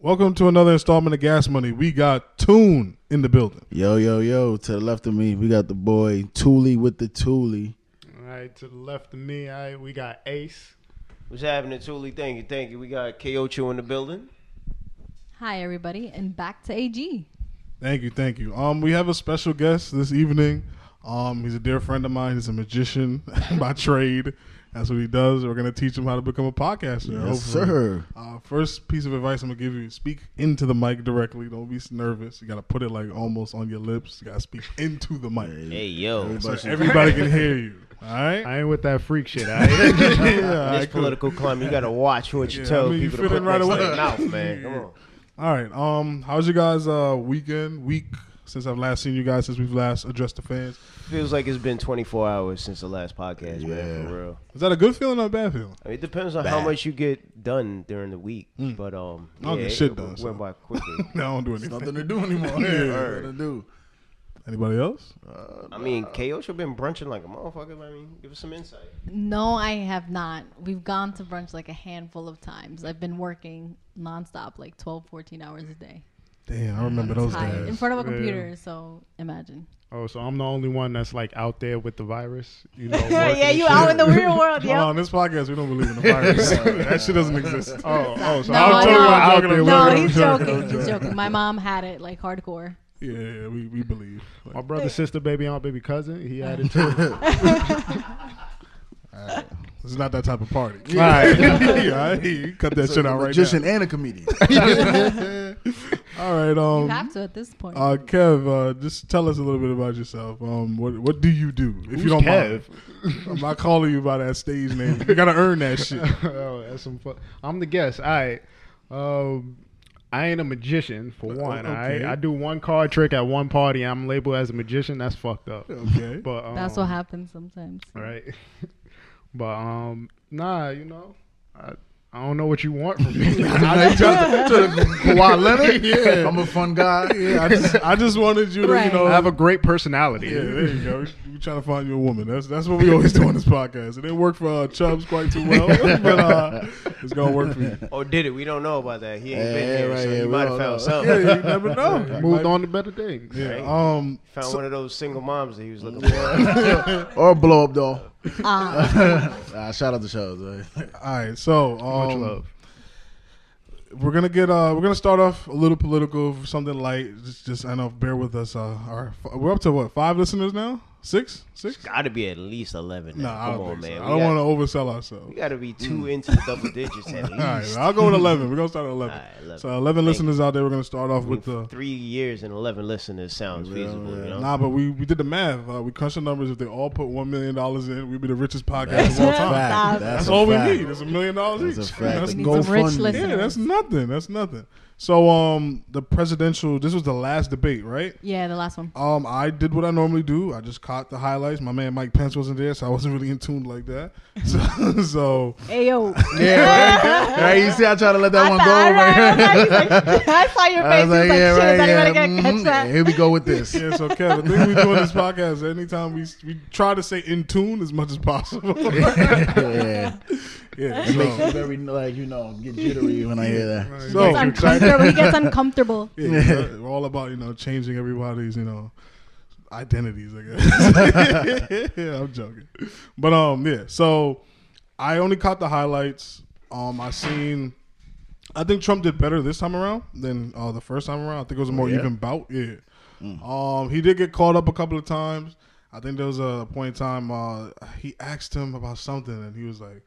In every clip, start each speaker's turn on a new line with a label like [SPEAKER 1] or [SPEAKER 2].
[SPEAKER 1] Welcome to another installment of Gas Money. We got Tune in the building.
[SPEAKER 2] Yo, yo, yo, to the left of me, we got the boy Thule with the Thule.
[SPEAKER 3] All right, to the left of me, all right, we got Ace.
[SPEAKER 4] What's happening, Tuli? Thank you, thank you. We got Kyocho in the building.
[SPEAKER 5] Hi, everybody, and back to AG.
[SPEAKER 1] Thank you, thank you. Um, we have a special guest this evening. Um, he's a dear friend of mine. He's a magician by trade. That's what he does. We're gonna teach him how to become a podcaster.
[SPEAKER 2] Yes, sir.
[SPEAKER 1] Uh, first piece of advice I'm gonna give you: speak into the mic directly. Don't be nervous. You gotta put it like almost on your lips. You gotta speak into the mic
[SPEAKER 4] Hey, yo.
[SPEAKER 1] so everybody can hear you. All right.
[SPEAKER 3] I ain't with that freak shit. All right?
[SPEAKER 1] yeah,
[SPEAKER 4] this
[SPEAKER 1] I could-
[SPEAKER 4] political climate, you gotta watch what you
[SPEAKER 1] Yeah,
[SPEAKER 4] tell
[SPEAKER 1] I mean, you
[SPEAKER 4] people
[SPEAKER 1] fit
[SPEAKER 4] to put
[SPEAKER 1] in right
[SPEAKER 4] next to
[SPEAKER 1] away.
[SPEAKER 4] their mouth, man. Come on.
[SPEAKER 1] All right. Um, how's your guys' uh, weekend week since I've last seen you guys since we've last addressed the fans?
[SPEAKER 4] Feels like it's been 24 hours since the last podcast, man.
[SPEAKER 2] Yeah.
[SPEAKER 4] For real.
[SPEAKER 1] Is that a good feeling or a bad feeling?
[SPEAKER 4] I mean, it depends on how
[SPEAKER 2] Bad.
[SPEAKER 4] much you get done during the week, but um,
[SPEAKER 1] I don't
[SPEAKER 4] yeah,
[SPEAKER 1] get shit
[SPEAKER 4] it
[SPEAKER 1] done,
[SPEAKER 4] went
[SPEAKER 1] so.
[SPEAKER 4] by quickly.
[SPEAKER 1] No, I don't do anything.
[SPEAKER 2] Nothing to do anymore.
[SPEAKER 1] Yeah.
[SPEAKER 2] Nothing to do.
[SPEAKER 1] Anybody else?
[SPEAKER 4] I mean, Kyocho been brunching like a motherfucker. I mean, give us some insight.
[SPEAKER 5] No, I have not. We've gone to brunch like a handful of times. I've been working nonstop, like 12, 14 hours a day.
[SPEAKER 1] Damn, I remember those
[SPEAKER 5] Tired. In
[SPEAKER 1] days.
[SPEAKER 5] front of a
[SPEAKER 3] Yeah.
[SPEAKER 5] computer, so imagine.
[SPEAKER 3] Oh, so I'm the only one that's like out there with the virus. You know, working
[SPEAKER 5] yeah,
[SPEAKER 3] and
[SPEAKER 5] you
[SPEAKER 3] shit.
[SPEAKER 5] out in the real world,
[SPEAKER 1] Hold
[SPEAKER 5] yo.
[SPEAKER 1] on, this podcast we don't believe in the virus. that shit doesn't exist.
[SPEAKER 3] Oh, oh, so
[SPEAKER 5] No,
[SPEAKER 3] I'm totally
[SPEAKER 5] no.
[SPEAKER 3] out there. working.
[SPEAKER 5] No, he's
[SPEAKER 1] joking,
[SPEAKER 5] joking.
[SPEAKER 1] I'm
[SPEAKER 5] He's joking. My mom had it like hardcore.
[SPEAKER 1] Yeah, yeah, we, we believe.
[SPEAKER 3] My brother, sister, baby aunt, baby cousin, he had it too. All
[SPEAKER 1] This is not that type of party.
[SPEAKER 3] right.
[SPEAKER 1] yeah, you cut that shit
[SPEAKER 2] a
[SPEAKER 1] out right
[SPEAKER 2] magician and a comedian.
[SPEAKER 1] now. All right,
[SPEAKER 5] You
[SPEAKER 1] um,
[SPEAKER 5] have to at this point.
[SPEAKER 1] uh, Kev, uh, just tell us a little bit about yourself. Um, what what do you do? If you
[SPEAKER 3] Who's
[SPEAKER 1] don't
[SPEAKER 3] Kev?
[SPEAKER 1] mind, I'm not calling you by that stage name. You gotta earn that shit.
[SPEAKER 3] oh, that's some fun. I'm the guest. All right. Um, I ain't a magician
[SPEAKER 5] Uh,
[SPEAKER 3] for one. all right?
[SPEAKER 1] okay.
[SPEAKER 3] I do one card trick at one party. I'm labeled as a magician. That's fucked up.
[SPEAKER 1] Okay.
[SPEAKER 3] But um,
[SPEAKER 5] That's what happens sometimes.
[SPEAKER 3] Right. but um, nah, you know, I, I don't know what you want from me.
[SPEAKER 2] I to, to Kawhi Leonard. Yeah. I'm a fun guy.
[SPEAKER 1] Yeah, I just I just wanted you to you
[SPEAKER 5] Right.
[SPEAKER 1] know
[SPEAKER 3] I have a great personality.
[SPEAKER 1] Yeah, there you go. We're trying to find you a woman. That's that's what we always do on this podcast. It didn't work for uh, Chubbs quite too well, but uh, it's gonna work for you.
[SPEAKER 4] Or did it? We don't know about that. He ain't
[SPEAKER 2] Yeah,
[SPEAKER 4] been
[SPEAKER 2] yeah,
[SPEAKER 4] here,
[SPEAKER 2] right,
[SPEAKER 4] so
[SPEAKER 2] yeah,
[SPEAKER 4] he
[SPEAKER 2] we
[SPEAKER 4] might have
[SPEAKER 2] don't know.
[SPEAKER 4] found something.
[SPEAKER 1] Yeah, you never know.
[SPEAKER 3] Moved on to better things.
[SPEAKER 1] Yeah. Um.
[SPEAKER 4] Found
[SPEAKER 1] so-
[SPEAKER 4] one of those single moms that he was looking for.
[SPEAKER 2] Or a blow up doll.
[SPEAKER 5] Uh,
[SPEAKER 2] Ah, shout out to shows.
[SPEAKER 1] all right. So
[SPEAKER 3] Much
[SPEAKER 1] um,
[SPEAKER 3] love.
[SPEAKER 1] we're gonna get uh we're gonna start off a little political, something light. Just just I know bear with us. Uh, our, we're up to what five listeners now? Six? Six?
[SPEAKER 4] Got to be at least eleven.
[SPEAKER 1] No,
[SPEAKER 4] now.
[SPEAKER 1] I
[SPEAKER 4] Come
[SPEAKER 1] don't
[SPEAKER 4] on,
[SPEAKER 1] think so.
[SPEAKER 4] man.
[SPEAKER 1] I
[SPEAKER 4] We
[SPEAKER 1] don't
[SPEAKER 4] got-
[SPEAKER 1] want to oversell ourselves.
[SPEAKER 4] We got to be two into the double digits at
[SPEAKER 1] All right,
[SPEAKER 4] least.
[SPEAKER 1] I'll go with eleven. We're gonna start at eleven.
[SPEAKER 4] All right, 11.
[SPEAKER 1] So eleven
[SPEAKER 4] Thank
[SPEAKER 1] listeners out there. We're gonna start off
[SPEAKER 4] I mean,
[SPEAKER 1] with the.
[SPEAKER 4] three years and eleven listeners sounds feasible. You know?
[SPEAKER 1] Nah, but we, we did the math. Uh, we crunched the numbers. If they all put one million dollars in, we'd be the richest podcast of all time.
[SPEAKER 5] Stop.
[SPEAKER 1] That's,
[SPEAKER 2] a
[SPEAKER 1] all
[SPEAKER 2] fact.
[SPEAKER 1] we need. It's a million dollars
[SPEAKER 2] That's a
[SPEAKER 1] each.
[SPEAKER 2] fact.
[SPEAKER 1] That's
[SPEAKER 5] We need
[SPEAKER 1] no-
[SPEAKER 5] some rich
[SPEAKER 2] GoFundMe.
[SPEAKER 5] listeners.
[SPEAKER 1] yeah, that's nothing. That's nothing. So um, the presidential. This was the last debate, right?
[SPEAKER 5] yeah, the last one.
[SPEAKER 1] Um, I did what I normally do. I just caught the highlights. My man Mike Pence wasn't there, so I wasn't really in tune like that. So, so
[SPEAKER 5] Ayo.
[SPEAKER 2] Yeah, right. Right, You see, I try to let that
[SPEAKER 5] I
[SPEAKER 2] one
[SPEAKER 5] thought-
[SPEAKER 2] go
[SPEAKER 5] I
[SPEAKER 2] over.
[SPEAKER 5] was like- I was like- I saw your
[SPEAKER 2] I
[SPEAKER 5] face.
[SPEAKER 2] was like,
[SPEAKER 5] He was like,
[SPEAKER 2] yeah,
[SPEAKER 5] shit,
[SPEAKER 2] right,
[SPEAKER 5] is anybody
[SPEAKER 2] yeah.
[SPEAKER 5] gonna catch
[SPEAKER 6] Mm-hmm.
[SPEAKER 2] mm,
[SPEAKER 5] that?
[SPEAKER 2] Here we go with this.
[SPEAKER 1] yeah, so Kevin, the thing we do on this podcast, anytime we we try to say in tune as much as possible.
[SPEAKER 2] yeah.
[SPEAKER 1] yeah,
[SPEAKER 2] It makes me
[SPEAKER 1] so,
[SPEAKER 2] very like you know get jittery when I hear that.
[SPEAKER 1] so-
[SPEAKER 5] It's uncomfortable. He gets uncomfortable.
[SPEAKER 1] Yeah, you know, we're all about you know changing everybody's you know identities. I guess. yeah, I'm joking, but um, yeah. So I only caught the highlights. Um, I seen. I think Trump did better this time around than uh, the first time around. I think it was a more even bout. Yeah. Um, he did get called up a couple of times. I think there was a point in time uh, he asked him about something, and he was like,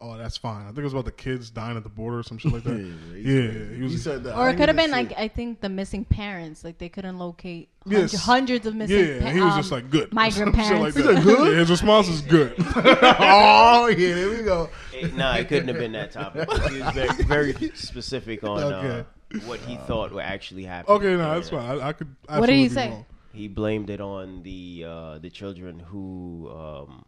[SPEAKER 1] "Oh, that's fine." I think it was about the kids dying at the border or some shit like that. yeah, he was.
[SPEAKER 2] You said that.
[SPEAKER 5] Or
[SPEAKER 2] I
[SPEAKER 5] it could have
[SPEAKER 2] need
[SPEAKER 5] been
[SPEAKER 2] to see
[SPEAKER 5] like I think the missing parents, like they couldn't locate hun-
[SPEAKER 1] Yes.
[SPEAKER 5] hundreds of missing.
[SPEAKER 1] Yeah,
[SPEAKER 5] pa-
[SPEAKER 1] he was
[SPEAKER 5] um,
[SPEAKER 1] just like good.
[SPEAKER 5] migrant
[SPEAKER 1] Something like
[SPEAKER 5] parents.
[SPEAKER 1] that. Yeah, his response is good.
[SPEAKER 2] oh yeah, there we go.
[SPEAKER 4] It- nah, it couldn't have been that topic. He was very, very specific on
[SPEAKER 1] Okay.
[SPEAKER 4] uh, what he thought would actually happen.
[SPEAKER 1] Okay, no, that's fine. I, I could.
[SPEAKER 5] What did he
[SPEAKER 1] absolutely be
[SPEAKER 5] say?
[SPEAKER 1] wrong.
[SPEAKER 4] He blamed it on the uh, the children who um,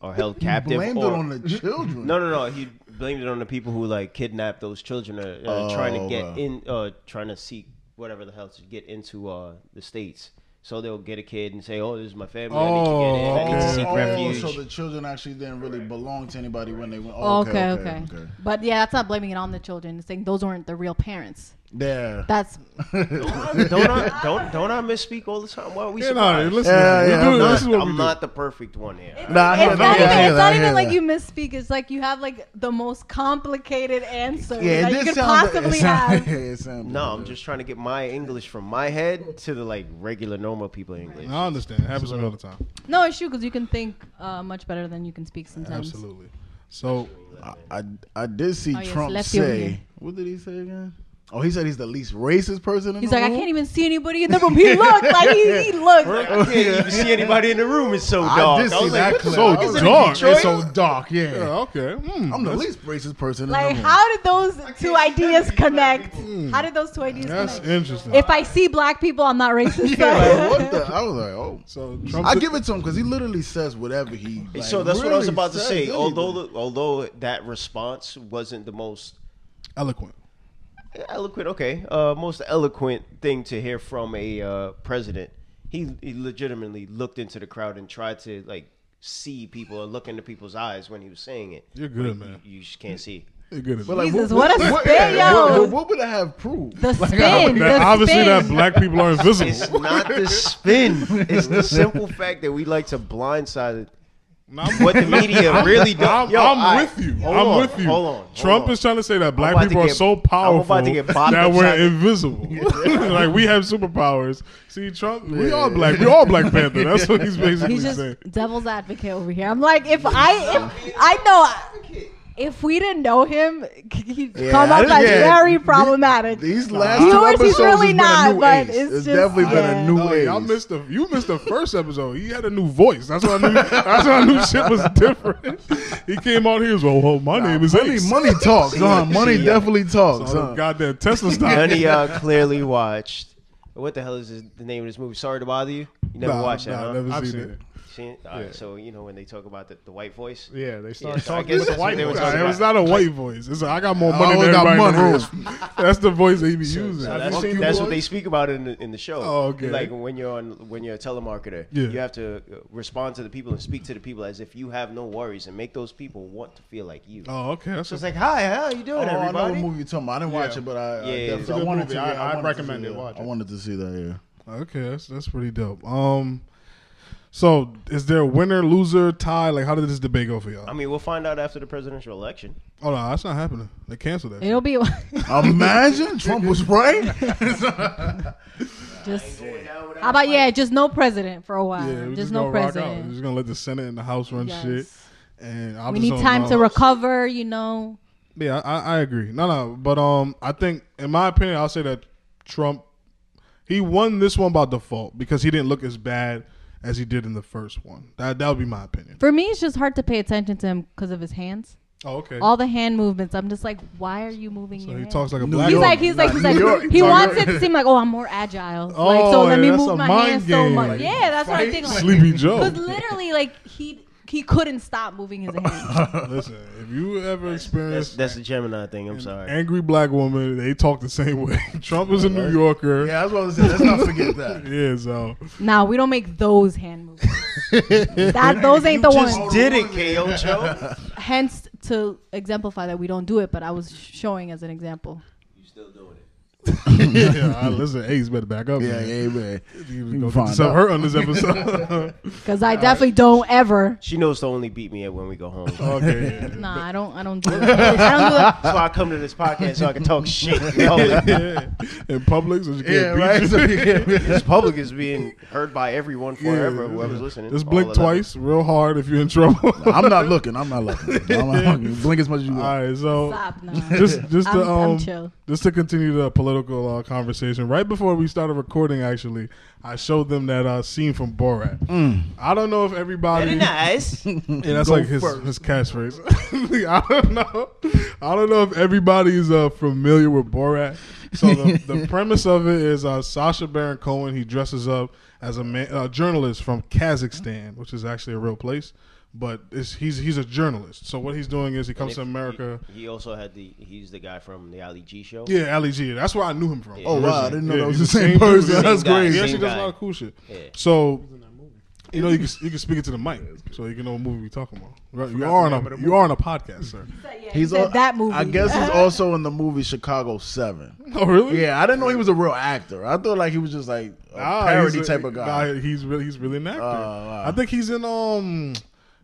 [SPEAKER 4] are held captive.
[SPEAKER 2] Blamed it
[SPEAKER 4] or- Mm-hmm.
[SPEAKER 2] on the children.
[SPEAKER 4] No, no, no. He blamed it on the people who like kidnapped those children, uh, uh,
[SPEAKER 2] Oh,
[SPEAKER 4] trying to get
[SPEAKER 2] wow.
[SPEAKER 4] in, uh, trying to seek whatever the hell to get into uh, the states. So they'll get a kid and say, "Oh, this is my family.
[SPEAKER 1] Oh,
[SPEAKER 4] I need to get in. I need to
[SPEAKER 1] okay.
[SPEAKER 4] seek
[SPEAKER 2] oh,
[SPEAKER 4] refuge."
[SPEAKER 2] so the children actually didn't really belong to anybody when they went. Oh, okay,
[SPEAKER 5] Okay okay,
[SPEAKER 2] okay, okay.
[SPEAKER 5] But yeah, that's not blaming it on the children. It's saying those weren't the real parents.
[SPEAKER 2] There.
[SPEAKER 5] That's
[SPEAKER 4] don't I, don't don't I misspeak all the time? Why are we?
[SPEAKER 1] Yeah, nah,
[SPEAKER 4] surprised?
[SPEAKER 1] listen,
[SPEAKER 2] Yeah,
[SPEAKER 1] we
[SPEAKER 2] yeah,
[SPEAKER 1] do-
[SPEAKER 2] I'm
[SPEAKER 1] this is what we
[SPEAKER 4] I'm
[SPEAKER 1] do.
[SPEAKER 4] not the perfect one here.
[SPEAKER 2] Nah, I hear that.
[SPEAKER 5] it's not
[SPEAKER 2] I
[SPEAKER 5] even,
[SPEAKER 2] hear that.
[SPEAKER 5] it's
[SPEAKER 2] I
[SPEAKER 5] not
[SPEAKER 2] hear
[SPEAKER 5] even like
[SPEAKER 2] that.
[SPEAKER 5] you misspeak. It's like you have like the most complicated answer
[SPEAKER 2] Yeah,
[SPEAKER 5] that
[SPEAKER 2] it
[SPEAKER 5] you
[SPEAKER 2] did
[SPEAKER 5] could
[SPEAKER 2] sound- it
[SPEAKER 5] possibly
[SPEAKER 2] sound-
[SPEAKER 5] have.
[SPEAKER 2] it sounded
[SPEAKER 4] No,
[SPEAKER 2] like
[SPEAKER 4] I'm
[SPEAKER 2] that.
[SPEAKER 4] just trying to get my English from my head to the like regular normal people English.
[SPEAKER 1] I understand. It happens to me all the time.
[SPEAKER 5] No issue because you can think uh, much better than you can speak sometimes.
[SPEAKER 1] Absolutely. So
[SPEAKER 2] I, I I did see
[SPEAKER 5] Oh, yes,
[SPEAKER 2] Trump
[SPEAKER 5] left your ear.
[SPEAKER 2] say. What did he say again? Oh, he said he's the least racist person. In
[SPEAKER 5] He's
[SPEAKER 2] the
[SPEAKER 5] like, I
[SPEAKER 2] room?
[SPEAKER 5] can't even see anybody in the room. He looked like he, he looked.
[SPEAKER 4] I can't even see anybody in the room. It's so dark.
[SPEAKER 2] I did see
[SPEAKER 4] was
[SPEAKER 2] that
[SPEAKER 4] like,
[SPEAKER 2] clip.
[SPEAKER 1] So
[SPEAKER 2] I was like,
[SPEAKER 1] dark.
[SPEAKER 2] It's so dark. Yeah.
[SPEAKER 1] yeah, okay. Hmm,
[SPEAKER 2] I'm the
[SPEAKER 1] that's-
[SPEAKER 2] least racist person
[SPEAKER 5] Like,
[SPEAKER 2] in the room.
[SPEAKER 5] how did those two ideas connect? How did those two ideas
[SPEAKER 1] That's
[SPEAKER 5] connect?
[SPEAKER 1] interesting.
[SPEAKER 5] If I see black people, I'm not racist.
[SPEAKER 2] Like, what the? I was like, oh.
[SPEAKER 1] so Trump
[SPEAKER 2] I give it to him because he literally says whatever he. Like,
[SPEAKER 4] so that's what I was
[SPEAKER 2] really
[SPEAKER 4] about to
[SPEAKER 2] says
[SPEAKER 4] say.
[SPEAKER 2] anything.
[SPEAKER 4] Although the, although that response wasn't the most
[SPEAKER 1] eloquent.
[SPEAKER 4] eloquent, okay, uh, most eloquent thing to hear from a uh, president, he, he legitimately looked into the crowd and tried to like see people or look into people's eyes when he was saying it.
[SPEAKER 1] You're good, man.
[SPEAKER 4] You just can't see.
[SPEAKER 1] You're good. At
[SPEAKER 2] But
[SPEAKER 1] that.
[SPEAKER 5] Jesus, what a spin,
[SPEAKER 2] yeah,
[SPEAKER 5] yo.
[SPEAKER 2] What, what would I have proved?
[SPEAKER 5] The
[SPEAKER 2] Like, I-
[SPEAKER 5] spin,
[SPEAKER 1] That-
[SPEAKER 5] the
[SPEAKER 1] obviously,
[SPEAKER 5] spin.
[SPEAKER 1] that black people are
[SPEAKER 4] It's
[SPEAKER 1] invisible.
[SPEAKER 4] not the spin. It's the simple fact that we like to blindside
[SPEAKER 1] Nah, I'm-
[SPEAKER 4] what the media really does.
[SPEAKER 1] I'm, I'm with you. I'm with you.
[SPEAKER 4] Hold on.
[SPEAKER 1] Trump
[SPEAKER 4] hold on.
[SPEAKER 1] is trying to say that black
[SPEAKER 4] about to
[SPEAKER 1] people are
[SPEAKER 4] get-
[SPEAKER 1] so
[SPEAKER 4] I'm about to
[SPEAKER 1] powerful
[SPEAKER 4] get bopped
[SPEAKER 1] that we're
[SPEAKER 4] upside-
[SPEAKER 1] invisible. like we have superpowers. See, Trump, we all black. We all Black Panther. That's what he's basically
[SPEAKER 5] He's just
[SPEAKER 1] saying.
[SPEAKER 5] devil's advocate over here. I'm like, if I, if I know, if we didn't know him, he'd come
[SPEAKER 2] I
[SPEAKER 5] up
[SPEAKER 2] didn't-
[SPEAKER 5] as
[SPEAKER 2] yeah,
[SPEAKER 5] very
[SPEAKER 2] the-
[SPEAKER 5] problematic.
[SPEAKER 2] These last two
[SPEAKER 5] Viewers,
[SPEAKER 2] episodes
[SPEAKER 5] he's really
[SPEAKER 2] has been a
[SPEAKER 5] not,
[SPEAKER 2] new
[SPEAKER 5] but
[SPEAKER 2] ace.
[SPEAKER 5] it's
[SPEAKER 2] It's
[SPEAKER 5] just-
[SPEAKER 2] definitely been
[SPEAKER 5] yeah.
[SPEAKER 2] a new
[SPEAKER 1] No,
[SPEAKER 2] ace.
[SPEAKER 1] y'all missed the you missed the first episode. He had a new voice. That's why I knew. that's why I knew shit was different. He came out here. He was well, well, my name is
[SPEAKER 2] money,
[SPEAKER 1] Ace.
[SPEAKER 2] money talks, huh? Money
[SPEAKER 4] See, yeah.
[SPEAKER 2] definitely talks,
[SPEAKER 1] So
[SPEAKER 2] huh?
[SPEAKER 1] goddamn Tesla stock.
[SPEAKER 4] None of y'all clearly watched. What the hell is this, the name of this movie? Sorry to bother you. You never
[SPEAKER 1] Nah,
[SPEAKER 4] watched that,
[SPEAKER 1] nah,
[SPEAKER 4] huh?
[SPEAKER 1] never
[SPEAKER 3] I've
[SPEAKER 1] seen,
[SPEAKER 3] seen
[SPEAKER 1] it.
[SPEAKER 3] it.
[SPEAKER 4] Seen it? All right,
[SPEAKER 3] Yeah.
[SPEAKER 4] so you know when they talk about the, the white voice.
[SPEAKER 3] Yeah, they
[SPEAKER 4] Yeah,
[SPEAKER 3] started
[SPEAKER 4] so I
[SPEAKER 3] talking
[SPEAKER 4] guess
[SPEAKER 3] with the
[SPEAKER 4] that's what
[SPEAKER 3] white
[SPEAKER 4] they were
[SPEAKER 3] voice.
[SPEAKER 1] Nah, it was not a white voice. It's a, I got more
[SPEAKER 2] I
[SPEAKER 1] money
[SPEAKER 2] always
[SPEAKER 1] than
[SPEAKER 2] got
[SPEAKER 1] everybody in the
[SPEAKER 2] money.
[SPEAKER 1] room. That's the voice that he be using.
[SPEAKER 4] So
[SPEAKER 1] Have you
[SPEAKER 4] that's
[SPEAKER 1] seen
[SPEAKER 4] that's
[SPEAKER 1] the
[SPEAKER 4] what they
[SPEAKER 1] voice?
[SPEAKER 4] speak about in the, in the show.
[SPEAKER 1] Oh, okay.
[SPEAKER 4] Like when you're on when you're a telemarketer,
[SPEAKER 1] Yeah.
[SPEAKER 4] you have to uh, respond to the people and speak to the people as if you have no worries and make those people want to feel like you.
[SPEAKER 1] Oh, okay. That's
[SPEAKER 4] So
[SPEAKER 1] just
[SPEAKER 4] it's like, hi, how you doing,
[SPEAKER 2] Oh, I know what
[SPEAKER 4] everybody?
[SPEAKER 2] movie you're talking about. I didn't watch
[SPEAKER 1] Yeah.
[SPEAKER 2] it, but I,
[SPEAKER 4] Yeah,
[SPEAKER 2] I,
[SPEAKER 4] it's a
[SPEAKER 2] definitely,
[SPEAKER 4] good
[SPEAKER 2] I wanted
[SPEAKER 3] movie.
[SPEAKER 2] to.
[SPEAKER 3] I-
[SPEAKER 2] yeah,
[SPEAKER 3] I'd
[SPEAKER 2] wanted to
[SPEAKER 3] recommend
[SPEAKER 2] see
[SPEAKER 3] it.
[SPEAKER 2] that.
[SPEAKER 3] Watch
[SPEAKER 2] I
[SPEAKER 3] it.
[SPEAKER 2] wanted to see that. Yeah.
[SPEAKER 1] okay. That's that's pretty dope. Um, so is there a winner, loser, tie? Like, how did this debate go for y'all?
[SPEAKER 4] I mean, we'll find out after the presidential election.
[SPEAKER 1] oh no, that's not happening. They canceled that.
[SPEAKER 5] It'll be
[SPEAKER 2] Imagine Trump was right.
[SPEAKER 5] just. How about yeah, just no president for a while.
[SPEAKER 1] Yeah, we're
[SPEAKER 5] just,
[SPEAKER 1] just
[SPEAKER 5] no
[SPEAKER 1] gonna rock out. We're
[SPEAKER 5] president.
[SPEAKER 1] just gonna let the Senate and the House run
[SPEAKER 5] Yes.
[SPEAKER 1] shit. And I'm
[SPEAKER 5] We
[SPEAKER 1] just gonna
[SPEAKER 5] need time
[SPEAKER 1] go.
[SPEAKER 5] to recover. You know,
[SPEAKER 1] Yeah, I, I- I agree. No, no, but um, I think in my opinion, I'll say that Trump he won this one by default because he didn't look as bad as he did in the first one. That that would be my opinion.
[SPEAKER 5] for me, it's just hard to pay attention to him because of his hands.
[SPEAKER 1] Oh, okay.
[SPEAKER 5] All the hand movements. I'm just like, why are you moving
[SPEAKER 1] so
[SPEAKER 5] your
[SPEAKER 1] he
[SPEAKER 5] hands?
[SPEAKER 1] talks like a
[SPEAKER 2] New
[SPEAKER 1] black.
[SPEAKER 5] He's
[SPEAKER 2] York.
[SPEAKER 5] like, he's like, he's
[SPEAKER 2] New
[SPEAKER 5] like,
[SPEAKER 2] York.
[SPEAKER 5] he
[SPEAKER 2] New
[SPEAKER 5] wants
[SPEAKER 2] York.
[SPEAKER 5] it to seem like, oh, I'm more agile.
[SPEAKER 1] Oh,
[SPEAKER 5] like, so let
[SPEAKER 1] yeah,
[SPEAKER 5] me
[SPEAKER 1] that's a
[SPEAKER 5] move my
[SPEAKER 1] mind
[SPEAKER 5] hands so
[SPEAKER 1] game.
[SPEAKER 5] much. Yeah, that's what I think. Like,
[SPEAKER 1] Sleepy Joe.
[SPEAKER 5] because literally, like he he couldn't stop moving his hands.
[SPEAKER 1] Listen, if you ever
[SPEAKER 4] That's
[SPEAKER 1] experienced
[SPEAKER 4] that's the Gemini thing. I'm sorry.
[SPEAKER 1] angry black woman, they talk the same way. Trump is a New Yorker.
[SPEAKER 2] Yeah, that's what I was saying. Let's not forget that.
[SPEAKER 1] Yeah, so
[SPEAKER 5] nah, we don't make those hand movements. that those ain't the
[SPEAKER 4] Just
[SPEAKER 5] ones.
[SPEAKER 4] did it, KO Joe.
[SPEAKER 5] Hence, to exemplify that we don't do it, but I was showing as an example.
[SPEAKER 4] you still doing it.
[SPEAKER 1] yeah, I- listen, Ace better back up.
[SPEAKER 2] Yeah,
[SPEAKER 1] man.
[SPEAKER 2] yeah, man.
[SPEAKER 1] You
[SPEAKER 2] You
[SPEAKER 1] gonna get
[SPEAKER 2] find
[SPEAKER 1] yourself
[SPEAKER 2] out.
[SPEAKER 1] hurt on this episode.
[SPEAKER 5] Because I definitely don't ever.
[SPEAKER 4] She knows to only beat me up when we go home. That's
[SPEAKER 1] okay. yeah.
[SPEAKER 5] Nah, I don't. I don't do that. I don't do that.
[SPEAKER 4] why I come to this podcast so I can talk shit. in public.
[SPEAKER 1] yeah. In Publix, so you can't
[SPEAKER 2] Yeah,
[SPEAKER 1] beat
[SPEAKER 2] right.
[SPEAKER 1] you.
[SPEAKER 2] So you can't beat-
[SPEAKER 4] this public is being heard by everyone
[SPEAKER 1] Yeah.
[SPEAKER 4] forever. Whoever's listening.
[SPEAKER 1] Just
[SPEAKER 4] All
[SPEAKER 1] blink
[SPEAKER 4] 11.
[SPEAKER 1] twice, real hard, if you're in trouble.
[SPEAKER 2] I'm not looking. I'm not looking. I'm not looking. Blink as much as you want.
[SPEAKER 1] All right, so
[SPEAKER 5] Stop. Nah.
[SPEAKER 1] just just
[SPEAKER 5] I'm,
[SPEAKER 1] to
[SPEAKER 5] I'm
[SPEAKER 1] um
[SPEAKER 5] chill.
[SPEAKER 1] just to continue the political uh, conversation. Right before we started recording, actually, I showed them that uh, scene from Borat.
[SPEAKER 2] Mm.
[SPEAKER 1] I don't know if everybody.
[SPEAKER 4] Very nice.
[SPEAKER 1] Yeah, that's
[SPEAKER 2] Go
[SPEAKER 1] like his,
[SPEAKER 2] first.
[SPEAKER 1] his catchphrase. I don't know. I don't know if everybody's uh, familiar with Borat. So the, the premise of it is uh, Sasha Baron Cohen. He dresses up as a man, a journalist from Kazakhstan, which is actually a real place. But it's, he's he's a journalist. So what he's doing is he comes
[SPEAKER 4] if-
[SPEAKER 1] to America.
[SPEAKER 4] He, he also had the. He's the guy from the Ali G show.
[SPEAKER 1] yeah, Ali G. That's where I knew him from.
[SPEAKER 4] Oh,
[SPEAKER 2] wow, I didn't know that was
[SPEAKER 1] he's
[SPEAKER 2] the same person.
[SPEAKER 1] dude.
[SPEAKER 2] That's
[SPEAKER 4] Same guy,
[SPEAKER 1] He
[SPEAKER 2] crazy.
[SPEAKER 1] actually
[SPEAKER 4] same
[SPEAKER 1] does a
[SPEAKER 4] guy.
[SPEAKER 1] lot of cool shit.
[SPEAKER 4] Yeah.
[SPEAKER 1] So you know you can you can speak it to the mic, so you can know what movie we talking about. Right? You are on
[SPEAKER 3] the name of
[SPEAKER 1] a
[SPEAKER 3] the
[SPEAKER 1] you are on a podcast, sir.
[SPEAKER 2] He's
[SPEAKER 5] said
[SPEAKER 2] al-
[SPEAKER 5] that movie.
[SPEAKER 2] I guess he's also in the movie Chicago Seven.
[SPEAKER 1] oh really?
[SPEAKER 2] Yeah, I didn't know he was a real actor. I thought like he was just like a
[SPEAKER 1] Nah,
[SPEAKER 2] parody
[SPEAKER 1] he's a-
[SPEAKER 2] type of guy. Uh,
[SPEAKER 1] nah, he's really he's really an actor.
[SPEAKER 2] wow.
[SPEAKER 1] I think he's in um,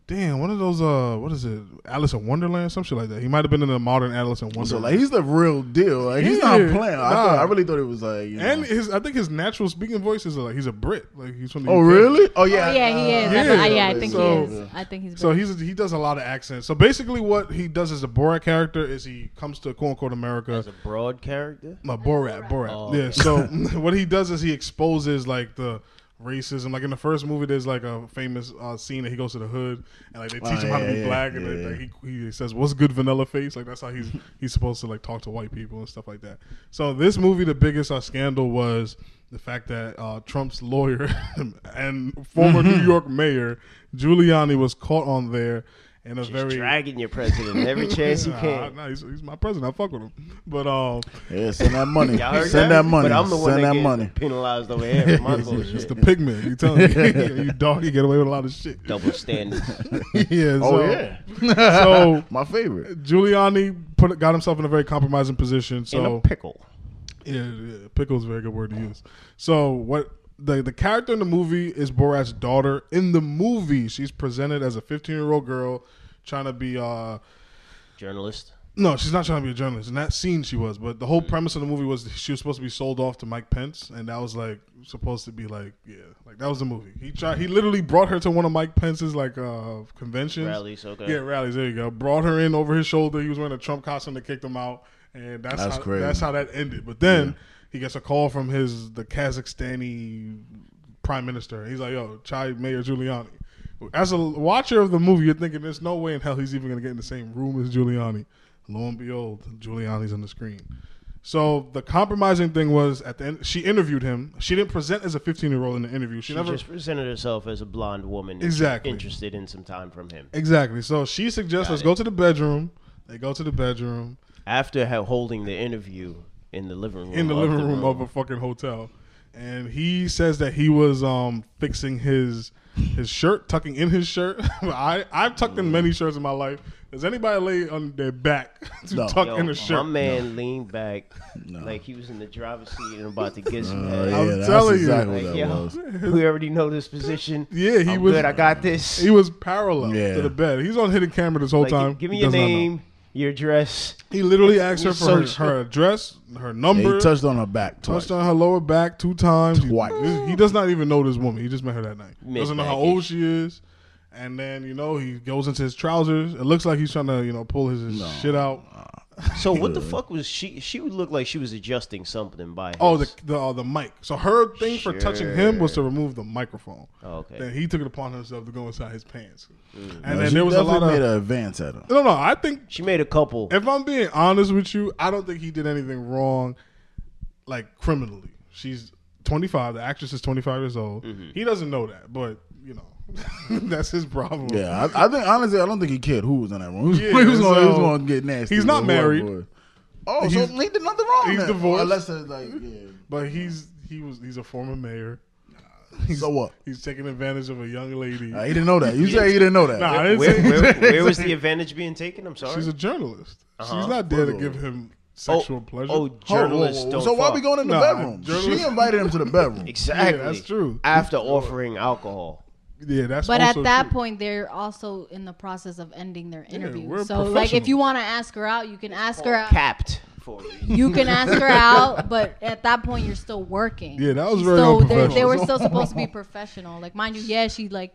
[SPEAKER 1] damn, one of those uh, what is it, Alice in Wonderland, some shit like that. He might have been in a modern Alice in
[SPEAKER 2] so
[SPEAKER 1] Wonderland.
[SPEAKER 2] like he's the real deal. Like he's not
[SPEAKER 1] Yeah,
[SPEAKER 2] playing. I, thought,
[SPEAKER 1] nah.
[SPEAKER 2] I really thought it was like. You know.
[SPEAKER 1] and his, I think his natural speaking voice is like he's a Brit, like he's from. The
[SPEAKER 2] oh
[SPEAKER 1] UK.
[SPEAKER 2] really? Oh
[SPEAKER 5] Oh,
[SPEAKER 2] yeah.
[SPEAKER 5] yeah, he is.
[SPEAKER 1] Yeah.
[SPEAKER 5] Yeah, I, yeah, I think
[SPEAKER 1] So-
[SPEAKER 5] he is. I think he's.
[SPEAKER 1] So he's he does a lot of accents. So basically, what he does as a Borat character is he comes to quote unquote America
[SPEAKER 4] As a broad character.
[SPEAKER 1] My Borat, Borat.
[SPEAKER 4] Oh,
[SPEAKER 1] yeah. So what he does is he exposes like the racism. Like in the first movie, there's like a famous uh, scene that he goes to the hood and like they teach
[SPEAKER 2] Oh,
[SPEAKER 1] him how to
[SPEAKER 2] yeah,
[SPEAKER 1] be
[SPEAKER 2] yeah,
[SPEAKER 1] black, and
[SPEAKER 2] yeah,
[SPEAKER 1] they-
[SPEAKER 2] yeah.
[SPEAKER 1] like, he, he says, "What's good, vanilla face?" Like that's how he's he's supposed to like talk to white people and stuff like that. So this movie, the biggest uh, scandal was. The fact that uh, Trump's lawyer and former
[SPEAKER 2] Mm-hmm.
[SPEAKER 1] New York mayor Giuliani was caught on there in a
[SPEAKER 4] Just
[SPEAKER 1] very
[SPEAKER 4] dragging your president every chance you
[SPEAKER 1] Nah,
[SPEAKER 4] can.
[SPEAKER 1] nah, he's, he's my president. I fuck with him, but um,
[SPEAKER 2] Yeah, send that money.
[SPEAKER 4] Y'all heard
[SPEAKER 2] send that money.
[SPEAKER 4] But I'm the one
[SPEAKER 2] send
[SPEAKER 4] that
[SPEAKER 2] that
[SPEAKER 4] getting
[SPEAKER 2] money.
[SPEAKER 4] penalized over here for my bullshit.
[SPEAKER 1] It's the pigman. You telling me you dog, you get away with a lot of shit.
[SPEAKER 4] Double standards.
[SPEAKER 1] yeah. So,
[SPEAKER 2] Oh yeah.
[SPEAKER 1] so
[SPEAKER 2] My favorite.
[SPEAKER 1] Giuliani put got himself in a very compromising position.
[SPEAKER 4] In
[SPEAKER 1] So
[SPEAKER 4] a pickle.
[SPEAKER 1] yeah, yeah, pickle's a very good word to use. So what the the character in the movie is Borat's daughter. In the movie, she's presented as a 15 year old girl trying to be uh
[SPEAKER 4] Journalist.
[SPEAKER 1] no, she's not trying to be a journalist. In that scene, she was, but the whole
[SPEAKER 4] Mm.
[SPEAKER 1] premise of the movie was she was supposed to be sold off to Mike Pence, and that was like supposed to be like, yeah, like that was the movie. He tried, he literally brought her to one of Mike Pence's like uh conventions,
[SPEAKER 4] Rallies, okay.
[SPEAKER 1] yeah, rallies. There you go. Brought her in over his shoulder. He was wearing a Trump costume that kicked him out, and that's
[SPEAKER 2] That's
[SPEAKER 1] how,
[SPEAKER 2] crazy.
[SPEAKER 1] That's how that ended. But then he gets a call from his the Kazakhstani prime minister. He's like, "Yo, Chai Mayor Giuliani." As a watcher of the movie, you're thinking there's no way in hell he's even gonna get in the same room as Giuliani. Lo and behold, Giuliani's on the screen. So the compromising thing was at the end, she interviewed him. She didn't present as a 15 year old in the interview. She,
[SPEAKER 4] She
[SPEAKER 1] never
[SPEAKER 4] just presented herself as a blonde woman.
[SPEAKER 1] Exactly.
[SPEAKER 4] Interested in some time from him.
[SPEAKER 1] exactly. So she suggests
[SPEAKER 4] Got
[SPEAKER 1] let's
[SPEAKER 4] it.
[SPEAKER 1] go to the bedroom. They go to the bedroom.
[SPEAKER 4] After ha- holding the interview in the living room.
[SPEAKER 1] in
[SPEAKER 2] Oh,
[SPEAKER 1] the
[SPEAKER 4] of
[SPEAKER 1] living room of a fucking hotel, and he says that he was um fixing his his shirt, tucking in his shirt. I I've tucked in many shirts in my life. Does anybody lay on their back to
[SPEAKER 2] No.
[SPEAKER 1] tuck
[SPEAKER 4] Yo,
[SPEAKER 1] in a
[SPEAKER 4] My
[SPEAKER 1] shirt?
[SPEAKER 4] man leaned back like he was in the driver's seat and about to get some head.
[SPEAKER 2] Uh, yeah, that's
[SPEAKER 1] telling you.
[SPEAKER 2] exactly
[SPEAKER 4] Like,
[SPEAKER 2] what that
[SPEAKER 4] yo,
[SPEAKER 2] was.
[SPEAKER 4] we already know this position.
[SPEAKER 1] Yeah, he
[SPEAKER 4] I'm
[SPEAKER 1] was-
[SPEAKER 4] good. I got this.
[SPEAKER 1] He was parallel
[SPEAKER 2] Yeah.
[SPEAKER 1] to the bed. He's on hidden camera this whole
[SPEAKER 4] Like,
[SPEAKER 1] time.
[SPEAKER 4] give me
[SPEAKER 1] He
[SPEAKER 4] your
[SPEAKER 1] does not know.
[SPEAKER 4] name, your address.
[SPEAKER 1] He literally asked her
[SPEAKER 4] He's
[SPEAKER 1] for
[SPEAKER 4] so
[SPEAKER 1] her,
[SPEAKER 4] sure.
[SPEAKER 1] her address, her
[SPEAKER 2] Yeah,
[SPEAKER 1] number.
[SPEAKER 2] he touched on her back twice.
[SPEAKER 1] touched on her lower back two times. He-
[SPEAKER 2] Twice.
[SPEAKER 1] He, does not even know this woman. He just met her that night.
[SPEAKER 4] Mid
[SPEAKER 1] Doesn't know how
[SPEAKER 4] baggy.
[SPEAKER 1] old she is. And then you know he goes into his trousers. It looks like he's trying to you know pull his, his shit out.
[SPEAKER 4] So what the fuck was she? She would look like she was adjusting something by. His.
[SPEAKER 1] Oh, the the, uh, the mic. So her thing for touching him was to
[SPEAKER 4] Sure.
[SPEAKER 1] remove the microphone.
[SPEAKER 4] Oh, okay. Mm.
[SPEAKER 1] Then he took it upon himself to go inside his pants.
[SPEAKER 2] No,
[SPEAKER 1] And then
[SPEAKER 2] she
[SPEAKER 1] there was a lot
[SPEAKER 2] definitely
[SPEAKER 1] of
[SPEAKER 2] made an advance at him.
[SPEAKER 1] no no. I think
[SPEAKER 4] she made a couple.
[SPEAKER 1] if I'm being honest with you, I don't think he did anything wrong, like criminally. She's 25. The actress is 25 years old.
[SPEAKER 4] Mm-hmm.
[SPEAKER 1] He doesn't know that, but you know, that's his problem.
[SPEAKER 2] Yeah, I, I think honestly, I don't think he cared who was in that room. He was,
[SPEAKER 1] Yeah,
[SPEAKER 2] he was gonna, he was
[SPEAKER 1] so-
[SPEAKER 2] gonna get nasty.
[SPEAKER 1] he's not
[SPEAKER 2] with whoever
[SPEAKER 1] married.
[SPEAKER 2] it was. Oh, so
[SPEAKER 1] He's-
[SPEAKER 2] he did nothing wrong.
[SPEAKER 1] he's
[SPEAKER 2] then.
[SPEAKER 1] divorced.
[SPEAKER 2] unless it's like yeah.
[SPEAKER 1] But he's he was he's a former mayor.
[SPEAKER 2] So what?
[SPEAKER 1] He's taking advantage of a young lady.
[SPEAKER 2] Nah, he didn't know that. You said he didn't know that.
[SPEAKER 1] Nah, I
[SPEAKER 4] where,
[SPEAKER 1] didn't say-
[SPEAKER 4] where, where was the advantage being taken? I'm sorry.
[SPEAKER 1] She's a journalist.
[SPEAKER 4] Uh-huh.
[SPEAKER 1] She's not there to give him sexual pleasure.
[SPEAKER 4] Oh,
[SPEAKER 2] Oh, whoa, whoa,
[SPEAKER 4] journalists
[SPEAKER 2] whoa.
[SPEAKER 4] don't.
[SPEAKER 2] So why
[SPEAKER 4] fuck.
[SPEAKER 2] we going in the
[SPEAKER 1] Nah,
[SPEAKER 2] bedroom?
[SPEAKER 1] journalists-
[SPEAKER 2] She invited him to the bedroom.
[SPEAKER 4] Exactly.
[SPEAKER 1] Yeah, that's true.
[SPEAKER 4] After offering alcohol.
[SPEAKER 1] yeah, that's.
[SPEAKER 5] But at
[SPEAKER 1] also
[SPEAKER 5] that
[SPEAKER 1] true.
[SPEAKER 5] point, they're also in the process of ending their interview.
[SPEAKER 1] we're
[SPEAKER 5] so, like, if you
[SPEAKER 1] professionals.
[SPEAKER 5] want to ask her out, you can ask
[SPEAKER 4] Oh,
[SPEAKER 5] her out.
[SPEAKER 4] Capped. For
[SPEAKER 5] You can ask her out, but at that point, you're still working.
[SPEAKER 1] Yeah, that was
[SPEAKER 5] She's
[SPEAKER 1] very
[SPEAKER 5] still- they- They
[SPEAKER 1] unprofessional.
[SPEAKER 5] were still supposed to be professional. Like, mind you, yeah, she like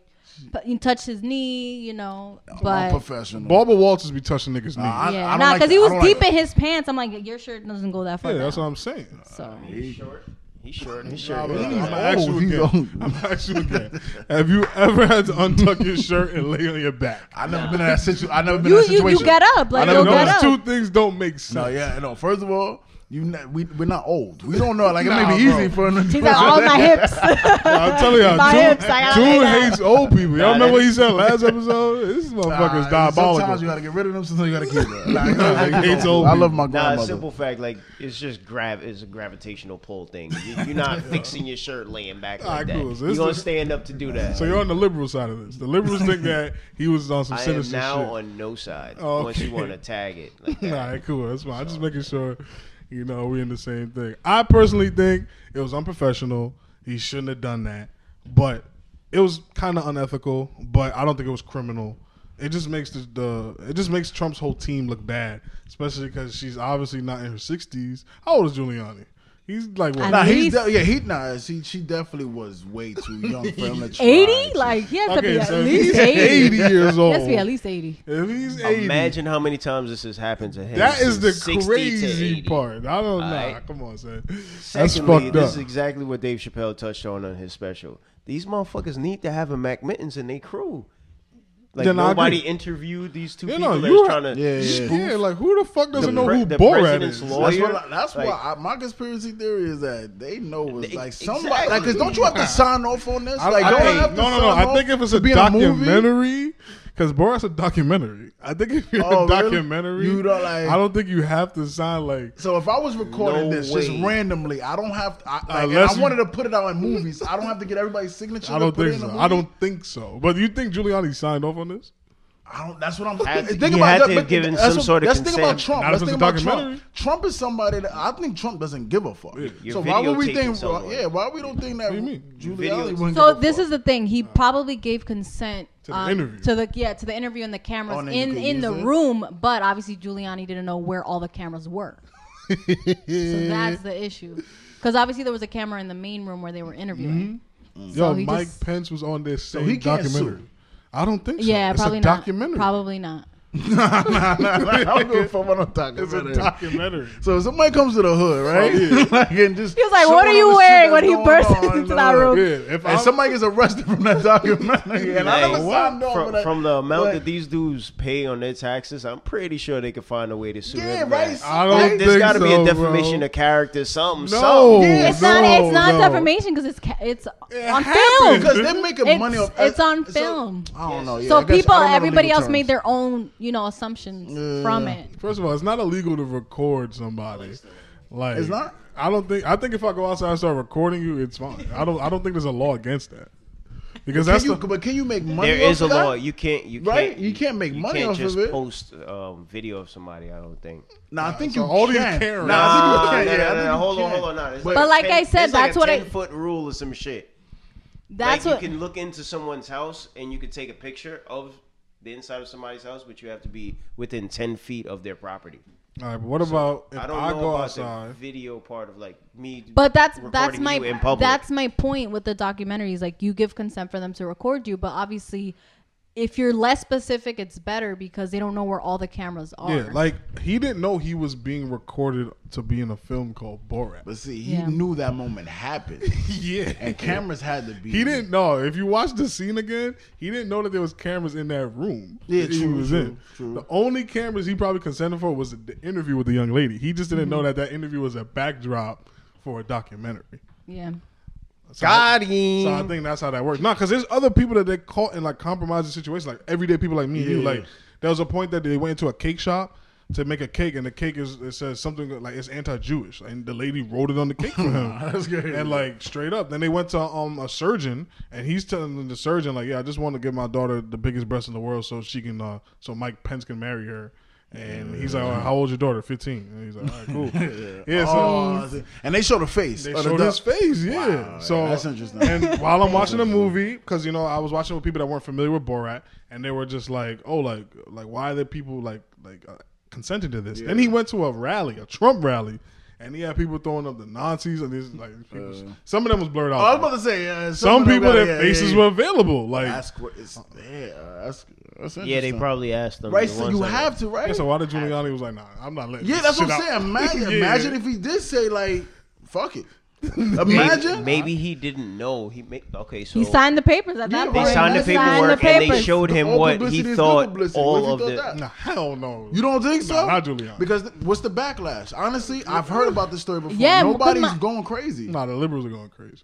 [SPEAKER 5] pu- you touched his knee, you know,
[SPEAKER 2] I'm
[SPEAKER 5] but
[SPEAKER 2] professional.
[SPEAKER 1] Barbara Walters be touching niggas' knees.
[SPEAKER 2] I-
[SPEAKER 5] yeah,
[SPEAKER 2] don't
[SPEAKER 5] nah,
[SPEAKER 2] like
[SPEAKER 5] because he
[SPEAKER 2] that. I
[SPEAKER 5] was
[SPEAKER 2] don't
[SPEAKER 5] deep
[SPEAKER 2] like
[SPEAKER 5] in his pants. I'm like, your shirt doesn't go that far.
[SPEAKER 1] yeah, that's
[SPEAKER 5] down."
[SPEAKER 1] what I'm saying.
[SPEAKER 5] so.
[SPEAKER 4] He's short. He's short. He's short.
[SPEAKER 1] I'm
[SPEAKER 2] He's
[SPEAKER 1] gonna
[SPEAKER 2] old.
[SPEAKER 1] ask you
[SPEAKER 2] He's
[SPEAKER 1] again.
[SPEAKER 2] old.
[SPEAKER 1] I'm gonna ask you again. Have you ever had to untuck your shirt and lay on your back?
[SPEAKER 2] I never been in that situation. I never been
[SPEAKER 5] You,
[SPEAKER 2] in that
[SPEAKER 5] you
[SPEAKER 2] situation.
[SPEAKER 5] you get up like
[SPEAKER 2] never
[SPEAKER 5] you'll
[SPEAKER 2] know
[SPEAKER 5] get
[SPEAKER 1] Those
[SPEAKER 5] up.
[SPEAKER 1] two things don't make sense.
[SPEAKER 2] No, yeah, no. First of all,
[SPEAKER 6] You not, we we're not old. We don't know. Like it
[SPEAKER 1] Nah,
[SPEAKER 6] may be
[SPEAKER 1] bro.
[SPEAKER 6] easy for an
[SPEAKER 5] She's like, all my hips.
[SPEAKER 1] I'm telling y'all,
[SPEAKER 5] My
[SPEAKER 1] June,
[SPEAKER 5] hips, I gotta
[SPEAKER 1] June
[SPEAKER 5] make that.
[SPEAKER 1] hates old people.
[SPEAKER 4] Nah,
[SPEAKER 1] Y'all remember
[SPEAKER 4] that-
[SPEAKER 1] what he said last episode? This motherfucker is
[SPEAKER 6] Nah, Sometimes you
[SPEAKER 1] diabolical.
[SPEAKER 6] gotta get rid of them. Sometimes you gotta keep them. Like,
[SPEAKER 1] Like, it's old
[SPEAKER 6] I love
[SPEAKER 1] people.
[SPEAKER 6] my
[SPEAKER 4] Nah,
[SPEAKER 6] grandmother.
[SPEAKER 4] simple fact, like it's just grav, it's a gravitational pull thing. You, you're not fixing your shirt laying back like
[SPEAKER 1] Alright,
[SPEAKER 4] that.
[SPEAKER 1] cool. So
[SPEAKER 4] you're
[SPEAKER 1] this
[SPEAKER 4] gonna
[SPEAKER 1] is-
[SPEAKER 4] stand up to do that.
[SPEAKER 1] So you're on the liberal side of this. The liberals think that he was on some
[SPEAKER 4] I am
[SPEAKER 1] sinister
[SPEAKER 4] now
[SPEAKER 1] shit. Oh,
[SPEAKER 4] on no side.
[SPEAKER 1] Okay.
[SPEAKER 4] Once you want to tag it, like that.
[SPEAKER 1] Nah, cool. That's fine. I'm just making sure, you know, we in the same thing. I personally think it was unprofessional. He shouldn't have done that. But it was kind of unethical. But I don't think it was criminal. It just makes the, the it just makes Trump's whole team look bad, especially because she's obviously not in her sixties. How old is Giuliani? He's like what?
[SPEAKER 6] Nah, he's
[SPEAKER 5] Elise?
[SPEAKER 6] de- yeah, he nah. She she definitely was way too young for him to try.
[SPEAKER 5] 80? Like, he has to be
[SPEAKER 1] okay,
[SPEAKER 5] at
[SPEAKER 1] so
[SPEAKER 5] least
[SPEAKER 1] he's
[SPEAKER 5] 80.
[SPEAKER 1] eighty years
[SPEAKER 5] He
[SPEAKER 1] old.
[SPEAKER 5] has to be at least 80.
[SPEAKER 1] if he's eighty,
[SPEAKER 4] Imagine how many times this has happened to him.
[SPEAKER 1] that is the
[SPEAKER 4] 60 to
[SPEAKER 1] crazy
[SPEAKER 4] 80.
[SPEAKER 1] part. I don't know.
[SPEAKER 4] Alright.
[SPEAKER 1] Come on, son. That's
[SPEAKER 4] Secondly,
[SPEAKER 1] fucked
[SPEAKER 4] this
[SPEAKER 1] up.
[SPEAKER 4] is exactly what Dave Chappelle touched on on his special. These motherfuckers need to have a Mac Mittens in their crew. Like
[SPEAKER 1] Yeah, no, I
[SPEAKER 4] nobody
[SPEAKER 1] agree.
[SPEAKER 4] interviewed these two
[SPEAKER 1] You
[SPEAKER 4] people
[SPEAKER 1] know,
[SPEAKER 4] that
[SPEAKER 1] you
[SPEAKER 4] was
[SPEAKER 1] were-
[SPEAKER 4] trying to.
[SPEAKER 6] Yeah, yeah.
[SPEAKER 1] Yeah, like who the fuck doesn't
[SPEAKER 4] The
[SPEAKER 1] know
[SPEAKER 4] pre-
[SPEAKER 1] who
[SPEAKER 4] the
[SPEAKER 1] Borat
[SPEAKER 4] president's
[SPEAKER 1] is?
[SPEAKER 4] law-
[SPEAKER 6] That's
[SPEAKER 4] Lawyer,
[SPEAKER 6] what. I- That's
[SPEAKER 4] like-
[SPEAKER 6] why I, my conspiracy theory is that they know it's
[SPEAKER 4] They-
[SPEAKER 6] like somebody.
[SPEAKER 4] exactly.
[SPEAKER 6] Like, 'cause don't you have to sign off on this?
[SPEAKER 1] I,
[SPEAKER 6] like,
[SPEAKER 1] I
[SPEAKER 6] don't
[SPEAKER 1] think-
[SPEAKER 6] I have to
[SPEAKER 1] no, no, no.
[SPEAKER 6] sign
[SPEAKER 1] I
[SPEAKER 6] off
[SPEAKER 1] think if it's a
[SPEAKER 6] to be in movie?
[SPEAKER 1] documentary, because Borat's a documentary. I think if you're
[SPEAKER 6] Oh,
[SPEAKER 1] a
[SPEAKER 6] really?
[SPEAKER 1] documentary,
[SPEAKER 6] You don't, like-
[SPEAKER 1] I don't think you have to sign like.
[SPEAKER 6] So if I was recording
[SPEAKER 4] No
[SPEAKER 6] this
[SPEAKER 4] way.
[SPEAKER 6] just randomly, I don't have. To, I, like, and
[SPEAKER 1] Unless
[SPEAKER 6] I
[SPEAKER 1] you-
[SPEAKER 6] wanted to put it out in movies. I don't have to get everybody's signature.
[SPEAKER 1] I don't
[SPEAKER 6] to put it
[SPEAKER 1] think
[SPEAKER 6] in a
[SPEAKER 1] so.
[SPEAKER 6] movie.
[SPEAKER 1] I don't think so. But you think Giuliani signed off on this?
[SPEAKER 6] I don't. That's what I'm
[SPEAKER 4] Had
[SPEAKER 6] thinking.
[SPEAKER 4] to- you
[SPEAKER 6] Think
[SPEAKER 4] had
[SPEAKER 6] about
[SPEAKER 4] to
[SPEAKER 6] that.
[SPEAKER 4] have
[SPEAKER 6] but
[SPEAKER 4] given
[SPEAKER 6] that's
[SPEAKER 4] some
[SPEAKER 6] what-
[SPEAKER 4] sort of
[SPEAKER 6] Let's think about
[SPEAKER 4] consent.
[SPEAKER 6] Trump.
[SPEAKER 1] Not if
[SPEAKER 6] Let's
[SPEAKER 1] it's
[SPEAKER 6] think
[SPEAKER 1] a
[SPEAKER 6] about Trump.
[SPEAKER 1] documentary.
[SPEAKER 6] Trump is somebody that I think Trump doesn't give a fuck.
[SPEAKER 4] You're
[SPEAKER 6] So why would we
[SPEAKER 4] videotaping
[SPEAKER 6] think?
[SPEAKER 4] someone.
[SPEAKER 6] Yeah, why we don't think that
[SPEAKER 1] do you mean?
[SPEAKER 6] Giuliani
[SPEAKER 4] Videotape.
[SPEAKER 6] wouldn't
[SPEAKER 5] So
[SPEAKER 6] give a
[SPEAKER 5] this
[SPEAKER 6] fuck?
[SPEAKER 5] is the thing. He probably gave consent um,
[SPEAKER 1] To the interview.
[SPEAKER 5] to the yeah to the interview and the
[SPEAKER 6] Oh,
[SPEAKER 5] cameras
[SPEAKER 6] and then you
[SPEAKER 5] in
[SPEAKER 6] could
[SPEAKER 5] in
[SPEAKER 6] use
[SPEAKER 5] the
[SPEAKER 6] it?
[SPEAKER 5] room, but obviously Giuliani didn't know where all the cameras were. so that's the issue, because obviously there was a camera in the main room where they were
[SPEAKER 6] Mm-hmm.
[SPEAKER 5] interviewing. So
[SPEAKER 1] Yo,
[SPEAKER 5] he
[SPEAKER 1] Mike
[SPEAKER 5] just-
[SPEAKER 1] Pence was on this same
[SPEAKER 6] Mm. he can't
[SPEAKER 1] documentary.
[SPEAKER 6] sue.
[SPEAKER 1] I don't think so.
[SPEAKER 5] Yeah,
[SPEAKER 1] It's
[SPEAKER 5] probably
[SPEAKER 1] a
[SPEAKER 5] not.
[SPEAKER 1] documentary.
[SPEAKER 5] Probably not.
[SPEAKER 6] I don't give a fuck what I'm talking
[SPEAKER 1] It's
[SPEAKER 6] about.
[SPEAKER 1] a documentary.
[SPEAKER 6] So if somebody comes to the
[SPEAKER 1] Oh,
[SPEAKER 6] hood, right? like, and just
[SPEAKER 5] He was like, "What are you wearing?" when he burst into that room.
[SPEAKER 1] Yeah, if
[SPEAKER 6] And
[SPEAKER 1] I'm-
[SPEAKER 6] somebody gets arrested from that documentary, and I
[SPEAKER 4] Like,
[SPEAKER 6] never signed off on
[SPEAKER 4] from,
[SPEAKER 6] that.
[SPEAKER 4] from the amount
[SPEAKER 6] like-
[SPEAKER 4] that these dudes pay on their taxes, I'm pretty sure they could find a way to sue
[SPEAKER 6] Yeah,
[SPEAKER 4] him.
[SPEAKER 6] right.
[SPEAKER 1] I don't
[SPEAKER 6] Like,
[SPEAKER 1] think
[SPEAKER 4] There's got to be
[SPEAKER 1] so,
[SPEAKER 4] a
[SPEAKER 1] bro.
[SPEAKER 4] defamation of character, something.
[SPEAKER 1] No,
[SPEAKER 4] something.
[SPEAKER 6] Yeah,
[SPEAKER 5] It's not.
[SPEAKER 1] no,
[SPEAKER 5] It's not
[SPEAKER 1] no.
[SPEAKER 5] defamation because it's ca- it's on
[SPEAKER 1] happened.
[SPEAKER 5] film.
[SPEAKER 6] because they're making
[SPEAKER 5] It's-
[SPEAKER 6] money off.
[SPEAKER 5] it's on
[SPEAKER 6] so-
[SPEAKER 5] film.
[SPEAKER 6] I don't know. Yeah,
[SPEAKER 5] so
[SPEAKER 6] I guess- I
[SPEAKER 5] people,
[SPEAKER 6] don't know the
[SPEAKER 5] everybody
[SPEAKER 6] legal
[SPEAKER 5] else made
[SPEAKER 6] terms.
[SPEAKER 5] their own you know assumptions from it.
[SPEAKER 1] First of all, it's not illegal to record somebody. Like
[SPEAKER 6] It's not?
[SPEAKER 1] I don't think. I think if I go outside and start recording you, it's fine. I don't. I don't think there's a law against that. Because
[SPEAKER 6] Can
[SPEAKER 1] that's
[SPEAKER 6] you,
[SPEAKER 1] the.
[SPEAKER 6] but can you make money?
[SPEAKER 4] There
[SPEAKER 6] off
[SPEAKER 4] is a
[SPEAKER 6] of that?
[SPEAKER 4] law. You can't. You
[SPEAKER 6] Right?
[SPEAKER 4] Can't,
[SPEAKER 6] You can't make money
[SPEAKER 4] can't
[SPEAKER 6] off of
[SPEAKER 4] just
[SPEAKER 6] it.
[SPEAKER 4] Post um, video of somebody. I don't think.
[SPEAKER 6] Nah, I think
[SPEAKER 1] so
[SPEAKER 6] you
[SPEAKER 1] all these
[SPEAKER 6] can.
[SPEAKER 1] Karens-
[SPEAKER 6] Nah, I
[SPEAKER 4] Nah,
[SPEAKER 6] think you can. Yeah,
[SPEAKER 4] nah,
[SPEAKER 6] I
[SPEAKER 4] nah,
[SPEAKER 6] think
[SPEAKER 4] nah,
[SPEAKER 6] you
[SPEAKER 4] hold on,
[SPEAKER 6] can.
[SPEAKER 4] hold on. Nah, it's
[SPEAKER 6] But-
[SPEAKER 5] But like I
[SPEAKER 4] it's
[SPEAKER 5] said, that's what I-
[SPEAKER 4] a ten foot rule or some shit.
[SPEAKER 5] That's
[SPEAKER 4] like
[SPEAKER 5] what
[SPEAKER 4] you can look into someone's house and you can take a picture of the inside of somebody's house, but you have to be within ten feet of their property.
[SPEAKER 1] all right, but what about if
[SPEAKER 4] I
[SPEAKER 1] I,
[SPEAKER 4] don't know
[SPEAKER 1] go
[SPEAKER 4] about the
[SPEAKER 1] outside?
[SPEAKER 4] video part of like me.
[SPEAKER 5] But that's that's
[SPEAKER 4] recording
[SPEAKER 5] my
[SPEAKER 4] you in public.
[SPEAKER 5] that's my point with the documentaries. Like you give consent for them to record you, but obviously, if you're less specific, it's better because they don't know where all the cameras are.
[SPEAKER 1] Yeah, like he didn't know he was being recorded to be in a film called Borat.
[SPEAKER 6] But see, he
[SPEAKER 5] Yeah.
[SPEAKER 6] knew that moment happened,
[SPEAKER 1] yeah,
[SPEAKER 6] and cameras had to be.
[SPEAKER 1] he didn't know. If you watch the scene again, he didn't know that there was cameras in that room.
[SPEAKER 6] Yeah,
[SPEAKER 1] that he
[SPEAKER 6] true,
[SPEAKER 1] was
[SPEAKER 6] true,
[SPEAKER 1] in.
[SPEAKER 6] true.
[SPEAKER 1] The only cameras he probably consented for was the interview with the young lady. He just didn't know
[SPEAKER 6] Mm-hmm.
[SPEAKER 1] that that interview was a backdrop for a documentary.
[SPEAKER 5] yeah.
[SPEAKER 1] So I-
[SPEAKER 4] got him.
[SPEAKER 1] So I think that's how that works. Not because there's other people that they caught in like compromising situations, like everyday people like me and you.
[SPEAKER 6] Yeah.
[SPEAKER 1] Like there was a point that they went into a cake shop to make a cake, and the cake is it says something like it's anti-Jewish, and the lady wrote it on the cake for him.
[SPEAKER 6] That's crazy.
[SPEAKER 1] And like straight up, then they went to um a surgeon, and he's telling the surgeon like, yeah, I just want to give my daughter the biggest breast in the world so she can uh so Mike Pence can marry her. And he's like, "Oh, "How old's your daughter? 15." And he's like, "All right, cool." yeah, so
[SPEAKER 6] Oh, I see. and they showed a face.
[SPEAKER 1] they
[SPEAKER 6] of the
[SPEAKER 1] showed
[SPEAKER 6] duck.
[SPEAKER 1] his face, yeah.
[SPEAKER 6] Wow,
[SPEAKER 1] so
[SPEAKER 6] that's interesting.
[SPEAKER 1] And while I'm watching the movie, because you know I was watching with people that weren't familiar with Borat, and they were just like, "Oh, like, like why are there people like like uh, consenting to this?" Then he went to a rally, a Trump rally, and he had people throwing up the Nazis and these like people, some of them was blurred
[SPEAKER 6] Uh, Oh, I was
[SPEAKER 1] out.
[SPEAKER 6] about to say, uh,
[SPEAKER 1] some
[SPEAKER 6] of them
[SPEAKER 1] people,
[SPEAKER 6] got-
[SPEAKER 1] their
[SPEAKER 6] yeah,
[SPEAKER 1] faces
[SPEAKER 6] yeah,
[SPEAKER 1] were
[SPEAKER 6] yeah.
[SPEAKER 1] available. Like,
[SPEAKER 6] That's cra- it's- yeah, that's, that's
[SPEAKER 4] yeah, they
[SPEAKER 6] interesting.
[SPEAKER 4] probably asked them.
[SPEAKER 6] right.
[SPEAKER 4] the
[SPEAKER 6] So
[SPEAKER 4] ones
[SPEAKER 6] you
[SPEAKER 4] that-
[SPEAKER 6] have to, right?
[SPEAKER 1] yeah, so why did Giuliani was like, "Nah, I'm not letting."
[SPEAKER 6] Yeah,
[SPEAKER 1] this
[SPEAKER 6] that's what
[SPEAKER 1] shit
[SPEAKER 6] I'm
[SPEAKER 1] out."
[SPEAKER 6] saying. Imagine,
[SPEAKER 1] Yeah.
[SPEAKER 6] imagine if he did say like, "Fuck it."
[SPEAKER 2] Imagine.
[SPEAKER 4] Maybe he didn't know. He may, okay, so
[SPEAKER 5] He signed the papers at that
[SPEAKER 2] Yeah,
[SPEAKER 5] point.
[SPEAKER 4] They
[SPEAKER 2] Right,
[SPEAKER 4] signed the
[SPEAKER 5] He signed
[SPEAKER 4] paperwork
[SPEAKER 5] the
[SPEAKER 4] and they
[SPEAKER 5] papers.
[SPEAKER 4] showed him
[SPEAKER 2] All
[SPEAKER 4] what
[SPEAKER 2] publicity
[SPEAKER 4] he
[SPEAKER 2] is no
[SPEAKER 4] thought
[SPEAKER 2] publicity. What if
[SPEAKER 4] all
[SPEAKER 2] he
[SPEAKER 4] of
[SPEAKER 2] thought that?
[SPEAKER 4] the.
[SPEAKER 1] Nah, hell no.
[SPEAKER 2] You don't think so?
[SPEAKER 1] Nah, not Giuliani.
[SPEAKER 2] Because th- what's the backlash? Honestly, I've heard about this story before.
[SPEAKER 5] Yeah,
[SPEAKER 2] Nobody's
[SPEAKER 5] because my-
[SPEAKER 2] going crazy.
[SPEAKER 1] Nah, the liberals are going crazy.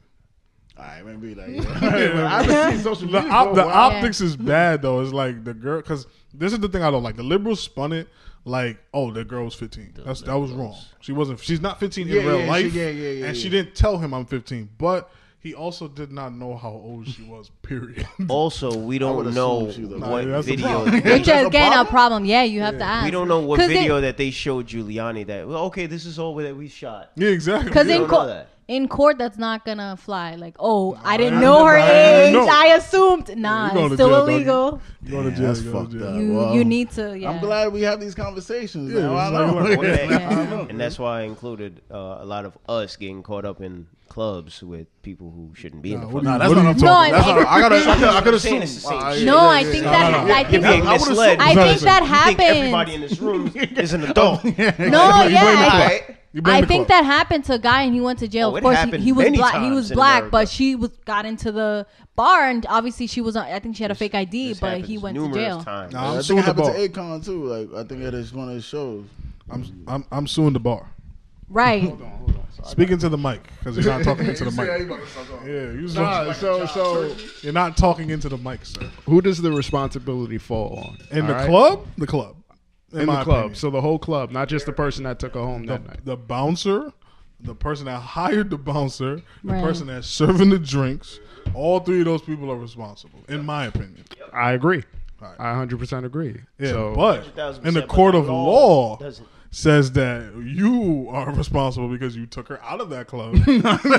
[SPEAKER 2] All right, maybe like I've been seeing social
[SPEAKER 1] The,
[SPEAKER 2] media.
[SPEAKER 1] op-
[SPEAKER 2] for a
[SPEAKER 1] the
[SPEAKER 2] while.
[SPEAKER 1] optics is bad though. It's like the girl because this is the thing I don't like. The liberals spun it like, oh, the girl was fifteen. That's that was wrong. She wasn't. She's not fifteen
[SPEAKER 2] Yeah,
[SPEAKER 1] in real
[SPEAKER 2] yeah, she-
[SPEAKER 1] life.
[SPEAKER 2] yeah, yeah, yeah,
[SPEAKER 1] And she
[SPEAKER 2] yeah.
[SPEAKER 1] didn't tell him I'm fifteen, but. He also did not know how old she was. Period.
[SPEAKER 4] Also, we
[SPEAKER 2] would
[SPEAKER 4] don't
[SPEAKER 2] assume
[SPEAKER 4] know
[SPEAKER 2] she was a-
[SPEAKER 4] what
[SPEAKER 1] Nah, that's a
[SPEAKER 4] video.
[SPEAKER 1] problem.
[SPEAKER 5] Which
[SPEAKER 2] That's
[SPEAKER 5] is
[SPEAKER 2] a
[SPEAKER 5] again a
[SPEAKER 2] problem?
[SPEAKER 5] problem. Yeah, you have to ask.
[SPEAKER 4] We don't know what
[SPEAKER 5] 'Cause it-
[SPEAKER 4] video that they showed Giuliani that. well, okay, this is all that we shot.
[SPEAKER 1] yeah, exactly.
[SPEAKER 5] Because
[SPEAKER 4] You
[SPEAKER 5] in
[SPEAKER 4] don't know
[SPEAKER 5] court,
[SPEAKER 4] that.
[SPEAKER 5] in court, that's not gonna fly. Like, oh, I didn't
[SPEAKER 1] I
[SPEAKER 5] know her
[SPEAKER 1] didn't- I didn't
[SPEAKER 5] age.
[SPEAKER 1] know.
[SPEAKER 5] I assumed. Nah,
[SPEAKER 1] going
[SPEAKER 5] it's
[SPEAKER 1] to
[SPEAKER 5] still
[SPEAKER 1] jail, doggy.
[SPEAKER 5] illegal.
[SPEAKER 1] You go to
[SPEAKER 2] Damn,
[SPEAKER 1] jail,
[SPEAKER 2] that's
[SPEAKER 1] you go to
[SPEAKER 2] fucked
[SPEAKER 1] jail.
[SPEAKER 2] up.
[SPEAKER 5] You
[SPEAKER 2] Well,
[SPEAKER 5] you need to. Yeah.
[SPEAKER 2] I'm glad we have these conversations.
[SPEAKER 1] Yeah,
[SPEAKER 2] now. I
[SPEAKER 1] it's like, look,
[SPEAKER 2] know.
[SPEAKER 1] what
[SPEAKER 4] That-
[SPEAKER 5] Yeah.
[SPEAKER 4] And that's why I included uh, a lot of us getting caught up in clubs with people who shouldn't be in the
[SPEAKER 1] Nah,
[SPEAKER 4] club.
[SPEAKER 1] what do you-
[SPEAKER 2] Nah, that's
[SPEAKER 1] what
[SPEAKER 2] what
[SPEAKER 1] are
[SPEAKER 2] I'm
[SPEAKER 1] you
[SPEAKER 2] talking.
[SPEAKER 5] No,
[SPEAKER 2] about.
[SPEAKER 5] I-
[SPEAKER 2] That's what I gotta. I could- I could
[SPEAKER 4] I'm saying
[SPEAKER 2] assume.
[SPEAKER 4] it's the same
[SPEAKER 2] Ah,
[SPEAKER 4] shit.
[SPEAKER 5] No, I think
[SPEAKER 1] yeah. No,
[SPEAKER 5] that.
[SPEAKER 1] no, no.
[SPEAKER 5] I
[SPEAKER 4] You're
[SPEAKER 5] think
[SPEAKER 4] being
[SPEAKER 5] that.
[SPEAKER 4] misled.
[SPEAKER 5] I
[SPEAKER 1] No,
[SPEAKER 5] think
[SPEAKER 1] no.
[SPEAKER 5] that
[SPEAKER 4] You think everybody
[SPEAKER 5] happens.
[SPEAKER 4] in this room Oh. is an adult.
[SPEAKER 5] No,
[SPEAKER 1] You blame the
[SPEAKER 5] yeah.
[SPEAKER 1] club.
[SPEAKER 5] I-
[SPEAKER 1] You blame
[SPEAKER 5] I
[SPEAKER 1] the club.
[SPEAKER 5] think that happened to a guy, and he went to jail.
[SPEAKER 4] Oh,
[SPEAKER 5] of
[SPEAKER 4] it
[SPEAKER 5] course, he,
[SPEAKER 4] happened
[SPEAKER 5] he was
[SPEAKER 4] many
[SPEAKER 5] black. He
[SPEAKER 4] times
[SPEAKER 5] was
[SPEAKER 4] in
[SPEAKER 5] black,
[SPEAKER 4] America.
[SPEAKER 5] but she was got into the bar, and obviously she was. I think she had a fake ID,
[SPEAKER 4] This
[SPEAKER 5] but
[SPEAKER 4] happens
[SPEAKER 5] he went to
[SPEAKER 4] numerous
[SPEAKER 5] jail.
[SPEAKER 4] times.
[SPEAKER 1] Nah,
[SPEAKER 2] I
[SPEAKER 1] I'm
[SPEAKER 2] think it
[SPEAKER 1] suing the
[SPEAKER 2] happened
[SPEAKER 1] bar.
[SPEAKER 2] to Akon too. Like I think at his one of his shows.
[SPEAKER 1] I'm, I'm I'm suing the bar.
[SPEAKER 5] Right.
[SPEAKER 3] Hold on, hold on. So I
[SPEAKER 1] Speaking to the mic because you're not talking into the
[SPEAKER 2] Yeah, he
[SPEAKER 1] mic.
[SPEAKER 2] about to start going.
[SPEAKER 1] Yeah, you
[SPEAKER 3] got- Nah, so so
[SPEAKER 1] you're not talking into the mic, sir.
[SPEAKER 3] who does the responsibility fall on?
[SPEAKER 1] In
[SPEAKER 3] All
[SPEAKER 1] the
[SPEAKER 3] right?
[SPEAKER 1] club, the club,
[SPEAKER 3] in the
[SPEAKER 1] my
[SPEAKER 3] club.
[SPEAKER 1] opinion.
[SPEAKER 3] So the whole club, not just the person that took her home that night.
[SPEAKER 1] the bouncer, the person that hired the bouncer, the
[SPEAKER 5] Right.
[SPEAKER 1] person that's serving the drinks. All three of those people are responsible, in my opinion.
[SPEAKER 3] I agree.
[SPEAKER 1] Right.
[SPEAKER 3] I 100% agree.
[SPEAKER 1] Yeah,
[SPEAKER 3] so,
[SPEAKER 1] but
[SPEAKER 4] 100,000%,
[SPEAKER 1] in the
[SPEAKER 4] but
[SPEAKER 1] court
[SPEAKER 4] the
[SPEAKER 1] of law,
[SPEAKER 4] law doesn't.
[SPEAKER 1] says that you are responsible because you took her out of that club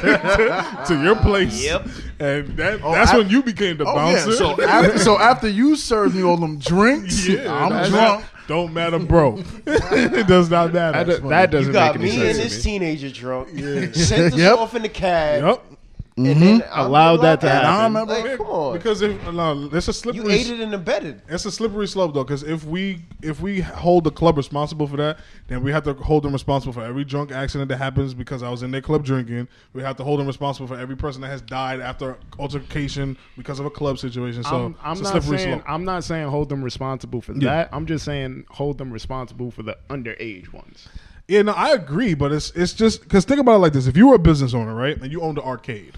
[SPEAKER 1] to, to your place.
[SPEAKER 4] Yep. Oh,
[SPEAKER 1] And that, that's
[SPEAKER 2] I-
[SPEAKER 1] when you became the
[SPEAKER 2] Oh
[SPEAKER 1] bouncer.
[SPEAKER 2] yeah. So after, so after you served me all them drinks,
[SPEAKER 1] Yeah,
[SPEAKER 2] I'm
[SPEAKER 1] that's-
[SPEAKER 2] drunk.
[SPEAKER 1] Don't matter, bro. it does not matter.
[SPEAKER 3] that, do- that
[SPEAKER 4] You
[SPEAKER 3] doesn't
[SPEAKER 4] got
[SPEAKER 3] make any
[SPEAKER 4] me and
[SPEAKER 3] sense.
[SPEAKER 4] this
[SPEAKER 3] to me.
[SPEAKER 4] teenager drunk. Sent us
[SPEAKER 2] Yep.
[SPEAKER 4] off in the cab.
[SPEAKER 1] Yep.
[SPEAKER 4] And then I'm
[SPEAKER 2] Allowed that to
[SPEAKER 4] allowed
[SPEAKER 2] happen. I
[SPEAKER 4] Like, come on.
[SPEAKER 1] Because if no, it's a
[SPEAKER 4] you
[SPEAKER 1] slippery.
[SPEAKER 4] ate it and abetted.
[SPEAKER 1] It's a slippery slope though, because if we if we hold the club responsible for that, then we have to hold them responsible for every drunk accident that happens because I was in their club drinking. We have to hold them responsible for every person that has died after altercation because of a club situation. So
[SPEAKER 3] I'm, I'm
[SPEAKER 1] it's a
[SPEAKER 3] not
[SPEAKER 1] slippery
[SPEAKER 3] saying
[SPEAKER 1] slope.
[SPEAKER 3] I'm not saying hold them responsible for that. I'm just saying hold them responsible for the underage ones.
[SPEAKER 1] Yeah, no, I agree, but it's it's just because think about it like this: if you were a business owner, right, and you owned an arcade,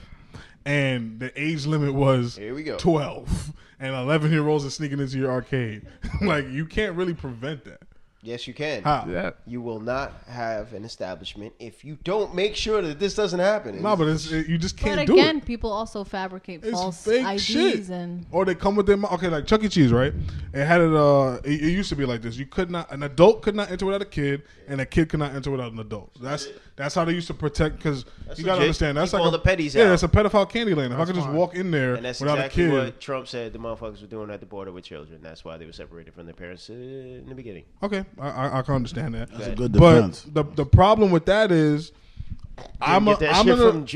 [SPEAKER 1] and the age limit was
[SPEAKER 4] Here we go.
[SPEAKER 1] twelve, and eleven year olds are sneaking into your arcade, like you can't really prevent that.
[SPEAKER 4] Yes, you can.
[SPEAKER 1] How?
[SPEAKER 3] Yeah.
[SPEAKER 4] You will not have an establishment if you don't make sure that this doesn't happen.
[SPEAKER 1] No, but it's, it, you just can't
[SPEAKER 5] But
[SPEAKER 1] do
[SPEAKER 5] again,
[SPEAKER 1] it.
[SPEAKER 5] people also fabricate
[SPEAKER 1] It's
[SPEAKER 5] false
[SPEAKER 1] fake
[SPEAKER 5] IDs
[SPEAKER 1] shit.
[SPEAKER 5] and
[SPEAKER 1] Or they come with their mo- okay, like Chuck E. Cheese, right? It had it. Uh, it, it used to be like this: you could not, an adult could not enter without a kid, and a kid could not enter without an adult. That's that's how they used to protect. Because you gotta
[SPEAKER 4] legit.
[SPEAKER 1] understand, that's
[SPEAKER 4] Keep
[SPEAKER 1] like
[SPEAKER 4] all
[SPEAKER 1] a-
[SPEAKER 4] the petties
[SPEAKER 1] Yeah,
[SPEAKER 4] out.
[SPEAKER 1] it's a pedophile candy land. If I could just
[SPEAKER 3] fine.
[SPEAKER 1] walk in there
[SPEAKER 4] and that's
[SPEAKER 1] without
[SPEAKER 4] exactly
[SPEAKER 1] a kid,
[SPEAKER 4] what Trump said the motherfuckers were doing at the border with children. That's why they were separated from their parents uh, in the beginning.
[SPEAKER 1] okay, I, I, I can understand that.
[SPEAKER 2] That's a good
[SPEAKER 1] But
[SPEAKER 2] defense.
[SPEAKER 1] the the problem with that is, I'm a,
[SPEAKER 4] get that
[SPEAKER 1] I'm, an,
[SPEAKER 4] shit from
[SPEAKER 1] I'm an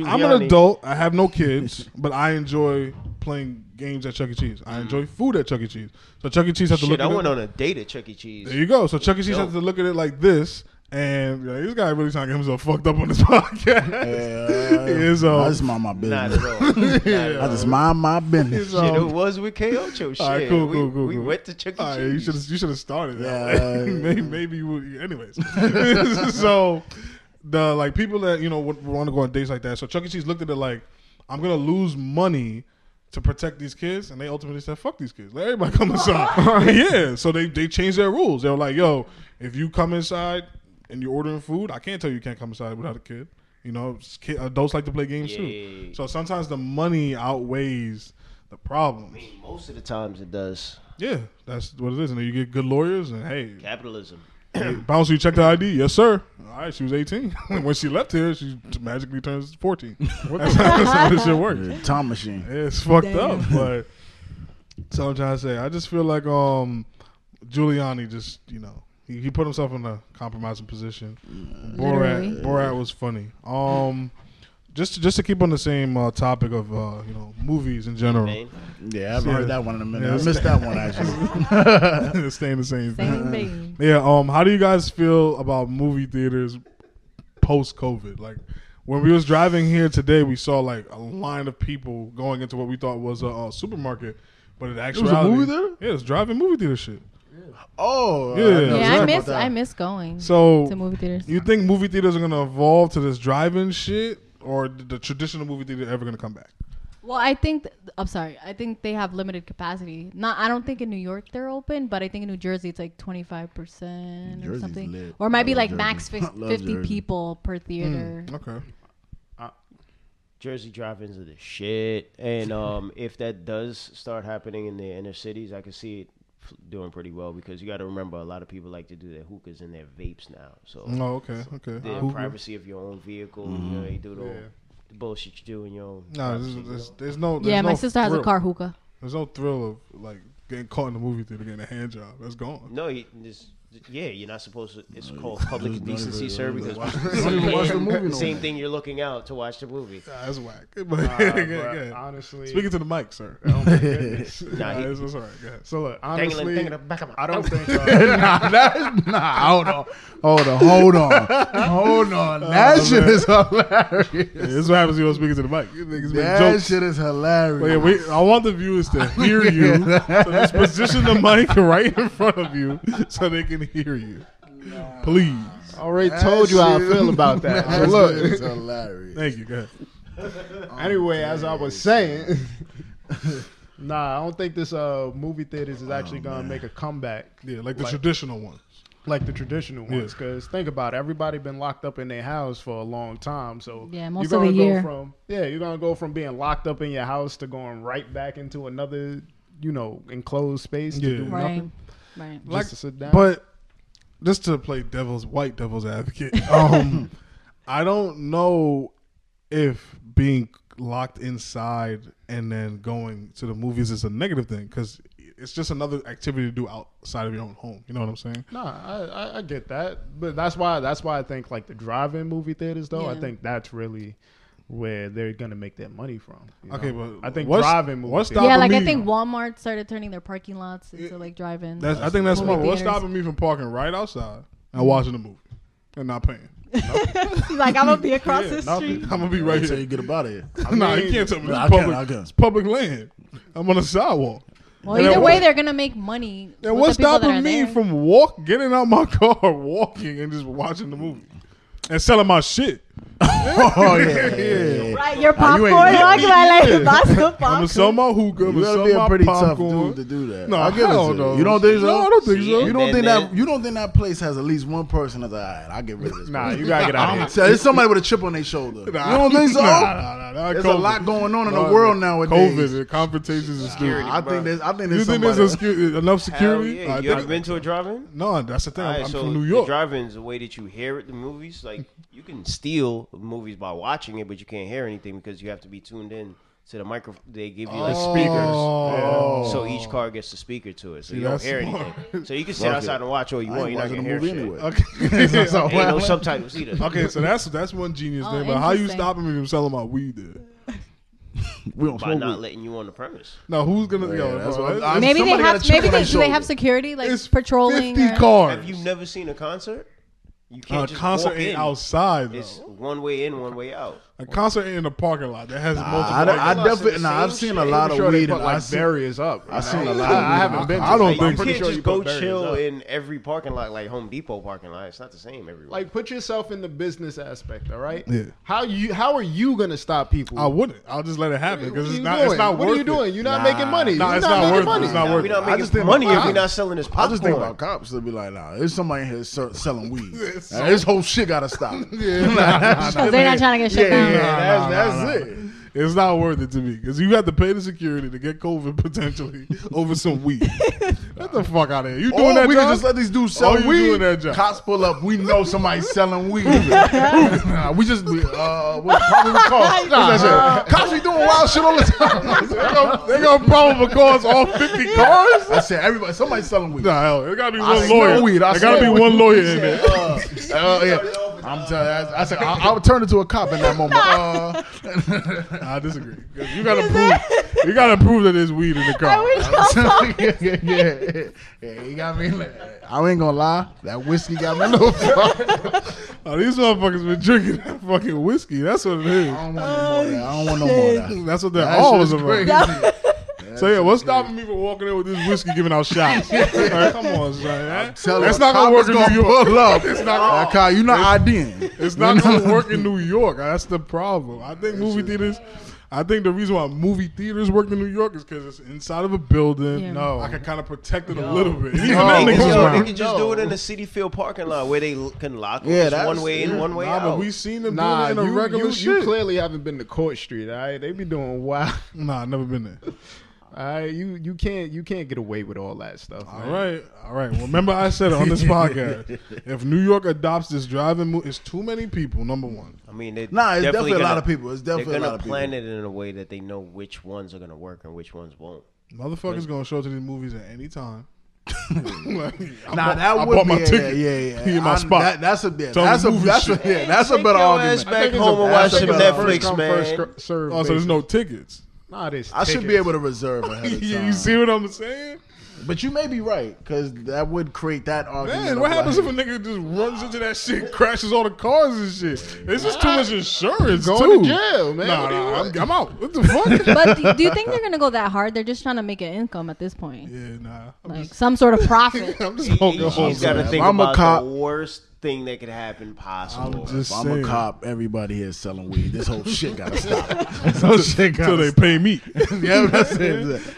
[SPEAKER 4] Giuliani.
[SPEAKER 1] adult. I have no kids, but I enjoy playing games at Chuck E. Cheese. I enjoy food at Chuck E. Cheese. So Chuck E. Cheese has to
[SPEAKER 4] Mm. Shit,
[SPEAKER 1] look.
[SPEAKER 4] I
[SPEAKER 1] at
[SPEAKER 4] went
[SPEAKER 1] it.
[SPEAKER 4] on a date at Chuck E. Cheese.
[SPEAKER 1] There you go. So Chuck E. Cheese
[SPEAKER 4] Dope.
[SPEAKER 1] has to look at it like this, and you know, this guy really trying to get himself fucked up on this podcast.
[SPEAKER 2] Yeah,
[SPEAKER 1] It's, um,
[SPEAKER 2] I just mind my
[SPEAKER 4] Not
[SPEAKER 2] business.
[SPEAKER 4] at all. Not at
[SPEAKER 2] I
[SPEAKER 4] all.
[SPEAKER 2] just mind my business.
[SPEAKER 1] It's,
[SPEAKER 4] Shit, it
[SPEAKER 1] um,
[SPEAKER 4] was with Kaocho. Shit,
[SPEAKER 1] all right, cool,
[SPEAKER 4] we,
[SPEAKER 1] cool, cool.
[SPEAKER 4] we
[SPEAKER 1] cool.
[SPEAKER 4] went to Chuck E. Cheese.
[SPEAKER 1] All right, you should you should have started. That
[SPEAKER 2] Yeah.
[SPEAKER 1] way. maybe, maybe you would. Anyways, so the like people that you know would want to go on dates like that. So Chuck E. Cheese looked at it like, I'm gonna lose money to protect these kids, and they ultimately said, "Fuck these kids, let everybody come inside." yeah, so they they changed their rules. They were like, "Yo, if you come inside and you're ordering food, I can't tell you you can't come inside without a kid." You know, s- ki- adults like to play games too.
[SPEAKER 4] Yeah.
[SPEAKER 1] So sometimes the money outweighs the problems.
[SPEAKER 4] I mean, most of the times it does.
[SPEAKER 1] Yeah, that's what it is. And then you get good lawyers, and hey,
[SPEAKER 4] Capitalism.
[SPEAKER 1] hey, bouncer, you check the ID? Yes, sir. All right, she was 18. when she left here, she magically turns 14. that's, how, that's how this shit works.
[SPEAKER 2] Yeah, Time machine.
[SPEAKER 1] Yeah, it's fucked up, but so I'm trying to say, I just feel like um Giuliani just you know he, he put himself in a compromising position.
[SPEAKER 5] Literally.
[SPEAKER 1] Borat Borat was funny. Um, just to, just to keep on the same uh, topic of uh, you know movies in general,
[SPEAKER 4] Man.
[SPEAKER 2] Yeah, I haven't
[SPEAKER 1] Yeah.
[SPEAKER 2] heard that one in a minute.
[SPEAKER 1] Yeah.
[SPEAKER 2] I missed that one actually.
[SPEAKER 1] staying the same. thing.
[SPEAKER 5] same thing.
[SPEAKER 1] Yeah. Um. How do you guys feel about movie theaters post COVID? Like, When we was driving here today, we saw like a line of people going into what we thought was a, uh supermarket, but it actually
[SPEAKER 2] movie theater?
[SPEAKER 1] Yeah, it's driving movie theater shit.
[SPEAKER 2] Oh,
[SPEAKER 1] Yeah.
[SPEAKER 2] know
[SPEAKER 1] Yeah,
[SPEAKER 5] Yeah,
[SPEAKER 2] exactly
[SPEAKER 5] I
[SPEAKER 2] about
[SPEAKER 5] miss
[SPEAKER 2] that.
[SPEAKER 5] I miss going
[SPEAKER 1] So
[SPEAKER 5] to movie theaters.
[SPEAKER 1] You think movie theaters are gonna evolve to this drive-in shit, or th- the traditional movie theater ever gonna come back?
[SPEAKER 5] Well, I think th- I'm sorry. I think they have limited capacity. Not I don't think in New York they're open, but I think in New Jersey it's like 25% or
[SPEAKER 2] Jersey's
[SPEAKER 5] something.
[SPEAKER 2] lit.
[SPEAKER 5] Or it might
[SPEAKER 2] I
[SPEAKER 5] be
[SPEAKER 2] love
[SPEAKER 5] like
[SPEAKER 2] Jersey.
[SPEAKER 5] max fif-
[SPEAKER 2] I love
[SPEAKER 5] 50
[SPEAKER 2] Jersey.
[SPEAKER 5] people
[SPEAKER 1] Hmm.
[SPEAKER 5] per theater.
[SPEAKER 1] Okay.
[SPEAKER 4] Jersey drive-ins are the shit, and um, if that does start happening in the inner cities, I can see it f- doing pretty well because you got to remember a lot of people like to do their hookahs and their vapes now. So
[SPEAKER 1] Oh, okay. Okay.
[SPEAKER 4] the
[SPEAKER 1] Who-
[SPEAKER 4] privacy of your own vehicle, you know, you do the,
[SPEAKER 1] Yeah.
[SPEAKER 4] the bullshit you do in your own.
[SPEAKER 1] No,
[SPEAKER 4] privacy,
[SPEAKER 1] there's,
[SPEAKER 4] you know?
[SPEAKER 1] there's, there's no. There's
[SPEAKER 5] Yeah, my
[SPEAKER 1] no
[SPEAKER 5] sister has a
[SPEAKER 1] thrill.
[SPEAKER 5] car hookah.
[SPEAKER 1] There's no thrill of like getting caught in the movie theater getting a hand job. That's gone.
[SPEAKER 4] No, you, this, yeah, you're not supposed to. It's called public
[SPEAKER 2] There's no
[SPEAKER 4] indecency,
[SPEAKER 2] even-
[SPEAKER 4] sir,
[SPEAKER 2] don't even
[SPEAKER 4] because
[SPEAKER 2] watch- don't even watch the movie no
[SPEAKER 4] same
[SPEAKER 2] more.
[SPEAKER 4] thing. You're looking out to watch the movie.
[SPEAKER 1] Nah, that's whack. But
[SPEAKER 3] Uh,
[SPEAKER 1] yeah,
[SPEAKER 3] but
[SPEAKER 1] yeah.
[SPEAKER 3] honestly,
[SPEAKER 1] Speaking to the mic, sir.
[SPEAKER 3] oh my goodness.
[SPEAKER 4] Nah,
[SPEAKER 1] Nah,
[SPEAKER 4] he-
[SPEAKER 1] it's, it's all right. Go ahead.
[SPEAKER 3] so look,
[SPEAKER 4] Dangling
[SPEAKER 3] honestly,
[SPEAKER 4] thing in the back of my
[SPEAKER 3] I don't
[SPEAKER 4] throat.
[SPEAKER 3] think. Uh,
[SPEAKER 2] nah, that's, nah, hold on, hold on, hold on, hold on. That shit is
[SPEAKER 1] Yeah,
[SPEAKER 2] hilarious.
[SPEAKER 1] this is what happens when you don't speak into the mic. You niggas make
[SPEAKER 2] That
[SPEAKER 1] jokes.
[SPEAKER 2] shit is hilarious.
[SPEAKER 1] But yeah, we, I want the viewers to hear you. so just position the mic right in front of you so they can hear you. Please.
[SPEAKER 3] I already
[SPEAKER 2] That
[SPEAKER 3] told you how I
[SPEAKER 2] shit-
[SPEAKER 3] feel about that. So
[SPEAKER 2] That
[SPEAKER 3] look,
[SPEAKER 2] shit is hilarious.
[SPEAKER 1] Thank you. Go ahead.
[SPEAKER 3] anyway, as I was saying, nah, I don't think this uh, movie theaters
[SPEAKER 4] Oh,
[SPEAKER 3] is actually gonna make a comeback
[SPEAKER 1] Yeah, like the traditional one.
[SPEAKER 3] like the traditional
[SPEAKER 1] Yeah.
[SPEAKER 3] ones. Because think about it, everybody been locked up in their house for a long time. So
[SPEAKER 5] Yeah, most of
[SPEAKER 3] you're gonna
[SPEAKER 5] the
[SPEAKER 3] go
[SPEAKER 5] year.
[SPEAKER 3] From, yeah, you're gonna go from being locked up in your house to going right back into another, you know, enclosed space to
[SPEAKER 1] Yeah.
[SPEAKER 3] do
[SPEAKER 5] Right.
[SPEAKER 3] nothing.
[SPEAKER 5] Right.
[SPEAKER 3] Just to sit down.
[SPEAKER 1] But just to play devil's white devil's advocate, um, I don't know if being locked inside and then going to the movies is a negative thing because it's just another activity to do outside of your own home. You know what I'm saying?
[SPEAKER 3] No, I, I, I get that, but that's why that's why I think like the drive-in movie theaters though. I
[SPEAKER 5] Yeah.
[SPEAKER 3] think that's really where they're gonna make their money from. you
[SPEAKER 1] Okay,
[SPEAKER 3] know?
[SPEAKER 1] but
[SPEAKER 3] I think
[SPEAKER 1] what's-
[SPEAKER 3] drive-in movie
[SPEAKER 1] what's
[SPEAKER 3] theaters.
[SPEAKER 1] Stop
[SPEAKER 5] yeah,
[SPEAKER 1] the
[SPEAKER 5] like I
[SPEAKER 1] meeting.
[SPEAKER 5] think Walmart started turning their parking lots into like drive-in.
[SPEAKER 1] That's, I think that's
[SPEAKER 5] Movie
[SPEAKER 1] smart. What's
[SPEAKER 5] theaters.
[SPEAKER 1] stopping me from parking right outside and watching the movie and not paying?
[SPEAKER 5] like I'm gonna be across
[SPEAKER 1] Yeah,
[SPEAKER 5] the
[SPEAKER 1] nothing.
[SPEAKER 5] street.
[SPEAKER 1] I'm gonna be right
[SPEAKER 2] Until you
[SPEAKER 1] here. Oh,
[SPEAKER 2] get up out of here.
[SPEAKER 1] nah,
[SPEAKER 3] mean-
[SPEAKER 1] you can't tell me.
[SPEAKER 2] Nah,
[SPEAKER 1] it's,
[SPEAKER 2] I can't,
[SPEAKER 1] public,
[SPEAKER 2] I can't.
[SPEAKER 1] it's public land. I'm on the sidewalk.
[SPEAKER 5] Well,
[SPEAKER 1] And
[SPEAKER 5] either
[SPEAKER 1] then
[SPEAKER 5] way,
[SPEAKER 1] what-
[SPEAKER 5] they're gonna make money. with the
[SPEAKER 1] And what's
[SPEAKER 5] people that are
[SPEAKER 1] stopping me
[SPEAKER 5] there.
[SPEAKER 1] from walk getting out my car, walking, and just watching the movie and selling my shit?
[SPEAKER 2] Oh yeah, yeah, yeah.
[SPEAKER 5] right your
[SPEAKER 2] Nah, you
[SPEAKER 5] popcorn?
[SPEAKER 2] ain't-
[SPEAKER 5] Like, like, buy some
[SPEAKER 1] I'm gonna
[SPEAKER 5] popcorn.
[SPEAKER 1] sell my hookah. I'm
[SPEAKER 2] You
[SPEAKER 1] gonna sell
[SPEAKER 2] gotta be a
[SPEAKER 1] my
[SPEAKER 2] pretty
[SPEAKER 1] popcorn.
[SPEAKER 2] tough dude to do that.
[SPEAKER 1] No,
[SPEAKER 2] I'll give it
[SPEAKER 1] hell
[SPEAKER 2] to you.
[SPEAKER 1] no.
[SPEAKER 2] You don't think so?
[SPEAKER 1] No, I don't think
[SPEAKER 4] See,
[SPEAKER 1] so.
[SPEAKER 2] You don't think
[SPEAKER 4] Then
[SPEAKER 2] that you don't think that place has at least one person that's like, all right, I'll get rid of this.
[SPEAKER 3] Nah,
[SPEAKER 2] person.
[SPEAKER 3] you gotta get out of
[SPEAKER 2] I'm
[SPEAKER 3] here.
[SPEAKER 2] tell- There's somebody with a chip on their shoulder.
[SPEAKER 1] Nah.
[SPEAKER 2] You don't think so?
[SPEAKER 1] Nah, nah, nah, nah.
[SPEAKER 2] There's a
[SPEAKER 1] COVID.
[SPEAKER 2] lot going on in
[SPEAKER 1] Nah,
[SPEAKER 2] the world
[SPEAKER 1] nah.
[SPEAKER 2] nowadays.
[SPEAKER 1] COVID and confrontations and security.
[SPEAKER 2] I think there's I think
[SPEAKER 1] You
[SPEAKER 2] there's
[SPEAKER 1] think
[SPEAKER 2] somebody.
[SPEAKER 1] there's a secu- enough
[SPEAKER 4] Hell
[SPEAKER 1] security?
[SPEAKER 4] yeah.
[SPEAKER 1] I
[SPEAKER 4] You ever
[SPEAKER 1] think-
[SPEAKER 4] been to a drive-in?
[SPEAKER 1] No, that's the thing. I'm,
[SPEAKER 4] Alright,
[SPEAKER 1] I'm
[SPEAKER 4] so
[SPEAKER 1] from New
[SPEAKER 4] The
[SPEAKER 1] York.
[SPEAKER 4] drive-ins, the way that you hear it, the movies, like you can steal movies by watching it, but you can't hear anything because you have to be tuned in to the microphone. They give you like speakers.
[SPEAKER 1] Oh.
[SPEAKER 4] So each car gets a speaker to it, so you don't
[SPEAKER 1] that's
[SPEAKER 4] hear
[SPEAKER 1] smart.
[SPEAKER 4] anything. So you can sit
[SPEAKER 2] Fuck it.
[SPEAKER 4] outside and watch all you
[SPEAKER 2] I
[SPEAKER 4] want.
[SPEAKER 2] ain't
[SPEAKER 4] You're not
[SPEAKER 2] watching
[SPEAKER 4] gonna
[SPEAKER 2] the
[SPEAKER 4] hear
[SPEAKER 2] movie
[SPEAKER 4] shit.
[SPEAKER 2] anyway.
[SPEAKER 1] Okay.
[SPEAKER 2] So,
[SPEAKER 4] Ain't no
[SPEAKER 2] well,
[SPEAKER 4] subtitles either.
[SPEAKER 1] okay, so that's that's one genius
[SPEAKER 5] Oh,
[SPEAKER 1] thing. But how you
[SPEAKER 5] interesting.
[SPEAKER 1] stopping me from selling my weed? Then?
[SPEAKER 2] we don't
[SPEAKER 4] By
[SPEAKER 2] smoke
[SPEAKER 4] not
[SPEAKER 2] weed.
[SPEAKER 4] letting you on the premise.
[SPEAKER 1] Now who's gonna
[SPEAKER 2] Yeah,
[SPEAKER 1] yo,
[SPEAKER 2] that's
[SPEAKER 1] bro,
[SPEAKER 2] what I'm-
[SPEAKER 1] that's-
[SPEAKER 2] I'm
[SPEAKER 5] Maybe they
[SPEAKER 2] Somebody got a
[SPEAKER 5] have
[SPEAKER 2] chip
[SPEAKER 5] maybe
[SPEAKER 2] on
[SPEAKER 5] they
[SPEAKER 2] their
[SPEAKER 5] do they have
[SPEAKER 2] shoulder.
[SPEAKER 5] security like
[SPEAKER 1] it's
[SPEAKER 5] patrolling. uh,
[SPEAKER 1] Fifty
[SPEAKER 5] or-
[SPEAKER 1] cars.
[SPEAKER 4] Have you never seen a concert? You can't
[SPEAKER 1] a
[SPEAKER 4] just
[SPEAKER 1] concert
[SPEAKER 4] walk
[SPEAKER 1] ain't
[SPEAKER 4] in.
[SPEAKER 1] outside though.
[SPEAKER 4] It's one way in, one way out.
[SPEAKER 1] A concert ain't in a parking lot that has multiple.
[SPEAKER 2] I, I,
[SPEAKER 4] Like,
[SPEAKER 2] definitely
[SPEAKER 4] the
[SPEAKER 2] nah, I've
[SPEAKER 4] same
[SPEAKER 2] seen a
[SPEAKER 4] shit.
[SPEAKER 2] lot
[SPEAKER 3] I'm
[SPEAKER 2] of
[SPEAKER 3] sure they
[SPEAKER 2] weed.
[SPEAKER 3] put
[SPEAKER 2] and I
[SPEAKER 3] like
[SPEAKER 2] seen-
[SPEAKER 3] barriers up.
[SPEAKER 2] I seen a
[SPEAKER 3] I,
[SPEAKER 2] lot of
[SPEAKER 3] I
[SPEAKER 2] weed.
[SPEAKER 3] haven't been. To
[SPEAKER 1] I don't
[SPEAKER 3] some.
[SPEAKER 1] think-
[SPEAKER 3] I'm
[SPEAKER 4] you
[SPEAKER 3] pretty
[SPEAKER 4] can't
[SPEAKER 3] sure
[SPEAKER 4] just
[SPEAKER 3] you
[SPEAKER 4] go
[SPEAKER 3] put barriers
[SPEAKER 4] chill
[SPEAKER 3] up.
[SPEAKER 4] in every parking lot like Home Depot parking lot. It's not the same everywhere.
[SPEAKER 3] Like, put yourself in the business aspect. All right.
[SPEAKER 1] Yeah.
[SPEAKER 3] How you? How are you gonna stop people?
[SPEAKER 1] I wouldn't. I'll just let it happen
[SPEAKER 3] What
[SPEAKER 1] because
[SPEAKER 3] are
[SPEAKER 1] it's
[SPEAKER 3] you
[SPEAKER 1] not.
[SPEAKER 3] doing?
[SPEAKER 1] It's not
[SPEAKER 3] What
[SPEAKER 1] worth
[SPEAKER 3] are you doing? You're not
[SPEAKER 2] Nah.
[SPEAKER 3] making money.
[SPEAKER 1] Nah,
[SPEAKER 3] You're
[SPEAKER 1] it's not
[SPEAKER 3] making
[SPEAKER 1] worth it.
[SPEAKER 3] money.
[SPEAKER 1] It's not
[SPEAKER 4] Nah,
[SPEAKER 1] worth
[SPEAKER 4] we not
[SPEAKER 1] I
[SPEAKER 4] making
[SPEAKER 2] just think
[SPEAKER 4] money if
[SPEAKER 2] about-
[SPEAKER 4] we're not selling this popcorn.
[SPEAKER 2] I just think about cops. They'll be like, nah, there's somebody in here ser- selling weed.
[SPEAKER 1] It's
[SPEAKER 2] Nah, this whole shit gotta stop. yeah,
[SPEAKER 5] Because they're not trying to get shut down.
[SPEAKER 2] that's,
[SPEAKER 1] nah,
[SPEAKER 2] that's
[SPEAKER 1] nah.
[SPEAKER 2] it.
[SPEAKER 1] it. It's not worth it to me because you have to pay the security to get COVID potentially over some weed. Get the fuck out of here! You doing
[SPEAKER 2] Or
[SPEAKER 1] that?
[SPEAKER 2] we
[SPEAKER 1] job?
[SPEAKER 2] can just let these dudes sell
[SPEAKER 1] Oh, you
[SPEAKER 2] weed.
[SPEAKER 1] doing that job.
[SPEAKER 2] Cops pull up. We know somebody's selling weed. Nah, we just we, uh, what probably we call what's that shit? Cops be doing wild shit all the time.
[SPEAKER 1] they gonna, they gonna probably cause all fifty cars.
[SPEAKER 2] I said everybody, somebody's selling weed.
[SPEAKER 1] Nah, hell, there gotta be
[SPEAKER 2] I
[SPEAKER 1] one
[SPEAKER 2] smell
[SPEAKER 1] lawyer.
[SPEAKER 2] weed. I
[SPEAKER 1] There gotta be
[SPEAKER 2] smell
[SPEAKER 1] one
[SPEAKER 2] weed.
[SPEAKER 1] lawyer in there.
[SPEAKER 2] Uh,
[SPEAKER 1] Oh,
[SPEAKER 2] uh, yeah. I'm telling you, I, I said I, I would turn into a cop in that moment. Uh,
[SPEAKER 1] I disagree. 'Cause You gotta prove. You gotta prove that there's weed in the car.
[SPEAKER 5] I wish y'all saw me.
[SPEAKER 2] yeah, yeah, yeah, yeah. You got me. I ain't gonna lie. That whiskey got me a little fucked.
[SPEAKER 1] Oh, these motherfuckers been drinking that fucking whiskey. That's what it is.
[SPEAKER 6] I don't want no more of that. I don't want no more of that.
[SPEAKER 1] That's what they're
[SPEAKER 6] That
[SPEAKER 1] always
[SPEAKER 6] shit's
[SPEAKER 1] about.
[SPEAKER 6] crazy.
[SPEAKER 1] So yeah, what's stopping me from walking in with this whiskey giving out shots? Like, come on, son. That-
[SPEAKER 6] Tell
[SPEAKER 1] That's
[SPEAKER 6] us,
[SPEAKER 1] not gonna
[SPEAKER 6] cop
[SPEAKER 1] work
[SPEAKER 6] is
[SPEAKER 1] in New York.
[SPEAKER 6] Pull up.
[SPEAKER 1] It's not-
[SPEAKER 6] Now, Kyle, you're not IDing.
[SPEAKER 1] It's not gonna work in New York. That's the problem. I think movie theaters. I think the reason why movie theaters work in New York is because it's inside of a building.
[SPEAKER 5] Yeah.
[SPEAKER 1] No, I can kind of protect it a little bit. Even
[SPEAKER 6] No.
[SPEAKER 1] that
[SPEAKER 4] They
[SPEAKER 1] nigga's
[SPEAKER 4] can-
[SPEAKER 6] Yo,
[SPEAKER 1] wild.
[SPEAKER 4] they can just do it in a city field parking lot where they l- can lock
[SPEAKER 6] Yeah,
[SPEAKER 4] yeah,
[SPEAKER 6] that's-
[SPEAKER 4] one way in, one way
[SPEAKER 1] Nah,
[SPEAKER 4] out.
[SPEAKER 1] but we seen them
[SPEAKER 3] Nah,
[SPEAKER 1] doing it in a
[SPEAKER 3] you,
[SPEAKER 1] regular
[SPEAKER 3] you,
[SPEAKER 1] shit.
[SPEAKER 3] you clearly haven't been to Court Street. All right, they be doing wild.
[SPEAKER 1] nah, never been there.
[SPEAKER 3] All right, you you can't you can't get away with all that stuff.
[SPEAKER 1] All
[SPEAKER 3] man.
[SPEAKER 1] right, all right. Remember, I said on this podcast, if New York adopts this driving move, it's too many people. Number one,
[SPEAKER 4] I mean, they
[SPEAKER 6] Nah, it's definitely, a
[SPEAKER 4] gonna-
[SPEAKER 6] lot of people. It's
[SPEAKER 4] They're
[SPEAKER 6] definitely a
[SPEAKER 4] gonna
[SPEAKER 6] lot of
[SPEAKER 4] plan
[SPEAKER 6] people.
[SPEAKER 4] it in a way that they know which ones are gonna work and which ones won't.
[SPEAKER 1] motherfuckers gonna show up to these movies at any time. Like, I
[SPEAKER 6] Nah,
[SPEAKER 1] bought-
[SPEAKER 6] that
[SPEAKER 1] I
[SPEAKER 6] would
[SPEAKER 1] bought
[SPEAKER 6] be
[SPEAKER 1] my
[SPEAKER 6] a-
[SPEAKER 1] ticket.
[SPEAKER 6] Yeah, yeah.
[SPEAKER 1] He in my
[SPEAKER 6] I-
[SPEAKER 1] spot.
[SPEAKER 6] That, that's a yeah,
[SPEAKER 1] Tell
[SPEAKER 6] that's a
[SPEAKER 1] him to move
[SPEAKER 6] that's
[SPEAKER 1] his
[SPEAKER 6] a yeah, that's a
[SPEAKER 4] Take
[SPEAKER 6] better
[SPEAKER 4] your
[SPEAKER 6] argument.
[SPEAKER 4] ass back
[SPEAKER 3] think it's a-
[SPEAKER 4] home and
[SPEAKER 3] I
[SPEAKER 4] watch
[SPEAKER 6] think
[SPEAKER 4] some
[SPEAKER 6] it's a
[SPEAKER 3] First
[SPEAKER 4] Netflix,
[SPEAKER 3] come,
[SPEAKER 4] man.
[SPEAKER 3] first serve.
[SPEAKER 1] Oh, so there's no tickets.
[SPEAKER 3] Nah, this
[SPEAKER 6] I should be able to reserve ahead of time.
[SPEAKER 1] you see what I'm saying?
[SPEAKER 6] But you may be right because that would create that argument.
[SPEAKER 1] Man,
[SPEAKER 6] of
[SPEAKER 1] what happens
[SPEAKER 6] like-
[SPEAKER 1] if a nigga just runs into that shit, crashes all the cars and shit? It's just too much insurance,
[SPEAKER 3] Going
[SPEAKER 1] too.
[SPEAKER 3] to jail, man.
[SPEAKER 1] Nah,
[SPEAKER 3] What do you
[SPEAKER 1] nah,
[SPEAKER 3] want?
[SPEAKER 1] I'm, I'm out. What the fuck?
[SPEAKER 5] But do, do you think they're gonna go that hard? They're just trying to make an income at this point,
[SPEAKER 1] yeah, nah. I'm
[SPEAKER 5] like some sort of profit.
[SPEAKER 1] just, I'm just
[SPEAKER 4] He-
[SPEAKER 1] smoking
[SPEAKER 4] he- He's
[SPEAKER 1] hoes.
[SPEAKER 4] got to
[SPEAKER 6] man.
[SPEAKER 4] think
[SPEAKER 6] I'm a
[SPEAKER 4] about
[SPEAKER 6] cop.
[SPEAKER 4] the worst thing that could happen possible.
[SPEAKER 1] I'm just
[SPEAKER 6] I'm
[SPEAKER 1] saying.
[SPEAKER 6] a cop. Everybody here is selling weed. This whole shit gotta stop. this whole shit
[SPEAKER 1] Until
[SPEAKER 6] gotta
[SPEAKER 1] they
[SPEAKER 6] stop.
[SPEAKER 1] pay me.
[SPEAKER 6] Yeah, that's it.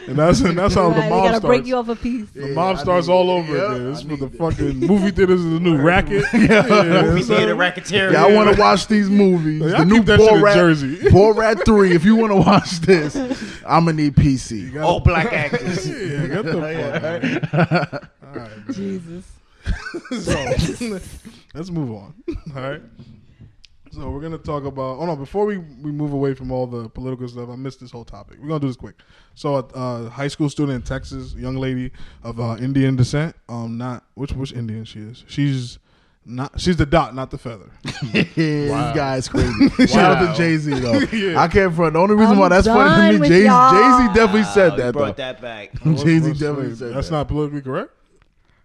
[SPEAKER 1] And that's, and that's how
[SPEAKER 5] Right,
[SPEAKER 1] the
[SPEAKER 5] they
[SPEAKER 1] mob
[SPEAKER 5] gotta
[SPEAKER 1] starts.
[SPEAKER 5] break you off a piece.
[SPEAKER 1] The
[SPEAKER 6] Yeah,
[SPEAKER 1] mob
[SPEAKER 6] I
[SPEAKER 1] starts
[SPEAKER 6] need-
[SPEAKER 1] all over
[SPEAKER 6] yeah,
[SPEAKER 1] again. This
[SPEAKER 6] I
[SPEAKER 1] with the
[SPEAKER 6] need
[SPEAKER 1] fucking movie theaters is the new racket. yeah,
[SPEAKER 4] Movie
[SPEAKER 1] it's
[SPEAKER 4] theater
[SPEAKER 1] like-
[SPEAKER 4] racketeering.
[SPEAKER 6] Y'all want to watch these movies?
[SPEAKER 1] Y'all
[SPEAKER 6] the new
[SPEAKER 1] keep that shit in
[SPEAKER 6] Borat,
[SPEAKER 1] Jersey.
[SPEAKER 6] Borat Three. If you want to watch this, I'm gonna need PC.
[SPEAKER 1] gotta-
[SPEAKER 4] all black actors.
[SPEAKER 1] Yeah, get the fuck out.
[SPEAKER 5] Jesus.
[SPEAKER 1] so let's move on. All right. So we're gonna talk about. Oh no! Before we, we move away from all the political stuff, I missed this whole topic. We're gonna do this quick. So, a uh, high school student in Texas, young lady of uh, Indian descent. Um, not which which Indian she is. She's not. She's the dot, not the feather.
[SPEAKER 6] this guy's crazy. Shout out
[SPEAKER 1] Wow.
[SPEAKER 6] to Jay Z though.
[SPEAKER 1] Yeah.
[SPEAKER 6] I can't front. The only reason why
[SPEAKER 5] I'm
[SPEAKER 6] that's
[SPEAKER 5] done
[SPEAKER 6] funny to me,
[SPEAKER 5] with
[SPEAKER 6] Jay Z
[SPEAKER 5] y'all.
[SPEAKER 6] definitely
[SPEAKER 4] Wow,
[SPEAKER 6] said
[SPEAKER 4] Oh, you
[SPEAKER 6] that though.
[SPEAKER 4] brought that back.
[SPEAKER 6] Jay Z
[SPEAKER 1] Wait,
[SPEAKER 6] definitely said
[SPEAKER 1] That's
[SPEAKER 6] that.
[SPEAKER 1] not politically correct.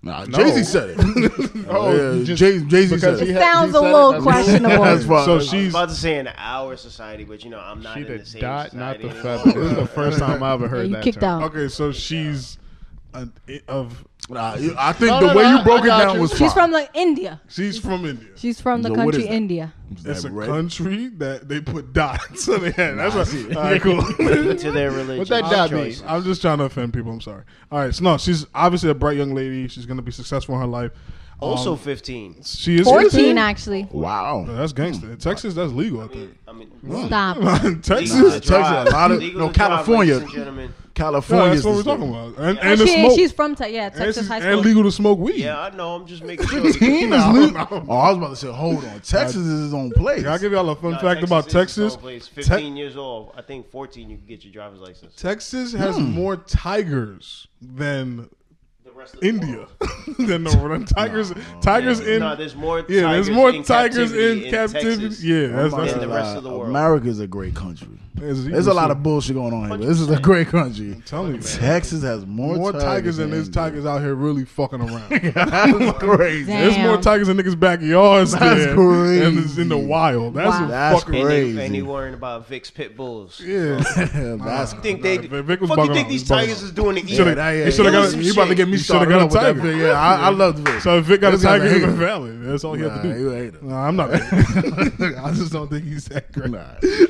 [SPEAKER 6] Nah,
[SPEAKER 1] No.
[SPEAKER 6] Jay Z said it.
[SPEAKER 3] Oh,
[SPEAKER 6] yeah,
[SPEAKER 3] just-
[SPEAKER 6] Jay Z said
[SPEAKER 3] because
[SPEAKER 6] it.
[SPEAKER 3] he
[SPEAKER 5] It
[SPEAKER 3] had-
[SPEAKER 5] sounds
[SPEAKER 3] said
[SPEAKER 5] a
[SPEAKER 3] it,
[SPEAKER 5] little
[SPEAKER 3] that's-
[SPEAKER 5] questionable.
[SPEAKER 6] That's why.
[SPEAKER 1] So
[SPEAKER 4] I was
[SPEAKER 1] she's
[SPEAKER 4] about to say in our society, but you know I'm not
[SPEAKER 3] She
[SPEAKER 4] in
[SPEAKER 3] the
[SPEAKER 4] the same
[SPEAKER 3] dot, not
[SPEAKER 4] society
[SPEAKER 3] the
[SPEAKER 4] anymore.
[SPEAKER 3] feather. This is the first time I ever
[SPEAKER 5] Yeah,
[SPEAKER 3] heard
[SPEAKER 5] you
[SPEAKER 3] that.
[SPEAKER 5] kicked
[SPEAKER 3] term.
[SPEAKER 5] out.
[SPEAKER 1] okay. So she's an, of.
[SPEAKER 6] Nah, you- I think
[SPEAKER 3] No,
[SPEAKER 6] the
[SPEAKER 3] no,
[SPEAKER 6] way
[SPEAKER 3] no,
[SPEAKER 6] you broke
[SPEAKER 3] I
[SPEAKER 6] it
[SPEAKER 3] got
[SPEAKER 6] down
[SPEAKER 3] you.
[SPEAKER 6] was fine.
[SPEAKER 5] She's from like India.
[SPEAKER 1] She's from India.
[SPEAKER 5] She's from the
[SPEAKER 6] Yo, what
[SPEAKER 5] country
[SPEAKER 6] is that?
[SPEAKER 5] India.
[SPEAKER 1] It's a
[SPEAKER 6] That red-
[SPEAKER 1] country that they put dots on the head. That's
[SPEAKER 6] I see.
[SPEAKER 1] what, all right, cool.
[SPEAKER 4] to their religion.
[SPEAKER 3] that dot mean?
[SPEAKER 4] choice.
[SPEAKER 1] I'm just trying to offend people. I'm sorry. All right, so no, she's obviously a bright young lady. She's going to be successful in her life. Um,
[SPEAKER 4] Also 15.
[SPEAKER 1] she is
[SPEAKER 5] 14, actually.
[SPEAKER 1] No,
[SPEAKER 6] Wow.
[SPEAKER 1] that's gangster. In Texas, that's legal. I think.
[SPEAKER 4] I mean,
[SPEAKER 5] Stop.
[SPEAKER 1] In
[SPEAKER 4] legal to
[SPEAKER 1] Texas,
[SPEAKER 6] Texas, a
[SPEAKER 4] drive.
[SPEAKER 6] lot of-
[SPEAKER 4] Legal
[SPEAKER 6] no,
[SPEAKER 4] to drive,
[SPEAKER 6] California.
[SPEAKER 4] ladies and gentlemen.
[SPEAKER 1] yeah,
[SPEAKER 6] California.
[SPEAKER 1] that's what we're talking about. And, and the
[SPEAKER 5] she,
[SPEAKER 1] smoke.
[SPEAKER 5] She's from Te- yeah,
[SPEAKER 1] and,
[SPEAKER 5] Texas
[SPEAKER 1] she's-
[SPEAKER 5] high
[SPEAKER 1] and
[SPEAKER 5] school.
[SPEAKER 1] legal to smoke weed.
[SPEAKER 4] Yeah, I know. I'm just making sure.
[SPEAKER 6] Fifteen is
[SPEAKER 1] No,
[SPEAKER 6] lit.
[SPEAKER 1] no.
[SPEAKER 6] Oh, I was about to say, hold on. Texas is his own place.
[SPEAKER 1] Can I give y'all a fun
[SPEAKER 4] Nah,
[SPEAKER 1] fact about
[SPEAKER 4] is its own
[SPEAKER 1] Texas?
[SPEAKER 4] place.
[SPEAKER 1] Te-
[SPEAKER 4] 15 years old. I think 14 you can get your driver's license.
[SPEAKER 1] Texas has more tigers than
[SPEAKER 4] The rest of the
[SPEAKER 1] India.
[SPEAKER 4] world.
[SPEAKER 1] than the than tigers. Tigers in.
[SPEAKER 4] No, there's more.
[SPEAKER 1] Yeah, there's
[SPEAKER 4] tigers
[SPEAKER 1] more
[SPEAKER 4] in
[SPEAKER 1] tigers
[SPEAKER 4] captivity
[SPEAKER 1] in captivity.
[SPEAKER 4] Texas.
[SPEAKER 1] yeah, that's,
[SPEAKER 6] Oh my
[SPEAKER 1] that's
[SPEAKER 4] In the
[SPEAKER 6] God.
[SPEAKER 4] rest of the world.
[SPEAKER 6] America is a great country.
[SPEAKER 1] that's-
[SPEAKER 6] There's a lot of bullshit going on here. But this is a great country.
[SPEAKER 1] telling you, man.
[SPEAKER 6] Texas has more,
[SPEAKER 1] more tigers than there's
[SPEAKER 6] this
[SPEAKER 1] tigers out here really fucking around.
[SPEAKER 6] That's crazy.
[SPEAKER 5] Damn.
[SPEAKER 1] there's more tigers in niggas' backyards
[SPEAKER 6] That's
[SPEAKER 1] than-
[SPEAKER 6] crazy.
[SPEAKER 1] and it's in the wild. That's
[SPEAKER 5] Wow.
[SPEAKER 1] a
[SPEAKER 6] That's
[SPEAKER 1] fucking
[SPEAKER 4] And,
[SPEAKER 6] crazy.
[SPEAKER 4] they, and they worrying about Vic's pit bulls.
[SPEAKER 1] yeah.
[SPEAKER 6] That's
[SPEAKER 4] You think they?
[SPEAKER 1] Nah, Vic was
[SPEAKER 4] fuck you
[SPEAKER 1] bugging
[SPEAKER 4] think
[SPEAKER 1] out.
[SPEAKER 4] these
[SPEAKER 1] He's bugging
[SPEAKER 4] tigers
[SPEAKER 1] out.
[SPEAKER 4] is doing to eat?
[SPEAKER 1] Shoulda-
[SPEAKER 6] Yeah,
[SPEAKER 1] he shoulda
[SPEAKER 4] yeah.
[SPEAKER 1] got.
[SPEAKER 4] Some
[SPEAKER 1] He about to
[SPEAKER 4] shit.
[SPEAKER 1] get me
[SPEAKER 6] You shoulda
[SPEAKER 1] started
[SPEAKER 6] got
[SPEAKER 1] up
[SPEAKER 6] a
[SPEAKER 1] with that
[SPEAKER 6] tiger.
[SPEAKER 1] Vic.
[SPEAKER 6] Yeah, I, I love Vic.
[SPEAKER 1] So if Vic got a
[SPEAKER 6] This guy's
[SPEAKER 1] tiger
[SPEAKER 6] a
[SPEAKER 1] in the
[SPEAKER 6] hater.
[SPEAKER 1] valley, that's all he
[SPEAKER 6] nah,
[SPEAKER 1] had to do.
[SPEAKER 6] you a hater.
[SPEAKER 1] Nah, I'm not. I just don't think he's that great.
[SPEAKER 6] Nah.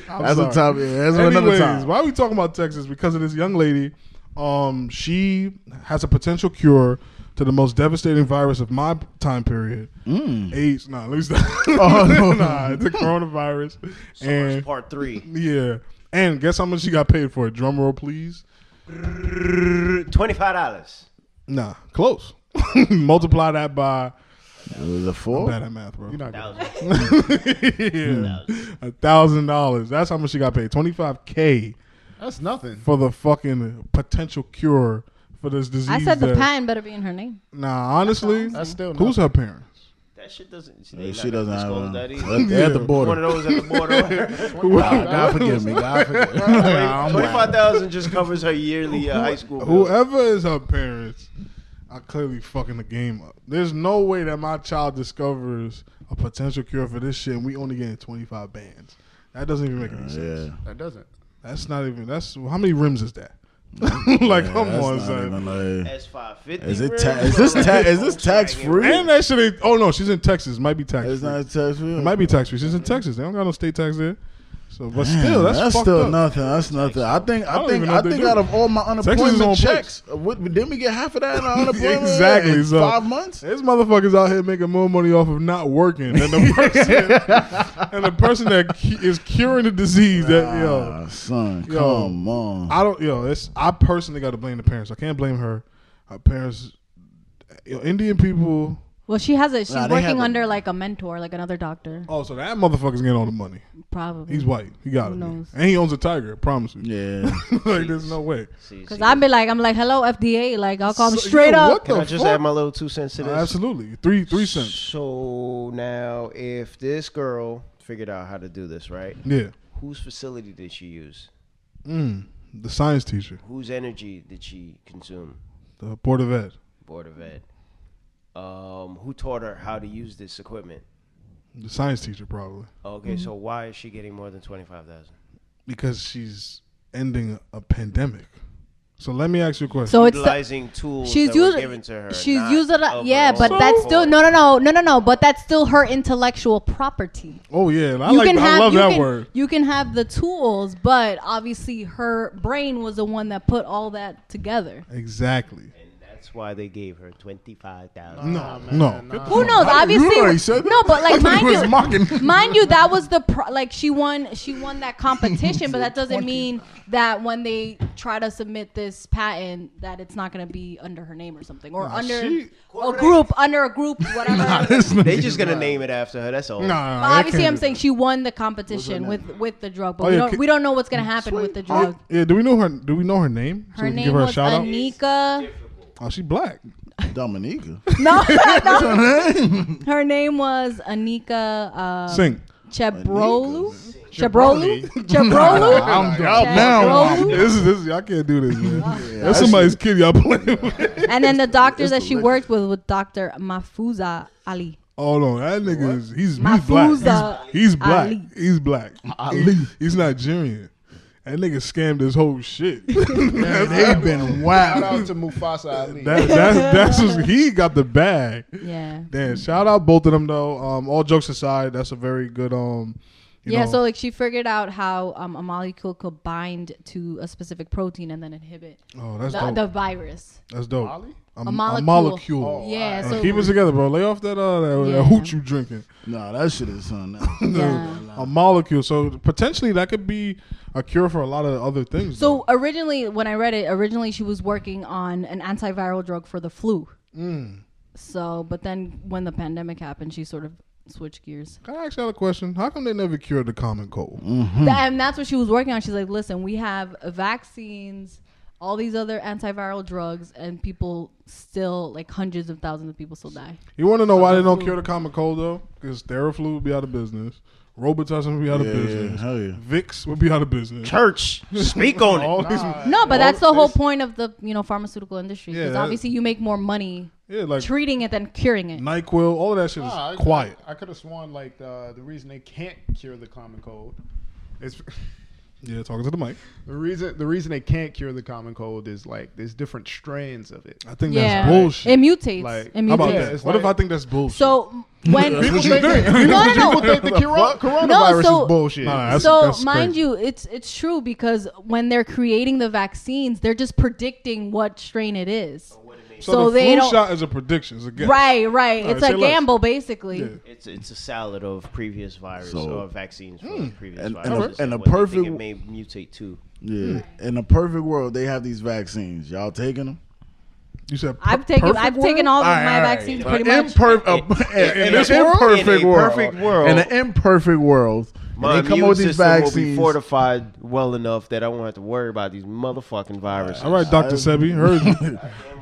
[SPEAKER 1] I'm
[SPEAKER 6] That's
[SPEAKER 1] sorry.
[SPEAKER 6] a topic. That's another
[SPEAKER 1] Anyways,
[SPEAKER 6] time.
[SPEAKER 1] why are we talking about Texas? Because of this young lady. Um, she has a potential cure to the most devastating virus of my time period. AIDS. Nah, let me stop.
[SPEAKER 6] Oh, no.
[SPEAKER 1] nah, it's a coronavirus.
[SPEAKER 4] That's
[SPEAKER 1] and
[SPEAKER 4] Part three.
[SPEAKER 1] yeah. And guess how much she got paid for it? Drum roll, please.
[SPEAKER 4] Twenty-five dollars.
[SPEAKER 1] Nah, close. Multiply that by
[SPEAKER 6] It was a four.
[SPEAKER 1] bad at math, bro.
[SPEAKER 3] You're not gonna-
[SPEAKER 1] yeah. A thousand dollars. That's how much she got paid. Twenty five K
[SPEAKER 3] That's nothing.
[SPEAKER 1] for the fucking potential cure for this disease.
[SPEAKER 5] I said the
[SPEAKER 1] that-
[SPEAKER 5] patent better be in her name.
[SPEAKER 1] Nah, honestly,
[SPEAKER 3] That's still
[SPEAKER 1] who's her parents?
[SPEAKER 4] That shit doesn't.
[SPEAKER 6] Yeah,
[SPEAKER 4] They
[SPEAKER 6] She
[SPEAKER 4] not
[SPEAKER 6] doesn't have um,
[SPEAKER 4] disclose
[SPEAKER 6] one.
[SPEAKER 4] that either.
[SPEAKER 6] But They're at the
[SPEAKER 1] Yeah.
[SPEAKER 4] One
[SPEAKER 6] border.
[SPEAKER 4] of those at the border.
[SPEAKER 6] God, God forgive me. God forgive me. Nah, I'm
[SPEAKER 4] Twenty-five
[SPEAKER 6] whack.
[SPEAKER 4] thousand just covers her yearly uh, high school. bill.
[SPEAKER 1] Whoever is her parents, I clearly fucking the game up. There's no way that my child discovers a potential cure for this shit, and we only getting 25 bands. That doesn't even make any sense.
[SPEAKER 6] Yeah.
[SPEAKER 2] That doesn't.
[SPEAKER 1] That's not even. That's how many rims is that? like,
[SPEAKER 6] Yeah,
[SPEAKER 1] come
[SPEAKER 6] that's
[SPEAKER 1] on,
[SPEAKER 6] not
[SPEAKER 1] son.
[SPEAKER 6] even like-
[SPEAKER 4] S five fifty.
[SPEAKER 6] Is it ta- is this ta- is this tax free?
[SPEAKER 1] And that shit. Ain't, oh no, she's in Texas. Might be tax.
[SPEAKER 6] It's not tax free.
[SPEAKER 1] It might be tax free. She's in Texas. They don't got no state tax there. So, but still, that's, fucked
[SPEAKER 6] still
[SPEAKER 1] up.
[SPEAKER 6] nothing. That's nothing. I think.
[SPEAKER 1] I
[SPEAKER 6] I,
[SPEAKER 1] don't
[SPEAKER 6] think.
[SPEAKER 1] even know
[SPEAKER 6] I
[SPEAKER 1] if they
[SPEAKER 6] think
[SPEAKER 1] do.
[SPEAKER 6] out of all my
[SPEAKER 1] on
[SPEAKER 6] unemployment
[SPEAKER 1] books.
[SPEAKER 6] checks, uh, what, didn't we get half of that in our unemployment?
[SPEAKER 1] exactly.
[SPEAKER 6] in
[SPEAKER 1] So
[SPEAKER 6] five months.
[SPEAKER 1] There's motherfuckers out here making more money off of not working than the person and the person that cu- is curing the disease. That yo,
[SPEAKER 6] Ah, son,
[SPEAKER 1] Yo.
[SPEAKER 6] come on.
[SPEAKER 1] I don't yo. It's I personally got to blame the parents. I can't blame her. Her parents, yo, Indian people.
[SPEAKER 5] Well, she has a. She's
[SPEAKER 6] Nah, they
[SPEAKER 5] working
[SPEAKER 6] haven't.
[SPEAKER 5] under like a mentor, like another doctor,
[SPEAKER 1] Oh, so that motherfucker's getting all the money.
[SPEAKER 5] probably.
[SPEAKER 1] He's white. He got
[SPEAKER 5] Who
[SPEAKER 1] it,
[SPEAKER 5] knows?
[SPEAKER 1] and he owns a tiger. I promise you.
[SPEAKER 6] yeah.
[SPEAKER 1] like, there's no way.
[SPEAKER 5] Because I'd be like, I'm like, hello FDA, like I'll call him
[SPEAKER 1] So,
[SPEAKER 5] straight
[SPEAKER 1] yo,
[SPEAKER 5] up.
[SPEAKER 1] what the
[SPEAKER 4] Can I just
[SPEAKER 1] fuck?
[SPEAKER 4] add my little two cents to this?
[SPEAKER 1] Absolutely, three three cents.
[SPEAKER 4] So now, if this girl figured out how to do this, right?
[SPEAKER 1] Yeah,
[SPEAKER 4] Whose facility did she use?
[SPEAKER 1] mm. the science teacher,
[SPEAKER 4] Whose energy did she consume?
[SPEAKER 1] the board of ed,
[SPEAKER 4] Board of Ed. Um, who taught her how to use this equipment?
[SPEAKER 1] the science teacher probably
[SPEAKER 4] Okay,
[SPEAKER 5] Mm-hmm.
[SPEAKER 4] so why is she getting more than twenty five thousand?
[SPEAKER 1] because she's ending a pandemic. So let me ask you a question.
[SPEAKER 5] So it's
[SPEAKER 4] Utilizing tools
[SPEAKER 5] she's
[SPEAKER 4] that were
[SPEAKER 5] using-
[SPEAKER 4] given to her.
[SPEAKER 5] she's
[SPEAKER 4] not
[SPEAKER 5] using it.
[SPEAKER 4] of
[SPEAKER 5] Yeah,
[SPEAKER 4] her
[SPEAKER 5] but
[SPEAKER 4] own
[SPEAKER 5] that's still
[SPEAKER 4] accord.
[SPEAKER 5] no, no, no, no, no, no. But that's still her intellectual property.
[SPEAKER 1] oh yeah, and I like I love
[SPEAKER 5] you
[SPEAKER 1] that
[SPEAKER 5] can,
[SPEAKER 1] word.
[SPEAKER 5] You can have the tools, but obviously her brain was the one that put all that together.
[SPEAKER 1] Exactly.
[SPEAKER 4] And that's why they gave her twenty five thousand.
[SPEAKER 1] No,
[SPEAKER 3] Nah, man,
[SPEAKER 1] no.
[SPEAKER 3] nah.
[SPEAKER 5] Who knows? Obviously,
[SPEAKER 2] already said that.
[SPEAKER 5] no. But
[SPEAKER 2] I thought
[SPEAKER 5] like, mind
[SPEAKER 2] you was
[SPEAKER 5] you,
[SPEAKER 2] mocking.
[SPEAKER 5] mind you, that was the pro- like she won. She won that competition, but that doesn't mean that when they try to submit this patent, that it's not going to be under her name or something, or under
[SPEAKER 1] she-
[SPEAKER 5] a group, under a group, whatever.
[SPEAKER 4] They just gonna name it after her. That's all.
[SPEAKER 1] Nah,
[SPEAKER 5] But
[SPEAKER 1] that
[SPEAKER 5] obviously,
[SPEAKER 1] can't
[SPEAKER 5] I'm
[SPEAKER 1] be-
[SPEAKER 5] saying she won the competition with with the drug, but
[SPEAKER 1] Oh,
[SPEAKER 5] we
[SPEAKER 1] yeah,
[SPEAKER 5] don't
[SPEAKER 1] ki-
[SPEAKER 5] we don't know what's gonna happen with the drug.
[SPEAKER 1] Yeah, do we know her? Do we know her name?
[SPEAKER 5] Her
[SPEAKER 1] we can
[SPEAKER 5] name
[SPEAKER 1] give her a
[SPEAKER 5] was
[SPEAKER 1] shout out.
[SPEAKER 5] Anika.
[SPEAKER 1] Oh, she black.
[SPEAKER 6] Dominica.
[SPEAKER 5] No, no. her name was Anika uh,
[SPEAKER 1] Sing.
[SPEAKER 5] Chebrolu. Chebrolu. Chebrolu.
[SPEAKER 1] I'm
[SPEAKER 2] Y'all
[SPEAKER 5] Chebrolu.
[SPEAKER 2] now.
[SPEAKER 1] this is this. is- Y'all can't do this, man. That's somebody's kid. Y'all playing with.
[SPEAKER 5] And then the doctor that she worked with was Doctor Mafuza Ali.
[SPEAKER 1] Oh no, that nigga is he's, he's
[SPEAKER 5] Mafuza
[SPEAKER 1] black. He's, he's black.
[SPEAKER 5] Ali.
[SPEAKER 1] He's black.
[SPEAKER 2] Ali.
[SPEAKER 1] He- he's Nigerian. That nigga scammed his whole shit.
[SPEAKER 2] They've been
[SPEAKER 3] Shout
[SPEAKER 2] wild.
[SPEAKER 3] out to Mufasa Ali.
[SPEAKER 1] That, that's that's what he got the bag.
[SPEAKER 5] Yeah.
[SPEAKER 1] Damn! Shout out both of them though. Um, all jokes aside, that's a very good um. You
[SPEAKER 5] yeah,
[SPEAKER 1] know,
[SPEAKER 5] so like she figured out how um, a molecule could bind to a specific protein and then inhibit
[SPEAKER 1] oh, that's
[SPEAKER 5] the,
[SPEAKER 1] dope.
[SPEAKER 5] the virus.
[SPEAKER 1] that's dope. A, m-
[SPEAKER 5] molecule.
[SPEAKER 1] molecule.
[SPEAKER 3] Oh,
[SPEAKER 5] yeah,
[SPEAKER 1] Hey,
[SPEAKER 5] so
[SPEAKER 1] keep it together, bro. Lay off that uh that,
[SPEAKER 5] Yeah.
[SPEAKER 1] that hooch you drinking.
[SPEAKER 6] Nah, that shit is on.
[SPEAKER 5] yeah.
[SPEAKER 1] A molecule. So potentially that could be a cure for a lot of other things.
[SPEAKER 5] So originally, when I read it, originally she was working on an antiviral drug for the flu. So, but then when the pandemic happened, she sort of switched gears,
[SPEAKER 1] though. Can I ask y'all a question? How come they never cured the common cold?
[SPEAKER 5] Th- and that's what she was working on. She's like, "Listen, we have vaccines, all these other antiviral drugs, and people still like hundreds of thousands of people still die."
[SPEAKER 1] You want to know why they don't cure the common cold though? Because Theraflu would be out of business. Robitussin would be out of
[SPEAKER 6] Yeah,
[SPEAKER 1] business. Hmm.
[SPEAKER 6] hell yeah.
[SPEAKER 1] Vicks would be out of business.
[SPEAKER 4] Church, speak on it.
[SPEAKER 1] Uh, All these,
[SPEAKER 5] No, but that's the whole point of the you know pharmaceutical industry
[SPEAKER 1] Yeah,
[SPEAKER 5] because
[SPEAKER 1] that-
[SPEAKER 5] obviously you make more money
[SPEAKER 1] yeah, like
[SPEAKER 5] treating it than curing it.
[SPEAKER 1] Nyquil, all of that shit is
[SPEAKER 3] Nah, I-
[SPEAKER 1] quiet.
[SPEAKER 3] I, could have sworn like the, the reason they can't cure the common cold is
[SPEAKER 1] Yeah, talking to the mic.
[SPEAKER 3] the reason the reason they can't cure the common cold is like there's different strains of it.
[SPEAKER 1] I think
[SPEAKER 5] Yeah,
[SPEAKER 1] that's bullshit.
[SPEAKER 5] it mutates.
[SPEAKER 3] Like,
[SPEAKER 5] it mutates.
[SPEAKER 1] How about
[SPEAKER 3] Yeah,
[SPEAKER 1] that?
[SPEAKER 3] it's
[SPEAKER 1] What if I
[SPEAKER 3] like-
[SPEAKER 1] think that's bullshit?
[SPEAKER 5] So when
[SPEAKER 6] People
[SPEAKER 3] People think,
[SPEAKER 5] no, no.
[SPEAKER 3] people think the cura- coronavirus
[SPEAKER 5] so-
[SPEAKER 3] is bullshit.
[SPEAKER 1] Nah, that's-
[SPEAKER 5] so
[SPEAKER 1] that's
[SPEAKER 5] mind
[SPEAKER 1] crazy.
[SPEAKER 5] you, it's it's true because when they're creating the vaccines, they're just predicting what strain it is.
[SPEAKER 1] So,
[SPEAKER 5] so
[SPEAKER 1] the
[SPEAKER 5] they
[SPEAKER 1] flu
[SPEAKER 5] don't-
[SPEAKER 1] shot is a prediction. It's a guess.
[SPEAKER 5] Right, right.
[SPEAKER 1] All
[SPEAKER 5] it's
[SPEAKER 1] right,
[SPEAKER 5] a
[SPEAKER 1] say less.
[SPEAKER 5] gamble, basically.
[SPEAKER 1] Yeah.
[SPEAKER 4] It's it's a salad of previous virus
[SPEAKER 6] So-
[SPEAKER 4] or vaccines from previous
[SPEAKER 6] And- and a-
[SPEAKER 4] viruses.
[SPEAKER 6] and a
[SPEAKER 4] what they think
[SPEAKER 6] perfect-
[SPEAKER 4] it may mutate too.
[SPEAKER 6] Yeah. In a perfect world, they have these vaccines. Y'all taking them?
[SPEAKER 1] You said per-
[SPEAKER 5] I've taken
[SPEAKER 1] perfect
[SPEAKER 5] I've
[SPEAKER 1] world?
[SPEAKER 5] taken all of
[SPEAKER 6] All right,
[SPEAKER 5] my
[SPEAKER 6] all right.
[SPEAKER 5] vaccines
[SPEAKER 6] But
[SPEAKER 5] pretty much.
[SPEAKER 6] imperf-
[SPEAKER 4] In-
[SPEAKER 6] uh, in,
[SPEAKER 4] in-
[SPEAKER 6] in
[SPEAKER 4] in
[SPEAKER 6] an
[SPEAKER 4] a world-
[SPEAKER 6] imperfect
[SPEAKER 4] in a
[SPEAKER 6] world,
[SPEAKER 4] perfect world,
[SPEAKER 6] in an imperfect world, and
[SPEAKER 4] My
[SPEAKER 6] they come
[SPEAKER 4] immune
[SPEAKER 6] out with these
[SPEAKER 4] system will be
[SPEAKER 6] vaccines.
[SPEAKER 4] fortified well enough that I won't have to worry about these motherfucking viruses.
[SPEAKER 1] All right, Doctor Sebi, heard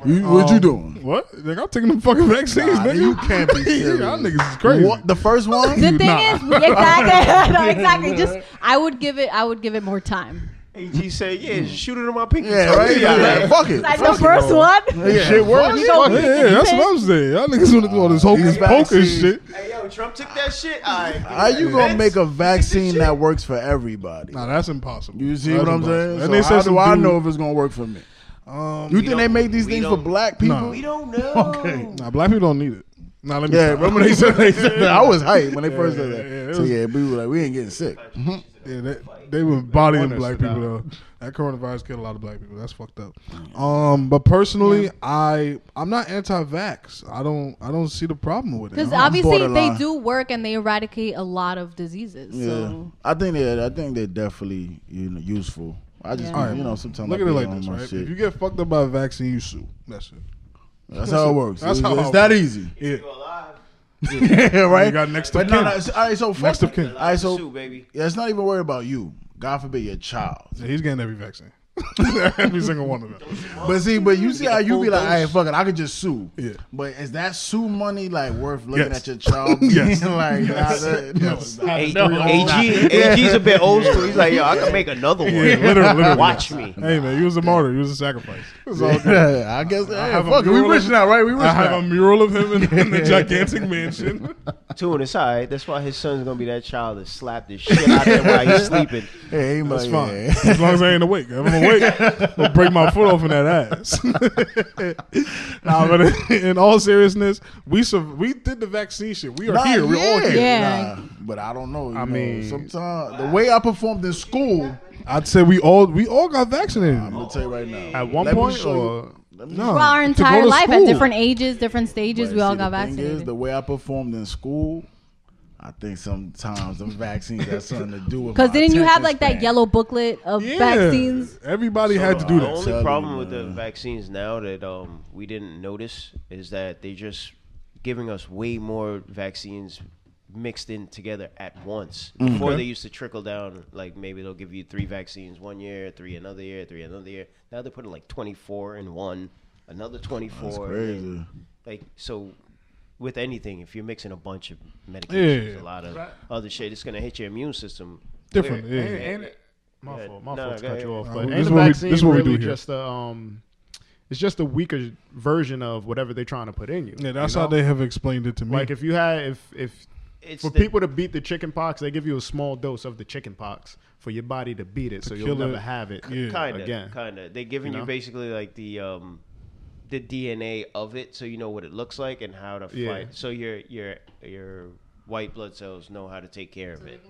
[SPEAKER 1] you.
[SPEAKER 6] You- what you
[SPEAKER 1] Um,
[SPEAKER 6] doing?
[SPEAKER 1] What? Nigga, I'm taking them fucking vaccines,
[SPEAKER 6] Nah,
[SPEAKER 1] nigga.
[SPEAKER 6] you can't be serious.
[SPEAKER 1] Y'all niggas is crazy.
[SPEAKER 6] What, the first one?
[SPEAKER 5] the thing is, exactly, no, exactly. Just I would give it I would give it more time.
[SPEAKER 4] AG said, "Yeah, shoot it on my pinky."
[SPEAKER 6] Yeah,
[SPEAKER 4] toe.
[SPEAKER 6] right.
[SPEAKER 4] Yeah,
[SPEAKER 6] Yeah, Fuck it.
[SPEAKER 7] Like the first one.
[SPEAKER 6] Yeah.
[SPEAKER 2] Shit works.
[SPEAKER 7] You
[SPEAKER 1] Yeah,
[SPEAKER 7] don't
[SPEAKER 1] yeah, that's what I'm saying. Y'all niggas want to do all this hocus
[SPEAKER 6] These
[SPEAKER 1] pocus
[SPEAKER 6] vaccines-
[SPEAKER 1] shit.
[SPEAKER 4] Hey, yo, Trump took that shit. All right,
[SPEAKER 6] How you gonna make a vaccine that works for everybody?
[SPEAKER 1] Nah, that's impossible.
[SPEAKER 6] You see
[SPEAKER 1] That's
[SPEAKER 6] what I'm
[SPEAKER 1] impossible.
[SPEAKER 6] saying?
[SPEAKER 1] And
[SPEAKER 6] So
[SPEAKER 1] they
[SPEAKER 6] how
[SPEAKER 1] said,
[SPEAKER 6] do I know if it's gonna work for me?
[SPEAKER 1] Um,
[SPEAKER 6] You think they
[SPEAKER 4] don't-
[SPEAKER 6] make these
[SPEAKER 4] we
[SPEAKER 6] things for
[SPEAKER 4] don't-
[SPEAKER 6] black people?
[SPEAKER 4] We don't know.
[SPEAKER 1] okay. Oh. Nah, black people don't need it. Nah, let me.
[SPEAKER 6] Yeah,
[SPEAKER 1] stop.
[SPEAKER 6] remember they said, they said that. I was hyped when they first
[SPEAKER 1] yeah,
[SPEAKER 6] said
[SPEAKER 1] yeah,
[SPEAKER 6] that.
[SPEAKER 1] it
[SPEAKER 6] so
[SPEAKER 1] was-
[SPEAKER 6] yeah, we were like, we ain't getting sick.
[SPEAKER 1] Yeah, they, they were bodying
[SPEAKER 3] us
[SPEAKER 1] black
[SPEAKER 3] to
[SPEAKER 1] people though. That coronavirus killed a lot of black people. That's fucked up. Um, but personally, I I'm not anti-vax. I don't I don't see the problem with it.
[SPEAKER 5] Because
[SPEAKER 6] I'm
[SPEAKER 5] obviously they
[SPEAKER 6] borderline.
[SPEAKER 5] do work and they eradicate a lot of diseases.
[SPEAKER 6] Yeah,
[SPEAKER 5] So
[SPEAKER 6] I think they I think they're definitely you know useful. I just
[SPEAKER 5] Yeah. All right.
[SPEAKER 6] you know sometimes
[SPEAKER 1] Look
[SPEAKER 6] I
[SPEAKER 1] at it
[SPEAKER 6] be
[SPEAKER 1] like
[SPEAKER 6] on
[SPEAKER 1] this,
[SPEAKER 6] my
[SPEAKER 1] right?
[SPEAKER 6] shit.
[SPEAKER 1] If you get fucked up by a vaccine, you sue. That's it.
[SPEAKER 6] that's how it works.
[SPEAKER 1] That's
[SPEAKER 6] It's-
[SPEAKER 1] how
[SPEAKER 6] it's
[SPEAKER 1] it
[SPEAKER 6] that
[SPEAKER 1] works.
[SPEAKER 6] easy.
[SPEAKER 1] Yeah,
[SPEAKER 4] You alive?
[SPEAKER 6] yeah, right.
[SPEAKER 1] you got next to
[SPEAKER 6] but no,
[SPEAKER 1] kin.
[SPEAKER 6] no, it's- all right. So fuck
[SPEAKER 1] Next of
[SPEAKER 6] it.
[SPEAKER 1] kin.
[SPEAKER 6] All right, so
[SPEAKER 4] Sue, baby.
[SPEAKER 6] yeah, it's not even worried about you. God forbid your child.
[SPEAKER 1] Yeah, he's getting every vaccine, every single one of them.
[SPEAKER 6] But see, but you see how you be like, hey, fuck it, I could just sue.
[SPEAKER 1] Yeah.
[SPEAKER 6] But is that sue money like worth looking
[SPEAKER 1] Yes.
[SPEAKER 6] at your child?
[SPEAKER 1] Yes.
[SPEAKER 6] being like, nah, that,
[SPEAKER 1] Yes.
[SPEAKER 6] no,
[SPEAKER 4] A-
[SPEAKER 6] no,
[SPEAKER 4] AG, AG's a bit old school. He's like, yo, I can make another one.
[SPEAKER 1] Yeah, literally, literally.
[SPEAKER 4] Watch me.
[SPEAKER 1] Hey man, you was a martyr. You was a sacrifice. It's all good.
[SPEAKER 6] I guess hey,
[SPEAKER 1] have a
[SPEAKER 6] fuck it. We
[SPEAKER 1] mural
[SPEAKER 6] rich
[SPEAKER 1] of-
[SPEAKER 6] now, right? We rich
[SPEAKER 1] I have
[SPEAKER 6] now.
[SPEAKER 1] a mural of him in, in the gigantic mansion.
[SPEAKER 4] Two on the side. That's why his son's gonna be that child that slapped the shit out of him while he's sleeping.
[SPEAKER 6] hey,
[SPEAKER 1] That's
[SPEAKER 6] my-
[SPEAKER 1] fine.
[SPEAKER 6] yeah.
[SPEAKER 1] As long as I ain't awake. If I'm awake, I'll break my foot off in that ass. nah, but in all seriousness, we sur- we did the vaccine shit. We are
[SPEAKER 6] Nah,
[SPEAKER 1] here. We're all here.
[SPEAKER 5] Yeah.
[SPEAKER 6] Nah, but I don't know. you
[SPEAKER 3] I
[SPEAKER 6] know,
[SPEAKER 3] mean-
[SPEAKER 6] sometimes the way I performed in school,
[SPEAKER 1] I'd say we all we all got vaccinated.
[SPEAKER 6] I'm gonna tell you right now.
[SPEAKER 3] At one
[SPEAKER 6] Let me
[SPEAKER 3] point,
[SPEAKER 6] show you-
[SPEAKER 3] or
[SPEAKER 6] let me-
[SPEAKER 1] No,
[SPEAKER 5] for our
[SPEAKER 1] to go
[SPEAKER 5] entire
[SPEAKER 1] to
[SPEAKER 5] life, at
[SPEAKER 1] school.
[SPEAKER 5] different ages, different stages,
[SPEAKER 6] But
[SPEAKER 5] we all
[SPEAKER 6] see,
[SPEAKER 5] got
[SPEAKER 6] the thing is,
[SPEAKER 5] vaccinated.
[SPEAKER 6] the way I performed in school, I think sometimes the vaccines have something to do with.
[SPEAKER 5] Because
[SPEAKER 6] my
[SPEAKER 5] didn't you
[SPEAKER 6] attention
[SPEAKER 5] have like that
[SPEAKER 6] span.
[SPEAKER 5] yellow booklet of
[SPEAKER 1] Yeah.
[SPEAKER 5] vaccines?
[SPEAKER 1] Everybody had to do
[SPEAKER 4] The
[SPEAKER 1] that.
[SPEAKER 6] Tell
[SPEAKER 4] only
[SPEAKER 6] you,
[SPEAKER 4] problem with the
[SPEAKER 6] man.
[SPEAKER 4] vaccines now that um, we didn't notice is that they just giving us way more vaccines mixed in together at once. Before they used to trickle down, like maybe they'll give you three vaccines one year, three another year, three another year. Now they're putting like twenty four in one, another twenty four.
[SPEAKER 6] crazy.
[SPEAKER 4] Like so. With anything, if you're mixing a bunch of medications,
[SPEAKER 1] Yeah.
[SPEAKER 4] a lot of other shit, it's gonna hit your immune system.
[SPEAKER 1] Different,
[SPEAKER 4] weird.
[SPEAKER 1] yeah.
[SPEAKER 3] And- and- my
[SPEAKER 4] Yeah.
[SPEAKER 3] fault, my
[SPEAKER 4] No,
[SPEAKER 3] fault to
[SPEAKER 4] no,
[SPEAKER 3] cut
[SPEAKER 4] go
[SPEAKER 3] you
[SPEAKER 4] ahead.
[SPEAKER 3] off.
[SPEAKER 1] Uh,
[SPEAKER 3] But
[SPEAKER 1] this
[SPEAKER 3] ain't
[SPEAKER 1] is
[SPEAKER 3] the
[SPEAKER 1] what we-
[SPEAKER 3] vaccine
[SPEAKER 1] this is what we
[SPEAKER 3] really
[SPEAKER 1] do here.
[SPEAKER 3] just a um, it's just a weaker version of whatever they're trying to put in you.
[SPEAKER 1] Yeah, that's
[SPEAKER 3] you
[SPEAKER 1] how
[SPEAKER 3] know?
[SPEAKER 1] they have explained it to me.
[SPEAKER 3] like if you had if if
[SPEAKER 4] It's
[SPEAKER 3] for
[SPEAKER 4] the-
[SPEAKER 3] people to beat the chicken pox, they give you a small dose of the chicken pox for your body to beat it, so you'll
[SPEAKER 1] kill it.
[SPEAKER 3] never have it
[SPEAKER 1] Yeah.
[SPEAKER 4] kind
[SPEAKER 3] again.
[SPEAKER 4] of kind of they giving you,
[SPEAKER 3] know?
[SPEAKER 4] basically like the um the dna of it so you know what it looks like and how to
[SPEAKER 3] Yeah.
[SPEAKER 4] fight so your your your white blood cells know how to take care of it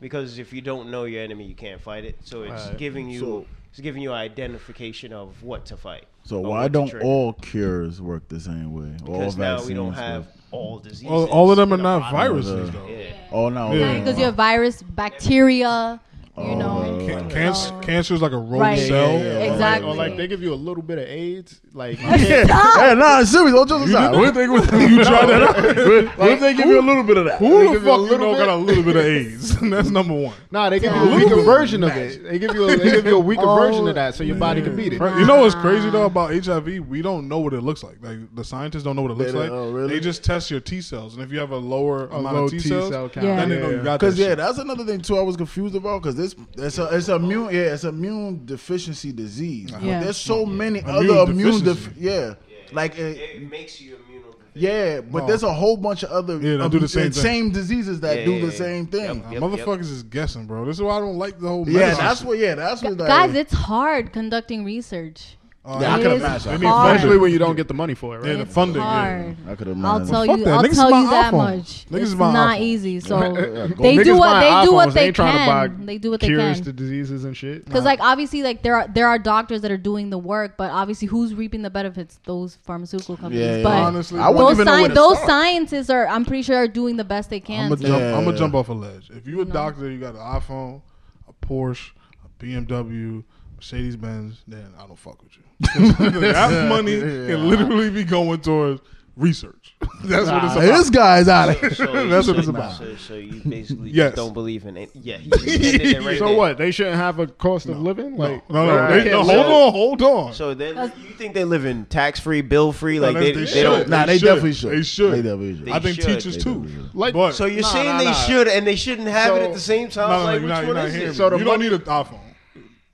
[SPEAKER 4] because if you don't know your enemy you can't fight it so it's
[SPEAKER 3] Right.
[SPEAKER 4] giving you
[SPEAKER 6] So-
[SPEAKER 4] it's giving you identification of what to fight
[SPEAKER 6] So
[SPEAKER 4] or
[SPEAKER 6] why
[SPEAKER 4] what to
[SPEAKER 6] don't
[SPEAKER 4] trigger.
[SPEAKER 6] all cures work the same way? All
[SPEAKER 4] because now we don't
[SPEAKER 6] vaccines
[SPEAKER 4] have
[SPEAKER 6] work-
[SPEAKER 4] all diseases
[SPEAKER 1] all, all of them are
[SPEAKER 4] in our
[SPEAKER 1] not
[SPEAKER 4] body.
[SPEAKER 1] viruses
[SPEAKER 6] Yeah.
[SPEAKER 1] though.
[SPEAKER 4] yeah.
[SPEAKER 6] Oh no!
[SPEAKER 1] Yeah.
[SPEAKER 6] okay.
[SPEAKER 5] Because you have virus, bacteria, you
[SPEAKER 6] Oh,
[SPEAKER 5] know.
[SPEAKER 1] Can- cancer, cancer is like a rogue
[SPEAKER 5] Right.
[SPEAKER 1] cell.
[SPEAKER 5] uh, Yeah, yeah, yeah. Exactly.
[SPEAKER 3] Or like they give you a little bit of AIDS, like you
[SPEAKER 6] Yeah,
[SPEAKER 3] can't-
[SPEAKER 6] hey, nah, it's serious. Don't just aside. What if they,
[SPEAKER 1] you try that out.
[SPEAKER 6] what if they give you a little bit of that?
[SPEAKER 1] Who the
[SPEAKER 3] give you a
[SPEAKER 1] fuck you
[SPEAKER 3] little
[SPEAKER 1] know
[SPEAKER 3] bit?
[SPEAKER 1] got a little bit of AIDS? That's number one.
[SPEAKER 3] nah, they give you
[SPEAKER 5] Nah.
[SPEAKER 3] a weaker version of it. They give you a, they give you a weaker
[SPEAKER 1] Oh,
[SPEAKER 3] version of that, so your body can beat it.
[SPEAKER 1] Right. You know what's crazy though about HIV? We don't know what it looks like. Like the scientists don't know what it looks
[SPEAKER 6] They don't-
[SPEAKER 1] like.
[SPEAKER 6] oh, really?
[SPEAKER 1] They just test your T cells, and if you have a lower amount
[SPEAKER 3] low
[SPEAKER 1] of T,
[SPEAKER 3] T
[SPEAKER 1] cells,
[SPEAKER 3] cell count.
[SPEAKER 5] Yeah.
[SPEAKER 1] then they know you got that.
[SPEAKER 6] Because yeah,
[SPEAKER 1] shit.
[SPEAKER 6] that's another thing too. I was confused about because this it's a it's immune yeah it's immune deficiency disease. But
[SPEAKER 5] Yeah.
[SPEAKER 6] There's so many other immune
[SPEAKER 1] deficiency.
[SPEAKER 6] def- yeah. Like uh,
[SPEAKER 4] it makes you immune
[SPEAKER 6] yeah, but
[SPEAKER 1] No.
[SPEAKER 6] there's a whole bunch of other
[SPEAKER 1] Oh. Yeah, that do the same thing.
[SPEAKER 6] diseases that
[SPEAKER 4] Yeah,
[SPEAKER 6] do
[SPEAKER 4] yeah,
[SPEAKER 6] the
[SPEAKER 4] yeah.
[SPEAKER 6] same thing.
[SPEAKER 1] Nah,
[SPEAKER 4] Yep,
[SPEAKER 1] motherfuckers is guessing, bro. This is why I don't like the whole.
[SPEAKER 6] Yeah,
[SPEAKER 1] medicine
[SPEAKER 6] that's
[SPEAKER 1] shit.
[SPEAKER 6] what. Yeah, that's what.
[SPEAKER 5] Guys,
[SPEAKER 6] like,
[SPEAKER 5] it's hard conducting research.
[SPEAKER 1] Uh,
[SPEAKER 6] Yeah, I
[SPEAKER 5] It
[SPEAKER 6] could
[SPEAKER 5] is
[SPEAKER 6] imagine. I
[SPEAKER 1] They
[SPEAKER 6] mean,
[SPEAKER 1] need
[SPEAKER 5] hard.
[SPEAKER 1] funding.
[SPEAKER 3] Especially when you don't get the money for it, right?
[SPEAKER 1] Yeah, the
[SPEAKER 5] It's
[SPEAKER 1] funding. Yeah.
[SPEAKER 5] hard.
[SPEAKER 6] I could
[SPEAKER 5] I'll
[SPEAKER 6] imagine.
[SPEAKER 5] tell
[SPEAKER 1] Fuck
[SPEAKER 5] you.
[SPEAKER 1] that.
[SPEAKER 5] I'll
[SPEAKER 1] Niggas
[SPEAKER 5] tell
[SPEAKER 1] buy
[SPEAKER 5] you that
[SPEAKER 1] iPhone.
[SPEAKER 5] much.
[SPEAKER 1] Niggas
[SPEAKER 5] it's
[SPEAKER 1] buy
[SPEAKER 5] not
[SPEAKER 1] iPhone.
[SPEAKER 5] easy. So
[SPEAKER 6] Niggas
[SPEAKER 5] they do what
[SPEAKER 3] buying
[SPEAKER 5] they do
[SPEAKER 3] iPhones,
[SPEAKER 5] what they
[SPEAKER 3] ain't trying to buy
[SPEAKER 5] can. They do what they
[SPEAKER 3] cures to
[SPEAKER 5] can.
[SPEAKER 3] diseases and shit.
[SPEAKER 5] Because like obviously like there are there are doctors that are doing the work, but obviously who's reaping the benefits? Those pharmaceutical companies.
[SPEAKER 6] Yeah, yeah.
[SPEAKER 5] But
[SPEAKER 1] Honestly,
[SPEAKER 6] I wouldn't
[SPEAKER 5] those
[SPEAKER 6] even know where
[SPEAKER 5] sci-
[SPEAKER 6] to
[SPEAKER 5] those
[SPEAKER 6] start.
[SPEAKER 5] scientists are I'm pretty sure are doing the best they
[SPEAKER 1] I'm
[SPEAKER 5] can.
[SPEAKER 1] gonna
[SPEAKER 5] to-
[SPEAKER 1] jump. I'm
[SPEAKER 6] Yeah.
[SPEAKER 1] gonna jump off a ledge. If you a doctor, you got an iPhone, a Porsche, a BMW, Mercedes Benz, then I don't fuck with you. that money can literally be going towards research. That's what it's
[SPEAKER 6] Nah,
[SPEAKER 1] about.
[SPEAKER 6] this guy's out of
[SPEAKER 4] So
[SPEAKER 6] here.
[SPEAKER 1] That's
[SPEAKER 4] so,
[SPEAKER 1] what it's about.
[SPEAKER 4] So, so you basically
[SPEAKER 1] Yes.
[SPEAKER 4] just don't believe in it. Yeah. he just ended it right
[SPEAKER 3] So
[SPEAKER 4] there.
[SPEAKER 3] what? They shouldn't have a cost of living? Like
[SPEAKER 1] No, no,
[SPEAKER 3] Right.
[SPEAKER 1] they, no hold on, hold on.
[SPEAKER 4] So then you think they live in tax free, bill free? Like
[SPEAKER 1] No,
[SPEAKER 4] they,
[SPEAKER 1] they-
[SPEAKER 4] they,
[SPEAKER 1] they
[SPEAKER 4] don't.
[SPEAKER 1] should.
[SPEAKER 6] Nah, they
[SPEAKER 1] They
[SPEAKER 6] definitely
[SPEAKER 1] should.
[SPEAKER 6] should.
[SPEAKER 1] They should.
[SPEAKER 6] They definitely should.
[SPEAKER 1] I think
[SPEAKER 4] should.
[SPEAKER 1] teachers
[SPEAKER 6] They
[SPEAKER 1] too.
[SPEAKER 6] definitely should.
[SPEAKER 1] Like,
[SPEAKER 3] Like-
[SPEAKER 1] but
[SPEAKER 4] So you're
[SPEAKER 3] Nah,
[SPEAKER 4] saying
[SPEAKER 3] nah,
[SPEAKER 4] they
[SPEAKER 3] nah.
[SPEAKER 4] should and they shouldn't have it
[SPEAKER 3] So-
[SPEAKER 4] at the same time?
[SPEAKER 1] no, no, no,
[SPEAKER 4] like
[SPEAKER 1] you're
[SPEAKER 4] which
[SPEAKER 1] not, you're
[SPEAKER 4] one
[SPEAKER 1] not
[SPEAKER 4] is
[SPEAKER 1] hearing
[SPEAKER 4] it?
[SPEAKER 1] me.
[SPEAKER 3] So the
[SPEAKER 1] you don't
[SPEAKER 3] money-
[SPEAKER 1] need an iPhone.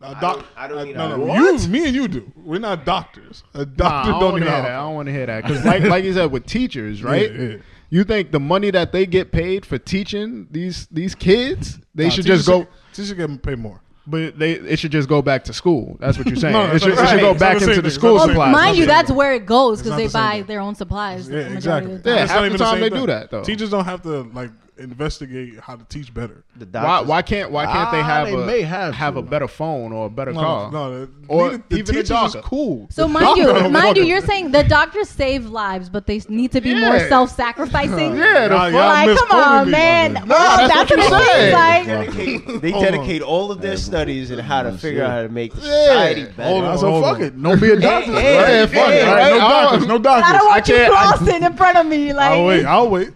[SPEAKER 1] A
[SPEAKER 4] I
[SPEAKER 1] doc-
[SPEAKER 4] don't- I don't need
[SPEAKER 1] no,
[SPEAKER 4] a-
[SPEAKER 1] no,
[SPEAKER 6] What?
[SPEAKER 1] You, me, and you do. We're not doctors. A
[SPEAKER 3] Nah, I
[SPEAKER 1] doctor
[SPEAKER 3] don't,
[SPEAKER 1] don't
[SPEAKER 3] want
[SPEAKER 1] need a
[SPEAKER 3] to hear that. I
[SPEAKER 1] hospital.
[SPEAKER 3] don't want to hear that because, like, like you said, with teachers, right?
[SPEAKER 1] yeah.
[SPEAKER 3] You think the money that they get paid for teaching these these kids, they
[SPEAKER 1] Nah,
[SPEAKER 3] should
[SPEAKER 1] teachers
[SPEAKER 3] just go.
[SPEAKER 1] Teachers get paid more.
[SPEAKER 3] But they, it should just go back to school. That's what you're saying.
[SPEAKER 1] No,
[SPEAKER 3] it,
[SPEAKER 1] it's
[SPEAKER 3] should,
[SPEAKER 1] not-
[SPEAKER 3] it should
[SPEAKER 1] right,
[SPEAKER 3] go
[SPEAKER 1] it's not
[SPEAKER 3] back
[SPEAKER 1] the same
[SPEAKER 3] into the
[SPEAKER 1] thing.
[SPEAKER 3] school
[SPEAKER 1] It's not the same
[SPEAKER 3] supplies.
[SPEAKER 1] thing.
[SPEAKER 5] Mind you,
[SPEAKER 1] not
[SPEAKER 5] that's where it goes
[SPEAKER 1] It's
[SPEAKER 5] because
[SPEAKER 1] not
[SPEAKER 5] they
[SPEAKER 1] the same
[SPEAKER 5] buy
[SPEAKER 1] thing.
[SPEAKER 5] their own supplies. the
[SPEAKER 1] Yeah,
[SPEAKER 5] majority
[SPEAKER 1] exactly.
[SPEAKER 5] of the time.
[SPEAKER 3] Yeah. half the time
[SPEAKER 1] same
[SPEAKER 3] they
[SPEAKER 1] thing.
[SPEAKER 3] do that, though.
[SPEAKER 1] Teachers don't have to like investigate how to teach better.
[SPEAKER 4] The
[SPEAKER 3] Why,
[SPEAKER 4] doctors-
[SPEAKER 3] why can't why can't they
[SPEAKER 6] Ah,
[SPEAKER 3] have
[SPEAKER 6] they
[SPEAKER 3] a
[SPEAKER 6] may have
[SPEAKER 3] have
[SPEAKER 6] to.
[SPEAKER 3] a better phone or a better
[SPEAKER 1] No,
[SPEAKER 3] car?
[SPEAKER 1] no, the,
[SPEAKER 3] Or
[SPEAKER 1] the,
[SPEAKER 3] even a
[SPEAKER 1] teachers is
[SPEAKER 3] doctor.
[SPEAKER 1] cool.
[SPEAKER 5] So
[SPEAKER 1] The
[SPEAKER 5] mind
[SPEAKER 1] doctor
[SPEAKER 5] you,
[SPEAKER 1] don't
[SPEAKER 5] mind you,
[SPEAKER 1] want
[SPEAKER 5] you're
[SPEAKER 1] it.
[SPEAKER 5] saying the doctors save lives, but they need to be more
[SPEAKER 3] Yeah.
[SPEAKER 5] self-sacrificing.
[SPEAKER 3] Yeah, the
[SPEAKER 1] Nah,
[SPEAKER 3] fuck-
[SPEAKER 1] y'all
[SPEAKER 5] like, come
[SPEAKER 1] misquoted
[SPEAKER 5] on,
[SPEAKER 1] me.
[SPEAKER 5] man. Oh,
[SPEAKER 3] that's
[SPEAKER 5] that's,
[SPEAKER 3] what
[SPEAKER 5] what,
[SPEAKER 3] you said.
[SPEAKER 5] it seems like.
[SPEAKER 4] dedicate, they
[SPEAKER 1] Hold on.
[SPEAKER 4] dedicate all of their studies and how to figure out how to make the society
[SPEAKER 6] Yeah.
[SPEAKER 4] better.
[SPEAKER 6] Hold on, so
[SPEAKER 1] Hold
[SPEAKER 6] fuck
[SPEAKER 1] on.
[SPEAKER 6] it. No be a doctor.
[SPEAKER 4] hey,
[SPEAKER 6] right?
[SPEAKER 4] hey,
[SPEAKER 6] fuck it.
[SPEAKER 4] hey,
[SPEAKER 6] right?
[SPEAKER 3] hey,
[SPEAKER 6] no doctors. No doctors.
[SPEAKER 5] I don't want you
[SPEAKER 6] can't- I-
[SPEAKER 5] crossing in front of me. Like,
[SPEAKER 1] I'll wait. I'll wait.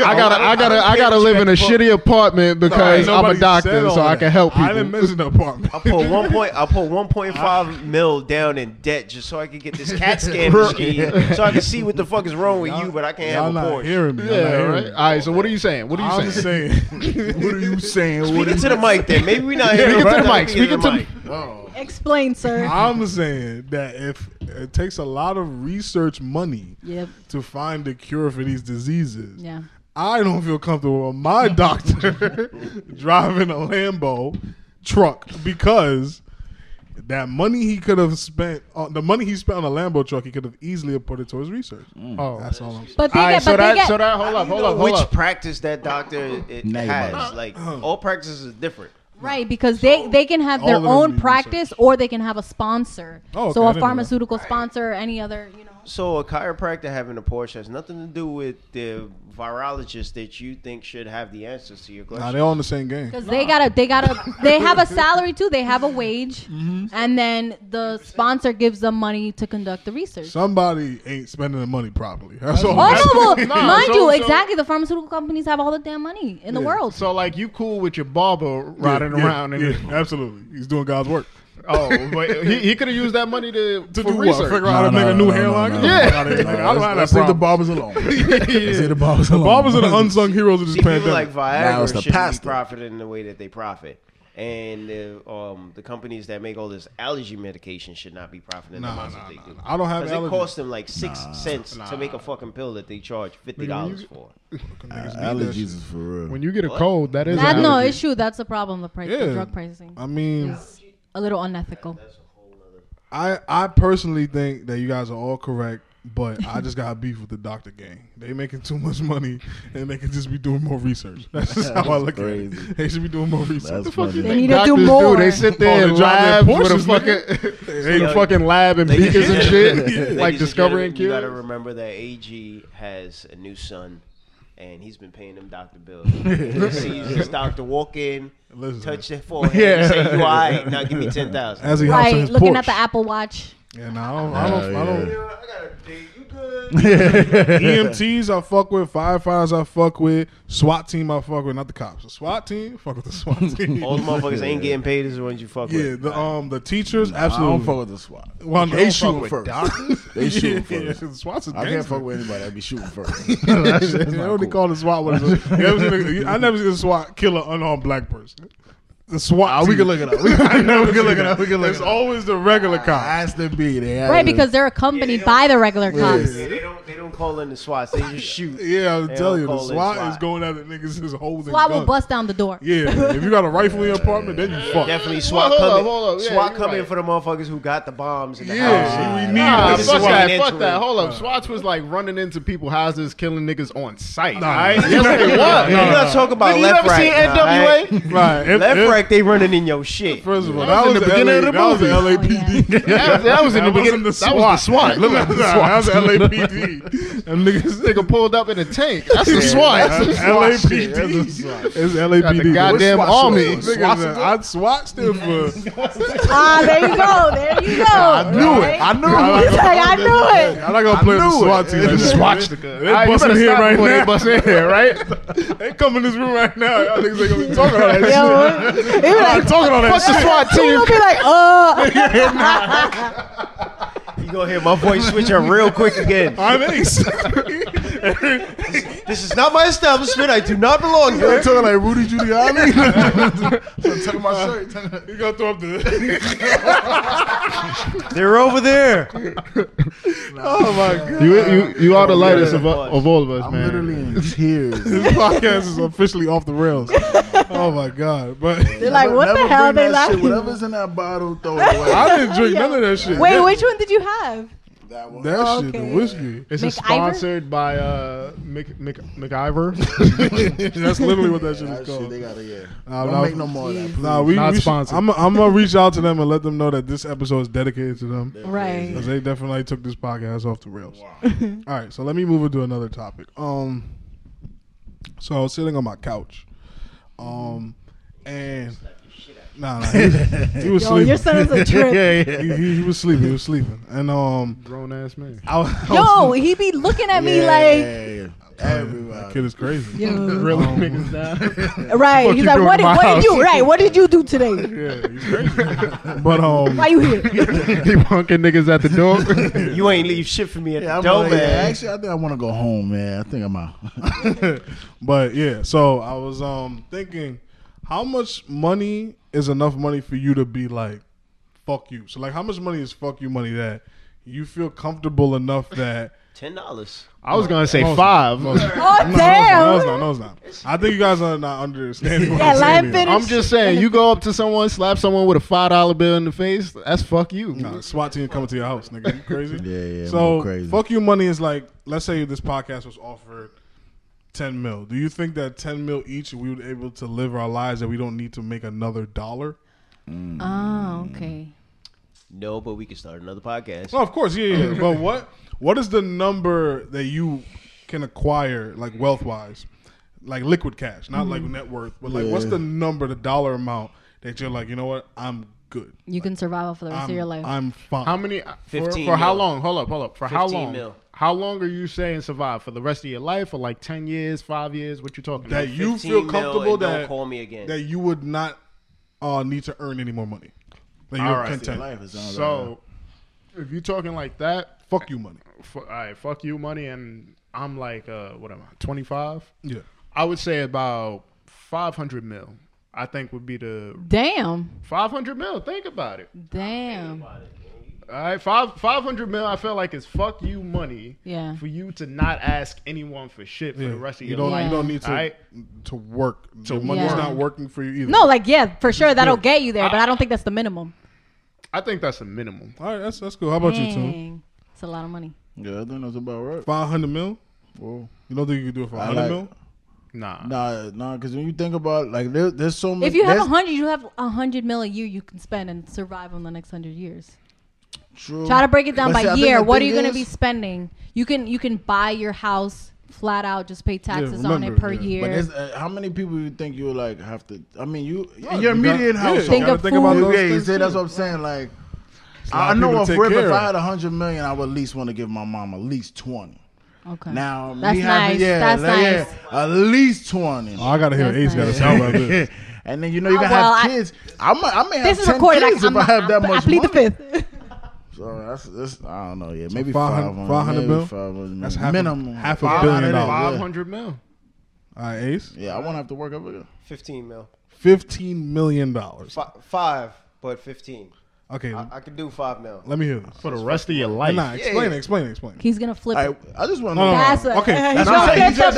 [SPEAKER 3] I gotta I gotta I gotta live in a shitty apartment because I'm a doctor, so I can help
[SPEAKER 1] I didn't
[SPEAKER 3] people.
[SPEAKER 1] mention the apartment.
[SPEAKER 4] I put one point. I put one point five mil down in debt just so I could get this CAT scan machine, so I can see what the fuck is wrong with you. But I can't
[SPEAKER 1] Y'all
[SPEAKER 4] have a
[SPEAKER 1] not
[SPEAKER 4] Porsche.
[SPEAKER 1] hearing me. Y'all not
[SPEAKER 3] Yeah,
[SPEAKER 1] hearing
[SPEAKER 3] right.
[SPEAKER 1] me.
[SPEAKER 3] All right. So what are you saying? What are
[SPEAKER 1] I'm
[SPEAKER 3] you
[SPEAKER 1] just
[SPEAKER 3] saying?
[SPEAKER 1] saying.
[SPEAKER 6] What are you saying? What
[SPEAKER 4] Speak
[SPEAKER 6] are
[SPEAKER 4] it
[SPEAKER 6] you
[SPEAKER 4] to the mic, then. Maybe we not hearing.
[SPEAKER 3] Speak it to the
[SPEAKER 4] right.
[SPEAKER 3] mic. Speak it to
[SPEAKER 4] mic.
[SPEAKER 5] explain, sir.
[SPEAKER 1] I'm saying that if it takes a lot of research money
[SPEAKER 5] Yep.
[SPEAKER 1] to find a cure for these diseases,
[SPEAKER 5] Yeah.
[SPEAKER 1] I don't feel comfortable with my doctor driving a Lambo truck because that money he could have spent on the money he spent on a Lambo truck, he could have easily have put it towards research.
[SPEAKER 6] Mm.
[SPEAKER 3] Oh.
[SPEAKER 1] That's all I'm saying.
[SPEAKER 5] But they
[SPEAKER 3] All right.
[SPEAKER 5] get,
[SPEAKER 3] So
[SPEAKER 5] but they
[SPEAKER 3] that
[SPEAKER 5] get.
[SPEAKER 3] so that hold up
[SPEAKER 4] You
[SPEAKER 3] hold
[SPEAKER 4] know
[SPEAKER 3] up
[SPEAKER 4] which
[SPEAKER 3] hold up.
[SPEAKER 4] practice that doctor it
[SPEAKER 6] Now you
[SPEAKER 4] has.
[SPEAKER 6] better.
[SPEAKER 4] Like all practices is different.
[SPEAKER 5] Right, because they, they can have
[SPEAKER 1] All
[SPEAKER 5] their
[SPEAKER 1] of them
[SPEAKER 5] own
[SPEAKER 1] need
[SPEAKER 5] practice or they can have a sponsor.
[SPEAKER 1] Oh, okay, I didn't
[SPEAKER 5] so a
[SPEAKER 1] know that.
[SPEAKER 5] pharmaceutical sponsor or any other, you know.
[SPEAKER 4] So a chiropractor having a Porsche has nothing to do with the virologist that you think should have the answers to your
[SPEAKER 1] Nah,
[SPEAKER 4] question.
[SPEAKER 1] they're all in the same game.
[SPEAKER 5] Because they gotta, they gotta, they have a salary too. They have a wage, and then the sponsor gives them money to conduct the research.
[SPEAKER 1] Somebody ain't spending the money properly. That's all. I'm saying.
[SPEAKER 5] Oh no, well,
[SPEAKER 3] Nah,
[SPEAKER 5] mind
[SPEAKER 3] so-
[SPEAKER 5] you,
[SPEAKER 3] so-
[SPEAKER 5] exactly. The pharmaceutical companies have all the damn money in the world.
[SPEAKER 3] So like you cool with your barber riding
[SPEAKER 1] Yeah,
[SPEAKER 3] around and
[SPEAKER 1] yeah, absolutely. He's doing God's work.
[SPEAKER 3] oh, but he, he could have used that money to
[SPEAKER 1] To
[SPEAKER 3] for
[SPEAKER 1] do what?
[SPEAKER 3] research.
[SPEAKER 1] Figure out how to
[SPEAKER 6] No,
[SPEAKER 1] make
[SPEAKER 6] no,
[SPEAKER 1] a new
[SPEAKER 6] no, no,
[SPEAKER 1] hairline?
[SPEAKER 6] no,
[SPEAKER 1] Get the
[SPEAKER 6] no.
[SPEAKER 1] fuck outta here, nigga. I don't have that
[SPEAKER 6] Let's leave the
[SPEAKER 1] problem.
[SPEAKER 6] barbers alone. Let's leave the barbers alone.
[SPEAKER 1] Barbers are the unsung heroes of this
[SPEAKER 4] See,
[SPEAKER 1] pandemic.
[SPEAKER 4] people like
[SPEAKER 6] Now
[SPEAKER 4] Viagra
[SPEAKER 6] it's the
[SPEAKER 4] shouldn't
[SPEAKER 6] pasta.
[SPEAKER 4] be profiting the way that they profit. And the, um, the companies that make all this allergy medication should not be profiting the
[SPEAKER 1] Nah,
[SPEAKER 4] amounts
[SPEAKER 1] nah,
[SPEAKER 4] that they do.
[SPEAKER 1] nah, nah. I don't have
[SPEAKER 4] Because
[SPEAKER 1] allergies.
[SPEAKER 4] it costs them like six cents to make a fucking pill that they charge fifty dollars for.
[SPEAKER 1] Niggas need that
[SPEAKER 6] Allergies
[SPEAKER 1] shit.
[SPEAKER 6] is for real.
[SPEAKER 3] When you get a cold, that is
[SPEAKER 5] That
[SPEAKER 3] an
[SPEAKER 5] no
[SPEAKER 3] allergy.
[SPEAKER 5] issue. That's the problem. The price,
[SPEAKER 1] Yeah. Um,
[SPEAKER 5] the drug pricing,
[SPEAKER 1] I mean,
[SPEAKER 5] a little unethical.
[SPEAKER 1] I I personally think that you guys are all correct, but I just got beef with the doctor gang. They making too much money, and they could just be doing more research. That's just how I look at
[SPEAKER 6] crazy.
[SPEAKER 1] it. They should be doing more research.
[SPEAKER 6] That's funny.
[SPEAKER 5] They need to do
[SPEAKER 3] Doctors
[SPEAKER 5] more.
[SPEAKER 3] They sit
[SPEAKER 1] Oh,
[SPEAKER 3] there
[SPEAKER 1] they
[SPEAKER 3] in
[SPEAKER 1] drive
[SPEAKER 3] labs
[SPEAKER 1] their
[SPEAKER 3] with a
[SPEAKER 1] Porsches,
[SPEAKER 3] fucking,
[SPEAKER 1] They-
[SPEAKER 3] in a
[SPEAKER 4] Yeah.
[SPEAKER 3] fucking lab and beakers and shit,
[SPEAKER 4] Ladies
[SPEAKER 3] like
[SPEAKER 4] and
[SPEAKER 3] discovering
[SPEAKER 4] gentlemen, You gotta
[SPEAKER 3] cures.
[SPEAKER 4] remember that AG has a new son, and he's been paying them doctor bills. he sees this doctor walk in,
[SPEAKER 1] Listen.
[SPEAKER 4] touch their forehead,
[SPEAKER 1] Yeah.
[SPEAKER 4] say you all right, now give me ten thousand.
[SPEAKER 1] As he hops on
[SPEAKER 5] Right,
[SPEAKER 1] his
[SPEAKER 5] looking
[SPEAKER 1] porch.
[SPEAKER 5] at the Apple Watch.
[SPEAKER 1] Yeah, no, I don't. I don't, I don't
[SPEAKER 4] You good?
[SPEAKER 1] E EMTs I fuck with, firefighters I fuck with, SWAT team I fuck with, not the cops. The SWAT team, fuck with the SWAT team.
[SPEAKER 4] All the motherfuckers ain't getting paid is the ones you fuck
[SPEAKER 1] yeah,
[SPEAKER 4] with.
[SPEAKER 1] the um the teachers
[SPEAKER 6] I
[SPEAKER 1] absolutely.
[SPEAKER 6] don't fuck with the SWAT.
[SPEAKER 1] Well, no, I
[SPEAKER 6] they
[SPEAKER 1] don't
[SPEAKER 6] shoot
[SPEAKER 1] fuck with
[SPEAKER 6] first.
[SPEAKER 1] doctors.
[SPEAKER 6] They
[SPEAKER 1] yeah,
[SPEAKER 6] shoot
[SPEAKER 1] yeah,
[SPEAKER 6] first.
[SPEAKER 1] the SWAT's a
[SPEAKER 6] I can't
[SPEAKER 1] gangster.
[SPEAKER 6] fuck with anybody that be shooting first.
[SPEAKER 1] That
[SPEAKER 6] That's
[SPEAKER 1] shit, they
[SPEAKER 6] not
[SPEAKER 1] only
[SPEAKER 6] cool.
[SPEAKER 1] call the SWAT. What it is. You ever seen a- I never seen a SWAT kill an unarmed black person. The SWAT.
[SPEAKER 6] Ah, we
[SPEAKER 1] team.
[SPEAKER 6] can look it up. We
[SPEAKER 1] I
[SPEAKER 6] can,
[SPEAKER 1] never
[SPEAKER 6] we
[SPEAKER 1] seen
[SPEAKER 6] can look it
[SPEAKER 1] that.
[SPEAKER 6] up. We can look
[SPEAKER 1] It's
[SPEAKER 6] it up.
[SPEAKER 1] always the regular cops.
[SPEAKER 6] Aston B. They had
[SPEAKER 5] Right,
[SPEAKER 6] to-
[SPEAKER 5] because they're accompanied by the regular cops.
[SPEAKER 4] Yeah, they don't they don't call in the SWATs. They just shoot.
[SPEAKER 1] Yeah, I'm
[SPEAKER 4] They
[SPEAKER 1] telling you, the
[SPEAKER 4] don't call it
[SPEAKER 1] SWAT, is
[SPEAKER 4] SWAT.
[SPEAKER 1] going at the niggas is holding.
[SPEAKER 5] Well, I will
[SPEAKER 1] guns.
[SPEAKER 5] bust down the door.
[SPEAKER 1] Yeah, if you got a rifle in your apartment, then you fuck.
[SPEAKER 4] Definitely SWAT
[SPEAKER 3] hold up,
[SPEAKER 4] coming.
[SPEAKER 3] hold up. Yeah,
[SPEAKER 4] SWAT
[SPEAKER 3] you're
[SPEAKER 4] coming
[SPEAKER 3] right.
[SPEAKER 4] for the motherfuckers who got the bombs in the
[SPEAKER 1] Yeah,
[SPEAKER 4] house.
[SPEAKER 1] we need
[SPEAKER 3] Nah,
[SPEAKER 1] the
[SPEAKER 4] This is
[SPEAKER 3] fuck
[SPEAKER 1] SWAT.
[SPEAKER 3] that,
[SPEAKER 4] getting
[SPEAKER 3] fuck
[SPEAKER 4] into
[SPEAKER 3] that.
[SPEAKER 4] it.
[SPEAKER 3] Hold up, Swatch was like running into people houses, killing niggas on sight.
[SPEAKER 1] Nah.
[SPEAKER 3] all right? Yes,
[SPEAKER 1] Nah, nah,
[SPEAKER 3] they was.
[SPEAKER 1] nah,
[SPEAKER 4] You gotta talk about
[SPEAKER 3] Nigga, you
[SPEAKER 4] left
[SPEAKER 3] never
[SPEAKER 4] right.
[SPEAKER 3] seen
[SPEAKER 4] now,
[SPEAKER 3] NWA?
[SPEAKER 4] right?
[SPEAKER 1] Right, if-
[SPEAKER 4] Left
[SPEAKER 1] if-
[SPEAKER 4] right, they running in your shit.
[SPEAKER 1] First of all,
[SPEAKER 3] That
[SPEAKER 1] that
[SPEAKER 3] was
[SPEAKER 1] was
[SPEAKER 3] in
[SPEAKER 1] the
[SPEAKER 3] the beginning
[SPEAKER 1] LA,
[SPEAKER 3] of the
[SPEAKER 1] that was the
[SPEAKER 5] Oh,
[SPEAKER 3] movie.
[SPEAKER 1] LAPD.
[SPEAKER 3] That, was- that was in the
[SPEAKER 1] That
[SPEAKER 3] beginning.
[SPEAKER 1] wasn't the
[SPEAKER 3] That was the SWAT. Look at the
[SPEAKER 1] That
[SPEAKER 3] SWAT.
[SPEAKER 1] was LAPD. And niggas
[SPEAKER 3] Nigga pulled up in a tank. That's the SWAT.
[SPEAKER 1] That's
[SPEAKER 3] That's
[SPEAKER 1] LAPD.
[SPEAKER 3] the SWAT.
[SPEAKER 1] It's
[SPEAKER 3] Got the
[SPEAKER 1] LAPD.
[SPEAKER 3] goddamn
[SPEAKER 1] What
[SPEAKER 3] army.
[SPEAKER 1] SWAT stood for? Niggas, uh, I SWAT stood for.
[SPEAKER 5] Ah, there you go. There you go. I
[SPEAKER 6] knew it. I knew it.
[SPEAKER 5] He's like, I knew it.
[SPEAKER 1] I'm not gonna play with the SWAT team. like that.
[SPEAKER 3] Swatch the
[SPEAKER 1] They
[SPEAKER 3] gun. All right, you
[SPEAKER 1] busting
[SPEAKER 3] better
[SPEAKER 1] here
[SPEAKER 3] stop
[SPEAKER 1] right
[SPEAKER 3] before They
[SPEAKER 1] now.
[SPEAKER 3] bust in here, right?
[SPEAKER 1] They come in this room right now. Y'all niggas ain't gonna be talking all that shit.
[SPEAKER 5] Yo, he be
[SPEAKER 1] I'm
[SPEAKER 5] like,
[SPEAKER 1] not talking all that
[SPEAKER 3] What's the
[SPEAKER 1] shit.
[SPEAKER 3] SWAT team?
[SPEAKER 5] he'll be like, uh,
[SPEAKER 4] You gonna hear my voice switch up real quick again.
[SPEAKER 1] I'm ace.
[SPEAKER 4] This is not my establishment. I do not belong
[SPEAKER 6] They're
[SPEAKER 4] here.
[SPEAKER 6] talking like Rudy Giuliani. so took my shirt.
[SPEAKER 1] Uh, You gotta throw up the.
[SPEAKER 4] They're over there.
[SPEAKER 1] oh my god!
[SPEAKER 3] You you you are the lightest
[SPEAKER 4] yeah.
[SPEAKER 3] of, of all of us,
[SPEAKER 6] I'm
[SPEAKER 3] man.
[SPEAKER 6] literally in tears.
[SPEAKER 1] This podcast is officially off the rails. Oh my god! But
[SPEAKER 7] They're like, what the hell?
[SPEAKER 6] bring
[SPEAKER 7] They
[SPEAKER 6] that
[SPEAKER 7] like.
[SPEAKER 6] Shit. Whatever's in that bottle, throw it away.
[SPEAKER 1] I didn't drink none of that shit.
[SPEAKER 7] Wait,
[SPEAKER 1] that,
[SPEAKER 7] which one did you have?
[SPEAKER 6] that one.
[SPEAKER 1] that
[SPEAKER 7] Oh,
[SPEAKER 1] shit,
[SPEAKER 7] okay.
[SPEAKER 1] the whiskey.
[SPEAKER 3] This
[SPEAKER 5] McIver?
[SPEAKER 3] is sponsored by uh, Mc, Mc, McIver.
[SPEAKER 1] That's literally what that shit
[SPEAKER 6] That
[SPEAKER 1] is
[SPEAKER 6] shit,
[SPEAKER 1] called.
[SPEAKER 6] they gotta, yeah.
[SPEAKER 1] Nah,
[SPEAKER 6] Don't
[SPEAKER 1] nah,
[SPEAKER 6] make no more of that. please.
[SPEAKER 1] Nah, we.
[SPEAKER 3] Not
[SPEAKER 1] we should,
[SPEAKER 3] sponsored.
[SPEAKER 1] I'm. I'm gonna reach out to them and let them know that this episode is dedicated to them.
[SPEAKER 7] Right.
[SPEAKER 1] Because they definitely took this podcast off the rails. All right, so let me move into another topic. Um, so I was sitting on my couch, um, and nah, nah, he, was- he was
[SPEAKER 7] Yo, your
[SPEAKER 1] sleeping.
[SPEAKER 7] son is a trip.
[SPEAKER 1] He, he- he was sleeping. He was sleeping, and um,
[SPEAKER 3] Grown ass man.
[SPEAKER 1] I, was- I was-
[SPEAKER 7] Yo, he be looking at me like,
[SPEAKER 1] that kid
[SPEAKER 6] everybody.
[SPEAKER 1] is crazy.
[SPEAKER 7] Yo.
[SPEAKER 3] Really niggas down.
[SPEAKER 7] right?
[SPEAKER 3] Mm-hmm. Fuck
[SPEAKER 7] He's
[SPEAKER 3] you
[SPEAKER 7] like,
[SPEAKER 3] doing
[SPEAKER 7] what
[SPEAKER 3] in
[SPEAKER 7] did,
[SPEAKER 3] my
[SPEAKER 7] what did
[SPEAKER 3] house?
[SPEAKER 7] you? Right? What did you do today?
[SPEAKER 1] Yeah, he's crazy. but um,
[SPEAKER 7] Why you here?
[SPEAKER 3] he punking niggas at the door.
[SPEAKER 4] You ain't leave shit for me at
[SPEAKER 6] Yeah,
[SPEAKER 4] the
[SPEAKER 6] I'm
[SPEAKER 4] door,
[SPEAKER 6] like, yeah,
[SPEAKER 4] man.
[SPEAKER 6] actually, I think I want to go home, man. I think I'm out.
[SPEAKER 1] but yeah, so I was um thinking, how much money is enough money for you to be like, fuck you? So like, how much money is fuck you money that you feel comfortable enough that.
[SPEAKER 4] Ten dollars.
[SPEAKER 3] I was gonna say
[SPEAKER 1] No, it's
[SPEAKER 3] five.
[SPEAKER 1] no, it's not.
[SPEAKER 7] Oh
[SPEAKER 1] No, No, it's
[SPEAKER 7] damn!
[SPEAKER 1] not. No, it's not. No, it's not. I think you guys are not understanding. What
[SPEAKER 7] Yeah,
[SPEAKER 1] I'm
[SPEAKER 7] line
[SPEAKER 1] saying here.
[SPEAKER 7] finish.
[SPEAKER 3] I'm just saying, you go up to someone, slap someone with a five dollar bill in the face. That's fuck you.
[SPEAKER 1] Nah, SWAT team coming to your house, nigga. You crazy?
[SPEAKER 6] Yeah, yeah,
[SPEAKER 1] So
[SPEAKER 6] I'm crazy.
[SPEAKER 1] fuck you money is like, let's say this podcast was offered ten mil. Do you think that ten mil each we would able to live our lives that we don't need to make another dollar?
[SPEAKER 5] Oh, okay.
[SPEAKER 4] No, but we can start another podcast.
[SPEAKER 1] No, of course, yeah, yeah. but what what is the number that you can acquire, like wealth wise, like liquid cash, not
[SPEAKER 5] Mm-hmm.
[SPEAKER 1] like net worth, but like what's
[SPEAKER 6] Yeah.
[SPEAKER 1] the number, the dollar amount that you're like, you know what, I'm good.
[SPEAKER 5] You can survive off for the rest
[SPEAKER 1] I'm,
[SPEAKER 5] of your life.
[SPEAKER 1] I'm fine.
[SPEAKER 3] How many? for-
[SPEAKER 4] 15
[SPEAKER 3] for, how
[SPEAKER 4] mil.
[SPEAKER 3] long? Hold up, hold up. For how
[SPEAKER 4] 15
[SPEAKER 3] long?
[SPEAKER 4] mil.
[SPEAKER 3] How long are you saying survive for the rest of your life? For like ten years, five years? What you talking
[SPEAKER 1] that
[SPEAKER 3] about?
[SPEAKER 1] you
[SPEAKER 4] 15
[SPEAKER 1] feel
[SPEAKER 4] mil
[SPEAKER 1] comfortable
[SPEAKER 4] and don't
[SPEAKER 1] that
[SPEAKER 4] call me again.
[SPEAKER 1] that you would not uh, need to earn any more money. That you're
[SPEAKER 3] All right,
[SPEAKER 1] content.
[SPEAKER 6] Life is on
[SPEAKER 3] So, if you talking like that,
[SPEAKER 1] Fuck you, money.
[SPEAKER 3] f- all right, fuck you, money, and I'm like, uh, what am I? Twenty five?
[SPEAKER 1] Yeah,
[SPEAKER 3] I would say about five hundred mil. I think would be the
[SPEAKER 5] damn,
[SPEAKER 3] five hundred mil. Think about it.
[SPEAKER 5] damn.
[SPEAKER 3] All right, five five hundred mil. I feel like is fuck you money
[SPEAKER 5] Yeah.
[SPEAKER 3] for you to not ask anyone for shit for
[SPEAKER 1] yeah.
[SPEAKER 3] the rest of
[SPEAKER 1] you
[SPEAKER 3] your
[SPEAKER 1] don't
[SPEAKER 3] life.
[SPEAKER 1] you don't need to
[SPEAKER 3] All right.
[SPEAKER 1] to work. Your money's
[SPEAKER 5] work.
[SPEAKER 1] not working for you either.
[SPEAKER 5] No, like yeah, for sure that'll get you there, but I don't think that's the minimum.
[SPEAKER 3] I think that's a minimum.
[SPEAKER 1] All right, that's that's cool. How about you, Tune?
[SPEAKER 5] Dang, it's a lot of money.
[SPEAKER 6] there. Yeah, I think that's about right.
[SPEAKER 1] Five hundred mil.
[SPEAKER 6] Whoa.
[SPEAKER 1] You don't think you can do it for
[SPEAKER 6] I
[SPEAKER 1] hundred
[SPEAKER 6] like-
[SPEAKER 1] mil?
[SPEAKER 3] Nah.
[SPEAKER 6] Nah, nah, because when you think about like there, there's so many.
[SPEAKER 5] If you have a
[SPEAKER 6] that's
[SPEAKER 5] hundred, you have a hundred mil a year you can spend and survive on the next hundred years.
[SPEAKER 6] true-
[SPEAKER 5] Try to break it down
[SPEAKER 6] But see, I
[SPEAKER 5] by
[SPEAKER 6] think
[SPEAKER 5] year.
[SPEAKER 6] the
[SPEAKER 5] What are
[SPEAKER 6] thing
[SPEAKER 5] you going to
[SPEAKER 6] is-
[SPEAKER 5] be spending? You can you can buy your house flat out, just pay taxes on it
[SPEAKER 1] remember,
[SPEAKER 5] per
[SPEAKER 1] yeah. But
[SPEAKER 5] year.
[SPEAKER 6] But it's, uh, how many people you think you like have to? I mean, you
[SPEAKER 1] Yeah,
[SPEAKER 6] in your
[SPEAKER 1] you got-
[SPEAKER 6] immediate
[SPEAKER 1] yeah,
[SPEAKER 6] household.
[SPEAKER 5] Think
[SPEAKER 1] gotta
[SPEAKER 5] of food.
[SPEAKER 1] those
[SPEAKER 6] yeah, you
[SPEAKER 1] things
[SPEAKER 6] say that's
[SPEAKER 1] too.
[SPEAKER 6] what I'm saying.
[SPEAKER 1] lot
[SPEAKER 6] Like, I
[SPEAKER 1] of people
[SPEAKER 6] know
[SPEAKER 1] to
[SPEAKER 6] for
[SPEAKER 1] take
[SPEAKER 6] if,
[SPEAKER 1] care
[SPEAKER 6] if
[SPEAKER 1] of.
[SPEAKER 6] I had a hundred million, I would at least want to give my mom at least twenty.
[SPEAKER 5] okay.
[SPEAKER 6] Now
[SPEAKER 5] That's
[SPEAKER 6] me having-
[SPEAKER 5] nice.
[SPEAKER 6] yeah,
[SPEAKER 5] That's
[SPEAKER 6] like, yeah,
[SPEAKER 5] nice.
[SPEAKER 6] at least twenty.
[SPEAKER 1] Oh, I gotta hear
[SPEAKER 5] That's
[SPEAKER 1] Ace got to
[SPEAKER 5] nice.
[SPEAKER 1] sound about this.
[SPEAKER 6] and then you know you
[SPEAKER 5] Uh,
[SPEAKER 6] can
[SPEAKER 5] well, I-
[SPEAKER 6] have kids. I, might, I may have
[SPEAKER 5] this is
[SPEAKER 6] 10
[SPEAKER 5] recorded. Like,
[SPEAKER 6] kids if
[SPEAKER 5] I'm
[SPEAKER 6] I
[SPEAKER 5] not,
[SPEAKER 6] have that
[SPEAKER 5] I,
[SPEAKER 6] much
[SPEAKER 5] I plead
[SPEAKER 6] money.
[SPEAKER 5] the fifth.
[SPEAKER 6] So that's, that's I don't know. Yeah, maybe
[SPEAKER 1] 500
[SPEAKER 6] 500,
[SPEAKER 1] 500
[SPEAKER 6] maybe
[SPEAKER 1] bill?
[SPEAKER 6] 500,
[SPEAKER 1] That's half a-
[SPEAKER 6] minimum.
[SPEAKER 1] half a
[SPEAKER 6] Five
[SPEAKER 1] billion
[SPEAKER 6] hundred,
[SPEAKER 1] dollars.
[SPEAKER 6] yeah.
[SPEAKER 3] Five hundred mil.
[SPEAKER 1] All right, Ace.
[SPEAKER 6] Yeah, I won't have to work over there.
[SPEAKER 4] Fifteen mil.
[SPEAKER 1] Fifteen million dollars.
[SPEAKER 4] Fi five, but fifteen.
[SPEAKER 1] Okay,
[SPEAKER 4] I, I can do five mil.
[SPEAKER 1] let me hear this.
[SPEAKER 3] For the rest of your life.
[SPEAKER 1] Nah, explain,
[SPEAKER 4] yeah.
[SPEAKER 1] it, explain, it, explain. it.
[SPEAKER 5] He's gonna flip.
[SPEAKER 6] I,
[SPEAKER 5] it.
[SPEAKER 6] I just want to
[SPEAKER 1] No, no,
[SPEAKER 6] know.
[SPEAKER 5] That's what,
[SPEAKER 1] Okay,
[SPEAKER 5] He's
[SPEAKER 1] that's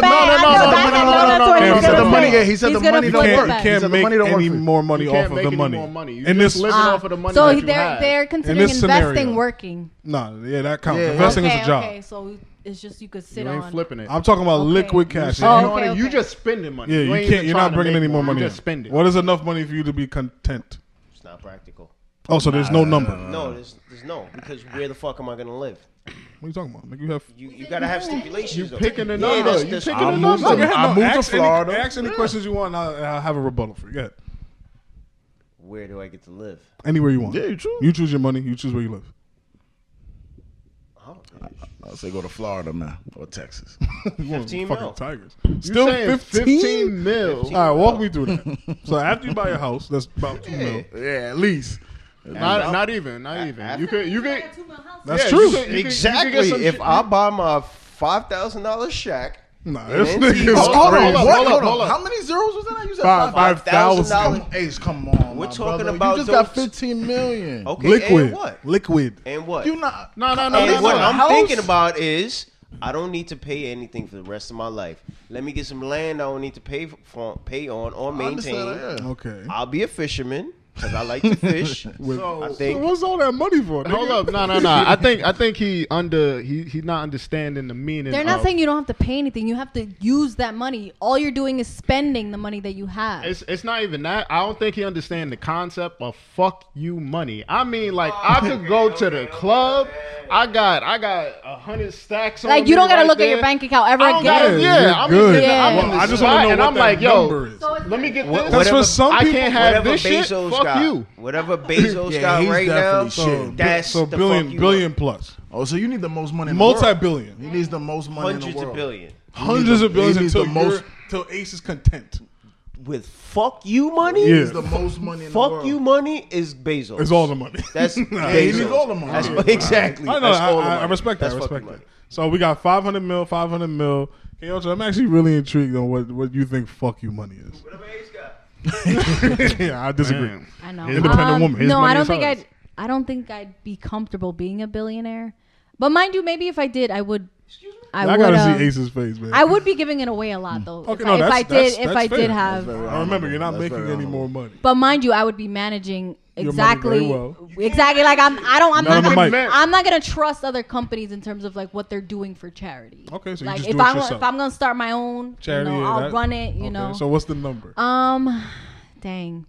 [SPEAKER 6] what I'm saying. He said the- no, no, no, no, no, no, no,
[SPEAKER 5] gonna flip the bag. I know that's what that's
[SPEAKER 6] no, no,
[SPEAKER 5] what
[SPEAKER 1] no, no, no, no,
[SPEAKER 5] he's gonna
[SPEAKER 6] no,
[SPEAKER 5] say.
[SPEAKER 6] no. He said
[SPEAKER 5] He's
[SPEAKER 6] the
[SPEAKER 5] gonna
[SPEAKER 6] money
[SPEAKER 5] flip
[SPEAKER 6] don't
[SPEAKER 5] it
[SPEAKER 6] work.
[SPEAKER 1] Can't, you
[SPEAKER 5] back.
[SPEAKER 1] can't
[SPEAKER 6] He said the
[SPEAKER 1] make
[SPEAKER 6] money don't work
[SPEAKER 1] any
[SPEAKER 6] for you.
[SPEAKER 1] more money
[SPEAKER 3] You
[SPEAKER 1] off
[SPEAKER 3] can't
[SPEAKER 1] of
[SPEAKER 3] make
[SPEAKER 1] the
[SPEAKER 3] any
[SPEAKER 1] money.
[SPEAKER 3] more money. You
[SPEAKER 1] And
[SPEAKER 3] just
[SPEAKER 1] this-
[SPEAKER 3] living
[SPEAKER 5] Ah,
[SPEAKER 3] off of the money.
[SPEAKER 5] so
[SPEAKER 3] that you
[SPEAKER 5] they're
[SPEAKER 3] have.
[SPEAKER 5] they're considering
[SPEAKER 1] this scenario.
[SPEAKER 5] investing working.
[SPEAKER 1] Nah, yeah, that counts.
[SPEAKER 6] Yeah,
[SPEAKER 1] Investing
[SPEAKER 5] okay,
[SPEAKER 1] is a job.
[SPEAKER 5] okay, so it's just you could sit
[SPEAKER 3] You ain't
[SPEAKER 5] on.
[SPEAKER 3] flipping it.
[SPEAKER 1] I'm talking about
[SPEAKER 5] Okay.
[SPEAKER 1] liquid cash.
[SPEAKER 5] Oh,
[SPEAKER 3] You know what I
[SPEAKER 5] okay,
[SPEAKER 3] mean? You
[SPEAKER 5] okay.
[SPEAKER 3] just spending money.
[SPEAKER 1] Yeah, you,
[SPEAKER 3] ain't
[SPEAKER 1] can't.
[SPEAKER 3] even
[SPEAKER 1] You're
[SPEAKER 3] trying
[SPEAKER 1] not
[SPEAKER 3] to
[SPEAKER 1] bringing
[SPEAKER 3] make
[SPEAKER 1] any more money.
[SPEAKER 3] You
[SPEAKER 1] in.
[SPEAKER 3] just spend it.
[SPEAKER 1] What is enough money for you to be content?
[SPEAKER 4] It's not practical.
[SPEAKER 1] Oh, so there's no number. What
[SPEAKER 4] No, there's, there's no because where the fuck am I gonna live?
[SPEAKER 1] are you talking about? Like you have.
[SPEAKER 4] You you gotta have stipulations. You
[SPEAKER 3] picking a number.
[SPEAKER 1] Oh,
[SPEAKER 3] You picking a
[SPEAKER 6] I moved
[SPEAKER 3] number.
[SPEAKER 6] to, I moved to
[SPEAKER 1] ask any-
[SPEAKER 6] Florida.
[SPEAKER 1] ask any questions you want. and I'll, I'll have a rebuttal for you. Go ahead.
[SPEAKER 4] Where do I get to live?
[SPEAKER 1] Anywhere you want.
[SPEAKER 6] Yeah, you true.
[SPEAKER 1] You choose your money. You choose where you live.
[SPEAKER 4] Oh,
[SPEAKER 6] I'll say go to Florida, man, or Texas.
[SPEAKER 4] Fifteen
[SPEAKER 1] Fucking
[SPEAKER 4] mil.
[SPEAKER 1] tigers.
[SPEAKER 3] You
[SPEAKER 1] Still
[SPEAKER 3] saying
[SPEAKER 1] 15?
[SPEAKER 3] 15 mil.
[SPEAKER 1] All right, walk me through that. so after you buy your house, that's about two mil.
[SPEAKER 6] yeah, at least.
[SPEAKER 3] Not, not even. Not even. You could. You could.
[SPEAKER 1] That's
[SPEAKER 3] Yeah,
[SPEAKER 1] true.
[SPEAKER 3] you could- you could- you could get
[SPEAKER 4] Exactly.
[SPEAKER 3] some
[SPEAKER 4] If
[SPEAKER 3] shit-
[SPEAKER 4] I buy my five thousand dollar shack
[SPEAKER 1] Nah, this
[SPEAKER 4] man,
[SPEAKER 1] nigga is
[SPEAKER 4] T-Bone.
[SPEAKER 6] Hold on,
[SPEAKER 1] crazy.
[SPEAKER 6] what?
[SPEAKER 2] hold up,
[SPEAKER 6] Hold
[SPEAKER 2] hold
[SPEAKER 6] on.
[SPEAKER 2] up.
[SPEAKER 6] How many zeros was in that? You said
[SPEAKER 1] Five-
[SPEAKER 6] five.
[SPEAKER 1] five thousand.
[SPEAKER 4] $5,000.
[SPEAKER 6] Ace, come on.
[SPEAKER 4] We're
[SPEAKER 6] my
[SPEAKER 4] talking
[SPEAKER 6] brother.
[SPEAKER 4] about
[SPEAKER 6] You just got
[SPEAKER 4] those-
[SPEAKER 6] 15 million.
[SPEAKER 4] Okay,
[SPEAKER 1] Liquid.
[SPEAKER 4] And what?
[SPEAKER 1] Liquid.
[SPEAKER 4] And what?
[SPEAKER 6] You not.
[SPEAKER 3] No, no, no,
[SPEAKER 4] and
[SPEAKER 3] no,
[SPEAKER 4] what
[SPEAKER 3] no.
[SPEAKER 4] I'm
[SPEAKER 6] House?
[SPEAKER 4] thinking about is I don't need to pay anything for the rest of my life. Let me get some land I don't need to pay for, pay on or
[SPEAKER 6] I understand
[SPEAKER 4] maintain.
[SPEAKER 6] that, yeah.
[SPEAKER 1] Okay.
[SPEAKER 4] I'll be a fisherman because I like to fish. I
[SPEAKER 1] So
[SPEAKER 4] think
[SPEAKER 1] what's all that money for?
[SPEAKER 3] Hold up, no, no, no. I think I think he under he he's not understanding the meaning.
[SPEAKER 5] They're not
[SPEAKER 3] of-
[SPEAKER 5] saying you don't have to pay anything. You have to use that money. All you're doing is spending the money that you have.
[SPEAKER 3] It's, it's not even that. I don't think he understand the concept of fuck you money. I mean, like I could go to the club. I got I got a hundred stacks.
[SPEAKER 5] like
[SPEAKER 3] on
[SPEAKER 5] you
[SPEAKER 3] me
[SPEAKER 5] don't gotta
[SPEAKER 3] right
[SPEAKER 5] look
[SPEAKER 3] there.
[SPEAKER 5] at your bank account ever
[SPEAKER 3] I don't gotta,
[SPEAKER 5] again.
[SPEAKER 1] Yeah, you're
[SPEAKER 3] yeah, I'm
[SPEAKER 1] good.
[SPEAKER 3] in the- I'm
[SPEAKER 5] Yeah.
[SPEAKER 3] in the
[SPEAKER 5] Well,
[SPEAKER 1] I just want
[SPEAKER 3] spot,
[SPEAKER 1] to know
[SPEAKER 3] and
[SPEAKER 1] what
[SPEAKER 3] I'm
[SPEAKER 1] that
[SPEAKER 3] like,
[SPEAKER 1] number
[SPEAKER 3] yo,
[SPEAKER 1] is.
[SPEAKER 5] So it's
[SPEAKER 3] let me get
[SPEAKER 4] What-
[SPEAKER 3] this.
[SPEAKER 1] That's
[SPEAKER 4] whatever-
[SPEAKER 1] for some
[SPEAKER 3] I
[SPEAKER 1] people.
[SPEAKER 3] can't have
[SPEAKER 4] whatever
[SPEAKER 3] this shit.
[SPEAKER 4] Bezos
[SPEAKER 3] Fuck
[SPEAKER 4] got,
[SPEAKER 3] you.
[SPEAKER 4] whatever Bezos
[SPEAKER 6] Yeah,
[SPEAKER 4] got
[SPEAKER 6] he's
[SPEAKER 4] right now,
[SPEAKER 6] definitely shit.
[SPEAKER 4] that's
[SPEAKER 1] so
[SPEAKER 4] the
[SPEAKER 1] billion,
[SPEAKER 4] fuck you
[SPEAKER 1] billion
[SPEAKER 4] up.
[SPEAKER 1] plus,
[SPEAKER 6] Oh, so you need the most money in the world.
[SPEAKER 1] multi-billion,
[SPEAKER 6] He needs the most money in
[SPEAKER 4] hundreds
[SPEAKER 6] the world.
[SPEAKER 4] of billion
[SPEAKER 1] hundreds
[SPEAKER 6] the-
[SPEAKER 1] of billions
[SPEAKER 6] he needs
[SPEAKER 1] until
[SPEAKER 6] the most-
[SPEAKER 1] most, until Ace is content.
[SPEAKER 4] with fuck you money.
[SPEAKER 1] Yeah.
[SPEAKER 6] He needs the most money in the world.
[SPEAKER 4] Fuck you money is Bezos.
[SPEAKER 1] It's all the money.
[SPEAKER 4] That's
[SPEAKER 6] he
[SPEAKER 4] Bezos.
[SPEAKER 6] needs all the money.
[SPEAKER 4] That's,
[SPEAKER 6] Yeah.
[SPEAKER 4] exactly.
[SPEAKER 1] I know.
[SPEAKER 4] That's
[SPEAKER 1] I,
[SPEAKER 4] all the
[SPEAKER 1] I, I
[SPEAKER 4] money.
[SPEAKER 1] respect that.
[SPEAKER 4] That's
[SPEAKER 1] I
[SPEAKER 4] fucking
[SPEAKER 1] respect that.
[SPEAKER 4] money.
[SPEAKER 1] So we got 500 mil, 500 mil. Hey, Ocho, I'm actually really intrigued on what, what you think fuck you money is. yeah, I disagree.
[SPEAKER 5] I know. Um,
[SPEAKER 1] Independent woman. His
[SPEAKER 5] No,
[SPEAKER 1] money
[SPEAKER 5] I don't
[SPEAKER 1] is
[SPEAKER 5] think
[SPEAKER 1] hers.
[SPEAKER 5] I'd. I don't think I'd be comfortable being a billionaire. But mind you, maybe if I did, I would. I,
[SPEAKER 1] I,
[SPEAKER 5] would.
[SPEAKER 1] gotta
[SPEAKER 5] um,
[SPEAKER 1] see Hmm. Ace's face, man.
[SPEAKER 5] I would be giving it away a lot though.
[SPEAKER 1] Okay,
[SPEAKER 5] if
[SPEAKER 1] no,
[SPEAKER 5] I, if
[SPEAKER 1] that's-
[SPEAKER 5] I
[SPEAKER 1] that's-
[SPEAKER 5] did, if
[SPEAKER 1] that's
[SPEAKER 5] I
[SPEAKER 1] fair.
[SPEAKER 5] did have.
[SPEAKER 6] That's very
[SPEAKER 1] I remember you're not
[SPEAKER 6] honorable. That's
[SPEAKER 1] making
[SPEAKER 6] very
[SPEAKER 1] any more
[SPEAKER 6] honorable.
[SPEAKER 1] money.
[SPEAKER 5] But mind you, I would be managing
[SPEAKER 1] Your money very
[SPEAKER 5] exactly,
[SPEAKER 1] well.
[SPEAKER 5] exactly. Like I'm, I don't, I'm
[SPEAKER 1] Not on
[SPEAKER 5] not,
[SPEAKER 1] the
[SPEAKER 5] gonna,
[SPEAKER 1] mic.
[SPEAKER 5] I'm not gonna trust other companies in terms of like what they're doing for charity.
[SPEAKER 1] Okay, so you
[SPEAKER 5] like
[SPEAKER 1] just
[SPEAKER 5] if
[SPEAKER 1] do it
[SPEAKER 5] I'm,
[SPEAKER 1] yourself.
[SPEAKER 5] if I'm gonna start my own
[SPEAKER 1] Charity,
[SPEAKER 5] you know,
[SPEAKER 1] yeah,
[SPEAKER 5] I'll
[SPEAKER 1] that-
[SPEAKER 5] run it. You
[SPEAKER 1] okay,
[SPEAKER 5] know.
[SPEAKER 1] So what's the number?
[SPEAKER 5] um, dang.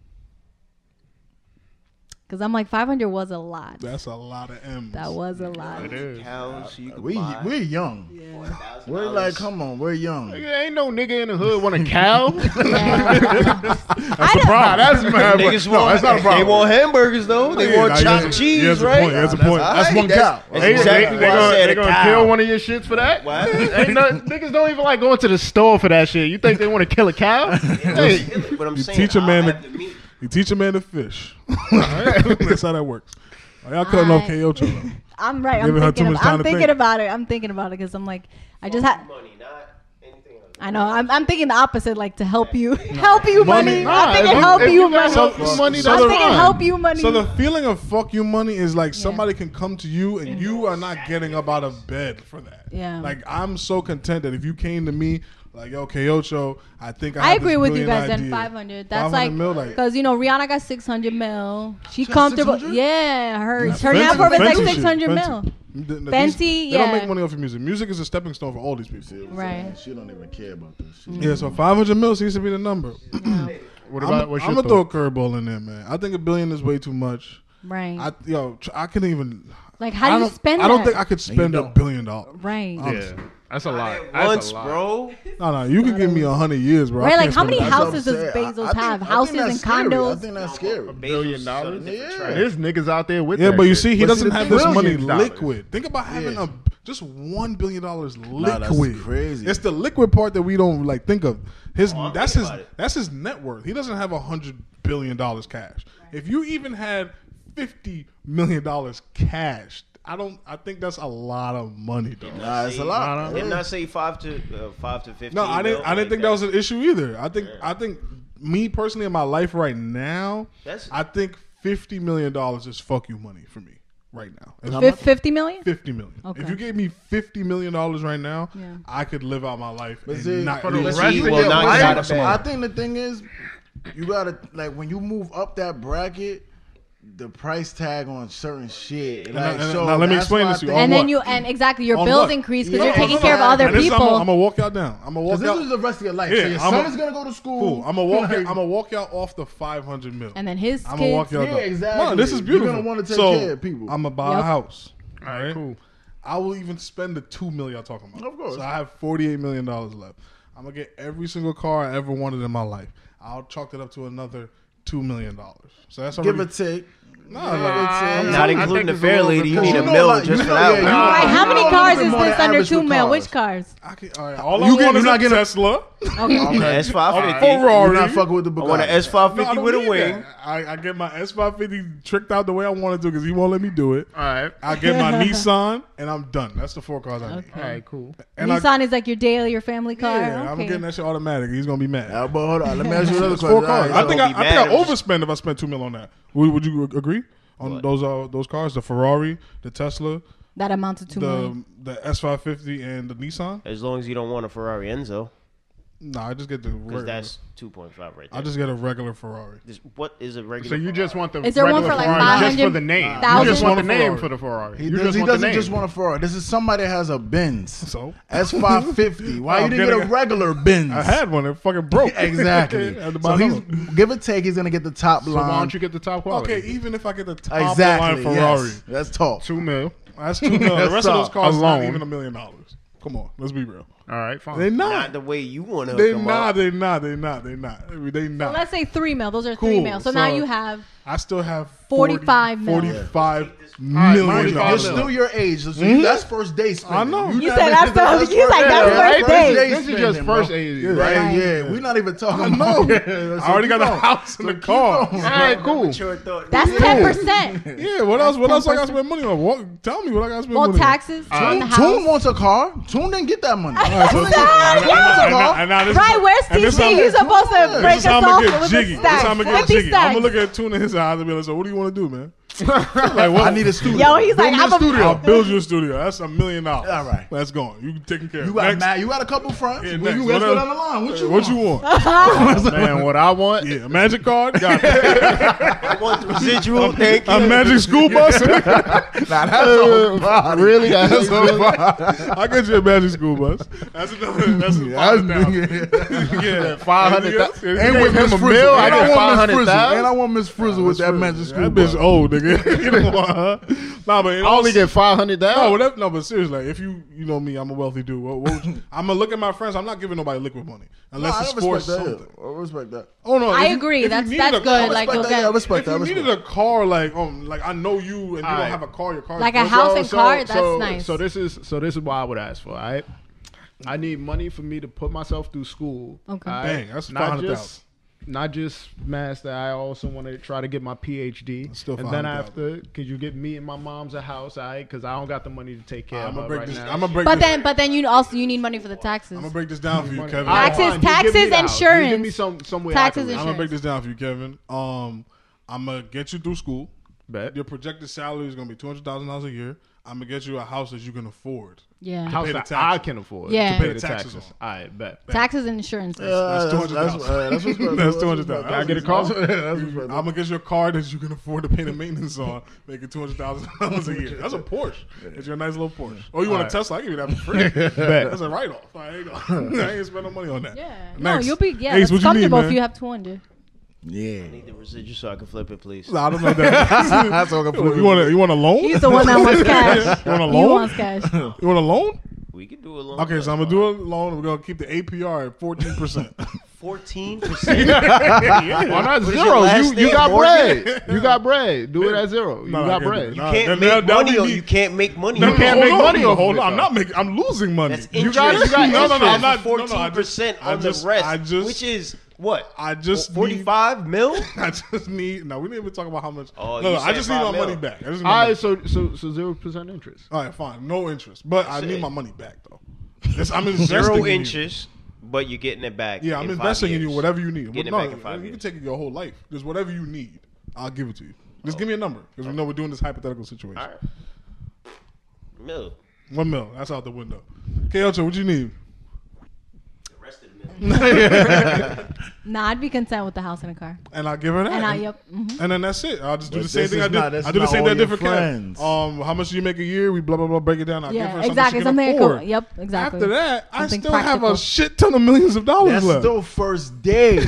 [SPEAKER 5] Because I'm like 500 was a lot.
[SPEAKER 1] That's a lot of M's.
[SPEAKER 5] that was a lot.
[SPEAKER 4] Cows, you could
[SPEAKER 6] We
[SPEAKER 4] buy
[SPEAKER 6] we're young.
[SPEAKER 4] $4,000.
[SPEAKER 6] We're like, come on, we're young.
[SPEAKER 3] Nigga, ain't no nigga in the hood want a cow.
[SPEAKER 5] I don't,
[SPEAKER 2] Nah, that's mad. but-
[SPEAKER 4] Niggas
[SPEAKER 2] No,
[SPEAKER 4] want,
[SPEAKER 2] that's not a
[SPEAKER 4] They
[SPEAKER 2] problem.
[SPEAKER 4] want hamburgers though. They
[SPEAKER 1] Yeah,
[SPEAKER 4] want
[SPEAKER 1] nah, he
[SPEAKER 4] chopped
[SPEAKER 1] has a- he
[SPEAKER 4] cheese,
[SPEAKER 1] has a
[SPEAKER 4] right?
[SPEAKER 1] point, he has a point.
[SPEAKER 4] all
[SPEAKER 6] That's one
[SPEAKER 4] that's-
[SPEAKER 6] cow.
[SPEAKER 4] That's
[SPEAKER 3] They-
[SPEAKER 4] exactly
[SPEAKER 3] they, they
[SPEAKER 4] why I
[SPEAKER 3] gonna,
[SPEAKER 4] said
[SPEAKER 3] they
[SPEAKER 4] a
[SPEAKER 3] gonna
[SPEAKER 4] cow.
[SPEAKER 3] kill one of your shits for that.
[SPEAKER 4] What?
[SPEAKER 3] Ain't no, niggas don't even like going to the store for that shit. You think they want to kill a cow? hey,
[SPEAKER 4] But I'm
[SPEAKER 1] You
[SPEAKER 4] saying,
[SPEAKER 1] teach a man
[SPEAKER 4] I'll
[SPEAKER 1] to-
[SPEAKER 4] have the meat.
[SPEAKER 1] You teach a man to fish. That's how that works. All right, y'all cutting off
[SPEAKER 5] I-
[SPEAKER 1] K Ocho. though.
[SPEAKER 5] I'm right.
[SPEAKER 1] Give
[SPEAKER 5] I'm
[SPEAKER 1] her too much
[SPEAKER 5] thinking. About,
[SPEAKER 1] time
[SPEAKER 5] I'm
[SPEAKER 1] to
[SPEAKER 5] thinking
[SPEAKER 1] think.
[SPEAKER 5] about it. I'm thinking about it because I'm like, I just had.
[SPEAKER 4] money, not anything else.
[SPEAKER 5] I know. I'm, I'm thinking the opposite, like to help you, help you money.
[SPEAKER 3] Nah,
[SPEAKER 5] I'm
[SPEAKER 3] if
[SPEAKER 5] thinking
[SPEAKER 3] you-
[SPEAKER 5] help
[SPEAKER 3] if
[SPEAKER 5] you
[SPEAKER 3] you got
[SPEAKER 5] money.
[SPEAKER 3] help you money,
[SPEAKER 5] I'm
[SPEAKER 3] that's
[SPEAKER 5] thinking
[SPEAKER 3] fine.
[SPEAKER 5] help you money.
[SPEAKER 1] So the feeling of fuck you money is like somebody can come to you and you are not getting up out of bed for that.
[SPEAKER 5] Yeah.
[SPEAKER 1] Like I'm so content that if you came to me like yo Ocho, I think I,
[SPEAKER 5] I
[SPEAKER 1] have this
[SPEAKER 5] agree with you
[SPEAKER 1] brilliant
[SPEAKER 5] guys.
[SPEAKER 1] idea.
[SPEAKER 5] Then 500. That's
[SPEAKER 1] 500
[SPEAKER 5] like
[SPEAKER 1] mil, like-
[SPEAKER 5] because you know Rihanna got 600 mil. She comfortable.
[SPEAKER 6] 600?
[SPEAKER 5] Yeah, her
[SPEAKER 1] That's
[SPEAKER 5] her net
[SPEAKER 1] fancy-
[SPEAKER 5] worth is like
[SPEAKER 1] fancy shit,
[SPEAKER 5] 600
[SPEAKER 1] fancy.
[SPEAKER 5] mil.
[SPEAKER 1] Th- th- these-
[SPEAKER 5] Fenty,
[SPEAKER 1] They
[SPEAKER 5] yeah.
[SPEAKER 1] don't make money off of music. Music is a stepping stone for all these people.
[SPEAKER 5] Right.
[SPEAKER 6] She don't even care about this. She
[SPEAKER 1] Yeah, so 500 mil seems to be the number.
[SPEAKER 3] what
[SPEAKER 1] I'm,
[SPEAKER 3] about
[SPEAKER 1] I'm
[SPEAKER 3] what's your
[SPEAKER 1] gonna throw a
[SPEAKER 3] thought?
[SPEAKER 1] curveball in there, man. I think a billion is way too much.
[SPEAKER 5] Right.
[SPEAKER 1] I yo, tr- I couldn't even.
[SPEAKER 5] like how
[SPEAKER 1] I
[SPEAKER 5] do you
[SPEAKER 1] don't-
[SPEAKER 5] spend
[SPEAKER 1] I don't
[SPEAKER 5] that?
[SPEAKER 1] think I could spend a
[SPEAKER 6] don't.
[SPEAKER 1] billion dollars.
[SPEAKER 5] right.
[SPEAKER 1] Honestly.
[SPEAKER 3] that's a lot.
[SPEAKER 4] At once, bro.
[SPEAKER 1] No, no, you can give me a hundred years, bro. I
[SPEAKER 5] Right, like,
[SPEAKER 1] can't
[SPEAKER 5] how
[SPEAKER 1] spend
[SPEAKER 5] many
[SPEAKER 1] that.
[SPEAKER 6] That's what
[SPEAKER 5] houses
[SPEAKER 6] I'm
[SPEAKER 5] does
[SPEAKER 6] saying. I-
[SPEAKER 5] Bezos
[SPEAKER 6] I think-
[SPEAKER 5] have?
[SPEAKER 6] I think
[SPEAKER 5] Houses
[SPEAKER 6] that's
[SPEAKER 5] and
[SPEAKER 6] scary.
[SPEAKER 5] condos?
[SPEAKER 6] I think that's scary.
[SPEAKER 4] billion dollars.
[SPEAKER 6] Yeah.
[SPEAKER 3] There's niggas out there with
[SPEAKER 1] Yeah,
[SPEAKER 3] that
[SPEAKER 1] but you
[SPEAKER 3] shit.
[SPEAKER 1] see, he
[SPEAKER 3] But
[SPEAKER 1] doesn't
[SPEAKER 3] the
[SPEAKER 1] have this
[SPEAKER 3] billion
[SPEAKER 1] money
[SPEAKER 3] dollars.
[SPEAKER 1] liquid. Think about having
[SPEAKER 6] Yeah.
[SPEAKER 1] a just one billion dollars liquid.
[SPEAKER 6] that's crazy.
[SPEAKER 1] It's the liquid part that we don't like think of. His
[SPEAKER 4] I'm
[SPEAKER 1] that's
[SPEAKER 4] thinking
[SPEAKER 1] his
[SPEAKER 4] about it.
[SPEAKER 1] that's his net worth. He doesn't have a hundred billion dollars cash. If you even had fifty million dollars cash, I don't. I think that's a lot of money, though.
[SPEAKER 6] Nah, it's a lot.
[SPEAKER 4] Didn't I say five to uh, five to fifteen?
[SPEAKER 1] No, I
[SPEAKER 4] mil?
[SPEAKER 1] didn't. I didn't
[SPEAKER 4] Like
[SPEAKER 1] think that was an issue either. I think. I think me personally in my life right now,
[SPEAKER 4] That's-
[SPEAKER 1] I think fifty million dollars is fuck you money for me right now. It's
[SPEAKER 5] Fif- 50 million?
[SPEAKER 1] fifty million.
[SPEAKER 5] Okay.
[SPEAKER 1] If you gave me fifty million dollars right now,
[SPEAKER 5] Yeah.
[SPEAKER 1] I could live out my life and
[SPEAKER 6] see,
[SPEAKER 1] not
[SPEAKER 6] for the
[SPEAKER 1] lose-
[SPEAKER 4] rest He of will your not life- get out of bed.
[SPEAKER 6] I think the thing is, you gotta like when you move up that bracket, the price tag on certain shit.
[SPEAKER 1] now-
[SPEAKER 6] Like,
[SPEAKER 1] and
[SPEAKER 6] so
[SPEAKER 1] now let me
[SPEAKER 6] that's
[SPEAKER 1] explain
[SPEAKER 6] why I
[SPEAKER 1] this to you.
[SPEAKER 6] think-
[SPEAKER 1] On
[SPEAKER 5] And then
[SPEAKER 1] what?
[SPEAKER 5] you and exactly your
[SPEAKER 1] On
[SPEAKER 5] bills
[SPEAKER 1] what?
[SPEAKER 5] increase because
[SPEAKER 6] Yeah.
[SPEAKER 5] you're taking
[SPEAKER 6] Oh,
[SPEAKER 5] care of
[SPEAKER 6] no,
[SPEAKER 5] other
[SPEAKER 1] And this,
[SPEAKER 5] people.
[SPEAKER 1] I'm gonna I'm gonna walk y'all down. I'm gonna walk
[SPEAKER 6] 'Cause
[SPEAKER 1] y'all.
[SPEAKER 6] This is the rest of your life.
[SPEAKER 1] Yeah,
[SPEAKER 6] so your
[SPEAKER 1] I'm
[SPEAKER 6] son
[SPEAKER 1] a-
[SPEAKER 6] is gonna go to school.
[SPEAKER 1] cool. I'm gonna walk. I'm gonna walk y'all off the five hundred mil.
[SPEAKER 5] and then his
[SPEAKER 1] I'm gonna
[SPEAKER 5] kids.
[SPEAKER 1] walk y'all.
[SPEAKER 6] Yeah,
[SPEAKER 1] down.
[SPEAKER 6] exactly.
[SPEAKER 1] No, this is
[SPEAKER 6] You're
[SPEAKER 1] beautiful.
[SPEAKER 6] gonna wanna take
[SPEAKER 1] so,
[SPEAKER 6] care of people.
[SPEAKER 1] I'm gonna buy a
[SPEAKER 5] Yep.
[SPEAKER 1] house. All
[SPEAKER 3] All right, cool.
[SPEAKER 1] I will even spend the two million y'all talking about.
[SPEAKER 6] Of course.
[SPEAKER 1] So I have forty eight million dollars left. I'm gonna get every single car I ever wanted in my life. I'll chalk it up to another two million dollars. So that's already
[SPEAKER 6] Give or take.
[SPEAKER 1] Nah,
[SPEAKER 6] Give
[SPEAKER 1] like-
[SPEAKER 6] or take.
[SPEAKER 4] Not
[SPEAKER 3] I
[SPEAKER 4] including
[SPEAKER 3] think
[SPEAKER 4] the
[SPEAKER 3] it's a
[SPEAKER 4] fair
[SPEAKER 3] little
[SPEAKER 4] lady. You
[SPEAKER 6] Because
[SPEAKER 4] need
[SPEAKER 6] you
[SPEAKER 4] a
[SPEAKER 6] know,
[SPEAKER 4] mill
[SPEAKER 6] like,
[SPEAKER 4] just
[SPEAKER 6] you
[SPEAKER 4] for
[SPEAKER 6] know-
[SPEAKER 4] that
[SPEAKER 6] yeah,
[SPEAKER 4] one.
[SPEAKER 6] you-
[SPEAKER 7] Right, how many
[SPEAKER 6] You know a
[SPEAKER 7] cars
[SPEAKER 6] little
[SPEAKER 7] is
[SPEAKER 6] bit more
[SPEAKER 7] this
[SPEAKER 6] than
[SPEAKER 7] under
[SPEAKER 6] average
[SPEAKER 7] two
[SPEAKER 6] with
[SPEAKER 7] mil?
[SPEAKER 6] cars.
[SPEAKER 7] Which cars?
[SPEAKER 1] I can, all right, all
[SPEAKER 6] You
[SPEAKER 1] I
[SPEAKER 6] get-
[SPEAKER 1] want
[SPEAKER 6] you're
[SPEAKER 1] is
[SPEAKER 6] not
[SPEAKER 1] a
[SPEAKER 6] gonna-
[SPEAKER 1] Tesla,
[SPEAKER 5] Okay.
[SPEAKER 4] Yeah, S five
[SPEAKER 1] a
[SPEAKER 4] fifty. I
[SPEAKER 1] Ferrari.
[SPEAKER 6] You're not fucking with the Bugatti.
[SPEAKER 4] want an S five
[SPEAKER 1] No, I
[SPEAKER 4] fifty
[SPEAKER 1] don't
[SPEAKER 4] with a
[SPEAKER 1] need
[SPEAKER 4] wing.
[SPEAKER 1] that. I, I get my S five fifty tricked out the way I wanted to because he won't let me do it.
[SPEAKER 3] All right.
[SPEAKER 1] I get my Nissan and I'm done. That's the four cars I need.
[SPEAKER 3] All right, cool.
[SPEAKER 1] And I,
[SPEAKER 5] Nissan is like your daily, your family car.
[SPEAKER 1] yeah, I'm
[SPEAKER 5] okay.
[SPEAKER 1] getting that shit automatic. He's gonna be mad.
[SPEAKER 6] Uh, but hold on, let me ask you another
[SPEAKER 1] It's four
[SPEAKER 6] question.
[SPEAKER 1] cars.
[SPEAKER 6] All right,
[SPEAKER 1] I think
[SPEAKER 6] so-
[SPEAKER 1] I,
[SPEAKER 4] I'll
[SPEAKER 1] I
[SPEAKER 4] be
[SPEAKER 1] think
[SPEAKER 4] mad
[SPEAKER 1] I
[SPEAKER 4] if-
[SPEAKER 1] overspend if I spent two mil on that. Would, would you ag- agree on
[SPEAKER 4] What?
[SPEAKER 1] those uh, those cars? The Ferrari, the Tesla,
[SPEAKER 5] that amounts to two million.
[SPEAKER 1] the the S five fifty, and the Nissan.
[SPEAKER 4] As long as you don't want a Ferrari Enzo,
[SPEAKER 1] Nah, I just get the regular.
[SPEAKER 4] because that's two point five right there.
[SPEAKER 1] I just get a regular Ferrari.
[SPEAKER 4] This- what is a regular?
[SPEAKER 3] So you just want the
[SPEAKER 5] Is there one
[SPEAKER 3] regular
[SPEAKER 5] for, like,
[SPEAKER 3] Ferrari just for
[SPEAKER 5] 500?
[SPEAKER 3] the name? You just
[SPEAKER 5] 1,000?
[SPEAKER 3] want the
[SPEAKER 1] Ferrari.
[SPEAKER 3] name for the Ferrari.
[SPEAKER 6] He,
[SPEAKER 3] You
[SPEAKER 6] does,
[SPEAKER 3] just
[SPEAKER 6] he
[SPEAKER 3] want the
[SPEAKER 6] doesn't
[SPEAKER 3] name.
[SPEAKER 6] just want a Ferrari. This is somebody that has a Benz.
[SPEAKER 1] So
[SPEAKER 6] S five fifty. Why you
[SPEAKER 1] I'm
[SPEAKER 6] didn't
[SPEAKER 1] getting
[SPEAKER 6] get a
[SPEAKER 1] a-
[SPEAKER 6] regular Benz?
[SPEAKER 1] I had one. It fucking broke.
[SPEAKER 6] exactly.
[SPEAKER 1] I had to buy
[SPEAKER 6] so he's
[SPEAKER 1] another one.
[SPEAKER 6] give or take, he's gonna get the top
[SPEAKER 3] So
[SPEAKER 6] line.
[SPEAKER 3] why don't you get the top quality?
[SPEAKER 1] okay. Even if I get the top of the line
[SPEAKER 6] exactly?
[SPEAKER 1] Ferrari,
[SPEAKER 6] Yes. That's talk.
[SPEAKER 3] Two mil.
[SPEAKER 1] that's two mil. The
[SPEAKER 6] That's
[SPEAKER 1] rest of those
[SPEAKER 6] all.
[SPEAKER 1] cars is not
[SPEAKER 3] Alone.
[SPEAKER 1] even a million dollars. Come on, let's be real.
[SPEAKER 3] All right, fine.
[SPEAKER 1] They
[SPEAKER 4] not
[SPEAKER 1] not.
[SPEAKER 4] the way you want to.
[SPEAKER 1] They not. They not. They not. They not. They not.
[SPEAKER 5] Let's say three mil. Those are three
[SPEAKER 1] Cool,
[SPEAKER 5] mil. So, now
[SPEAKER 1] so-
[SPEAKER 5] you have
[SPEAKER 1] I still have
[SPEAKER 5] 45 mil.
[SPEAKER 1] 45
[SPEAKER 3] right,
[SPEAKER 1] million
[SPEAKER 3] mind you,
[SPEAKER 6] You're
[SPEAKER 3] Five
[SPEAKER 1] dollars.
[SPEAKER 3] mil.
[SPEAKER 6] still your age. So That's first day spending.
[SPEAKER 1] I know.
[SPEAKER 7] You
[SPEAKER 6] not
[SPEAKER 7] said
[SPEAKER 6] even-
[SPEAKER 7] that's the- you like, that's
[SPEAKER 6] yeah,
[SPEAKER 7] first day.
[SPEAKER 3] This is just
[SPEAKER 6] spending, bro.
[SPEAKER 3] first AZ, right?
[SPEAKER 6] Right,
[SPEAKER 7] Right.
[SPEAKER 6] yeah. We're not even talking about
[SPEAKER 1] I already got a house and a car.
[SPEAKER 3] All right, cool.
[SPEAKER 5] that's ten percent.
[SPEAKER 1] Yeah, what else? What else I got to spend money on? What, tell me what I got to spend
[SPEAKER 5] Well,
[SPEAKER 1] money on.
[SPEAKER 5] taxes, and the
[SPEAKER 6] Toon
[SPEAKER 5] house.
[SPEAKER 6] wants a car. Toon didn't get that money. Toon didn't
[SPEAKER 7] Stop,
[SPEAKER 6] get- Toon wants a car.
[SPEAKER 1] And now- and now this-
[SPEAKER 7] Right, where's
[SPEAKER 1] and this
[SPEAKER 7] TC?
[SPEAKER 1] how-
[SPEAKER 7] You supposed to break
[SPEAKER 1] This
[SPEAKER 7] us
[SPEAKER 1] is how I'm
[SPEAKER 7] off
[SPEAKER 1] gonna get
[SPEAKER 7] with
[SPEAKER 1] jiggy.
[SPEAKER 7] a
[SPEAKER 1] This is
[SPEAKER 7] stack.
[SPEAKER 1] how I'm gonna get
[SPEAKER 7] 50
[SPEAKER 1] jiggy. I'm
[SPEAKER 7] stacks.
[SPEAKER 1] gonna look at Tuna in his eyes and be like, "So, what do you want to do, man?" like, what?
[SPEAKER 6] I need a studio.
[SPEAKER 7] Yo, he's
[SPEAKER 6] Build
[SPEAKER 7] like,
[SPEAKER 6] me a
[SPEAKER 7] I'm a-
[SPEAKER 6] studio.
[SPEAKER 1] I'll build you a studio. That's a million dollars.
[SPEAKER 6] All right.
[SPEAKER 1] that's gone. You taken care of.
[SPEAKER 6] You got
[SPEAKER 1] Next.
[SPEAKER 6] mad. You got a couple fronts.
[SPEAKER 1] Yeah,
[SPEAKER 6] Well,
[SPEAKER 1] next.
[SPEAKER 6] you guys
[SPEAKER 1] What
[SPEAKER 6] go
[SPEAKER 1] else?
[SPEAKER 6] down the line. What you
[SPEAKER 1] What
[SPEAKER 6] want?
[SPEAKER 1] you want?
[SPEAKER 3] Man, what I want.
[SPEAKER 1] yeah, a magic card. Got it.
[SPEAKER 4] I want the residual. Thank you.
[SPEAKER 1] a magic school bus.
[SPEAKER 6] Nah, that's all.
[SPEAKER 3] Really? That's
[SPEAKER 1] I get you a magic school bus. That's another. That's a
[SPEAKER 6] Yeah,
[SPEAKER 1] five
[SPEAKER 6] that's-
[SPEAKER 1] thousand. Yeah,
[SPEAKER 3] Five hundred
[SPEAKER 1] Anything
[SPEAKER 3] thousand.
[SPEAKER 1] else?
[SPEAKER 3] Ain't with
[SPEAKER 6] Miss
[SPEAKER 3] him a
[SPEAKER 6] Frizzle.
[SPEAKER 3] bill. I
[SPEAKER 6] And
[SPEAKER 3] got
[SPEAKER 6] want
[SPEAKER 3] five
[SPEAKER 6] Miss
[SPEAKER 3] hundred
[SPEAKER 6] Frizzle. And I
[SPEAKER 3] thousand.
[SPEAKER 6] want Miss Frizzle with that magic school.
[SPEAKER 1] That bitch
[SPEAKER 6] bus.
[SPEAKER 1] old, nigga. you know what? Nah, but in
[SPEAKER 3] I
[SPEAKER 1] all
[SPEAKER 3] only get five hundred
[SPEAKER 1] No,
[SPEAKER 3] thousand.
[SPEAKER 1] well, that- no, but seriously, like, if you you know me, I'm a wealthy dude. What, what would- I'm gonna look at my friends. I'm not giving nobody liquid money
[SPEAKER 6] Nah,
[SPEAKER 1] unless
[SPEAKER 6] I
[SPEAKER 1] it's
[SPEAKER 6] respect
[SPEAKER 1] for
[SPEAKER 6] that, yeah.
[SPEAKER 1] something.
[SPEAKER 6] I respect that.
[SPEAKER 1] Oh no,
[SPEAKER 5] I
[SPEAKER 1] if you-
[SPEAKER 5] agree.
[SPEAKER 1] if you
[SPEAKER 5] That's-
[SPEAKER 1] needed
[SPEAKER 5] that's
[SPEAKER 1] a
[SPEAKER 5] good,
[SPEAKER 1] car-
[SPEAKER 5] like,
[SPEAKER 1] if
[SPEAKER 5] you'll
[SPEAKER 6] Respect that,
[SPEAKER 5] get-
[SPEAKER 6] yeah, I respect that. I
[SPEAKER 1] you
[SPEAKER 6] respect
[SPEAKER 1] needed
[SPEAKER 6] that.
[SPEAKER 1] a car, like um, like I know you, and you
[SPEAKER 3] Alright.
[SPEAKER 1] don't have a car. Your car,
[SPEAKER 5] Like a house and car, that's
[SPEAKER 3] Oh, so,
[SPEAKER 5] nice.
[SPEAKER 3] So this is so this is what I would ask for. All right, I need money for me to put myself through school.
[SPEAKER 5] Okay.
[SPEAKER 3] all
[SPEAKER 1] Dang, that's
[SPEAKER 3] not
[SPEAKER 1] 500,000.
[SPEAKER 3] just not just master. I also want to try to get my PhD.
[SPEAKER 1] still
[SPEAKER 3] and then
[SPEAKER 1] 500,000.
[SPEAKER 3] after, could you get me and my mom's a house? All right, because I don't got the money to take care
[SPEAKER 1] I'm
[SPEAKER 3] of
[SPEAKER 1] gonna
[SPEAKER 3] her
[SPEAKER 1] break
[SPEAKER 3] right
[SPEAKER 1] this.
[SPEAKER 3] now.
[SPEAKER 1] I'm gonna break.
[SPEAKER 5] But
[SPEAKER 1] this,
[SPEAKER 5] then, but then you also you need money for the taxes.
[SPEAKER 1] I'm gonna break this down for you, Kevin.
[SPEAKER 3] All right,
[SPEAKER 5] Taxes,
[SPEAKER 3] fine, you give me
[SPEAKER 5] taxes,
[SPEAKER 3] the house. You Give me
[SPEAKER 5] insurance.
[SPEAKER 3] some some way.
[SPEAKER 5] Taxes,
[SPEAKER 3] I can
[SPEAKER 1] I'm
[SPEAKER 3] live.
[SPEAKER 1] gonna break this down for you, Kevin. Um, I'm gonna get you through school.
[SPEAKER 3] Bet.
[SPEAKER 1] Your projected salary is gonna be two hundred thousand dollars a year. I'm gonna get you a house that you can afford.
[SPEAKER 5] yeah,
[SPEAKER 3] house
[SPEAKER 1] pay the
[SPEAKER 3] that I
[SPEAKER 1] taxes.
[SPEAKER 3] can afford.
[SPEAKER 5] Yeah.
[SPEAKER 3] to pay the taxes.
[SPEAKER 1] on.
[SPEAKER 3] All right, bet.
[SPEAKER 5] taxes and insurance.
[SPEAKER 1] That's two hundred
[SPEAKER 6] that's- uh, that's what's-
[SPEAKER 1] thousand. That's two hundred thousand.
[SPEAKER 3] Can I get a car?
[SPEAKER 1] I'm gonna get you a car that you can afford to pay the maintenance on, making two hundred thousand dollars a year. That's a Porsche. It's your nice little Porsche. Oh, you want
[SPEAKER 3] Alright.
[SPEAKER 1] a Tesla? I give you that for free. That's a write off. I ain't gonna- I ain't spend no money on that.
[SPEAKER 5] yeah, no,
[SPEAKER 1] Next.
[SPEAKER 5] you'll be yeah,
[SPEAKER 1] Ace,
[SPEAKER 5] that's
[SPEAKER 1] what you need,
[SPEAKER 5] comfortable
[SPEAKER 1] man?
[SPEAKER 5] if you have two hundred.
[SPEAKER 6] Yeah.
[SPEAKER 4] Need the residual so I can flip it, please.
[SPEAKER 1] Nah, I don't like that.
[SPEAKER 6] That's all I'm
[SPEAKER 1] you want a you want a loan?
[SPEAKER 5] He's the one that wants cash.
[SPEAKER 1] You want a
[SPEAKER 5] He
[SPEAKER 1] loan?
[SPEAKER 5] wants cash.
[SPEAKER 1] You want a loan?
[SPEAKER 4] We could do a loan.
[SPEAKER 1] Okay, so I'm gonna do a loan. We're gonna keep the APR at fourteen percent.
[SPEAKER 4] fourteen percent.
[SPEAKER 3] Why not
[SPEAKER 4] What is your
[SPEAKER 3] zero?
[SPEAKER 4] last
[SPEAKER 3] You, you
[SPEAKER 4] name,
[SPEAKER 3] got
[SPEAKER 4] Morgan?
[SPEAKER 3] bread. You got bread. Do it at zero. You
[SPEAKER 1] No, I
[SPEAKER 3] got
[SPEAKER 1] can't
[SPEAKER 3] bread.
[SPEAKER 1] do that.
[SPEAKER 4] Can't
[SPEAKER 1] Nah,
[SPEAKER 4] make
[SPEAKER 1] that- that
[SPEAKER 4] money.
[SPEAKER 1] would
[SPEAKER 4] on-
[SPEAKER 1] be-
[SPEAKER 4] You can't make money.
[SPEAKER 1] No,
[SPEAKER 4] on
[SPEAKER 1] no,
[SPEAKER 3] can't
[SPEAKER 4] it.
[SPEAKER 1] hold
[SPEAKER 3] make
[SPEAKER 1] on.
[SPEAKER 3] money off
[SPEAKER 1] Hold
[SPEAKER 3] it,
[SPEAKER 1] on, I'm
[SPEAKER 3] though.
[SPEAKER 1] not making. I'm losing money.
[SPEAKER 4] That's
[SPEAKER 1] You
[SPEAKER 4] interest.
[SPEAKER 1] got-
[SPEAKER 3] you got
[SPEAKER 1] no, no, no, I'm
[SPEAKER 3] interest.
[SPEAKER 1] not.
[SPEAKER 4] fourteen
[SPEAKER 1] no, no, I just-
[SPEAKER 4] percent
[SPEAKER 1] I
[SPEAKER 4] on
[SPEAKER 1] just-
[SPEAKER 4] the rest,
[SPEAKER 1] I just-
[SPEAKER 4] which is what
[SPEAKER 1] I just need-
[SPEAKER 4] forty-five mil.
[SPEAKER 1] I just need. No, we didn't even talk about how much.
[SPEAKER 4] Oh,
[SPEAKER 1] no,
[SPEAKER 4] you
[SPEAKER 1] no, I
[SPEAKER 4] said
[SPEAKER 1] just need my
[SPEAKER 4] five mil.
[SPEAKER 1] money back. I just need my
[SPEAKER 3] All
[SPEAKER 1] money
[SPEAKER 3] right, so so so zero percent interest.
[SPEAKER 1] All right, fine. No interest, but I need
[SPEAKER 4] it.
[SPEAKER 1] my money back though. This- I'm investing
[SPEAKER 4] Zero
[SPEAKER 1] in you.
[SPEAKER 4] interest, but you're getting it back.
[SPEAKER 1] Yeah, I'm
[SPEAKER 4] in five
[SPEAKER 1] investing in you.
[SPEAKER 4] years.
[SPEAKER 1] Whatever you need.
[SPEAKER 4] Getting it
[SPEAKER 1] No,
[SPEAKER 4] back in five
[SPEAKER 1] you
[SPEAKER 4] years.
[SPEAKER 1] can take it your whole life. Just whatever you need, I'll give it to you. Just give me a number because we know we're doing this hypothetical situation.
[SPEAKER 4] Oh. All right. Mil.
[SPEAKER 1] One mil. That's out the window. Okay, Ocho, what you need?
[SPEAKER 4] The rest of the mil.
[SPEAKER 5] Nah, I'd be content with the house and a car.
[SPEAKER 1] And I'll give her that.
[SPEAKER 5] And I, yep. mhm.
[SPEAKER 1] And then that's it. I'll just do
[SPEAKER 6] But
[SPEAKER 1] the same
[SPEAKER 6] this
[SPEAKER 1] thing
[SPEAKER 6] is
[SPEAKER 1] I did.
[SPEAKER 6] not- this
[SPEAKER 1] I
[SPEAKER 6] is
[SPEAKER 1] do the
[SPEAKER 6] not
[SPEAKER 1] same
[SPEAKER 6] all
[SPEAKER 1] thing I
[SPEAKER 6] your
[SPEAKER 1] did for
[SPEAKER 6] friends.
[SPEAKER 1] Kev. Um, how much do you make a year? We blah blah blah break it down. I give her
[SPEAKER 5] Yeah,
[SPEAKER 1] something
[SPEAKER 5] exactly.
[SPEAKER 1] She can
[SPEAKER 5] Something that
[SPEAKER 1] afford.
[SPEAKER 5] could- yep, exactly.
[SPEAKER 1] After that, I
[SPEAKER 5] Something
[SPEAKER 1] still have
[SPEAKER 5] practical.
[SPEAKER 1] a shit ton of millions of dollars
[SPEAKER 6] That's
[SPEAKER 1] left.
[SPEAKER 6] still first day.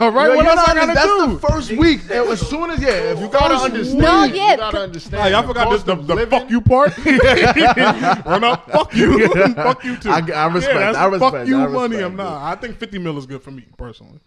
[SPEAKER 1] All right,
[SPEAKER 6] Yo,
[SPEAKER 1] what
[SPEAKER 6] you
[SPEAKER 1] else I
[SPEAKER 6] know,
[SPEAKER 1] gotta
[SPEAKER 6] that's
[SPEAKER 1] do?
[SPEAKER 6] the first week. And As soon as yeah, if you
[SPEAKER 3] You gotta
[SPEAKER 6] first
[SPEAKER 3] understand.
[SPEAKER 5] No,
[SPEAKER 3] You
[SPEAKER 5] yeah,
[SPEAKER 3] gotta
[SPEAKER 5] but-
[SPEAKER 1] Nah,
[SPEAKER 3] understand.
[SPEAKER 1] y'all forgot this,
[SPEAKER 3] cost
[SPEAKER 1] the,
[SPEAKER 3] of
[SPEAKER 1] the
[SPEAKER 3] living-
[SPEAKER 1] fuck you part. Run up, fuck you, fuck you too.
[SPEAKER 6] I- I respect-
[SPEAKER 1] that's
[SPEAKER 6] I respect-
[SPEAKER 1] fuck you
[SPEAKER 6] I respect
[SPEAKER 1] money. I'm
[SPEAKER 6] you.
[SPEAKER 1] not. I think 50 mil is good for me personally.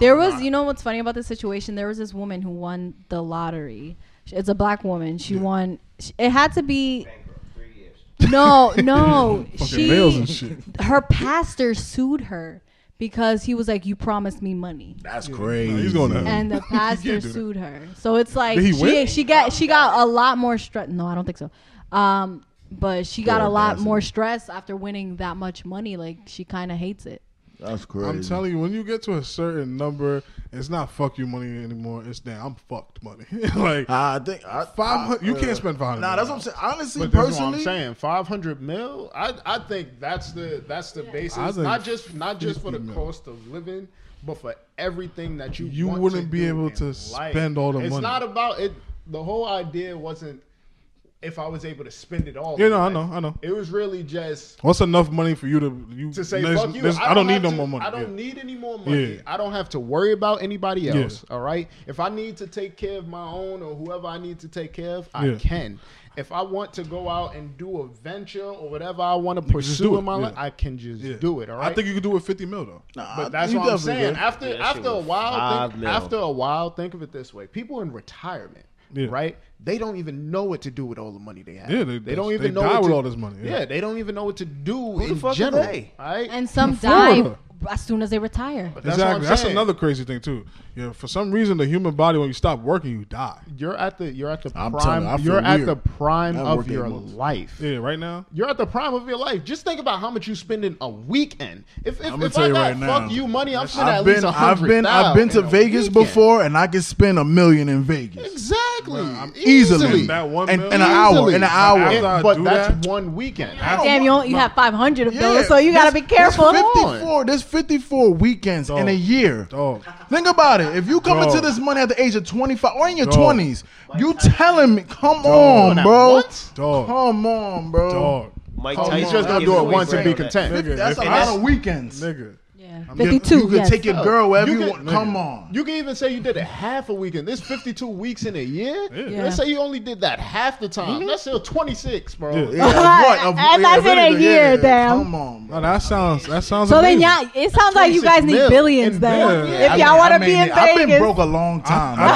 [SPEAKER 5] There was, you know, what's funny about this situation? There was this woman who won the lottery. Sh- It's a black woman. She won. sh- It had to be
[SPEAKER 1] Hmm.
[SPEAKER 4] Bankrupt, three years.
[SPEAKER 5] no, no.
[SPEAKER 1] Fucking nails and
[SPEAKER 5] she,
[SPEAKER 1] shit.
[SPEAKER 5] her pastor sued her because he was like, "You promised me money,"
[SPEAKER 6] That's crazy.
[SPEAKER 1] He's going to
[SPEAKER 5] and the pastor
[SPEAKER 1] do that.
[SPEAKER 5] sued her. So it's like
[SPEAKER 1] Did he
[SPEAKER 5] she
[SPEAKER 1] win?
[SPEAKER 5] she got she got a lot more stress. No, I don't think so. Um, but she got a lot more stress after winning that much money. Like she kind of hates it.
[SPEAKER 6] That's crazy.
[SPEAKER 1] I'm telling you, when you get to a certain number, it's not fuck you money anymore. It's damn, I'm fucked money. like
[SPEAKER 6] I think I,
[SPEAKER 1] five hundred. You
[SPEAKER 6] I-
[SPEAKER 1] can't spend five hundred.
[SPEAKER 6] Nah, that's what I'm saying. Honestly,
[SPEAKER 3] But that's what I'm
[SPEAKER 6] personally,
[SPEAKER 3] saying. Five hundred mil. I I think that's the that's the
[SPEAKER 1] I
[SPEAKER 3] basis.
[SPEAKER 1] think
[SPEAKER 3] Not just not just for the
[SPEAKER 1] 50 mil.
[SPEAKER 3] cost of living, but for everything that you
[SPEAKER 1] You
[SPEAKER 3] want to
[SPEAKER 1] wouldn't be
[SPEAKER 3] do
[SPEAKER 1] able
[SPEAKER 3] in
[SPEAKER 1] to
[SPEAKER 3] life.
[SPEAKER 1] spend all the
[SPEAKER 3] it's
[SPEAKER 1] money.
[SPEAKER 3] not about it. The whole idea wasn't if I was able to spend it all.
[SPEAKER 1] Yeah,
[SPEAKER 3] in
[SPEAKER 1] no, I
[SPEAKER 3] life.
[SPEAKER 1] know, I know.
[SPEAKER 3] It was really just
[SPEAKER 1] What's enough money for you to you
[SPEAKER 3] to say
[SPEAKER 1] there's-
[SPEAKER 3] fuck you.
[SPEAKER 1] there's- I don't, need
[SPEAKER 3] have
[SPEAKER 1] no
[SPEAKER 3] to-
[SPEAKER 1] more money.
[SPEAKER 3] I don't
[SPEAKER 1] yeah.
[SPEAKER 3] need any more money.
[SPEAKER 1] Yeah.
[SPEAKER 3] I don't have to worry about anybody
[SPEAKER 1] Yeah.
[SPEAKER 3] else. All right. If I need to take care of my own or whoever I need to take care of, I
[SPEAKER 1] Yeah.
[SPEAKER 3] can. If I want to go out and do a venture or whatever I want to
[SPEAKER 1] just
[SPEAKER 3] pursue
[SPEAKER 1] do
[SPEAKER 3] in
[SPEAKER 1] it,
[SPEAKER 3] my
[SPEAKER 1] yeah.
[SPEAKER 3] life, I can just
[SPEAKER 1] Yeah.
[SPEAKER 3] do it. All right.
[SPEAKER 1] I think you could do it with fifty mil though.
[SPEAKER 6] nah,
[SPEAKER 3] but that's
[SPEAKER 6] you
[SPEAKER 3] what I'm
[SPEAKER 6] definitely
[SPEAKER 3] saying.
[SPEAKER 6] good.
[SPEAKER 3] After
[SPEAKER 4] Yeah, that
[SPEAKER 3] after
[SPEAKER 4] shit
[SPEAKER 3] a
[SPEAKER 4] was
[SPEAKER 3] while,
[SPEAKER 4] five
[SPEAKER 3] think,
[SPEAKER 4] mil.
[SPEAKER 3] after a while, think of it this way: people in retirement,
[SPEAKER 1] Yeah.
[SPEAKER 3] right? They don't even know what to do with all the money they have.
[SPEAKER 1] Yeah, they-
[SPEAKER 3] don't even
[SPEAKER 1] they
[SPEAKER 3] know
[SPEAKER 1] die
[SPEAKER 3] what
[SPEAKER 1] with
[SPEAKER 3] to-
[SPEAKER 1] all this money, yeah.
[SPEAKER 3] Yeah. they don't even know what to do
[SPEAKER 4] the
[SPEAKER 3] in
[SPEAKER 4] fuck are
[SPEAKER 3] general.
[SPEAKER 4] they?
[SPEAKER 3] All right.
[SPEAKER 5] And some
[SPEAKER 1] Florida.
[SPEAKER 5] die as soon as they retire.
[SPEAKER 3] That's what I'm
[SPEAKER 1] exactly. That's
[SPEAKER 3] saying.
[SPEAKER 1] another crazy thing too. Yeah, for some reason the human body when you stop working you die.
[SPEAKER 3] you're at the you're at the
[SPEAKER 6] I'm telling
[SPEAKER 3] prime
[SPEAKER 6] you, I feel
[SPEAKER 3] you're at
[SPEAKER 6] weird.
[SPEAKER 3] the prime
[SPEAKER 6] I
[SPEAKER 3] of
[SPEAKER 6] work eight
[SPEAKER 3] your
[SPEAKER 6] months.
[SPEAKER 3] life.
[SPEAKER 1] Yeah, right now.
[SPEAKER 3] You're at the prime of your life. Just think about how much you spend in a weekend. If if,
[SPEAKER 6] I'ma
[SPEAKER 3] if
[SPEAKER 6] tell
[SPEAKER 3] I
[SPEAKER 6] you
[SPEAKER 3] got
[SPEAKER 6] right
[SPEAKER 3] fuck
[SPEAKER 6] now,
[SPEAKER 3] you money, I'm spending
[SPEAKER 6] I've
[SPEAKER 3] at
[SPEAKER 6] been,
[SPEAKER 3] least a
[SPEAKER 6] I've
[SPEAKER 3] hundred.
[SPEAKER 6] been, I've been to
[SPEAKER 3] thousand in a
[SPEAKER 6] Vegas
[SPEAKER 3] weekend.
[SPEAKER 6] before, and I could spend a million in Vegas
[SPEAKER 3] Exactly.
[SPEAKER 6] easily,
[SPEAKER 3] Easily.
[SPEAKER 1] That one
[SPEAKER 6] and,
[SPEAKER 1] mil-
[SPEAKER 6] in an hour,
[SPEAKER 3] Easily.
[SPEAKER 6] in an hour.
[SPEAKER 1] After I
[SPEAKER 3] And- but
[SPEAKER 1] do
[SPEAKER 3] that's
[SPEAKER 1] that-
[SPEAKER 3] one weekend.
[SPEAKER 1] Oh,
[SPEAKER 5] Damn, you, only- you have 500 of
[SPEAKER 6] Yeah,
[SPEAKER 5] those, so you gotta be careful.
[SPEAKER 6] There's 54, there's 54 weekends in a
[SPEAKER 1] Dog.
[SPEAKER 6] year.
[SPEAKER 1] Dog.
[SPEAKER 6] Think about it. If you come
[SPEAKER 1] Dog.
[SPEAKER 6] into this money at the age of 25 or in your
[SPEAKER 1] Dog.
[SPEAKER 6] 20s, you telling me, come on,
[SPEAKER 3] Now,
[SPEAKER 6] bro.
[SPEAKER 3] what?
[SPEAKER 1] Dog.
[SPEAKER 6] Come on, bro.
[SPEAKER 1] Dog.
[SPEAKER 4] Mike
[SPEAKER 6] Come
[SPEAKER 4] Tyson.
[SPEAKER 6] on,
[SPEAKER 3] He's just gonna
[SPEAKER 6] that's
[SPEAKER 4] gave
[SPEAKER 3] do it
[SPEAKER 4] away
[SPEAKER 3] once and be
[SPEAKER 4] bread on that.
[SPEAKER 3] content.
[SPEAKER 1] Nigga,
[SPEAKER 6] That's
[SPEAKER 1] if
[SPEAKER 6] a
[SPEAKER 1] I-
[SPEAKER 6] lot of weekends.
[SPEAKER 1] Nigga.
[SPEAKER 5] Yeah,
[SPEAKER 1] I'm getting-
[SPEAKER 6] You
[SPEAKER 5] 52.
[SPEAKER 6] could
[SPEAKER 5] Yes.
[SPEAKER 6] take your girl wherever
[SPEAKER 3] You
[SPEAKER 6] you,
[SPEAKER 3] could-
[SPEAKER 6] want. Come on.
[SPEAKER 3] You can even say you did a half a weekend. There's 52 weeks in a year.
[SPEAKER 1] Yeah.
[SPEAKER 3] Let's say you only did that half the time. That's still 26, bro.
[SPEAKER 1] Yeah.
[SPEAKER 6] Yeah, what? Of-
[SPEAKER 7] And that's
[SPEAKER 6] yeah,
[SPEAKER 7] in a
[SPEAKER 6] really,
[SPEAKER 7] year,
[SPEAKER 6] yeah,
[SPEAKER 7] damn.
[SPEAKER 6] Come on, bro.
[SPEAKER 1] No, that sounds that sounds
[SPEAKER 5] So then,
[SPEAKER 1] amazing.
[SPEAKER 5] yeah, it sounds like you
[SPEAKER 3] 26
[SPEAKER 5] guys need
[SPEAKER 3] mil
[SPEAKER 5] billions
[SPEAKER 3] in
[SPEAKER 5] then.
[SPEAKER 1] bills.
[SPEAKER 7] If y'all want to be in
[SPEAKER 6] I've been
[SPEAKER 7] Vegas,
[SPEAKER 6] broke a long time.
[SPEAKER 5] Dude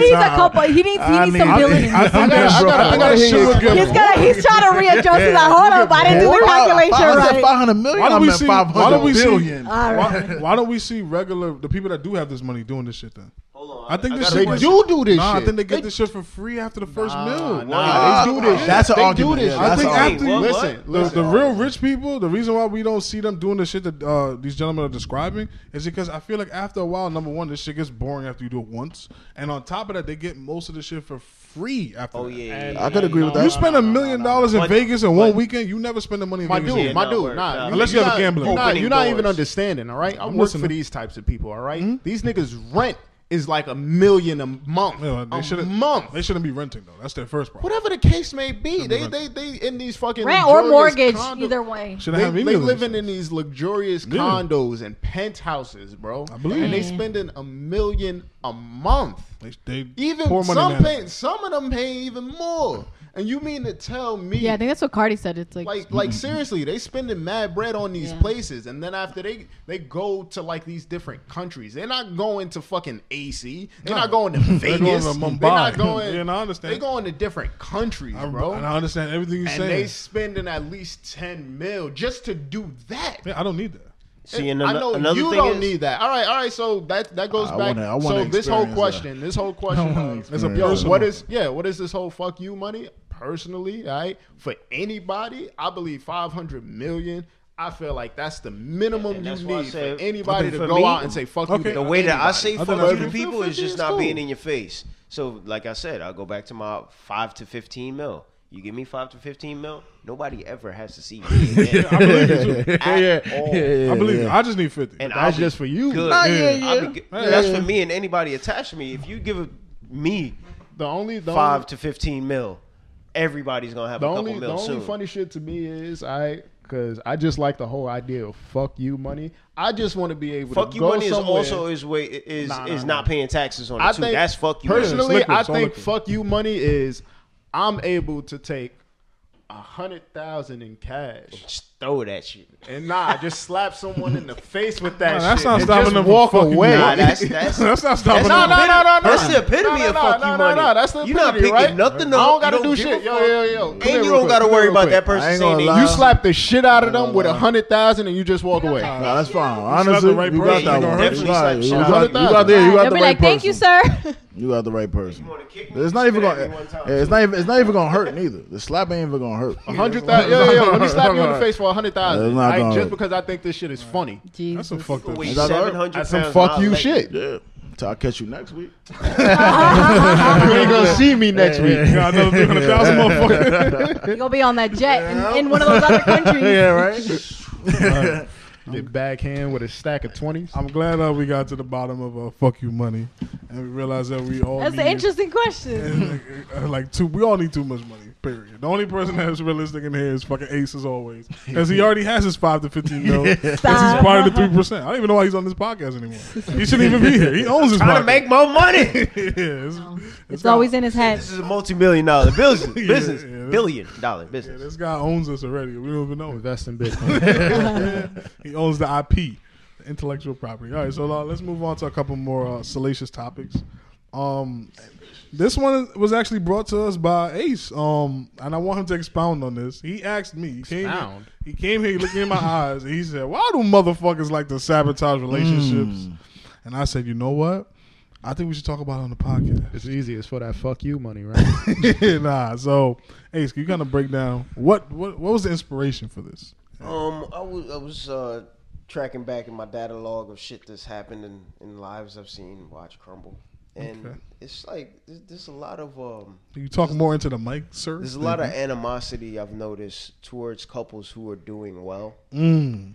[SPEAKER 5] needs a
[SPEAKER 6] time.
[SPEAKER 5] couple. He needs. He
[SPEAKER 6] I
[SPEAKER 5] needs some
[SPEAKER 6] mean,
[SPEAKER 5] billions.
[SPEAKER 1] I think
[SPEAKER 3] I
[SPEAKER 1] that's
[SPEAKER 3] gotta-
[SPEAKER 1] bro. I
[SPEAKER 3] I
[SPEAKER 1] think
[SPEAKER 3] gotta
[SPEAKER 1] that
[SPEAKER 3] hear
[SPEAKER 1] shit
[SPEAKER 3] you.
[SPEAKER 1] was
[SPEAKER 7] he's
[SPEAKER 1] good.
[SPEAKER 7] gonna. He's trying to readjust. He's like, hold up, I didn't do the
[SPEAKER 6] I
[SPEAKER 7] calculation
[SPEAKER 6] said
[SPEAKER 7] right.
[SPEAKER 6] 500 million.
[SPEAKER 1] Why don't
[SPEAKER 6] I
[SPEAKER 1] we
[SPEAKER 6] meant
[SPEAKER 1] see-
[SPEAKER 6] 500
[SPEAKER 1] why don't we see-
[SPEAKER 6] billion.
[SPEAKER 5] All right.
[SPEAKER 1] Why, why don't we see regular the people that do have this money doing this shit then?
[SPEAKER 4] Hold on.
[SPEAKER 1] I think this
[SPEAKER 4] gotta
[SPEAKER 1] shit
[SPEAKER 3] They
[SPEAKER 4] question.
[SPEAKER 3] do do this
[SPEAKER 1] Nah,
[SPEAKER 3] shit.
[SPEAKER 1] I think they get this shit for free after the first meal.
[SPEAKER 3] Nah, they do this. shit.
[SPEAKER 6] That's an
[SPEAKER 3] They
[SPEAKER 6] argument,
[SPEAKER 3] Do this
[SPEAKER 6] yeah,
[SPEAKER 1] I
[SPEAKER 3] shit.
[SPEAKER 6] that's
[SPEAKER 1] think
[SPEAKER 6] an
[SPEAKER 1] after
[SPEAKER 4] argument.
[SPEAKER 1] you,
[SPEAKER 4] What?
[SPEAKER 3] listen,
[SPEAKER 1] the,
[SPEAKER 3] listen.
[SPEAKER 1] the real rich people, the reason why we don't see them doing the shit that uh, these gentlemen are describing is because I feel like after a while, number one, this shit gets boring after you do it once, and on top of that, they get most of the shit for free after.
[SPEAKER 4] Oh
[SPEAKER 1] that.
[SPEAKER 4] yeah.
[SPEAKER 3] And-
[SPEAKER 6] I could agree with that.
[SPEAKER 1] You spend a million dollars in
[SPEAKER 4] But-
[SPEAKER 1] Vegas in one
[SPEAKER 4] but-
[SPEAKER 1] weekend, you never spend the money in
[SPEAKER 3] My
[SPEAKER 1] Vegas.
[SPEAKER 3] dude,
[SPEAKER 1] again.
[SPEAKER 4] Yeah,
[SPEAKER 3] my
[SPEAKER 4] no,
[SPEAKER 3] dude,
[SPEAKER 4] we're
[SPEAKER 3] nah.
[SPEAKER 4] not.
[SPEAKER 1] Unless you have a
[SPEAKER 3] not-
[SPEAKER 1] gambler.
[SPEAKER 3] You're not,
[SPEAKER 4] Opening
[SPEAKER 3] you're not even
[SPEAKER 4] doors.
[SPEAKER 3] understanding, all right? I work
[SPEAKER 1] listening. Hmm?
[SPEAKER 3] for these types of people, all right? These niggas' rent is like a million a month.
[SPEAKER 1] Yeah, they
[SPEAKER 3] a
[SPEAKER 1] shouldn't
[SPEAKER 3] month.
[SPEAKER 1] They shouldn't be renting though. That's their first problem.
[SPEAKER 3] Whatever the case may be, they, they they in these fucking
[SPEAKER 5] Rent or
[SPEAKER 3] luxurious
[SPEAKER 5] mortgage,
[SPEAKER 3] condo-
[SPEAKER 5] either way.
[SPEAKER 1] Should I
[SPEAKER 3] They,
[SPEAKER 1] have me
[SPEAKER 3] they
[SPEAKER 1] millions?
[SPEAKER 3] living in these luxurious
[SPEAKER 1] Yeah.
[SPEAKER 3] condos and penthouses, bro. I
[SPEAKER 1] believe
[SPEAKER 3] And they
[SPEAKER 1] it.
[SPEAKER 3] spending a million a month.
[SPEAKER 1] They, they
[SPEAKER 3] Even
[SPEAKER 1] pour money
[SPEAKER 3] some
[SPEAKER 1] in that.
[SPEAKER 3] paying, some of them paying even more. And you mean to tell me
[SPEAKER 5] Yeah, I think that's what Cardi said. It's like,
[SPEAKER 3] like like seriously they spending mad bread on these
[SPEAKER 5] Yeah.
[SPEAKER 3] places and then after they they go to like these different countries they're not going to fucking ac they're not going to
[SPEAKER 1] They're going
[SPEAKER 3] vegas
[SPEAKER 1] to
[SPEAKER 3] they're not
[SPEAKER 1] Mumbai.
[SPEAKER 3] going
[SPEAKER 1] Yeah, no, I understand.
[SPEAKER 3] they're going to different countries
[SPEAKER 1] I,
[SPEAKER 3] bro
[SPEAKER 1] and I understand everything you're
[SPEAKER 3] and
[SPEAKER 1] saying.
[SPEAKER 3] they spending at least 10 mil just to do that
[SPEAKER 1] Yeah, I don't need that.
[SPEAKER 4] See, and
[SPEAKER 3] I
[SPEAKER 4] ano-
[SPEAKER 3] know
[SPEAKER 4] another
[SPEAKER 3] you
[SPEAKER 4] thing
[SPEAKER 3] don't
[SPEAKER 4] is,
[SPEAKER 3] need that. All right, all right. So that that goes
[SPEAKER 6] I
[SPEAKER 3] back.
[SPEAKER 6] wanna- I wanna
[SPEAKER 3] so this whole
[SPEAKER 6] experience
[SPEAKER 3] question, this whole
[SPEAKER 6] I
[SPEAKER 3] question,
[SPEAKER 6] wanna
[SPEAKER 3] of,
[SPEAKER 6] experience
[SPEAKER 3] yo,
[SPEAKER 1] that.
[SPEAKER 3] what is yeah, what is this whole fuck you money? Personally, all right, for anybody, I believe five hundred million. I feel like that's the minimum
[SPEAKER 4] And
[SPEAKER 3] you
[SPEAKER 4] that's why I
[SPEAKER 3] need for
[SPEAKER 4] said-
[SPEAKER 3] anybody
[SPEAKER 4] I think
[SPEAKER 3] to
[SPEAKER 4] for
[SPEAKER 3] go
[SPEAKER 4] me,
[SPEAKER 3] out and say fuck you.
[SPEAKER 1] okay.
[SPEAKER 3] to
[SPEAKER 4] The way that I
[SPEAKER 3] anybody.
[SPEAKER 4] say
[SPEAKER 1] I
[SPEAKER 4] fuck
[SPEAKER 1] think that's
[SPEAKER 4] you to
[SPEAKER 1] cool.
[SPEAKER 4] people is
[SPEAKER 3] 50
[SPEAKER 4] just
[SPEAKER 3] is
[SPEAKER 4] not
[SPEAKER 3] cool.
[SPEAKER 4] being in your face. So, like I said, I'll go back to my five to fifteen mil. You give me five to fifteen mil, nobody ever has to see me again.
[SPEAKER 1] I believe you too.
[SPEAKER 4] At all.
[SPEAKER 1] I believe you. I just need fifty.
[SPEAKER 4] And
[SPEAKER 3] That's
[SPEAKER 4] I'll be
[SPEAKER 3] just for you. Oh,
[SPEAKER 4] Good.
[SPEAKER 1] Nah, yeah,
[SPEAKER 4] I'll
[SPEAKER 1] yeah.
[SPEAKER 4] be good.
[SPEAKER 1] Yeah,
[SPEAKER 4] That's
[SPEAKER 1] yeah.
[SPEAKER 4] for me and anybody attached to me. If you give me
[SPEAKER 3] The only the only-
[SPEAKER 4] five to fifteen mil, everybody's gonna have
[SPEAKER 3] The
[SPEAKER 4] a couple
[SPEAKER 3] only the
[SPEAKER 4] mil
[SPEAKER 3] only
[SPEAKER 4] soon.
[SPEAKER 3] funny shit to me is I because I just like the whole idea of fuck you money. I just want to be able
[SPEAKER 4] fuck
[SPEAKER 3] to
[SPEAKER 4] you
[SPEAKER 3] go
[SPEAKER 4] money is
[SPEAKER 3] somewhere.
[SPEAKER 4] also is way is
[SPEAKER 3] Nah, nah,
[SPEAKER 4] is
[SPEAKER 3] nah.
[SPEAKER 4] not paying taxes on it
[SPEAKER 3] I
[SPEAKER 4] too.
[SPEAKER 3] think
[SPEAKER 4] That's fuck you money.
[SPEAKER 3] personally.
[SPEAKER 1] It's liquid,
[SPEAKER 3] I
[SPEAKER 1] it's all
[SPEAKER 3] think
[SPEAKER 1] liquid.
[SPEAKER 3] fuck you money is I'm able to take a hundred thousand in cash
[SPEAKER 4] throw it at you.
[SPEAKER 3] And nah, just slap someone in the face with that.
[SPEAKER 1] Nah, that's
[SPEAKER 3] shit
[SPEAKER 1] not
[SPEAKER 3] and
[SPEAKER 1] stopping
[SPEAKER 3] just
[SPEAKER 1] them from
[SPEAKER 3] Walk
[SPEAKER 1] fucking
[SPEAKER 3] away.
[SPEAKER 1] you.
[SPEAKER 4] Nah, that's that's
[SPEAKER 1] That's not stopping
[SPEAKER 3] No,
[SPEAKER 1] them.
[SPEAKER 3] no, no, no, no.
[SPEAKER 4] That's the epitome
[SPEAKER 3] No,
[SPEAKER 4] of
[SPEAKER 3] no,
[SPEAKER 4] fuck
[SPEAKER 3] no,
[SPEAKER 4] you
[SPEAKER 3] no,
[SPEAKER 4] money.
[SPEAKER 3] no, that's the
[SPEAKER 4] You're not
[SPEAKER 3] epitome,
[SPEAKER 4] picking
[SPEAKER 3] right?
[SPEAKER 4] nothing
[SPEAKER 3] I
[SPEAKER 4] up.
[SPEAKER 3] don't gotta
[SPEAKER 4] You
[SPEAKER 3] do
[SPEAKER 4] give
[SPEAKER 3] shit.
[SPEAKER 4] a
[SPEAKER 3] Yo,
[SPEAKER 4] fuck.
[SPEAKER 3] yo, yo. Come here
[SPEAKER 4] And you
[SPEAKER 3] real
[SPEAKER 4] don't
[SPEAKER 3] quick.
[SPEAKER 4] gotta
[SPEAKER 3] Come
[SPEAKER 4] worry
[SPEAKER 3] here real
[SPEAKER 4] about
[SPEAKER 3] quick.
[SPEAKER 4] that person
[SPEAKER 6] ain't
[SPEAKER 4] saying
[SPEAKER 6] gonna
[SPEAKER 4] that
[SPEAKER 6] lie.
[SPEAKER 4] you
[SPEAKER 3] You slap the shit out of them with a hundred thousand, and you just walk away.
[SPEAKER 6] Nah, that's fine.
[SPEAKER 1] slapped the
[SPEAKER 6] Honestly, you
[SPEAKER 1] right
[SPEAKER 6] got
[SPEAKER 1] person,
[SPEAKER 6] that
[SPEAKER 1] you gonna
[SPEAKER 6] one.
[SPEAKER 1] hurt
[SPEAKER 6] You
[SPEAKER 1] yourself.
[SPEAKER 6] got- You
[SPEAKER 3] Shot.
[SPEAKER 6] got you got there. You
[SPEAKER 5] They'll
[SPEAKER 6] got the
[SPEAKER 5] be
[SPEAKER 6] right
[SPEAKER 5] like, "Thank you,
[SPEAKER 6] person.
[SPEAKER 5] sir."
[SPEAKER 6] You got the right person.
[SPEAKER 4] wanna kick me,
[SPEAKER 6] It's not even
[SPEAKER 4] spit at
[SPEAKER 6] gonna.
[SPEAKER 4] me one time.
[SPEAKER 6] yeah, It's not even. It's not even gonna hurt neither. The slap ain't even gonna hurt.
[SPEAKER 3] A hundred thousand. Yo, yo, yo. Let me slap you in the face for a hundred thousand.
[SPEAKER 6] That's not
[SPEAKER 3] Like,
[SPEAKER 6] gonna
[SPEAKER 3] Just
[SPEAKER 6] hurt.
[SPEAKER 3] because I think this shit is funny.
[SPEAKER 1] That's some fucked up.
[SPEAKER 4] Wait,
[SPEAKER 1] shit.
[SPEAKER 6] that all right?
[SPEAKER 4] 700
[SPEAKER 3] That's some
[SPEAKER 4] pounds,
[SPEAKER 3] fuck
[SPEAKER 4] I'll
[SPEAKER 3] you
[SPEAKER 4] let
[SPEAKER 3] shit. You
[SPEAKER 6] Yeah. Till I catch you next week.
[SPEAKER 3] ain't gonna see me next week.
[SPEAKER 1] You got another 300,000 motherfucker.
[SPEAKER 5] You're gonna be on that jet in, in one of those other countries.
[SPEAKER 6] right.
[SPEAKER 3] Get backhand with a stack of twenties.
[SPEAKER 1] I'm glad uh, we got to the bottom of uh, fuck you money, and we realized that we all
[SPEAKER 5] That's
[SPEAKER 1] need,
[SPEAKER 5] an interesting question.
[SPEAKER 1] uh, like too. We all need too much money. Period. The only person that's realistic in here is fucking Ace as always, because he already has his five to fifteen mil. Because he's part of the three percent. I don't even know why he's on this podcast anymore. He shouldn't even be here. He owns this
[SPEAKER 4] Trying
[SPEAKER 1] podcast.
[SPEAKER 4] to make more money.
[SPEAKER 1] yeah, it's,
[SPEAKER 5] It's always in his head.
[SPEAKER 4] This is a multi-million dollar business.
[SPEAKER 1] Yeah,
[SPEAKER 4] business.
[SPEAKER 1] yeah, this-
[SPEAKER 4] billion dollar
[SPEAKER 1] yeah,
[SPEAKER 4] business.
[SPEAKER 1] this guy owns us already. We don't even know it.
[SPEAKER 3] Invest in Bitcoin.
[SPEAKER 1] he owns the IP, the intellectual property. All right, so uh, let's move on to a couple more uh, salacious topics. Um, this one was actually brought to us by Ace, um, and I want him to expound on this. He asked me. He came,
[SPEAKER 3] Expound?
[SPEAKER 1] he came here looking in my eyes, and he said, "Why do motherfuckers like to sabotage relationships?" And I said, "You know what? I think we should talk about it on the podcast."
[SPEAKER 3] it's easy. It's for that fuck you money, right?
[SPEAKER 1] nah, so Ace, can you kind of break down what, what what was the inspiration for this?
[SPEAKER 4] Um, I was I was uh, tracking back in my data log of shit that's happened in, in lives I've seen, watch crumble, and
[SPEAKER 1] Okay.
[SPEAKER 4] it's like there's, there's a lot of um,
[SPEAKER 1] Can you talk more into the mic, sir?
[SPEAKER 4] there's a lot of animosity I've noticed towards couples who are doing well.
[SPEAKER 1] Mm.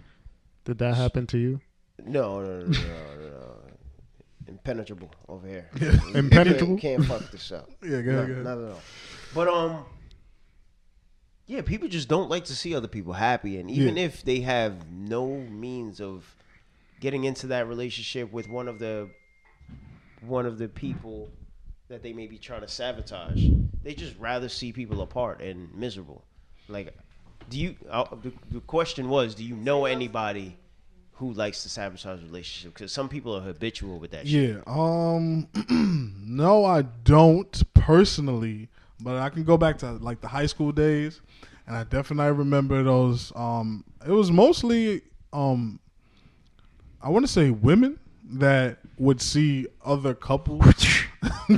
[SPEAKER 3] Did that happen to you?
[SPEAKER 4] No, no, no, no, no, no. impenetrable over here.
[SPEAKER 1] Impenetrable?
[SPEAKER 4] Can't, can't fuck this up.
[SPEAKER 1] Yeah, go
[SPEAKER 4] no,
[SPEAKER 1] ahead, go ahead.
[SPEAKER 4] Not at all. But um, yeah, people just don't like to see other people happy, and even
[SPEAKER 1] Yeah.
[SPEAKER 4] if they have no means of getting into that relationship with one of the one of the people that they may be trying to sabotage, they just rather see people apart and miserable. Like, do you? Uh, the, the question was, do you know anybody? Who likes to sabotage relationships? Because some people are habitual with that. shit.
[SPEAKER 1] Yeah. Um. no, I don't personally, but I can go back to like the high school days, and I definitely remember those. Um, it was mostly um, I want to say women that would see other couples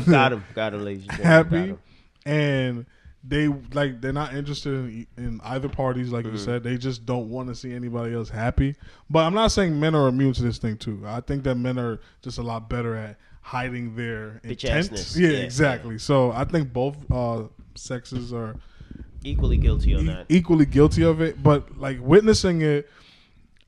[SPEAKER 4] got him, got him, ladies. and gentlemen, got
[SPEAKER 1] happy,
[SPEAKER 4] 'em.
[SPEAKER 1] and they like they're not interested in, in either parties. Like you said, they just don't want to see anybody else happy. But I'm not saying men are immune to this thing too. I think that men are just a lot better at hiding their intent.
[SPEAKER 4] assness.
[SPEAKER 1] Yeah,
[SPEAKER 4] Yeah,
[SPEAKER 1] exactly. So I think both uh, sexes are
[SPEAKER 4] Equally guilty
[SPEAKER 1] E
[SPEAKER 4] on that.
[SPEAKER 1] equally guilty of it. But like witnessing it,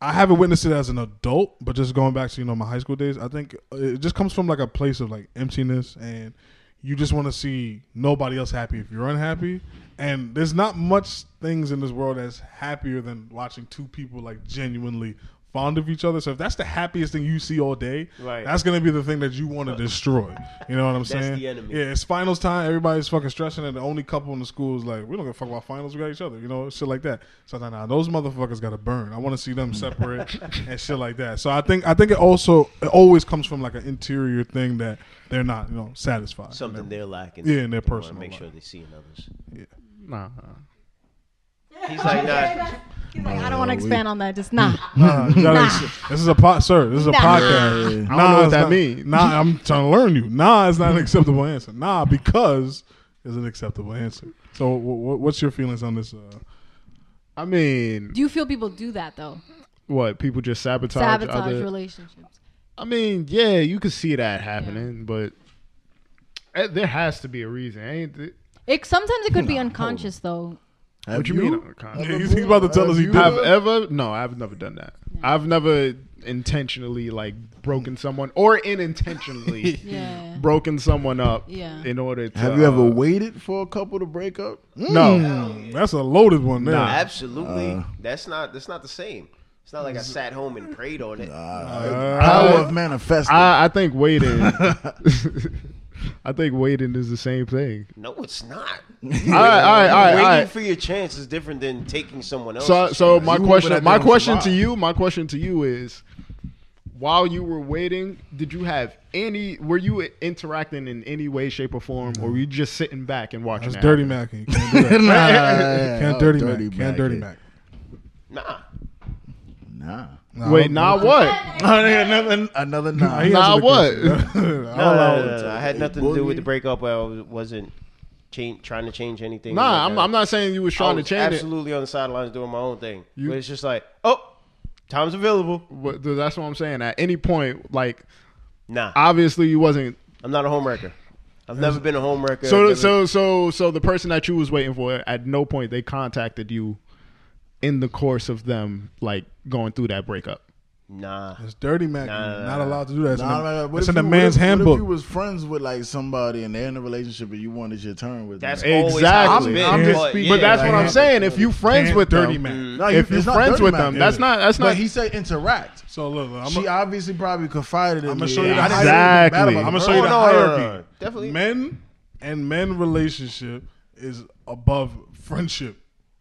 [SPEAKER 1] I haven't witnessed it as an adult. But just going back to you know my high school days, I think it just comes from like a place of like emptiness, and you just want to see nobody else happy if you're unhappy. And there's not much things in this world that's happier than watching two people like genuinely fond of each other. So if that's the happiest thing you see all day,
[SPEAKER 4] Right.
[SPEAKER 1] that's gonna be the thing that you want to destroy. You know what I'm
[SPEAKER 4] That's
[SPEAKER 1] saying?
[SPEAKER 4] the enemy.
[SPEAKER 1] Yeah, it's finals time. Everybody's fucking stressing, and the only couple in the school is like, we don't give a fuck about finals. We got each other, you know, shit like that. So nah, nah, those motherfuckers got to burn. I want to see them separate and shit like that. So I think I think it also it always comes from like an interior thing that they're not you know satisfied.
[SPEAKER 4] Something they're lacking.
[SPEAKER 1] Yeah, in their
[SPEAKER 4] They wanna
[SPEAKER 1] personal
[SPEAKER 4] Make
[SPEAKER 1] life.
[SPEAKER 4] sure they see in others.
[SPEAKER 3] Nah.
[SPEAKER 4] He's like, nah.
[SPEAKER 5] He's like, I don't want to expand on that. Just not.
[SPEAKER 1] Nah, you gotta- this Uh, is a pot, sir. This is a
[SPEAKER 5] Nah.
[SPEAKER 1] podcast.
[SPEAKER 6] Yeah.
[SPEAKER 1] Nah,
[SPEAKER 3] know what
[SPEAKER 1] it's
[SPEAKER 3] that
[SPEAKER 1] not-
[SPEAKER 3] means.
[SPEAKER 1] Nah, I'm trying to learn you. Nah, it's not an acceptable answer. Nah, because is an acceptable answer. So, w- what's your feelings on this? Uh,
[SPEAKER 3] I mean,
[SPEAKER 5] Do you feel people do that though?
[SPEAKER 3] what people just sabotage,
[SPEAKER 5] Sabotage
[SPEAKER 3] other.
[SPEAKER 5] relationships.
[SPEAKER 3] I mean, yeah, you could see that happening, but eh, there has to be a reason, ain't it?
[SPEAKER 5] It sometimes it could be unconscious though.
[SPEAKER 6] Have
[SPEAKER 3] What you mean? uh, Con-
[SPEAKER 1] he's, he's about to tell us he
[SPEAKER 3] You
[SPEAKER 1] did.
[SPEAKER 3] have
[SPEAKER 1] it.
[SPEAKER 3] ever? No, I've never done that. I've never intentionally like broken someone or unintentionally
[SPEAKER 5] Yeah.
[SPEAKER 3] broken someone up
[SPEAKER 5] Yeah.
[SPEAKER 3] in order to.
[SPEAKER 6] Have you ever
[SPEAKER 3] uh,
[SPEAKER 6] waited for a couple to break up?
[SPEAKER 3] No.
[SPEAKER 1] Hmm, That's a loaded one there.
[SPEAKER 3] Nah.
[SPEAKER 4] Absolutely.
[SPEAKER 3] Uh,
[SPEAKER 4] that's not. That's not the same. It's not like I sat home and prayed on it.
[SPEAKER 1] Uh,
[SPEAKER 6] Power of manifesting.
[SPEAKER 3] I, I think waiting. I think waiting is the same thing.
[SPEAKER 4] No, it's not.
[SPEAKER 3] all right, all right, all right, all
[SPEAKER 4] Waiting
[SPEAKER 3] right.
[SPEAKER 4] for your chance is different than taking someone else.
[SPEAKER 3] So, so my
[SPEAKER 6] You were
[SPEAKER 3] question,
[SPEAKER 6] that
[SPEAKER 3] my
[SPEAKER 6] damn
[SPEAKER 3] question to
[SPEAKER 6] survive.
[SPEAKER 3] you, my question to you is, while you were waiting, did you have any? Were you interacting in any way, shape, or form, or were you just sitting back and watching?
[SPEAKER 1] That's
[SPEAKER 3] it
[SPEAKER 1] dirty
[SPEAKER 3] happen?
[SPEAKER 1] macking. You Can't, do that. You can't
[SPEAKER 6] Oh,
[SPEAKER 1] dirty,
[SPEAKER 6] dirty
[SPEAKER 1] mac. Can't dirty
[SPEAKER 6] macking.
[SPEAKER 1] mac.
[SPEAKER 4] nah.
[SPEAKER 6] Nah.
[SPEAKER 1] Nah, I
[SPEAKER 3] Wait,
[SPEAKER 1] don't-
[SPEAKER 3] now what?
[SPEAKER 6] another, another
[SPEAKER 1] I ain't
[SPEAKER 6] nah.
[SPEAKER 3] Nah,
[SPEAKER 1] answered the
[SPEAKER 3] what?
[SPEAKER 1] question. I don't
[SPEAKER 4] No,
[SPEAKER 1] know.
[SPEAKER 4] no, no, no,
[SPEAKER 3] uh,
[SPEAKER 4] no. Uh, I had nothing to do with the
[SPEAKER 6] Boogie.
[SPEAKER 4] breakup. I was- wasn't cha- trying to change anything.
[SPEAKER 3] Nah,
[SPEAKER 4] like
[SPEAKER 3] I'm,
[SPEAKER 4] that.
[SPEAKER 3] I'm not saying you was
[SPEAKER 4] I
[SPEAKER 3] trying
[SPEAKER 4] was
[SPEAKER 3] to change it.
[SPEAKER 4] absolutely on the sidelines doing my own thing.
[SPEAKER 3] You-
[SPEAKER 4] but it's just like, oh, time's available.
[SPEAKER 3] But th- that's what I'm saying. At any point, like
[SPEAKER 4] Nah,
[SPEAKER 3] obviously you wasn't.
[SPEAKER 4] I'm not a homewrecker. I've never been a homewrecker.
[SPEAKER 3] So,
[SPEAKER 4] Never-
[SPEAKER 3] so, so, so the person that you was waiting for, at no point they contacted you in the course of them like going through that breakup.
[SPEAKER 4] nah.
[SPEAKER 1] It's dirty mac.
[SPEAKER 4] Nah, nah,
[SPEAKER 1] You're
[SPEAKER 4] nah,
[SPEAKER 1] not
[SPEAKER 4] nah.
[SPEAKER 1] allowed to do that. It's
[SPEAKER 6] Nah,
[SPEAKER 1] in
[SPEAKER 6] nah, nah.
[SPEAKER 1] the,
[SPEAKER 6] What
[SPEAKER 1] it's in
[SPEAKER 6] if
[SPEAKER 1] the
[SPEAKER 6] you-
[SPEAKER 1] man's
[SPEAKER 6] what if, What if
[SPEAKER 1] handbook.
[SPEAKER 6] you was friends with like somebody and they're in a relationship and you wanted your turn with
[SPEAKER 4] That's
[SPEAKER 6] them?
[SPEAKER 4] always how it's
[SPEAKER 3] Exactly.
[SPEAKER 4] been.
[SPEAKER 1] I'm just-
[SPEAKER 4] but, yeah,
[SPEAKER 3] but that's
[SPEAKER 1] like Mm-hmm.
[SPEAKER 3] what I'm
[SPEAKER 1] hand-
[SPEAKER 3] saying. If you friends
[SPEAKER 1] Can't
[SPEAKER 3] with
[SPEAKER 1] dirty
[SPEAKER 3] them,
[SPEAKER 1] man.
[SPEAKER 6] No,
[SPEAKER 3] if
[SPEAKER 6] you-
[SPEAKER 3] you
[SPEAKER 6] it's not
[SPEAKER 3] friends
[SPEAKER 6] dirty
[SPEAKER 3] with
[SPEAKER 6] back
[SPEAKER 3] them,
[SPEAKER 6] then.
[SPEAKER 3] that's not. That's
[SPEAKER 6] But
[SPEAKER 3] not.
[SPEAKER 6] he said interact.
[SPEAKER 1] So look, I'm
[SPEAKER 6] She
[SPEAKER 1] a,
[SPEAKER 6] obviously probably confided in
[SPEAKER 1] I'ma
[SPEAKER 6] me.
[SPEAKER 1] show you the
[SPEAKER 6] I didn't
[SPEAKER 3] Exactly.
[SPEAKER 6] even battle about
[SPEAKER 1] I'm
[SPEAKER 6] her.
[SPEAKER 1] gonna show you the
[SPEAKER 4] no, no, no,
[SPEAKER 1] hierarchy.
[SPEAKER 4] no, no. Definitely.
[SPEAKER 1] men and men relationship is above friendship.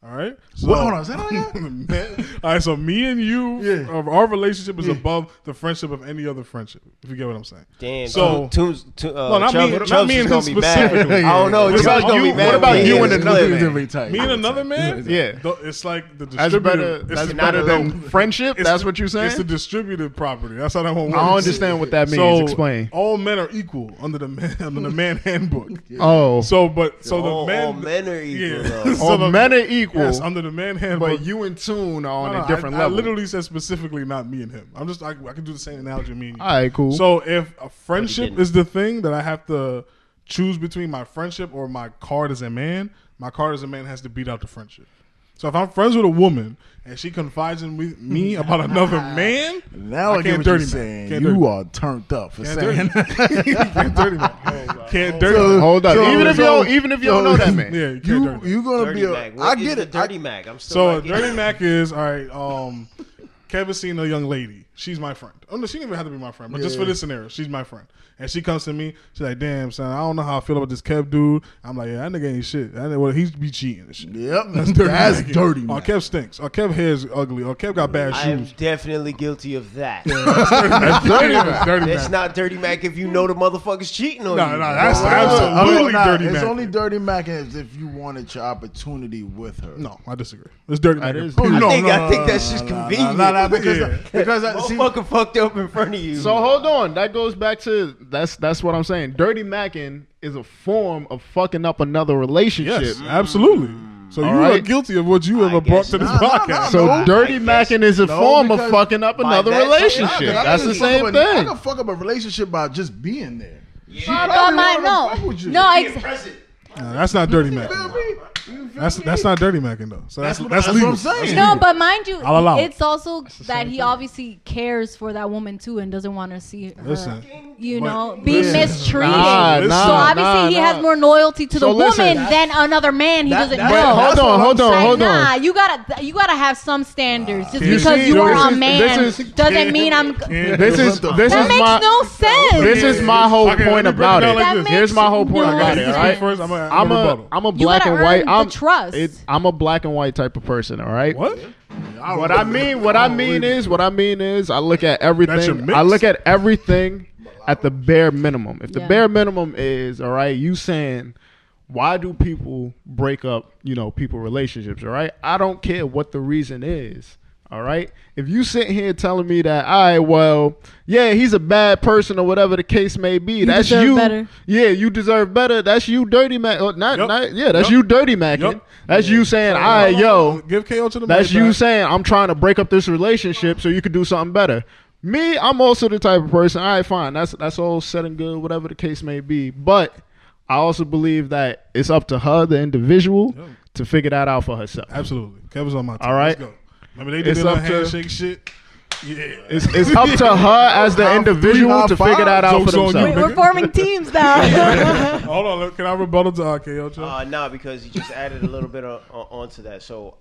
[SPEAKER 1] All right. So,
[SPEAKER 6] What- hold on, say that again?
[SPEAKER 1] Men- all right. So me and you,
[SPEAKER 6] Yeah.
[SPEAKER 1] our- our relationship is above the friendship of any other friendship. If you get what I'm saying.
[SPEAKER 4] Damn.
[SPEAKER 1] So-
[SPEAKER 4] So, Tunes, t- uh,
[SPEAKER 1] No, not
[SPEAKER 4] Chubbs,
[SPEAKER 1] me- not
[SPEAKER 4] Chubbs
[SPEAKER 1] me
[SPEAKER 4] is
[SPEAKER 1] and
[SPEAKER 4] gonna
[SPEAKER 1] him
[SPEAKER 4] be mad.
[SPEAKER 1] specifically.
[SPEAKER 4] I don't know.
[SPEAKER 1] What
[SPEAKER 4] Chubbs
[SPEAKER 1] about
[SPEAKER 4] Oh, gonna be
[SPEAKER 1] you-
[SPEAKER 4] mad
[SPEAKER 1] what
[SPEAKER 4] when
[SPEAKER 1] about
[SPEAKER 4] he
[SPEAKER 1] you
[SPEAKER 4] hears
[SPEAKER 1] and
[SPEAKER 4] this
[SPEAKER 1] another
[SPEAKER 4] clip.
[SPEAKER 6] man? Different type.
[SPEAKER 1] Me and another man.
[SPEAKER 3] Yeah.
[SPEAKER 1] the- It's like the
[SPEAKER 3] That's better.
[SPEAKER 1] distributor. it's
[SPEAKER 3] That's
[SPEAKER 1] the-
[SPEAKER 3] better than
[SPEAKER 4] distributor.
[SPEAKER 3] friendship.
[SPEAKER 1] it's
[SPEAKER 3] That's
[SPEAKER 1] the-
[SPEAKER 3] what you're
[SPEAKER 1] It's the
[SPEAKER 3] saying.
[SPEAKER 1] distributive property. That's how that one works.
[SPEAKER 3] I don't understand what that means.
[SPEAKER 1] So
[SPEAKER 3] Explain.
[SPEAKER 1] all men are equal under the man under the man handbook.
[SPEAKER 3] Oh, so
[SPEAKER 1] So, but so
[SPEAKER 4] All-
[SPEAKER 1] the men
[SPEAKER 4] all men are equal,
[SPEAKER 1] Yeah.
[SPEAKER 4] though.
[SPEAKER 1] So
[SPEAKER 3] all
[SPEAKER 1] the-
[SPEAKER 3] men are equal,
[SPEAKER 1] Yes, under the man handbook.
[SPEAKER 3] but you and Tune are on
[SPEAKER 1] No, no,
[SPEAKER 3] a different
[SPEAKER 1] Uh, I,
[SPEAKER 3] level.
[SPEAKER 1] I literally said specifically not me and him. I'm just I, I can do the same analogy. Me and you.
[SPEAKER 3] All right, cool.
[SPEAKER 1] So if a friendship
[SPEAKER 4] didn't.
[SPEAKER 1] is the thing that I have to choose between my friendship or my card as a man, my card as a man has to beat out the friendship. So if I'm friends with a woman and she confides in me, me about another man,
[SPEAKER 6] Now I,
[SPEAKER 1] I
[SPEAKER 6] get
[SPEAKER 1] can't
[SPEAKER 6] what you're
[SPEAKER 1] dirty man.
[SPEAKER 6] saying.
[SPEAKER 1] Can't dirty
[SPEAKER 6] You
[SPEAKER 1] man.
[SPEAKER 6] are turned up for
[SPEAKER 1] Can't
[SPEAKER 6] saying
[SPEAKER 1] dirty
[SPEAKER 6] that.
[SPEAKER 1] man. Can't dirty man. Can't dirty man.
[SPEAKER 3] Hold up.
[SPEAKER 6] So-
[SPEAKER 3] even if you
[SPEAKER 6] so-
[SPEAKER 3] don't, even if you don't know that man,
[SPEAKER 1] Yeah, you can't dirty
[SPEAKER 6] You
[SPEAKER 1] man.
[SPEAKER 6] you gonna
[SPEAKER 4] Dirty
[SPEAKER 6] be a
[SPEAKER 4] Mac.
[SPEAKER 6] I
[SPEAKER 4] What is
[SPEAKER 6] get
[SPEAKER 4] the
[SPEAKER 6] it. I-
[SPEAKER 4] Dirty Mac. I'm still
[SPEAKER 1] So
[SPEAKER 4] like,
[SPEAKER 1] Dirty Mac is all right. Um, Kevin seen a young lady. She's my friend. Oh no, she didn't even have to be my friend, but just for this scenario, she's my friend. And she comes to me. She's like, "Damn, son, I don't know how I feel about this Kev dude." I'm like, "Yeah, that nigga ain't shit. That nigga, well, he be cheating and shit."
[SPEAKER 6] Yep, that's dirty. That's
[SPEAKER 1] Mac.
[SPEAKER 6] dirty.
[SPEAKER 1] Oh,
[SPEAKER 6] Mac.
[SPEAKER 1] Kev stinks. Oh, Kev hair is ugly. Oh, Kev got bad
[SPEAKER 4] I am
[SPEAKER 1] shoes.
[SPEAKER 4] definitely guilty of that.
[SPEAKER 1] That's dirty. Mac. Dirty
[SPEAKER 4] That's
[SPEAKER 1] Mac.
[SPEAKER 4] not Dirty Mac if you know the motherfucker's cheating on
[SPEAKER 1] No,
[SPEAKER 4] you.
[SPEAKER 1] no, that's
[SPEAKER 6] Nah,
[SPEAKER 1] absolutely
[SPEAKER 6] Oh, nah,
[SPEAKER 1] dirty.
[SPEAKER 6] It's
[SPEAKER 1] Mac.
[SPEAKER 6] only dirty Mac is if you wanted your opportunity with her.
[SPEAKER 1] No, I disagree. It's dirty.
[SPEAKER 3] That
[SPEAKER 1] Mac.
[SPEAKER 3] is-
[SPEAKER 1] Oh,
[SPEAKER 4] I
[SPEAKER 1] no.
[SPEAKER 4] think, I think that's just
[SPEAKER 6] Nah, nah,
[SPEAKER 4] convenient.
[SPEAKER 6] nah, nah, because
[SPEAKER 1] Yeah.
[SPEAKER 6] because I, see,
[SPEAKER 4] Motherfucker fucked up in front of you.
[SPEAKER 3] So hold on, that goes back to that's that's what I'm saying. Dirty macking is a form of fucking up another relationship.
[SPEAKER 1] Yes, absolutely. So you are
[SPEAKER 3] right.
[SPEAKER 1] guilty of what you
[SPEAKER 4] I
[SPEAKER 1] ever brought
[SPEAKER 4] guess
[SPEAKER 1] to this
[SPEAKER 6] not. Nah, nah,
[SPEAKER 1] podcast.
[SPEAKER 6] nah,
[SPEAKER 3] So
[SPEAKER 6] No,
[SPEAKER 3] dirty
[SPEAKER 4] I guess
[SPEAKER 3] macking is a
[SPEAKER 6] no,
[SPEAKER 3] form of
[SPEAKER 6] because
[SPEAKER 3] fucking up
[SPEAKER 4] by
[SPEAKER 3] another
[SPEAKER 4] that time-
[SPEAKER 6] Nah, 'cause
[SPEAKER 3] relationship.
[SPEAKER 6] I
[SPEAKER 3] That's
[SPEAKER 6] can
[SPEAKER 3] the
[SPEAKER 6] fuck
[SPEAKER 3] same
[SPEAKER 6] up a- I
[SPEAKER 3] thing.
[SPEAKER 6] can fuck up a relationship by just being there.
[SPEAKER 5] Fuck
[SPEAKER 6] probably
[SPEAKER 5] up my
[SPEAKER 6] wanna fuck
[SPEAKER 5] no.
[SPEAKER 6] with you.
[SPEAKER 5] No,
[SPEAKER 6] Yeah,
[SPEAKER 5] ex-
[SPEAKER 1] Nah, that's not dirty Mac.
[SPEAKER 6] Feel me? You feel
[SPEAKER 1] That's
[SPEAKER 6] me?
[SPEAKER 1] that's not dirty macking though. So that's
[SPEAKER 6] That's what-
[SPEAKER 1] that's,
[SPEAKER 6] that's what
[SPEAKER 1] legal.
[SPEAKER 6] I'm saying.
[SPEAKER 1] That's
[SPEAKER 5] no,
[SPEAKER 1] legal.
[SPEAKER 5] but mind you,
[SPEAKER 1] I'll allow it.
[SPEAKER 5] it's also that he obviously cares for that woman too and doesn't want to see her,
[SPEAKER 1] Listen.
[SPEAKER 5] you
[SPEAKER 1] But-
[SPEAKER 5] know, be
[SPEAKER 1] Listen.
[SPEAKER 5] mistreated.
[SPEAKER 3] Nah,
[SPEAKER 5] so
[SPEAKER 1] nah,
[SPEAKER 5] obviously
[SPEAKER 3] nah,
[SPEAKER 5] he
[SPEAKER 3] nah.
[SPEAKER 5] has more loyalty to
[SPEAKER 3] So
[SPEAKER 5] the
[SPEAKER 3] listen,
[SPEAKER 5] woman than another man he
[SPEAKER 6] that-
[SPEAKER 5] doesn't
[SPEAKER 6] that-
[SPEAKER 5] know.
[SPEAKER 3] But hold
[SPEAKER 6] That's
[SPEAKER 3] on,
[SPEAKER 6] what
[SPEAKER 3] hold
[SPEAKER 6] I'm
[SPEAKER 3] on,
[SPEAKER 5] Like,
[SPEAKER 3] hold
[SPEAKER 5] nah,
[SPEAKER 3] on.
[SPEAKER 5] you gotta you gotta have some standards.
[SPEAKER 1] Can't
[SPEAKER 5] Just because
[SPEAKER 1] see,
[SPEAKER 5] you
[SPEAKER 1] yo,
[SPEAKER 5] are
[SPEAKER 1] this
[SPEAKER 5] a
[SPEAKER 1] is-
[SPEAKER 5] man
[SPEAKER 3] this is-
[SPEAKER 5] doesn't mean I'm.
[SPEAKER 1] Can't-
[SPEAKER 3] This is
[SPEAKER 6] What the
[SPEAKER 3] this
[SPEAKER 5] That
[SPEAKER 3] is
[SPEAKER 5] makes
[SPEAKER 3] my
[SPEAKER 5] no sense.
[SPEAKER 3] this is my whole
[SPEAKER 1] Okay,
[SPEAKER 3] point
[SPEAKER 1] let me break it
[SPEAKER 3] about
[SPEAKER 1] down
[SPEAKER 3] it.
[SPEAKER 1] like
[SPEAKER 5] That
[SPEAKER 1] this.
[SPEAKER 5] makes
[SPEAKER 3] Here's my whole point
[SPEAKER 5] no
[SPEAKER 3] about it.
[SPEAKER 5] sense.
[SPEAKER 3] All right,
[SPEAKER 1] First, I'm a, I'm
[SPEAKER 3] I'm
[SPEAKER 1] a
[SPEAKER 3] a
[SPEAKER 1] rebuttal.
[SPEAKER 3] I'm a black
[SPEAKER 5] gotta
[SPEAKER 3] and white.
[SPEAKER 5] earn
[SPEAKER 3] I'm
[SPEAKER 5] the trust.
[SPEAKER 3] It, I'm a black and white type of person. All right.
[SPEAKER 1] what?
[SPEAKER 3] What I mean, what I mean is, what I mean is, I look at everything.
[SPEAKER 1] your
[SPEAKER 3] I
[SPEAKER 1] mix?
[SPEAKER 3] look at everything at the bare minimum. If the
[SPEAKER 5] Yeah.
[SPEAKER 3] bare minimum is all right, you saying, why do people break up? You know, people relationships. All right, I don't care what the reason is. All right, if you sit here telling me that, all right, well, yeah, he's a bad person or whatever the case may be. that's
[SPEAKER 5] deserve
[SPEAKER 3] you.
[SPEAKER 5] better.
[SPEAKER 3] Yeah, you deserve better. That's you, dirty mac. oh, Not,
[SPEAKER 1] Yup.
[SPEAKER 3] not. Yeah, that's
[SPEAKER 1] Yup.
[SPEAKER 3] you, dirty macking.
[SPEAKER 1] Yup. uh,
[SPEAKER 3] That's you saying, all right, yo.
[SPEAKER 1] give KO to the
[SPEAKER 3] That's
[SPEAKER 1] mic,
[SPEAKER 3] you
[SPEAKER 1] man.
[SPEAKER 3] saying I'm trying to break up this relationship so you could do something better. Me, I'm also the type of person. All right, fine. That's that's all said and good, whatever the case may be. But I also believe that it's up to her, the individual, to figure that out for herself.
[SPEAKER 1] Absolutely, Kevin's on my team.
[SPEAKER 3] All right.
[SPEAKER 1] Let's go. Remember they did
[SPEAKER 3] It's
[SPEAKER 1] that little
[SPEAKER 3] up to-
[SPEAKER 1] handshake shit. Yeah,
[SPEAKER 3] It's, it's up to her as the individual to figure that out for
[SPEAKER 1] Jokes on you.
[SPEAKER 3] themselves.
[SPEAKER 7] We're forming teams now.
[SPEAKER 1] hold on. Can I rebuttal to uh, KO? Joe?
[SPEAKER 4] Uh, nah, because you just added a little bit on, on, onto that. So,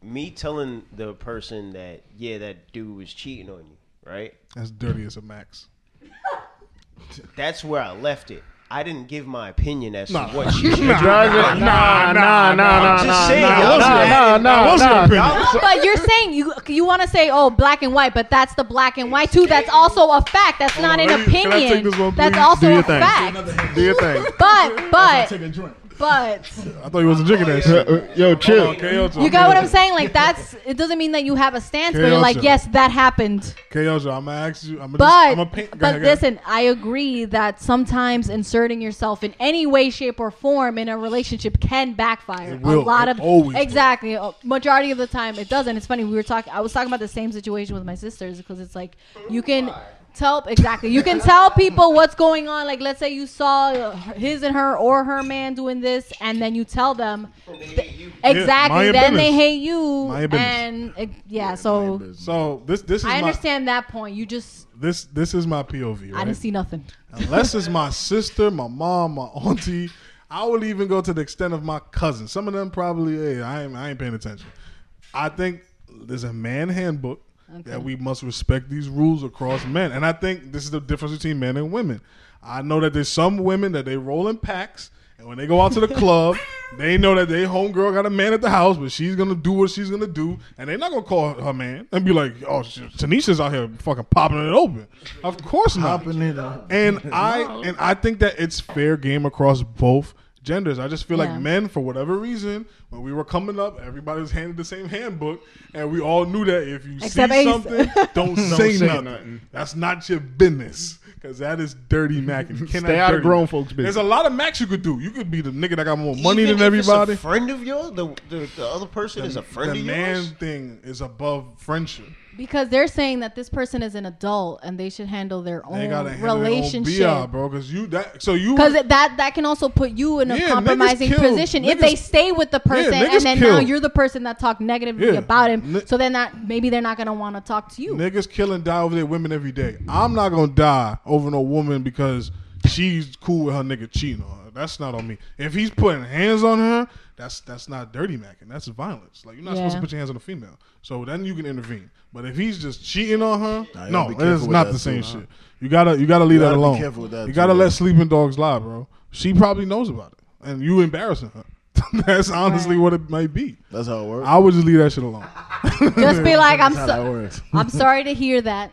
[SPEAKER 4] me telling the person that, yeah, that dude was cheating on you, right?
[SPEAKER 1] That's dirty as a max.
[SPEAKER 4] That's where I left it. I didn't give my opinion as to
[SPEAKER 1] Nah.
[SPEAKER 4] what she should do.
[SPEAKER 3] Nah, nah, nah, nah, nah,
[SPEAKER 4] just
[SPEAKER 3] nah,
[SPEAKER 4] saying,
[SPEAKER 3] nah,
[SPEAKER 4] y'all
[SPEAKER 3] nah,
[SPEAKER 4] should
[SPEAKER 3] nah,
[SPEAKER 4] have it.
[SPEAKER 3] nah,
[SPEAKER 1] What's your
[SPEAKER 3] nah.
[SPEAKER 1] opinion?
[SPEAKER 5] No, but you're saying you you want to say oh black and white, but that's the black and white too. That's also a fact. That's not
[SPEAKER 1] on,
[SPEAKER 5] an
[SPEAKER 1] let me- can I take
[SPEAKER 5] opinion.
[SPEAKER 1] this one,
[SPEAKER 5] That's
[SPEAKER 1] please?
[SPEAKER 5] also
[SPEAKER 3] Do your
[SPEAKER 5] a
[SPEAKER 3] thing.
[SPEAKER 5] fact.
[SPEAKER 1] Do your thing.
[SPEAKER 5] But
[SPEAKER 6] Take
[SPEAKER 5] but
[SPEAKER 6] a drink.
[SPEAKER 5] but
[SPEAKER 1] I thought you wasn't drinking that
[SPEAKER 3] Uh,
[SPEAKER 1] shit.
[SPEAKER 3] uh, Yo, chill.
[SPEAKER 5] you got what I'm saying? Like that's it doesn't mean that you have a stance, but you're like
[SPEAKER 1] Chaos.
[SPEAKER 5] yes, that happened.
[SPEAKER 1] Kayoja, I'm gonna ask you. I'm gonna.
[SPEAKER 5] But
[SPEAKER 1] just, I'm gonna paint, go
[SPEAKER 5] but
[SPEAKER 1] ahead, go ahead.
[SPEAKER 5] listen, I agree that sometimes inserting yourself in any way, shape, or form in a relationship can backfire.
[SPEAKER 1] It will.
[SPEAKER 5] A lot
[SPEAKER 1] It
[SPEAKER 5] of
[SPEAKER 1] always will.
[SPEAKER 5] exactly a majority of the time it doesn't. It's funny we were talking. I was talking about the same situation with my sisters because it's like you can. Tell exactly. You can tell people what's going on. Like, let's say you saw uh, his and her or her man doing this, and then you tell them exactly.
[SPEAKER 1] mind your
[SPEAKER 5] then they
[SPEAKER 1] business.
[SPEAKER 5] hate you,
[SPEAKER 1] Mind your business.
[SPEAKER 5] and uh, yeah. So
[SPEAKER 1] So this this is
[SPEAKER 5] I
[SPEAKER 1] my
[SPEAKER 5] understand that point. You just
[SPEAKER 1] this this is my POV. Right?
[SPEAKER 5] I didn't see nothing.
[SPEAKER 1] Unless it's my sister, my mom, my auntie, I would even go to the extent of my cousin. Some of them probably, hey, I ain't, I ain't paying attention. I think there's a man handbook that we must respect these rules across men, and I think this is the difference between men and women. I know that there's some women that they roll in packs, and when they go out to the club, they know that they homegirl got a man at the house, but she's gonna do what she's gonna do, and they're not gonna call her man and be like, "Oh, Tanisha's out here fucking popping it open." Of course not.
[SPEAKER 6] Popping it up.
[SPEAKER 1] And I and I think that it's fair game across both genders. I just feel
[SPEAKER 5] Yeah.
[SPEAKER 1] like men, for whatever reason, when we were coming up, everybody was handed the same handbook, and we all knew that if you
[SPEAKER 5] Except
[SPEAKER 1] see
[SPEAKER 5] Ace.
[SPEAKER 1] something, don't say,
[SPEAKER 3] say
[SPEAKER 1] nothing.
[SPEAKER 3] nothing.
[SPEAKER 1] That's not your business. Cause that is dirty Mac. And you cannot
[SPEAKER 3] Stay out of
[SPEAKER 1] dirty
[SPEAKER 3] grown
[SPEAKER 1] Mac.
[SPEAKER 3] folks' business.
[SPEAKER 1] There's a lot of Macs you could do. You could be the nigga that got more money
[SPEAKER 4] Even
[SPEAKER 1] than
[SPEAKER 4] if it's a
[SPEAKER 1] everybody.
[SPEAKER 4] friend of yours, the, the, the other person is a friend
[SPEAKER 1] the
[SPEAKER 4] of
[SPEAKER 1] man
[SPEAKER 4] yours.
[SPEAKER 1] thing is above friendship.
[SPEAKER 5] Because they're saying that this person is an adult and they should handle their own
[SPEAKER 4] Oh,
[SPEAKER 1] They gotta handle their own BI,
[SPEAKER 5] relationship.
[SPEAKER 1] bro. Cause you that so you
[SPEAKER 5] Because that that can also put you in a
[SPEAKER 1] Yeah, niggas
[SPEAKER 5] compromising
[SPEAKER 1] kill-
[SPEAKER 5] position if
[SPEAKER 1] niggas-
[SPEAKER 5] they stay with the person
[SPEAKER 1] niggas
[SPEAKER 5] and then now
[SPEAKER 1] kill.
[SPEAKER 5] you're the person that talked negatively
[SPEAKER 1] Yeah.
[SPEAKER 5] about him.
[SPEAKER 1] Ni-
[SPEAKER 5] so then that maybe they're not gonna want to talk to you.
[SPEAKER 1] Niggas kill and die over their women every day. I'm not gonna die over no woman because she's cool with her nigga cheating on her. That's not on me. If he's putting hands on her, that's that's not dirty macking. That's violence. Like you're not supposed
[SPEAKER 5] Yeah.
[SPEAKER 1] to put your hands on a female. So then you can intervene. But if he's just cheating on her,
[SPEAKER 6] Nah, you
[SPEAKER 1] no,
[SPEAKER 6] gotta be careful
[SPEAKER 1] it's
[SPEAKER 6] with
[SPEAKER 1] not
[SPEAKER 6] that
[SPEAKER 1] the same
[SPEAKER 6] too, huh?
[SPEAKER 1] shit. You gotta you gotta leave
[SPEAKER 6] You
[SPEAKER 1] that
[SPEAKER 6] gotta be
[SPEAKER 1] alone.
[SPEAKER 6] careful with that
[SPEAKER 1] you gotta
[SPEAKER 6] too,
[SPEAKER 1] let
[SPEAKER 6] yeah.
[SPEAKER 1] sleeping dogs lie, bro. She probably knows about it, and you embarrassing her. that's honestly what it might be.
[SPEAKER 6] That's how it works.
[SPEAKER 1] I would just leave that shit alone.
[SPEAKER 5] Just be like, I'm
[SPEAKER 6] That's how that
[SPEAKER 5] so,
[SPEAKER 6] works.
[SPEAKER 5] I'm sorry to hear that.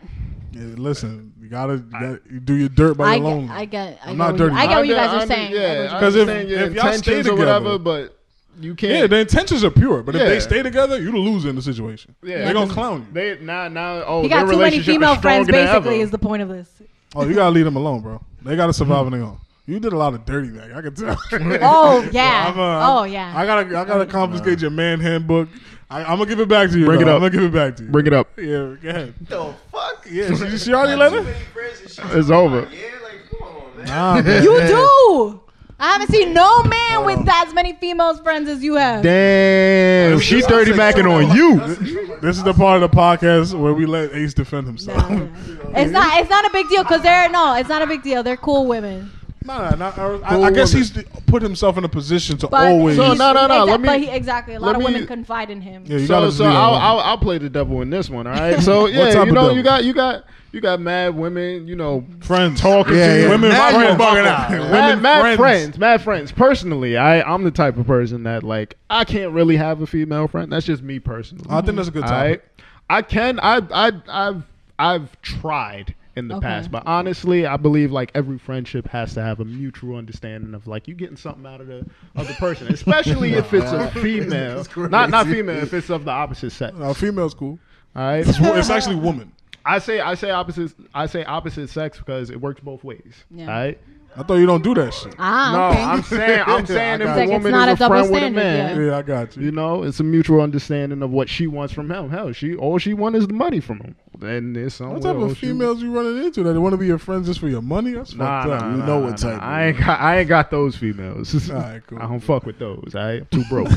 [SPEAKER 1] Yeah, listen, you gotta, you gotta you do your dirt by
[SPEAKER 5] I
[SPEAKER 1] your
[SPEAKER 5] get,
[SPEAKER 1] loneliness.
[SPEAKER 5] I get, I
[SPEAKER 1] I'm
[SPEAKER 5] get
[SPEAKER 1] not
[SPEAKER 5] what
[SPEAKER 1] dirty.
[SPEAKER 5] You, I get what you
[SPEAKER 3] under-
[SPEAKER 5] guys are
[SPEAKER 3] under-
[SPEAKER 5] saying. I get
[SPEAKER 3] Yeah,
[SPEAKER 5] what
[SPEAKER 1] Because if-
[SPEAKER 3] understand your
[SPEAKER 1] if y'all stay
[SPEAKER 3] intentions or
[SPEAKER 1] together-
[SPEAKER 3] whatever, but you
[SPEAKER 1] yeah,
[SPEAKER 3] can't.
[SPEAKER 1] the intentions are pure, but if
[SPEAKER 3] Yeah.
[SPEAKER 1] they stay together, you the loser in the situation.
[SPEAKER 3] Yeah.
[SPEAKER 1] Yeah, they gonna clown you.
[SPEAKER 3] They now now oh
[SPEAKER 5] you, he
[SPEAKER 3] their
[SPEAKER 5] got too many
[SPEAKER 3] relationship
[SPEAKER 5] female
[SPEAKER 3] is
[SPEAKER 5] friends.
[SPEAKER 3] stronger than ever.
[SPEAKER 5] Basically, is the point of this.
[SPEAKER 1] oh, you gotta leave them alone, bro. They gotta survive on their own. You did a lot of dirty, man. I can tell.
[SPEAKER 5] Oh yeah.
[SPEAKER 1] I'm, uh,
[SPEAKER 5] oh yeah.
[SPEAKER 1] I gotta, I gotta confiscate your man handbook. I, I'm gonna give it back to you. Bring
[SPEAKER 3] it up.
[SPEAKER 1] I'm gonna give it back to you.
[SPEAKER 3] Bring it up.
[SPEAKER 1] yeah, go ahead.
[SPEAKER 4] The fuck?
[SPEAKER 1] Yeah, she, she already let
[SPEAKER 4] Too
[SPEAKER 1] it.
[SPEAKER 4] many friends and shit.
[SPEAKER 3] It's over.
[SPEAKER 4] Yeah, like come on, man.
[SPEAKER 1] Nah, Ah, man.
[SPEAKER 5] You do. I haven't seen no man with
[SPEAKER 1] Uh,
[SPEAKER 5] as many female friends as you have.
[SPEAKER 3] Damn, she dirty macking on you.
[SPEAKER 1] This is the part of the podcast where we let Ace defend himself.
[SPEAKER 5] Nah, nah. It's not. It's not a big deal because they're no. It's not a big deal. They're cool women.
[SPEAKER 1] Nah, nah, nah, I, I guess he's put himself in a position to
[SPEAKER 5] But
[SPEAKER 1] always.
[SPEAKER 3] So,
[SPEAKER 5] he's-
[SPEAKER 3] no, no, no,
[SPEAKER 5] exa-
[SPEAKER 3] let me-
[SPEAKER 5] but he, exactly. A lot
[SPEAKER 3] let
[SPEAKER 5] of
[SPEAKER 3] me-
[SPEAKER 5] women confide in him.
[SPEAKER 1] Yeah, you
[SPEAKER 3] so
[SPEAKER 1] gotta um,
[SPEAKER 3] so
[SPEAKER 1] leave it
[SPEAKER 3] I'll,
[SPEAKER 1] alone.
[SPEAKER 3] I'll I'll play the devil in this one. All right. So
[SPEAKER 1] What
[SPEAKER 3] yeah,
[SPEAKER 1] type
[SPEAKER 3] you
[SPEAKER 1] of
[SPEAKER 3] know
[SPEAKER 1] devil?
[SPEAKER 3] you got you got you got mad women. You know
[SPEAKER 1] friends talking
[SPEAKER 3] Yeah, yeah.
[SPEAKER 1] women
[SPEAKER 3] Now
[SPEAKER 1] friends,
[SPEAKER 3] you're
[SPEAKER 1] bugging out.
[SPEAKER 3] mad,
[SPEAKER 1] women
[SPEAKER 3] mad
[SPEAKER 1] friends.
[SPEAKER 3] friends. mad friends. Personally, I I'm the type of person that like I can't really have a female friend. That's just me personally.
[SPEAKER 1] I think that's a good
[SPEAKER 3] All
[SPEAKER 1] topic.
[SPEAKER 3] I can I I I've I've tried in the
[SPEAKER 5] Okay.
[SPEAKER 3] past, but honestly, I believe like every friendship has to have a mutual understanding of like you getting something out of the other person, especially if it's a female. Not not female, if it's of the opposite sex. All
[SPEAKER 1] Now, female's cool.
[SPEAKER 3] right.
[SPEAKER 1] Uh, It's, wo- it's actually woman.
[SPEAKER 3] I say I say opposite I say opposite sex because it works both ways.
[SPEAKER 5] Yeah.
[SPEAKER 3] All right.
[SPEAKER 1] I thought you don't do that shit.
[SPEAKER 5] Ah,
[SPEAKER 3] No,
[SPEAKER 5] okay.
[SPEAKER 3] I'm saying I'm saying if
[SPEAKER 1] It's
[SPEAKER 3] a
[SPEAKER 1] like
[SPEAKER 5] it's
[SPEAKER 3] woman
[SPEAKER 5] not
[SPEAKER 3] is
[SPEAKER 5] a
[SPEAKER 3] a,
[SPEAKER 5] double
[SPEAKER 3] friend with a
[SPEAKER 5] standard,
[SPEAKER 3] man,
[SPEAKER 1] Yeah, I got
[SPEAKER 3] you
[SPEAKER 1] you.
[SPEAKER 3] know, it's a mutual understanding of what she wants from him. Hell, she all she wants is the money from him. And there's some
[SPEAKER 1] What type
[SPEAKER 3] will
[SPEAKER 1] of
[SPEAKER 3] she-
[SPEAKER 1] females you running into that want to be your friends just for your money? That's
[SPEAKER 3] Nah,
[SPEAKER 1] fucked
[SPEAKER 3] nah,
[SPEAKER 1] up.
[SPEAKER 3] nah,
[SPEAKER 1] you know
[SPEAKER 3] nah,
[SPEAKER 1] what type.
[SPEAKER 3] nah. I ain't got I ain't got those females.
[SPEAKER 1] All right, cool.
[SPEAKER 3] I don't fuck with those. I am too broke.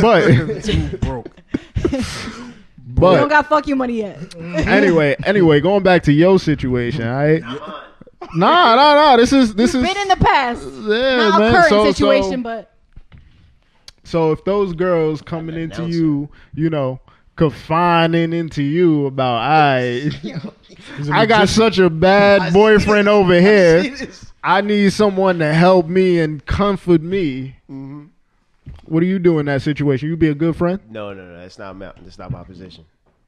[SPEAKER 3] but
[SPEAKER 1] Too broke.
[SPEAKER 5] you don't
[SPEAKER 3] but
[SPEAKER 5] got fuck you money yet.
[SPEAKER 3] anyway, anyway, going back to your situation, all right? Nah, nah, nah. This is this is
[SPEAKER 5] Been in the past.
[SPEAKER 3] yeah,
[SPEAKER 5] not
[SPEAKER 3] man.
[SPEAKER 5] a current
[SPEAKER 3] So- so-
[SPEAKER 5] situation, but
[SPEAKER 3] So if those girls coming
[SPEAKER 4] An
[SPEAKER 3] into
[SPEAKER 4] announcer.
[SPEAKER 3] you, you know, confining into you about I. I got such a bad boyfriend over here. I need someone to help me and comfort me.
[SPEAKER 4] Mm-hmm.
[SPEAKER 3] What do you do in that situation? You be a good friend.
[SPEAKER 4] No, no, no. That's not my. That's not my position.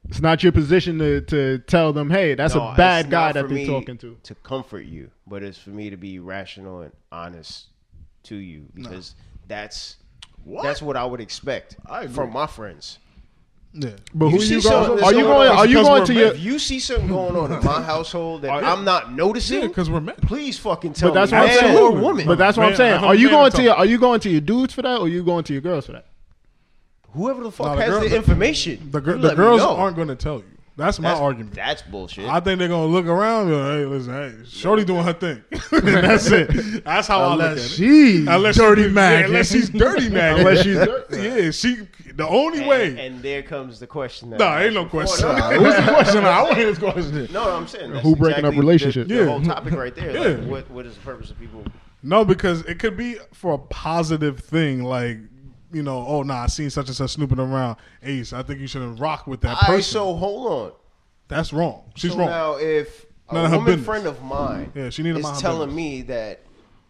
[SPEAKER 3] It's not your position to, to tell them, hey, that's
[SPEAKER 4] No,
[SPEAKER 3] a
[SPEAKER 4] it's
[SPEAKER 3] bad guy
[SPEAKER 4] not
[SPEAKER 3] that
[SPEAKER 4] for
[SPEAKER 3] they're
[SPEAKER 4] me
[SPEAKER 3] talking to.
[SPEAKER 4] To comfort you, but it's for me to be rational and honest to you because that's that's what I would expect from my friends.
[SPEAKER 1] Yeah.
[SPEAKER 3] But who
[SPEAKER 4] see
[SPEAKER 3] you going?
[SPEAKER 4] something that's
[SPEAKER 3] Are you going?
[SPEAKER 4] on-
[SPEAKER 3] Are you
[SPEAKER 1] because
[SPEAKER 3] going
[SPEAKER 1] we're
[SPEAKER 3] to your?
[SPEAKER 4] If you see something going on in my household that I'm not noticing,
[SPEAKER 1] because we're men.
[SPEAKER 4] please fucking tell
[SPEAKER 3] But that's
[SPEAKER 4] me,
[SPEAKER 3] what I'm
[SPEAKER 4] man
[SPEAKER 3] saying.
[SPEAKER 4] or woman,
[SPEAKER 3] But that's what I'm
[SPEAKER 1] Man,
[SPEAKER 3] saying.
[SPEAKER 1] I'm a
[SPEAKER 3] Are you
[SPEAKER 1] man
[SPEAKER 3] going
[SPEAKER 1] talking.
[SPEAKER 3] to your? Are you going to your dudes for that, or are you going to your girls for that?
[SPEAKER 4] whoever the fuck
[SPEAKER 1] Nah, the
[SPEAKER 4] has
[SPEAKER 1] girl-
[SPEAKER 4] the,
[SPEAKER 1] the-
[SPEAKER 4] information.
[SPEAKER 1] The, gir-
[SPEAKER 4] you
[SPEAKER 1] the
[SPEAKER 4] let me
[SPEAKER 1] girls
[SPEAKER 4] know.
[SPEAKER 1] aren't going to tell you. That's my
[SPEAKER 4] That's-
[SPEAKER 1] argument.
[SPEAKER 4] That's bullshit.
[SPEAKER 1] I think they're gonna look around. And be like, hey, listen, hey, Shorty doing her thing. that's it. That's how I look at
[SPEAKER 6] Unless
[SPEAKER 1] it.
[SPEAKER 6] she's
[SPEAKER 1] Unless
[SPEAKER 6] dirty
[SPEAKER 1] she-
[SPEAKER 6] Mac.
[SPEAKER 1] Yeah, unless she's dirty Mac.
[SPEAKER 3] Unless she's
[SPEAKER 1] yeah, she. The only
[SPEAKER 4] and,
[SPEAKER 1] way.
[SPEAKER 4] and there comes the question. that
[SPEAKER 1] nah,
[SPEAKER 4] I
[SPEAKER 1] ain't no
[SPEAKER 4] asked before.
[SPEAKER 1] question.
[SPEAKER 4] No,
[SPEAKER 1] What's the question? I want
[SPEAKER 6] His question.
[SPEAKER 4] No, no, I'm saying that's
[SPEAKER 3] Who breaking up
[SPEAKER 4] exactly the-
[SPEAKER 3] relationship?
[SPEAKER 4] The,
[SPEAKER 1] Yeah.
[SPEAKER 4] whole topic right there. like,
[SPEAKER 1] Yeah.
[SPEAKER 4] what what is the purpose of people?
[SPEAKER 1] No, because it could be for a positive thing, like you know, oh nah, I seen such and such snooping around. Ace, I think you shouldn't rock with that
[SPEAKER 4] I
[SPEAKER 1] person.
[SPEAKER 4] so hold on.
[SPEAKER 1] That's wrong. She's
[SPEAKER 4] so
[SPEAKER 1] wrong.
[SPEAKER 4] Now, if a
[SPEAKER 1] None of her
[SPEAKER 4] woman
[SPEAKER 1] business.
[SPEAKER 4] friend of mine
[SPEAKER 1] Yeah, she need to
[SPEAKER 4] is
[SPEAKER 1] mind her
[SPEAKER 4] telling me that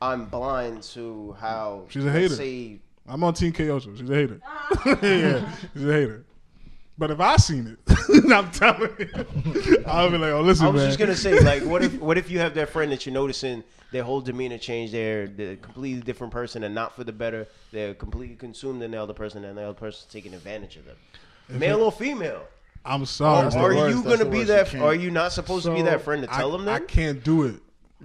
[SPEAKER 4] I'm blind to how
[SPEAKER 1] She's a
[SPEAKER 4] let's
[SPEAKER 1] hater.
[SPEAKER 4] Say,
[SPEAKER 1] I'm on Team Kyoto. She's a hater.
[SPEAKER 4] Ah.
[SPEAKER 1] yeah, she's a hater. But if I seen it, I'm telling you, I'll be like, oh listen,
[SPEAKER 4] I was
[SPEAKER 1] man.
[SPEAKER 4] just gonna say, like, what if what if you have that friend that you're noticing their whole demeanor change, they're, they're a completely different person and not for the better. They're completely consumed in the other person, and the other person's taking advantage of them, male or female.
[SPEAKER 1] I'm sorry.
[SPEAKER 6] That's the
[SPEAKER 1] bro.
[SPEAKER 4] are
[SPEAKER 6] worst,
[SPEAKER 4] you
[SPEAKER 6] that's
[SPEAKER 4] gonna
[SPEAKER 6] the
[SPEAKER 4] be
[SPEAKER 6] worst, you
[SPEAKER 4] that?
[SPEAKER 6] can't.
[SPEAKER 4] Are you not supposed to be
[SPEAKER 1] So,
[SPEAKER 4] that friend to
[SPEAKER 1] I-
[SPEAKER 4] tell them
[SPEAKER 1] I
[SPEAKER 4] that?
[SPEAKER 1] can't do it.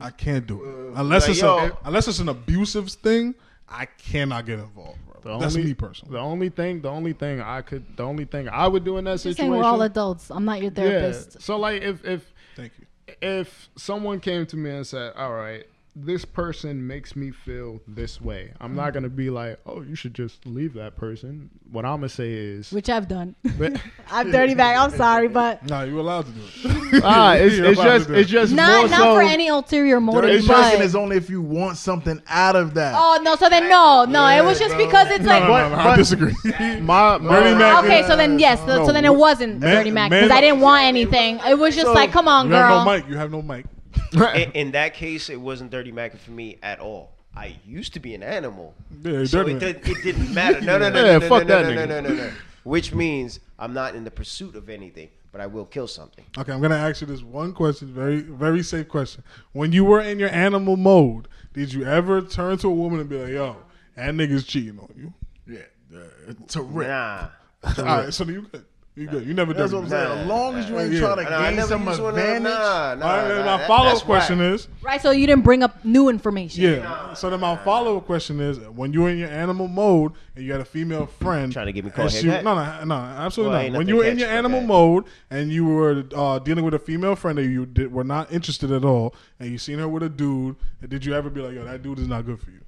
[SPEAKER 1] I can't do it
[SPEAKER 6] Uh,
[SPEAKER 1] unless
[SPEAKER 4] like,
[SPEAKER 1] it's
[SPEAKER 4] yo.
[SPEAKER 1] a, unless it's an abusive thing. I cannot get involved. Bro.
[SPEAKER 3] The
[SPEAKER 1] That's
[SPEAKER 3] only-
[SPEAKER 1] me personally.
[SPEAKER 3] The only thing, the only thing I could, the only thing I would do in that
[SPEAKER 5] Just
[SPEAKER 3] situation.
[SPEAKER 5] saying we're all adults. I'm not your
[SPEAKER 3] yeah.
[SPEAKER 5] therapist.
[SPEAKER 3] So like, if if
[SPEAKER 1] Thank you.
[SPEAKER 3] if someone came to me and said, "All right, this person makes me feel this way," I'm not gonna be like, "Oh, you should just leave that person." What I'm gonna say is,
[SPEAKER 5] Which I've done.
[SPEAKER 3] But-
[SPEAKER 5] I'm dirty back. I'm sorry, but
[SPEAKER 1] No, you're allowed to do it.
[SPEAKER 3] ah, it's,
[SPEAKER 1] You're
[SPEAKER 3] it's
[SPEAKER 1] allowed to
[SPEAKER 3] just,
[SPEAKER 1] do
[SPEAKER 3] it's just
[SPEAKER 5] not
[SPEAKER 3] more
[SPEAKER 5] not
[SPEAKER 3] so,
[SPEAKER 5] for any ulterior
[SPEAKER 6] Dirty
[SPEAKER 5] motive.
[SPEAKER 6] Mac
[SPEAKER 5] But,
[SPEAKER 6] is only if you want something out of that.
[SPEAKER 5] oh no, so then no, no. it was just because it's like.
[SPEAKER 1] no, no, no, I disagree.
[SPEAKER 3] My, my
[SPEAKER 1] Dirty Mac
[SPEAKER 5] Okay, so then yes, so- so then it wasn't
[SPEAKER 1] Man-
[SPEAKER 5] dirty Mac because
[SPEAKER 1] man-
[SPEAKER 5] I didn't want anything. It was just like, come on,
[SPEAKER 1] You have no
[SPEAKER 5] girl.
[SPEAKER 1] mic. You have no mic.
[SPEAKER 4] in, in that case, it wasn't Dirty Mac for me at all. I used to be an animal,
[SPEAKER 1] Yeah,
[SPEAKER 4] so
[SPEAKER 1] Dirty
[SPEAKER 4] it,
[SPEAKER 1] Mac.
[SPEAKER 4] did, it didn't matter. No, no, no,
[SPEAKER 3] Yeah,
[SPEAKER 4] no, no,
[SPEAKER 3] fuck
[SPEAKER 4] no,
[SPEAKER 3] that
[SPEAKER 4] no, no,
[SPEAKER 3] nigga.
[SPEAKER 4] no, no, no. Which means I'm not in the pursuit of anything, but I will kill something.
[SPEAKER 1] Okay, I'm gonna ask you this one question, very very safe question. When you were in your animal mode, did you ever turn to a woman and be like, "Yo, that nigga's cheating on you"?
[SPEAKER 6] Yeah, uh, to rip.
[SPEAKER 4] Nah,
[SPEAKER 1] All right, so you good. You good. You never
[SPEAKER 6] That's
[SPEAKER 1] did.
[SPEAKER 6] what I'm saying. As long as you ain't
[SPEAKER 1] Yeah.
[SPEAKER 6] trying to
[SPEAKER 4] Nah, I
[SPEAKER 6] gain
[SPEAKER 4] never
[SPEAKER 6] some
[SPEAKER 4] used one of
[SPEAKER 6] advantage,
[SPEAKER 4] them. Nah, nah,
[SPEAKER 1] All right,
[SPEAKER 4] nah,
[SPEAKER 1] and
[SPEAKER 4] that-
[SPEAKER 1] my follow
[SPEAKER 4] that's
[SPEAKER 1] up question
[SPEAKER 4] whack.
[SPEAKER 1] is,
[SPEAKER 5] Right, so you didn't bring up new information.
[SPEAKER 1] yeah. So then my follow up question is, when you were in your animal mode and you had a female friend,
[SPEAKER 4] Trying to get me caught
[SPEAKER 1] and
[SPEAKER 4] here,
[SPEAKER 1] she-
[SPEAKER 4] Pat?
[SPEAKER 1] No, no, no, absolutely
[SPEAKER 4] Well, ain't
[SPEAKER 1] not. When
[SPEAKER 4] nothing
[SPEAKER 1] you were in
[SPEAKER 4] catch,
[SPEAKER 1] your
[SPEAKER 4] my
[SPEAKER 1] animal
[SPEAKER 4] bad.
[SPEAKER 1] mode and you were uh, dealing with a female friend that you did, were not interested at all, and you seen her with a dude, and did you ever be like, "Yo, that dude is not good for you"?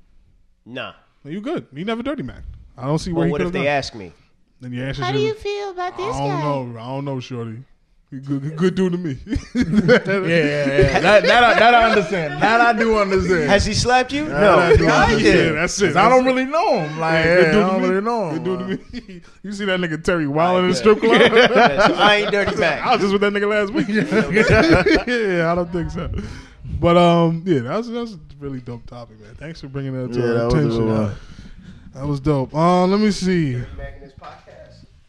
[SPEAKER 4] nah.
[SPEAKER 1] No, you good. You never dirty man. I don't see where
[SPEAKER 4] Well,
[SPEAKER 1] he
[SPEAKER 4] what
[SPEAKER 1] could
[SPEAKER 4] if
[SPEAKER 1] have
[SPEAKER 4] they
[SPEAKER 1] done.
[SPEAKER 4] ask me?
[SPEAKER 1] Then you answer
[SPEAKER 5] How do you feel about
[SPEAKER 1] I
[SPEAKER 5] this
[SPEAKER 1] don't
[SPEAKER 5] guy?
[SPEAKER 1] know. I don't know, shorty. You Good, good- good dude to me.
[SPEAKER 6] yeah, yeah, yeah. That, that, I, that I understand. That I do understand.
[SPEAKER 4] Has he slapped you?
[SPEAKER 6] That I do
[SPEAKER 4] I
[SPEAKER 6] understand.
[SPEAKER 1] yeah,
[SPEAKER 4] did.
[SPEAKER 1] that's it.
[SPEAKER 6] 'Cause I don't really know him. Like, yeah, I
[SPEAKER 1] good dude
[SPEAKER 6] don't
[SPEAKER 1] to me.
[SPEAKER 6] really know him.
[SPEAKER 1] Good dude to
[SPEAKER 6] Uh,
[SPEAKER 1] me. you see that nigga Terry Wild in the strip club?
[SPEAKER 4] Yeah, so I ain't Dirty
[SPEAKER 1] I
[SPEAKER 4] Mac.
[SPEAKER 1] was just with that nigga last week. yeah, I don't think so. But um, yeah, that's that's a really dope topic, man. Thanks for bringing that to
[SPEAKER 6] Yeah,
[SPEAKER 1] our
[SPEAKER 6] that was a good
[SPEAKER 1] attention.
[SPEAKER 6] one.
[SPEAKER 1] that was dope. Uh, let me see.
[SPEAKER 4] Mac in this podcast.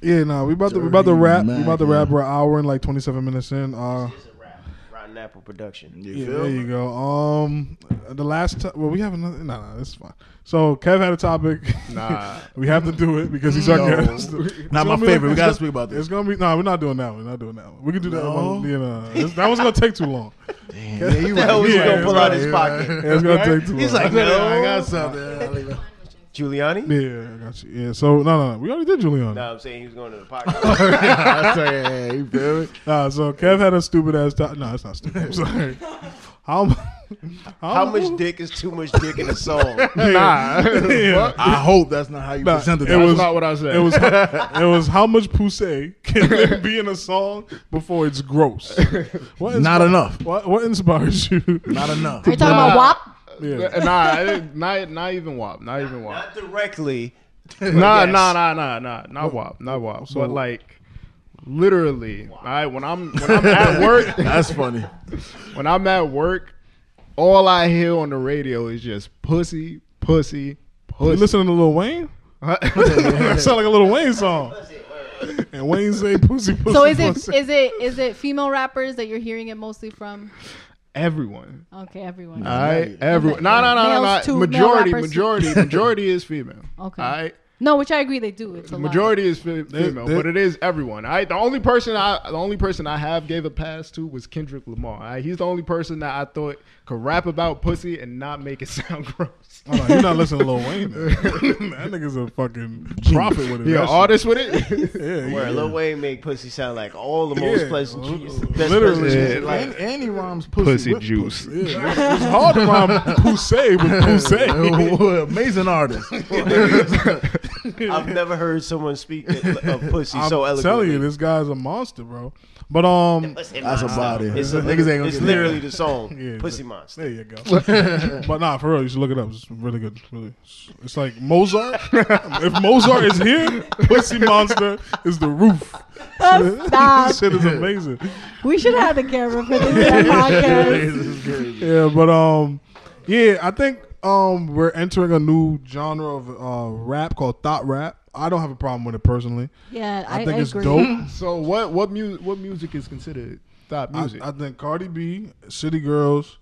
[SPEAKER 1] Yeah, nah, we about to we about to
[SPEAKER 6] Dirty
[SPEAKER 1] wrap.
[SPEAKER 6] Mac,
[SPEAKER 1] we about to wrap.
[SPEAKER 6] yeah.
[SPEAKER 1] We're an hour and like twenty seven minutes in. Uh,
[SPEAKER 4] It's a wrap. Rotten Apple production.
[SPEAKER 6] You
[SPEAKER 1] Yeah,
[SPEAKER 6] feel
[SPEAKER 1] there
[SPEAKER 6] me?
[SPEAKER 1] you go. Um, the last time, well, we have another. No, no, that's fine. So Kev had a topic.
[SPEAKER 3] Nah.
[SPEAKER 1] we have to do it because he's our
[SPEAKER 6] No.
[SPEAKER 1] guest. It's
[SPEAKER 6] Not
[SPEAKER 1] gonna be
[SPEAKER 6] my favorite. We
[SPEAKER 1] it's
[SPEAKER 6] gotta
[SPEAKER 1] gonna-
[SPEAKER 6] speak about this.
[SPEAKER 1] It's gonna be no. we're not doing that one. We're not doing that one. We can do that
[SPEAKER 6] No?
[SPEAKER 1] one. You know, It's- that one's gonna take too long.
[SPEAKER 6] Yeah, you
[SPEAKER 4] The hell
[SPEAKER 6] right.
[SPEAKER 4] was he
[SPEAKER 1] Yeah,
[SPEAKER 4] gonna pull
[SPEAKER 1] right,
[SPEAKER 4] out his
[SPEAKER 1] yeah,
[SPEAKER 4] pocket?
[SPEAKER 1] Yeah, it's gonna take too long.
[SPEAKER 4] He's like,
[SPEAKER 6] Yeah, I
[SPEAKER 4] no.
[SPEAKER 6] got something.
[SPEAKER 4] Giuliani?
[SPEAKER 1] yeah, I got you. Yeah. So no, no, no. We already did Julian.
[SPEAKER 4] No, I'm saying he was going to the podcast.
[SPEAKER 6] I say, yeah, you feel me?
[SPEAKER 1] Nah, so Kev had a stupid ass. To- no, it's not stupid. I'm sorry. How, mu-
[SPEAKER 4] How much dick is too much dick in a song?
[SPEAKER 3] nah,
[SPEAKER 1] Yeah.
[SPEAKER 6] I hope that's not how you
[SPEAKER 1] Nah,
[SPEAKER 6] presented
[SPEAKER 1] it
[SPEAKER 6] that.
[SPEAKER 1] was-
[SPEAKER 3] that's not what I said.
[SPEAKER 1] It was it was how much pussy can there be in a song before it's gross? What
[SPEAKER 6] Not
[SPEAKER 1] inspi-
[SPEAKER 6] enough.
[SPEAKER 1] What, what inspires you?
[SPEAKER 6] Not enough.
[SPEAKER 5] Are you talking about
[SPEAKER 3] Nah.
[SPEAKER 5] WAP?
[SPEAKER 1] Yeah.
[SPEAKER 3] nah, I didn't- not not even WAP, not even WAP.
[SPEAKER 4] Not directly.
[SPEAKER 3] Nah,
[SPEAKER 4] Yes.
[SPEAKER 3] nah, nah, nah, nah, not WAP, not WAP. But like, Literally, all right. When I'm when I'm at work,
[SPEAKER 6] That's funny.
[SPEAKER 3] when I'm at work, all I hear on the radio is just pussy, pussy,
[SPEAKER 1] You
[SPEAKER 3] pussy.
[SPEAKER 1] listening to Lil Wayne? that sound like a Lil Wayne song. And Wayne say pussy pussy.
[SPEAKER 5] So is it
[SPEAKER 1] pussy.
[SPEAKER 5] is it is it female rappers that you're hearing it mostly from?
[SPEAKER 3] everyone,
[SPEAKER 5] Okay, everyone.
[SPEAKER 3] all right, everyone. No, no, no, no,
[SPEAKER 5] Males too,
[SPEAKER 3] no.
[SPEAKER 5] male
[SPEAKER 3] Majority,
[SPEAKER 5] rappers.
[SPEAKER 3] majority, majority is female.
[SPEAKER 5] Okay.
[SPEAKER 3] all right.
[SPEAKER 5] no, which I agree they do. It's a
[SPEAKER 3] The
[SPEAKER 5] lot.
[SPEAKER 3] majority is fe-
[SPEAKER 1] They-
[SPEAKER 3] female,
[SPEAKER 1] they-
[SPEAKER 3] but it is everyone. All right, the only person I the only person I have gave a pass to was Kendrick Lamar. All right, he's the only person that I thought could rap about pussy and not make it sound gross.
[SPEAKER 1] Hold on, you're not listening to Lil Wayne. man. that nigga's a fucking prophet with it.
[SPEAKER 3] Yeah,
[SPEAKER 1] That shit-
[SPEAKER 3] artist with it.
[SPEAKER 1] Yeah, he-
[SPEAKER 4] Where Lil Wayne make pussy sound like all the most
[SPEAKER 1] Yeah.
[SPEAKER 4] pleasant, best
[SPEAKER 1] Literally.
[SPEAKER 4] pleasant-
[SPEAKER 3] Yeah.
[SPEAKER 6] And, and he rhymes pussy, with
[SPEAKER 3] juice.
[SPEAKER 1] yeah. It's hard to rhyme Poussey with Poussey.
[SPEAKER 6] pussy. Amazing artist.
[SPEAKER 4] I've never heard someone speak of of pussy
[SPEAKER 1] I'm
[SPEAKER 4] so eloquently.
[SPEAKER 1] telling you, this guy's a monster, bro. But um,
[SPEAKER 6] That's a body.
[SPEAKER 4] It's,
[SPEAKER 6] Niggas ain't gonna
[SPEAKER 4] it's
[SPEAKER 6] get
[SPEAKER 4] literally
[SPEAKER 6] that.
[SPEAKER 4] the song
[SPEAKER 1] Yeah,
[SPEAKER 4] "Pussy
[SPEAKER 1] but-
[SPEAKER 4] Monster."
[SPEAKER 1] there you go. but nah, for real, you should look it up. It's really good. Really, it's like Mozart. if Mozart is here, Pussy Monster is the roof.
[SPEAKER 7] Stop.
[SPEAKER 1] this shit is amazing.
[SPEAKER 7] We should have the camera for this damn podcast.
[SPEAKER 1] Yeah, but um, yeah, I think um we're entering a new genre of uh rap called thought rap. I don't have a problem with it personally.
[SPEAKER 5] Yeah, I,
[SPEAKER 1] I think
[SPEAKER 5] I
[SPEAKER 1] it's
[SPEAKER 5] agree.
[SPEAKER 1] dope.
[SPEAKER 3] So what what music what music is considered thought
[SPEAKER 1] I,
[SPEAKER 3] music?
[SPEAKER 1] I think Cardi B, City Girls,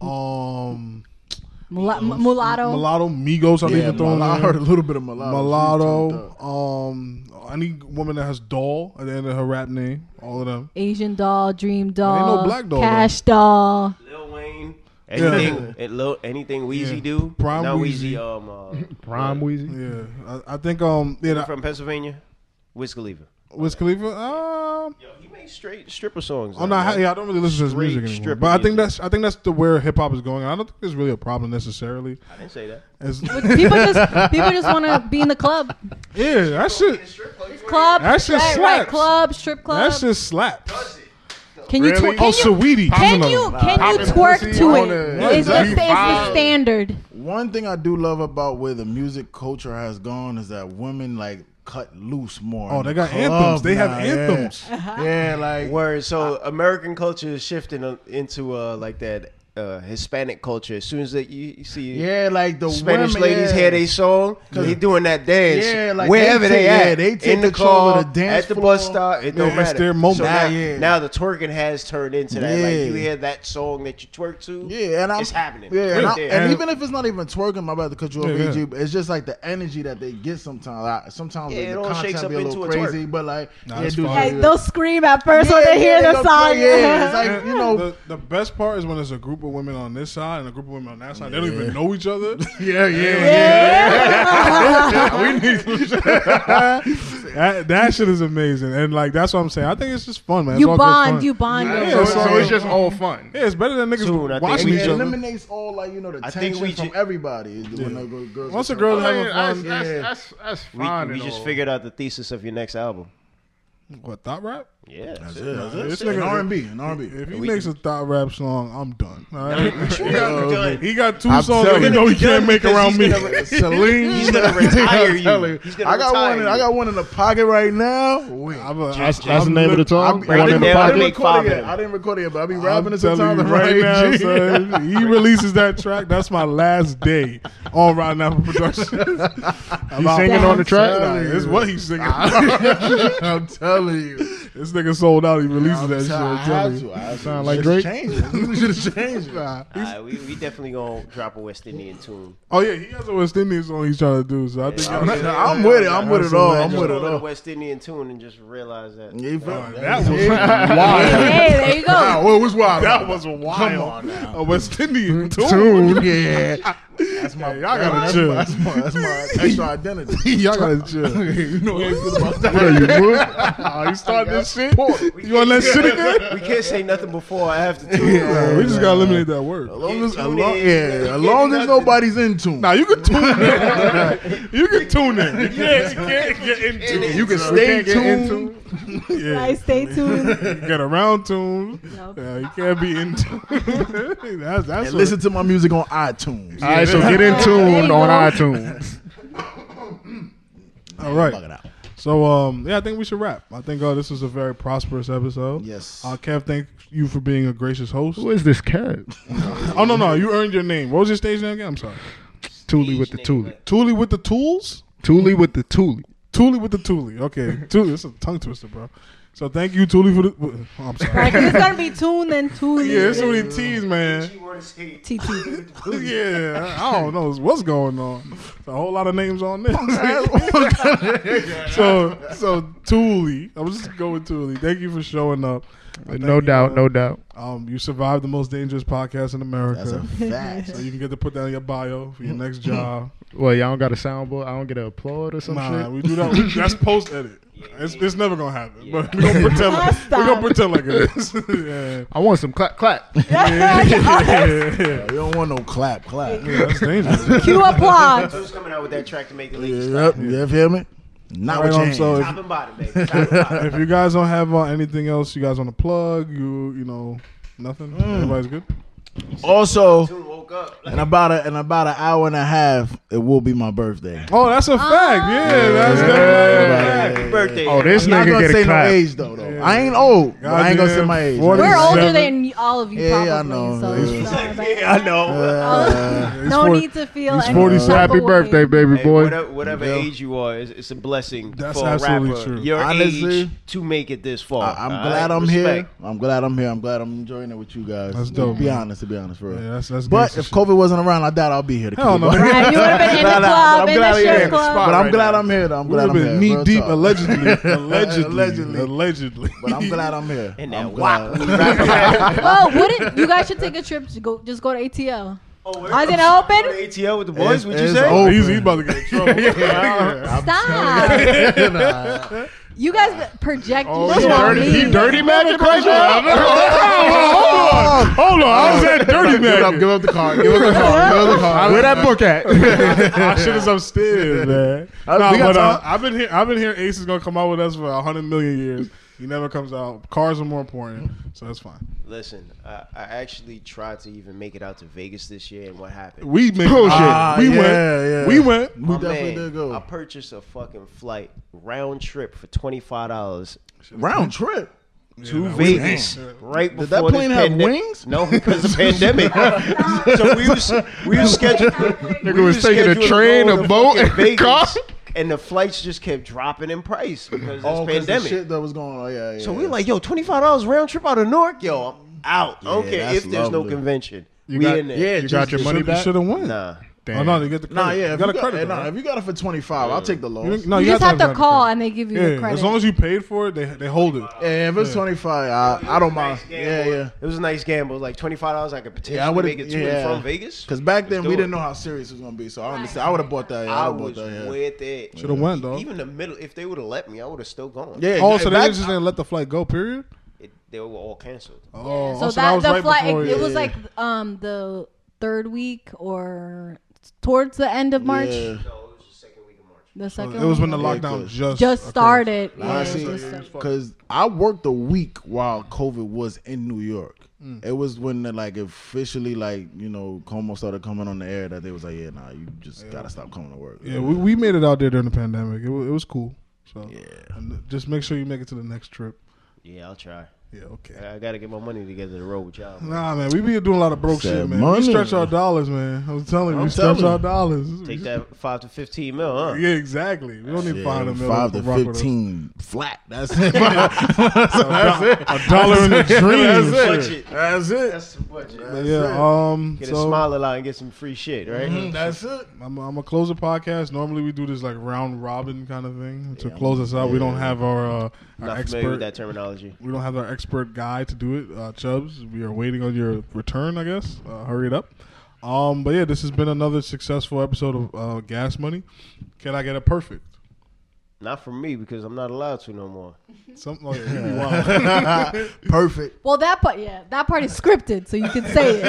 [SPEAKER 1] um,
[SPEAKER 5] Mula- m- mulatto.
[SPEAKER 1] Mulatto, Migos. I've
[SPEAKER 6] Yeah,
[SPEAKER 1] even thrown. in
[SPEAKER 6] I
[SPEAKER 1] there.
[SPEAKER 6] heard a little bit of mulatto.
[SPEAKER 1] Mulatto. Um, any woman that has doll at the end of her rap name, all of them.
[SPEAKER 5] Asian doll, dream doll,
[SPEAKER 1] black doll,
[SPEAKER 5] cash doll.
[SPEAKER 4] Lil Wayne. Anything, it, Lil, anything Weezy
[SPEAKER 1] Yeah.
[SPEAKER 4] do?
[SPEAKER 1] Prime
[SPEAKER 4] Not
[SPEAKER 1] Weezy.
[SPEAKER 4] Weezy. Um, uh,
[SPEAKER 3] Prime Weezy.
[SPEAKER 1] Yeah, I, I think um, yeah, that-
[SPEAKER 4] from Pennsylvania, Wiz Khalifa.
[SPEAKER 1] Wiz Khalifa. Um,
[SPEAKER 4] Yo, he made straight stripper songs.
[SPEAKER 1] I'm not. Oh, Yeah, I don't really listen to his
[SPEAKER 4] Straight
[SPEAKER 1] music anymore.
[SPEAKER 4] stripper
[SPEAKER 1] But I think
[SPEAKER 4] music.
[SPEAKER 1] that's I think that's the where hip hop is going. I don't think there's really a problem necessarily.
[SPEAKER 4] I didn't say that.
[SPEAKER 1] It's-
[SPEAKER 5] People just people just want to be in the club.
[SPEAKER 1] yeah, that shit.
[SPEAKER 5] Club.
[SPEAKER 1] That shit
[SPEAKER 5] right, right,
[SPEAKER 1] slaps.
[SPEAKER 5] club, strip club.
[SPEAKER 1] That shit slaps.
[SPEAKER 5] can you
[SPEAKER 3] Really?
[SPEAKER 5] twerk?
[SPEAKER 1] Oh,
[SPEAKER 5] Can you,
[SPEAKER 1] Saweetie.
[SPEAKER 5] can
[SPEAKER 1] She's
[SPEAKER 5] you
[SPEAKER 1] another one.
[SPEAKER 5] can you
[SPEAKER 3] Popping
[SPEAKER 5] twerk
[SPEAKER 3] pussy
[SPEAKER 5] to
[SPEAKER 3] on a-
[SPEAKER 5] it? It's the, it's the
[SPEAKER 3] Vibe.
[SPEAKER 5] standard.
[SPEAKER 6] One thing I do love about where the music culture has gone is that women like cut loose more.
[SPEAKER 1] Oh,
[SPEAKER 6] in
[SPEAKER 1] they
[SPEAKER 6] the
[SPEAKER 1] got
[SPEAKER 6] club
[SPEAKER 1] anthems. They have
[SPEAKER 6] now,
[SPEAKER 1] anthems.
[SPEAKER 6] Yeah, yeah like
[SPEAKER 4] Word. So American culture is shifting uh, into uh, like that uh, Hispanic culture. As soon as that you, you see
[SPEAKER 6] yeah, like the
[SPEAKER 4] Spanish
[SPEAKER 6] women,
[SPEAKER 4] ladies
[SPEAKER 6] yeah.
[SPEAKER 4] hear they song, they doing that dance.
[SPEAKER 6] Yeah, like
[SPEAKER 4] wherever
[SPEAKER 6] they
[SPEAKER 4] they,
[SPEAKER 6] take-
[SPEAKER 4] at,
[SPEAKER 6] yeah, they take
[SPEAKER 4] in the
[SPEAKER 6] control
[SPEAKER 4] car,
[SPEAKER 6] of the dance
[SPEAKER 4] at the bus
[SPEAKER 6] floor.
[SPEAKER 4] stop. It don't
[SPEAKER 1] it's
[SPEAKER 4] matter.
[SPEAKER 1] their moment.
[SPEAKER 4] So now,
[SPEAKER 6] Nah, yeah.
[SPEAKER 4] now the twerking has turned into that.
[SPEAKER 6] Yeah.
[SPEAKER 4] Like you hear that song that you twerk to.
[SPEAKER 6] Yeah, and I'm,
[SPEAKER 4] It's happening.
[SPEAKER 6] Yeah, and,
[SPEAKER 4] Right
[SPEAKER 6] I-
[SPEAKER 4] there.
[SPEAKER 6] and even if it's not even twerking, my brother, because you over
[SPEAKER 1] Yeah, yeah.
[SPEAKER 6] EG, but it's just like the energy that they get sometimes. Like, sometimes
[SPEAKER 4] Yeah,
[SPEAKER 6] like,
[SPEAKER 4] it
[SPEAKER 6] the
[SPEAKER 4] all
[SPEAKER 6] content
[SPEAKER 4] shakes up
[SPEAKER 6] be a little
[SPEAKER 4] into a twerk.
[SPEAKER 6] crazy, but like,
[SPEAKER 1] Nah,
[SPEAKER 6] yeah,
[SPEAKER 1] it's
[SPEAKER 6] dude,
[SPEAKER 1] fire.
[SPEAKER 7] Like,
[SPEAKER 1] Yeah.
[SPEAKER 7] they'll scream at first when
[SPEAKER 6] Yeah,
[SPEAKER 7] they hear
[SPEAKER 6] yeah,
[SPEAKER 7] the
[SPEAKER 6] they go
[SPEAKER 7] song.
[SPEAKER 6] play, yeah, it's like you know,
[SPEAKER 1] the, the best part is when there's a group of women on this side and a group of women on that side. They don't even know each other.
[SPEAKER 6] yeah, yeah,
[SPEAKER 1] we need that, that shit is amazing, and like that's what I'm saying. I think it's just fun, man. It's
[SPEAKER 5] You
[SPEAKER 1] all good
[SPEAKER 5] bond,
[SPEAKER 1] fun.
[SPEAKER 5] you bond.
[SPEAKER 1] Yeah,
[SPEAKER 3] So,
[SPEAKER 1] it's
[SPEAKER 3] so
[SPEAKER 1] all-
[SPEAKER 3] it's just all fun.
[SPEAKER 1] Yeah, it's better than niggas
[SPEAKER 4] Dude, I think
[SPEAKER 1] watching
[SPEAKER 4] we-
[SPEAKER 1] each
[SPEAKER 6] It
[SPEAKER 1] other.
[SPEAKER 6] eliminates all like you know the
[SPEAKER 4] I think
[SPEAKER 6] tension
[SPEAKER 4] we
[SPEAKER 6] from
[SPEAKER 4] ju-
[SPEAKER 6] everybody. When the girl- girls
[SPEAKER 1] Once
[SPEAKER 6] are
[SPEAKER 1] a girl
[SPEAKER 3] I mean,
[SPEAKER 1] having
[SPEAKER 3] that's,
[SPEAKER 1] fun,
[SPEAKER 3] that's,
[SPEAKER 6] yeah.
[SPEAKER 3] that's, that's fine.
[SPEAKER 4] we, we
[SPEAKER 3] and
[SPEAKER 4] just
[SPEAKER 3] all.
[SPEAKER 4] figured out the thesis of your next album.
[SPEAKER 1] what thought rap?
[SPEAKER 4] Yeah, that's it.
[SPEAKER 6] Yeah,
[SPEAKER 1] This
[SPEAKER 6] that's
[SPEAKER 1] nigga-
[SPEAKER 6] it. R and B, an R and B.
[SPEAKER 1] If he makes a thought rap song, I'm done. All right?
[SPEAKER 4] You're done.
[SPEAKER 1] he got 2
[SPEAKER 6] I'm
[SPEAKER 1] songs that
[SPEAKER 6] telling
[SPEAKER 1] you
[SPEAKER 6] you.
[SPEAKER 1] know he can't
[SPEAKER 4] Done
[SPEAKER 1] make
[SPEAKER 4] because
[SPEAKER 1] around
[SPEAKER 4] he's
[SPEAKER 1] me.
[SPEAKER 4] gonna re-
[SPEAKER 6] Celine,
[SPEAKER 4] He's gonna retire you. He's gonna
[SPEAKER 6] I got
[SPEAKER 4] retire
[SPEAKER 6] one. In,
[SPEAKER 4] you.
[SPEAKER 6] I got one in the pocket right now. Wait.
[SPEAKER 1] I'm a-
[SPEAKER 3] That's,
[SPEAKER 1] I'm
[SPEAKER 3] that's the name of the
[SPEAKER 1] lit-
[SPEAKER 3] song.
[SPEAKER 6] I,
[SPEAKER 3] One in
[SPEAKER 6] didn't,
[SPEAKER 3] the
[SPEAKER 4] never-
[SPEAKER 6] I
[SPEAKER 3] pocket.
[SPEAKER 6] didn't
[SPEAKER 4] make
[SPEAKER 6] record
[SPEAKER 4] five
[SPEAKER 6] it
[SPEAKER 4] of
[SPEAKER 6] yet.
[SPEAKER 4] them.
[SPEAKER 6] I didn't record it yet, but I'll be
[SPEAKER 1] I'm
[SPEAKER 6] rapping it
[SPEAKER 1] telling
[SPEAKER 6] sometime
[SPEAKER 1] you right now, son. He releases that track. That's my last day on Rotten Apple Productions. He's
[SPEAKER 3] singing on the track?
[SPEAKER 1] It's what he's singing.
[SPEAKER 6] I'm telling you.
[SPEAKER 1] this nigga sold out. He releases
[SPEAKER 6] I'm
[SPEAKER 1] that shit.
[SPEAKER 6] tell- I
[SPEAKER 1] I'm
[SPEAKER 6] had
[SPEAKER 1] telling
[SPEAKER 6] to.
[SPEAKER 1] you.
[SPEAKER 6] I had to.
[SPEAKER 3] Sound like
[SPEAKER 6] Should've
[SPEAKER 3] Drake?
[SPEAKER 6] changed it. We should have changed it.
[SPEAKER 4] Alright, we, we definitely gonna drop a West Indian tune.
[SPEAKER 1] Oh yeah, he has a West Indian song he's trying to do. So I think
[SPEAKER 4] Yeah,
[SPEAKER 1] y'all-
[SPEAKER 4] I'm-
[SPEAKER 6] I'm with it. I'm with it all. I'm
[SPEAKER 4] Just
[SPEAKER 6] with
[SPEAKER 4] put
[SPEAKER 6] it
[SPEAKER 4] a
[SPEAKER 6] all.
[SPEAKER 4] West Indian tune and just realize that.
[SPEAKER 6] You feel me?
[SPEAKER 1] that was
[SPEAKER 5] Hey,
[SPEAKER 1] wild.
[SPEAKER 5] hey, there you go.
[SPEAKER 6] Wow, what was wild?
[SPEAKER 1] That was wild.
[SPEAKER 6] Come on now.
[SPEAKER 1] A West Indian tune.
[SPEAKER 6] Dude, yeah. That's my.
[SPEAKER 1] y'all gotta
[SPEAKER 6] that's
[SPEAKER 1] chill.
[SPEAKER 6] My, that's, my, that's my extra identity.
[SPEAKER 1] Y'all gotta chill.
[SPEAKER 6] you know what I'm about that.
[SPEAKER 1] you starting this shit? You on that shit again?
[SPEAKER 4] We can't say nothing before I have to tune.
[SPEAKER 1] Yeah, we just gotta eliminate that word.
[SPEAKER 6] As long as, as
[SPEAKER 4] Tune
[SPEAKER 6] long,
[SPEAKER 4] in.
[SPEAKER 6] yeah, as long as nobody's in tune.
[SPEAKER 1] Now you can tune in. you can tune in. You can't, you can't get into it.
[SPEAKER 6] you can
[SPEAKER 3] We
[SPEAKER 6] stay
[SPEAKER 3] can't get
[SPEAKER 6] tuned.
[SPEAKER 3] into
[SPEAKER 1] Yeah,
[SPEAKER 7] Like, stay tuned.
[SPEAKER 1] you get around tune.
[SPEAKER 5] Nope.
[SPEAKER 1] Yeah, you can't be in tune. that's that's
[SPEAKER 6] And listen to my music on iTunes.
[SPEAKER 3] All right, so get in tune on iTunes.
[SPEAKER 1] What, all right.
[SPEAKER 6] Fuck it out.
[SPEAKER 1] So um, yeah, I think we should wrap. I think uh, this was a very prosperous episode.
[SPEAKER 6] Yes.
[SPEAKER 1] Uh, Kev, thank you for being a gracious host.
[SPEAKER 3] Who is this cat?
[SPEAKER 1] Oh no, no, you earned your name. What was your stage name again? I'm sorry.
[SPEAKER 3] Thule with the Thule.
[SPEAKER 1] Thule with the tools.
[SPEAKER 3] Thule with the Thule.
[SPEAKER 1] Thule with the Thule. Okay, Thule. It's a tongue twister, bro. So thank you, Thule, for the. oh, I'm sorry.
[SPEAKER 5] Like it's gonna be tuned and tuned.
[SPEAKER 1] yeah, it's so many T's, man.
[SPEAKER 5] TT.
[SPEAKER 1] yeah, I don't know what's going on. It's a whole lot of names on this. so, so Thule, I was just going Thule. Thank you for showing up. And
[SPEAKER 3] No
[SPEAKER 1] thank you,
[SPEAKER 3] doubt,
[SPEAKER 1] uh,
[SPEAKER 3] no doubt.
[SPEAKER 1] Um, you survived the most dangerous podcast in America.
[SPEAKER 6] That's a fact.
[SPEAKER 1] so you can get to put that in your bio for your next job.
[SPEAKER 3] Well, y'all don't got a soundboard. I don't get an applaud or some
[SPEAKER 1] nah,
[SPEAKER 3] shit.
[SPEAKER 1] we do that. we- that's post edit. It's, it's never gonna happen. But we gonna pretend. Like, we gonna pretend like it is. yeah.
[SPEAKER 3] I want some clap, clap.
[SPEAKER 1] yeah.
[SPEAKER 6] You don't want no clap, clap.
[SPEAKER 1] That's dangerous.
[SPEAKER 5] Cue applause.
[SPEAKER 4] Who's coming out with that track to make the ladies
[SPEAKER 6] Yep, you feel me? Not with
[SPEAKER 1] Right
[SPEAKER 6] your
[SPEAKER 1] on, so
[SPEAKER 6] hands.
[SPEAKER 4] top and bottom, baby? Top and bottom.
[SPEAKER 1] if you guys don't have uh, anything else, you guys want to plug? You you know nothing. Everybody's good.
[SPEAKER 6] Also,
[SPEAKER 4] Soon woke up.
[SPEAKER 6] in about a, in about an hour and a half, it will be my birthday.
[SPEAKER 1] Oh, that's a fact. Yeah, that's
[SPEAKER 6] Yeah.
[SPEAKER 1] definitely a fact.
[SPEAKER 4] Happy birthday.
[SPEAKER 3] Oh, this
[SPEAKER 6] I'm not
[SPEAKER 3] nigga
[SPEAKER 6] gonna
[SPEAKER 3] get
[SPEAKER 6] say
[SPEAKER 3] a clap.
[SPEAKER 6] no age though. Though I ain't old. but I ain't gonna say my age.
[SPEAKER 1] Goddamn
[SPEAKER 5] We're older
[SPEAKER 1] Seven.
[SPEAKER 5] than all of you
[SPEAKER 6] Yeah,
[SPEAKER 5] probably.
[SPEAKER 6] I know.
[SPEAKER 5] So
[SPEAKER 6] He's-
[SPEAKER 5] it's all right.
[SPEAKER 4] Yeah, I
[SPEAKER 6] Uh,
[SPEAKER 4] know.
[SPEAKER 1] He's
[SPEAKER 5] no
[SPEAKER 1] 40
[SPEAKER 5] need to feel.
[SPEAKER 1] he's
[SPEAKER 5] any
[SPEAKER 1] 47.
[SPEAKER 5] type of
[SPEAKER 3] Happy
[SPEAKER 5] way.
[SPEAKER 3] birthday, baby
[SPEAKER 4] Hey,
[SPEAKER 3] boy.
[SPEAKER 4] whatever whatever age you are, it's, it's a blessing
[SPEAKER 1] That's
[SPEAKER 4] for a
[SPEAKER 1] absolutely
[SPEAKER 4] rapper
[SPEAKER 1] true.
[SPEAKER 4] your
[SPEAKER 6] Honestly,
[SPEAKER 4] age to make it this far.
[SPEAKER 6] I, am
[SPEAKER 4] All
[SPEAKER 6] glad
[SPEAKER 4] right?
[SPEAKER 6] I'm
[SPEAKER 4] Respect.
[SPEAKER 6] here. I'm glad I'm here. I'm glad I'm enjoying it with you guys.
[SPEAKER 1] That's dope,
[SPEAKER 6] To be
[SPEAKER 1] man.
[SPEAKER 6] honest, to be honest, for real.
[SPEAKER 1] Yeah, that's that's.
[SPEAKER 6] but
[SPEAKER 1] gangsta
[SPEAKER 6] if
[SPEAKER 1] shit.
[SPEAKER 6] COVID wasn't around, I doubt I'll be here. To
[SPEAKER 1] Hell
[SPEAKER 6] keep
[SPEAKER 1] no.
[SPEAKER 6] it
[SPEAKER 1] Right,
[SPEAKER 6] going.
[SPEAKER 5] You would have been in
[SPEAKER 6] Nah,
[SPEAKER 5] the
[SPEAKER 6] nah,
[SPEAKER 5] club,
[SPEAKER 6] but I'm glad
[SPEAKER 5] in the
[SPEAKER 6] I'm here.
[SPEAKER 5] strip club.
[SPEAKER 6] But I'm
[SPEAKER 3] right
[SPEAKER 6] glad
[SPEAKER 3] now.
[SPEAKER 6] I'm here. Though. I'm
[SPEAKER 1] we
[SPEAKER 6] glad
[SPEAKER 1] would
[SPEAKER 6] I'm
[SPEAKER 1] have
[SPEAKER 6] here.
[SPEAKER 1] been knee
[SPEAKER 6] Real
[SPEAKER 1] deep
[SPEAKER 6] talk.
[SPEAKER 1] allegedly, allegedly, allegedly,
[SPEAKER 6] Allegedly.
[SPEAKER 1] allegedly.
[SPEAKER 6] But I'm glad I'm here.
[SPEAKER 4] And
[SPEAKER 6] I'm
[SPEAKER 4] that
[SPEAKER 6] glad.
[SPEAKER 5] Oh, wouldn't you guys should take a trip to go? Just go to ATL.
[SPEAKER 4] Oh, we're-
[SPEAKER 5] Is it open?
[SPEAKER 4] ATL with the boys,
[SPEAKER 6] It's-
[SPEAKER 4] would you
[SPEAKER 6] it's
[SPEAKER 4] say?
[SPEAKER 6] open.
[SPEAKER 1] He's, he's about to get in trouble.
[SPEAKER 5] Stop. You guys project. Oh,
[SPEAKER 3] He dirty, he dirty magic right now.
[SPEAKER 1] Hold on, I was at Dirty
[SPEAKER 2] Give up,
[SPEAKER 1] Man.
[SPEAKER 2] give up the card. Give up the card. Give up the card.
[SPEAKER 3] Where that book at?
[SPEAKER 1] Our shit is upstairs, man.
[SPEAKER 6] Uh,
[SPEAKER 1] Nah,
[SPEAKER 6] we got
[SPEAKER 1] but uh,
[SPEAKER 6] time.
[SPEAKER 1] I've been here. I've been hearing Ace is gonna come out with us for hundred million years. He never comes out. Cars are more important, so that's fine.
[SPEAKER 4] Listen, I, I actually tried to even make it out to Vegas this year, and what happened?
[SPEAKER 1] We made
[SPEAKER 3] Bullshit.
[SPEAKER 1] Ah, we
[SPEAKER 6] yeah,
[SPEAKER 1] went.
[SPEAKER 6] yeah.
[SPEAKER 1] We went.
[SPEAKER 6] We
[SPEAKER 4] My
[SPEAKER 6] definitely
[SPEAKER 4] man,
[SPEAKER 6] did go.
[SPEAKER 4] I purchased a fucking flight round trip for twenty five dollars
[SPEAKER 6] Round trip.
[SPEAKER 4] to Vegas right before
[SPEAKER 6] Did that plane
[SPEAKER 4] this
[SPEAKER 6] have
[SPEAKER 4] pandemic.
[SPEAKER 6] wings?
[SPEAKER 4] No, because of the pandemic. so we was we was scheduled. Nigga
[SPEAKER 3] was taking a train, a boat, and a car.
[SPEAKER 4] and the flights just kept dropping in price because of this
[SPEAKER 6] Oh, 'cause the
[SPEAKER 4] pandemic.
[SPEAKER 6] shit that was going on. Yeah, yeah.
[SPEAKER 4] So
[SPEAKER 6] yeah.
[SPEAKER 4] we like, yo, twenty five dollars round trip out of Newark, yo, I'm out. I don't
[SPEAKER 6] Yeah,
[SPEAKER 4] care
[SPEAKER 6] that's
[SPEAKER 4] if there's no
[SPEAKER 6] lovely.
[SPEAKER 4] convention.
[SPEAKER 3] You
[SPEAKER 4] we
[SPEAKER 3] got-
[SPEAKER 4] in there.
[SPEAKER 6] yeah,
[SPEAKER 3] You got your money
[SPEAKER 1] You
[SPEAKER 3] back?
[SPEAKER 1] should have won.
[SPEAKER 4] Nah.
[SPEAKER 1] Oh no, you get the credit.
[SPEAKER 6] Nah, yeah.
[SPEAKER 1] you
[SPEAKER 6] If
[SPEAKER 1] got
[SPEAKER 6] you
[SPEAKER 1] a
[SPEAKER 6] got, hey,
[SPEAKER 1] credit.
[SPEAKER 6] nah,
[SPEAKER 1] though,
[SPEAKER 6] if you got it for twenty five, I'll take the loss.
[SPEAKER 1] right? You- no,
[SPEAKER 5] You just have
[SPEAKER 1] have
[SPEAKER 5] to call
[SPEAKER 1] have
[SPEAKER 5] and they give
[SPEAKER 1] the
[SPEAKER 5] you
[SPEAKER 1] credit.
[SPEAKER 5] the
[SPEAKER 1] Yeah,
[SPEAKER 5] credit.
[SPEAKER 1] as long as you paid for it, they they hold it.
[SPEAKER 6] Yeah, if it's twenty five, I, I don't mind. Yeah, yeah.
[SPEAKER 4] It was a nice gamble. Like twenty five dollars, I could potentially
[SPEAKER 6] Yeah, I would've-
[SPEAKER 4] make it to
[SPEAKER 6] yeah.
[SPEAKER 4] and from Vegas.
[SPEAKER 6] Because back then
[SPEAKER 4] do
[SPEAKER 6] we
[SPEAKER 4] it.
[SPEAKER 6] didn't know how serious it was gonna be, so I understand. I would have bought that. Yeah,
[SPEAKER 4] I
[SPEAKER 6] I would
[SPEAKER 4] was
[SPEAKER 6] have bought that. Yeah.
[SPEAKER 4] with it.
[SPEAKER 1] Should have won though.
[SPEAKER 4] Even the middle, if they would have let me, I would have still gone.
[SPEAKER 6] Yeah,
[SPEAKER 1] Oh, so they
[SPEAKER 6] back-
[SPEAKER 1] just didn't let the flight go. Period.
[SPEAKER 4] It, they were all canceled.
[SPEAKER 1] Oh,
[SPEAKER 5] so
[SPEAKER 1] I
[SPEAKER 5] that
[SPEAKER 1] was
[SPEAKER 5] the
[SPEAKER 1] right
[SPEAKER 5] flight
[SPEAKER 1] before
[SPEAKER 5] it,
[SPEAKER 1] you.
[SPEAKER 5] was like um the third week or towards the end of March.
[SPEAKER 6] Yeah.
[SPEAKER 4] No, it was the second week of March.
[SPEAKER 5] The second
[SPEAKER 1] It was when
[SPEAKER 5] one.
[SPEAKER 1] the lockdown
[SPEAKER 6] Ridiculous.
[SPEAKER 1] just
[SPEAKER 5] just
[SPEAKER 1] occurred.
[SPEAKER 5] started. Yeah,
[SPEAKER 6] Nah, see,
[SPEAKER 5] just started.
[SPEAKER 6] because I worked a week while COVID was in New York. It was when the, like officially like you know Como started coming on the air that they was like, yeah, nah, you just gotta stop coming to work.
[SPEAKER 1] Yeah, we, we made it out there during the pandemic. It was, it was cool. So
[SPEAKER 6] Yeah.
[SPEAKER 1] and just make sure you make it to the next trip.
[SPEAKER 4] Yeah, I'll try.
[SPEAKER 1] Yeah, okay.
[SPEAKER 4] I gotta get my money together to roll with y'all.
[SPEAKER 1] Nah, man, we be doing a lot of broke
[SPEAKER 6] Said
[SPEAKER 1] shit, man.
[SPEAKER 6] money.
[SPEAKER 1] We stretch our dollars, man. I'm telling you,
[SPEAKER 6] I'm
[SPEAKER 1] we stretch
[SPEAKER 6] telling
[SPEAKER 1] our dollars.
[SPEAKER 4] Take that five to fifteen mil, huh?
[SPEAKER 1] Yeah, exactly. We don't need
[SPEAKER 6] Yeah,
[SPEAKER 1] five to middle.
[SPEAKER 6] five to
[SPEAKER 1] rock with us.
[SPEAKER 6] fifteen flat. That's it.
[SPEAKER 1] A dollar in the dream.
[SPEAKER 4] That's
[SPEAKER 1] shit.
[SPEAKER 4] it.
[SPEAKER 6] That's it.
[SPEAKER 4] That's the budget.
[SPEAKER 1] Yeah. Um.
[SPEAKER 4] Get a
[SPEAKER 1] so
[SPEAKER 4] smile allowed and get some free shit, right?
[SPEAKER 6] Mm. That's it.
[SPEAKER 1] I'm, I'm gonna close the podcast. Normally we do this like round robin kind of thing to close us out. We don't have our, uh, our
[SPEAKER 4] Not familiar
[SPEAKER 1] expert.
[SPEAKER 4] with that terminology.
[SPEAKER 1] We don't have our expert guy to do it, uh, Chubbs. We are waiting on your return, I guess. Uh, hurry it up. Um, but yeah, this has been another successful episode of uh, Gas Money. Can I get a perfect?
[SPEAKER 4] Not for me because I'm not allowed to no more.
[SPEAKER 1] Something like that.
[SPEAKER 6] Perfect.
[SPEAKER 5] Well, that part, yeah, that part is scripted, so you can say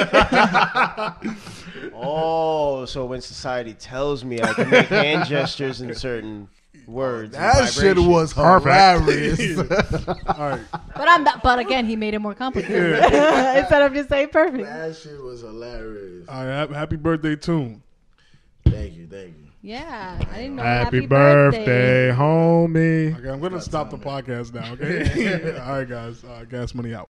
[SPEAKER 5] it.
[SPEAKER 4] Oh, so when society tells me I can make hand gestures and certain words, and
[SPEAKER 6] That shit
[SPEAKER 4] vibrations.
[SPEAKER 6] was hilarious.
[SPEAKER 1] All right.
[SPEAKER 5] But I'm not, but again, he made it more complicated instead of just saying perfect.
[SPEAKER 6] that shit was hilarious.
[SPEAKER 1] All right. Happy birthday, Tune.
[SPEAKER 6] Thank you. you, thank you.
[SPEAKER 5] Yeah, I didn't know.
[SPEAKER 3] Happy, birthday, homie.
[SPEAKER 1] Okay, I'm gonna stop the podcast now. Okay. All right, guys. Uh, gas money out.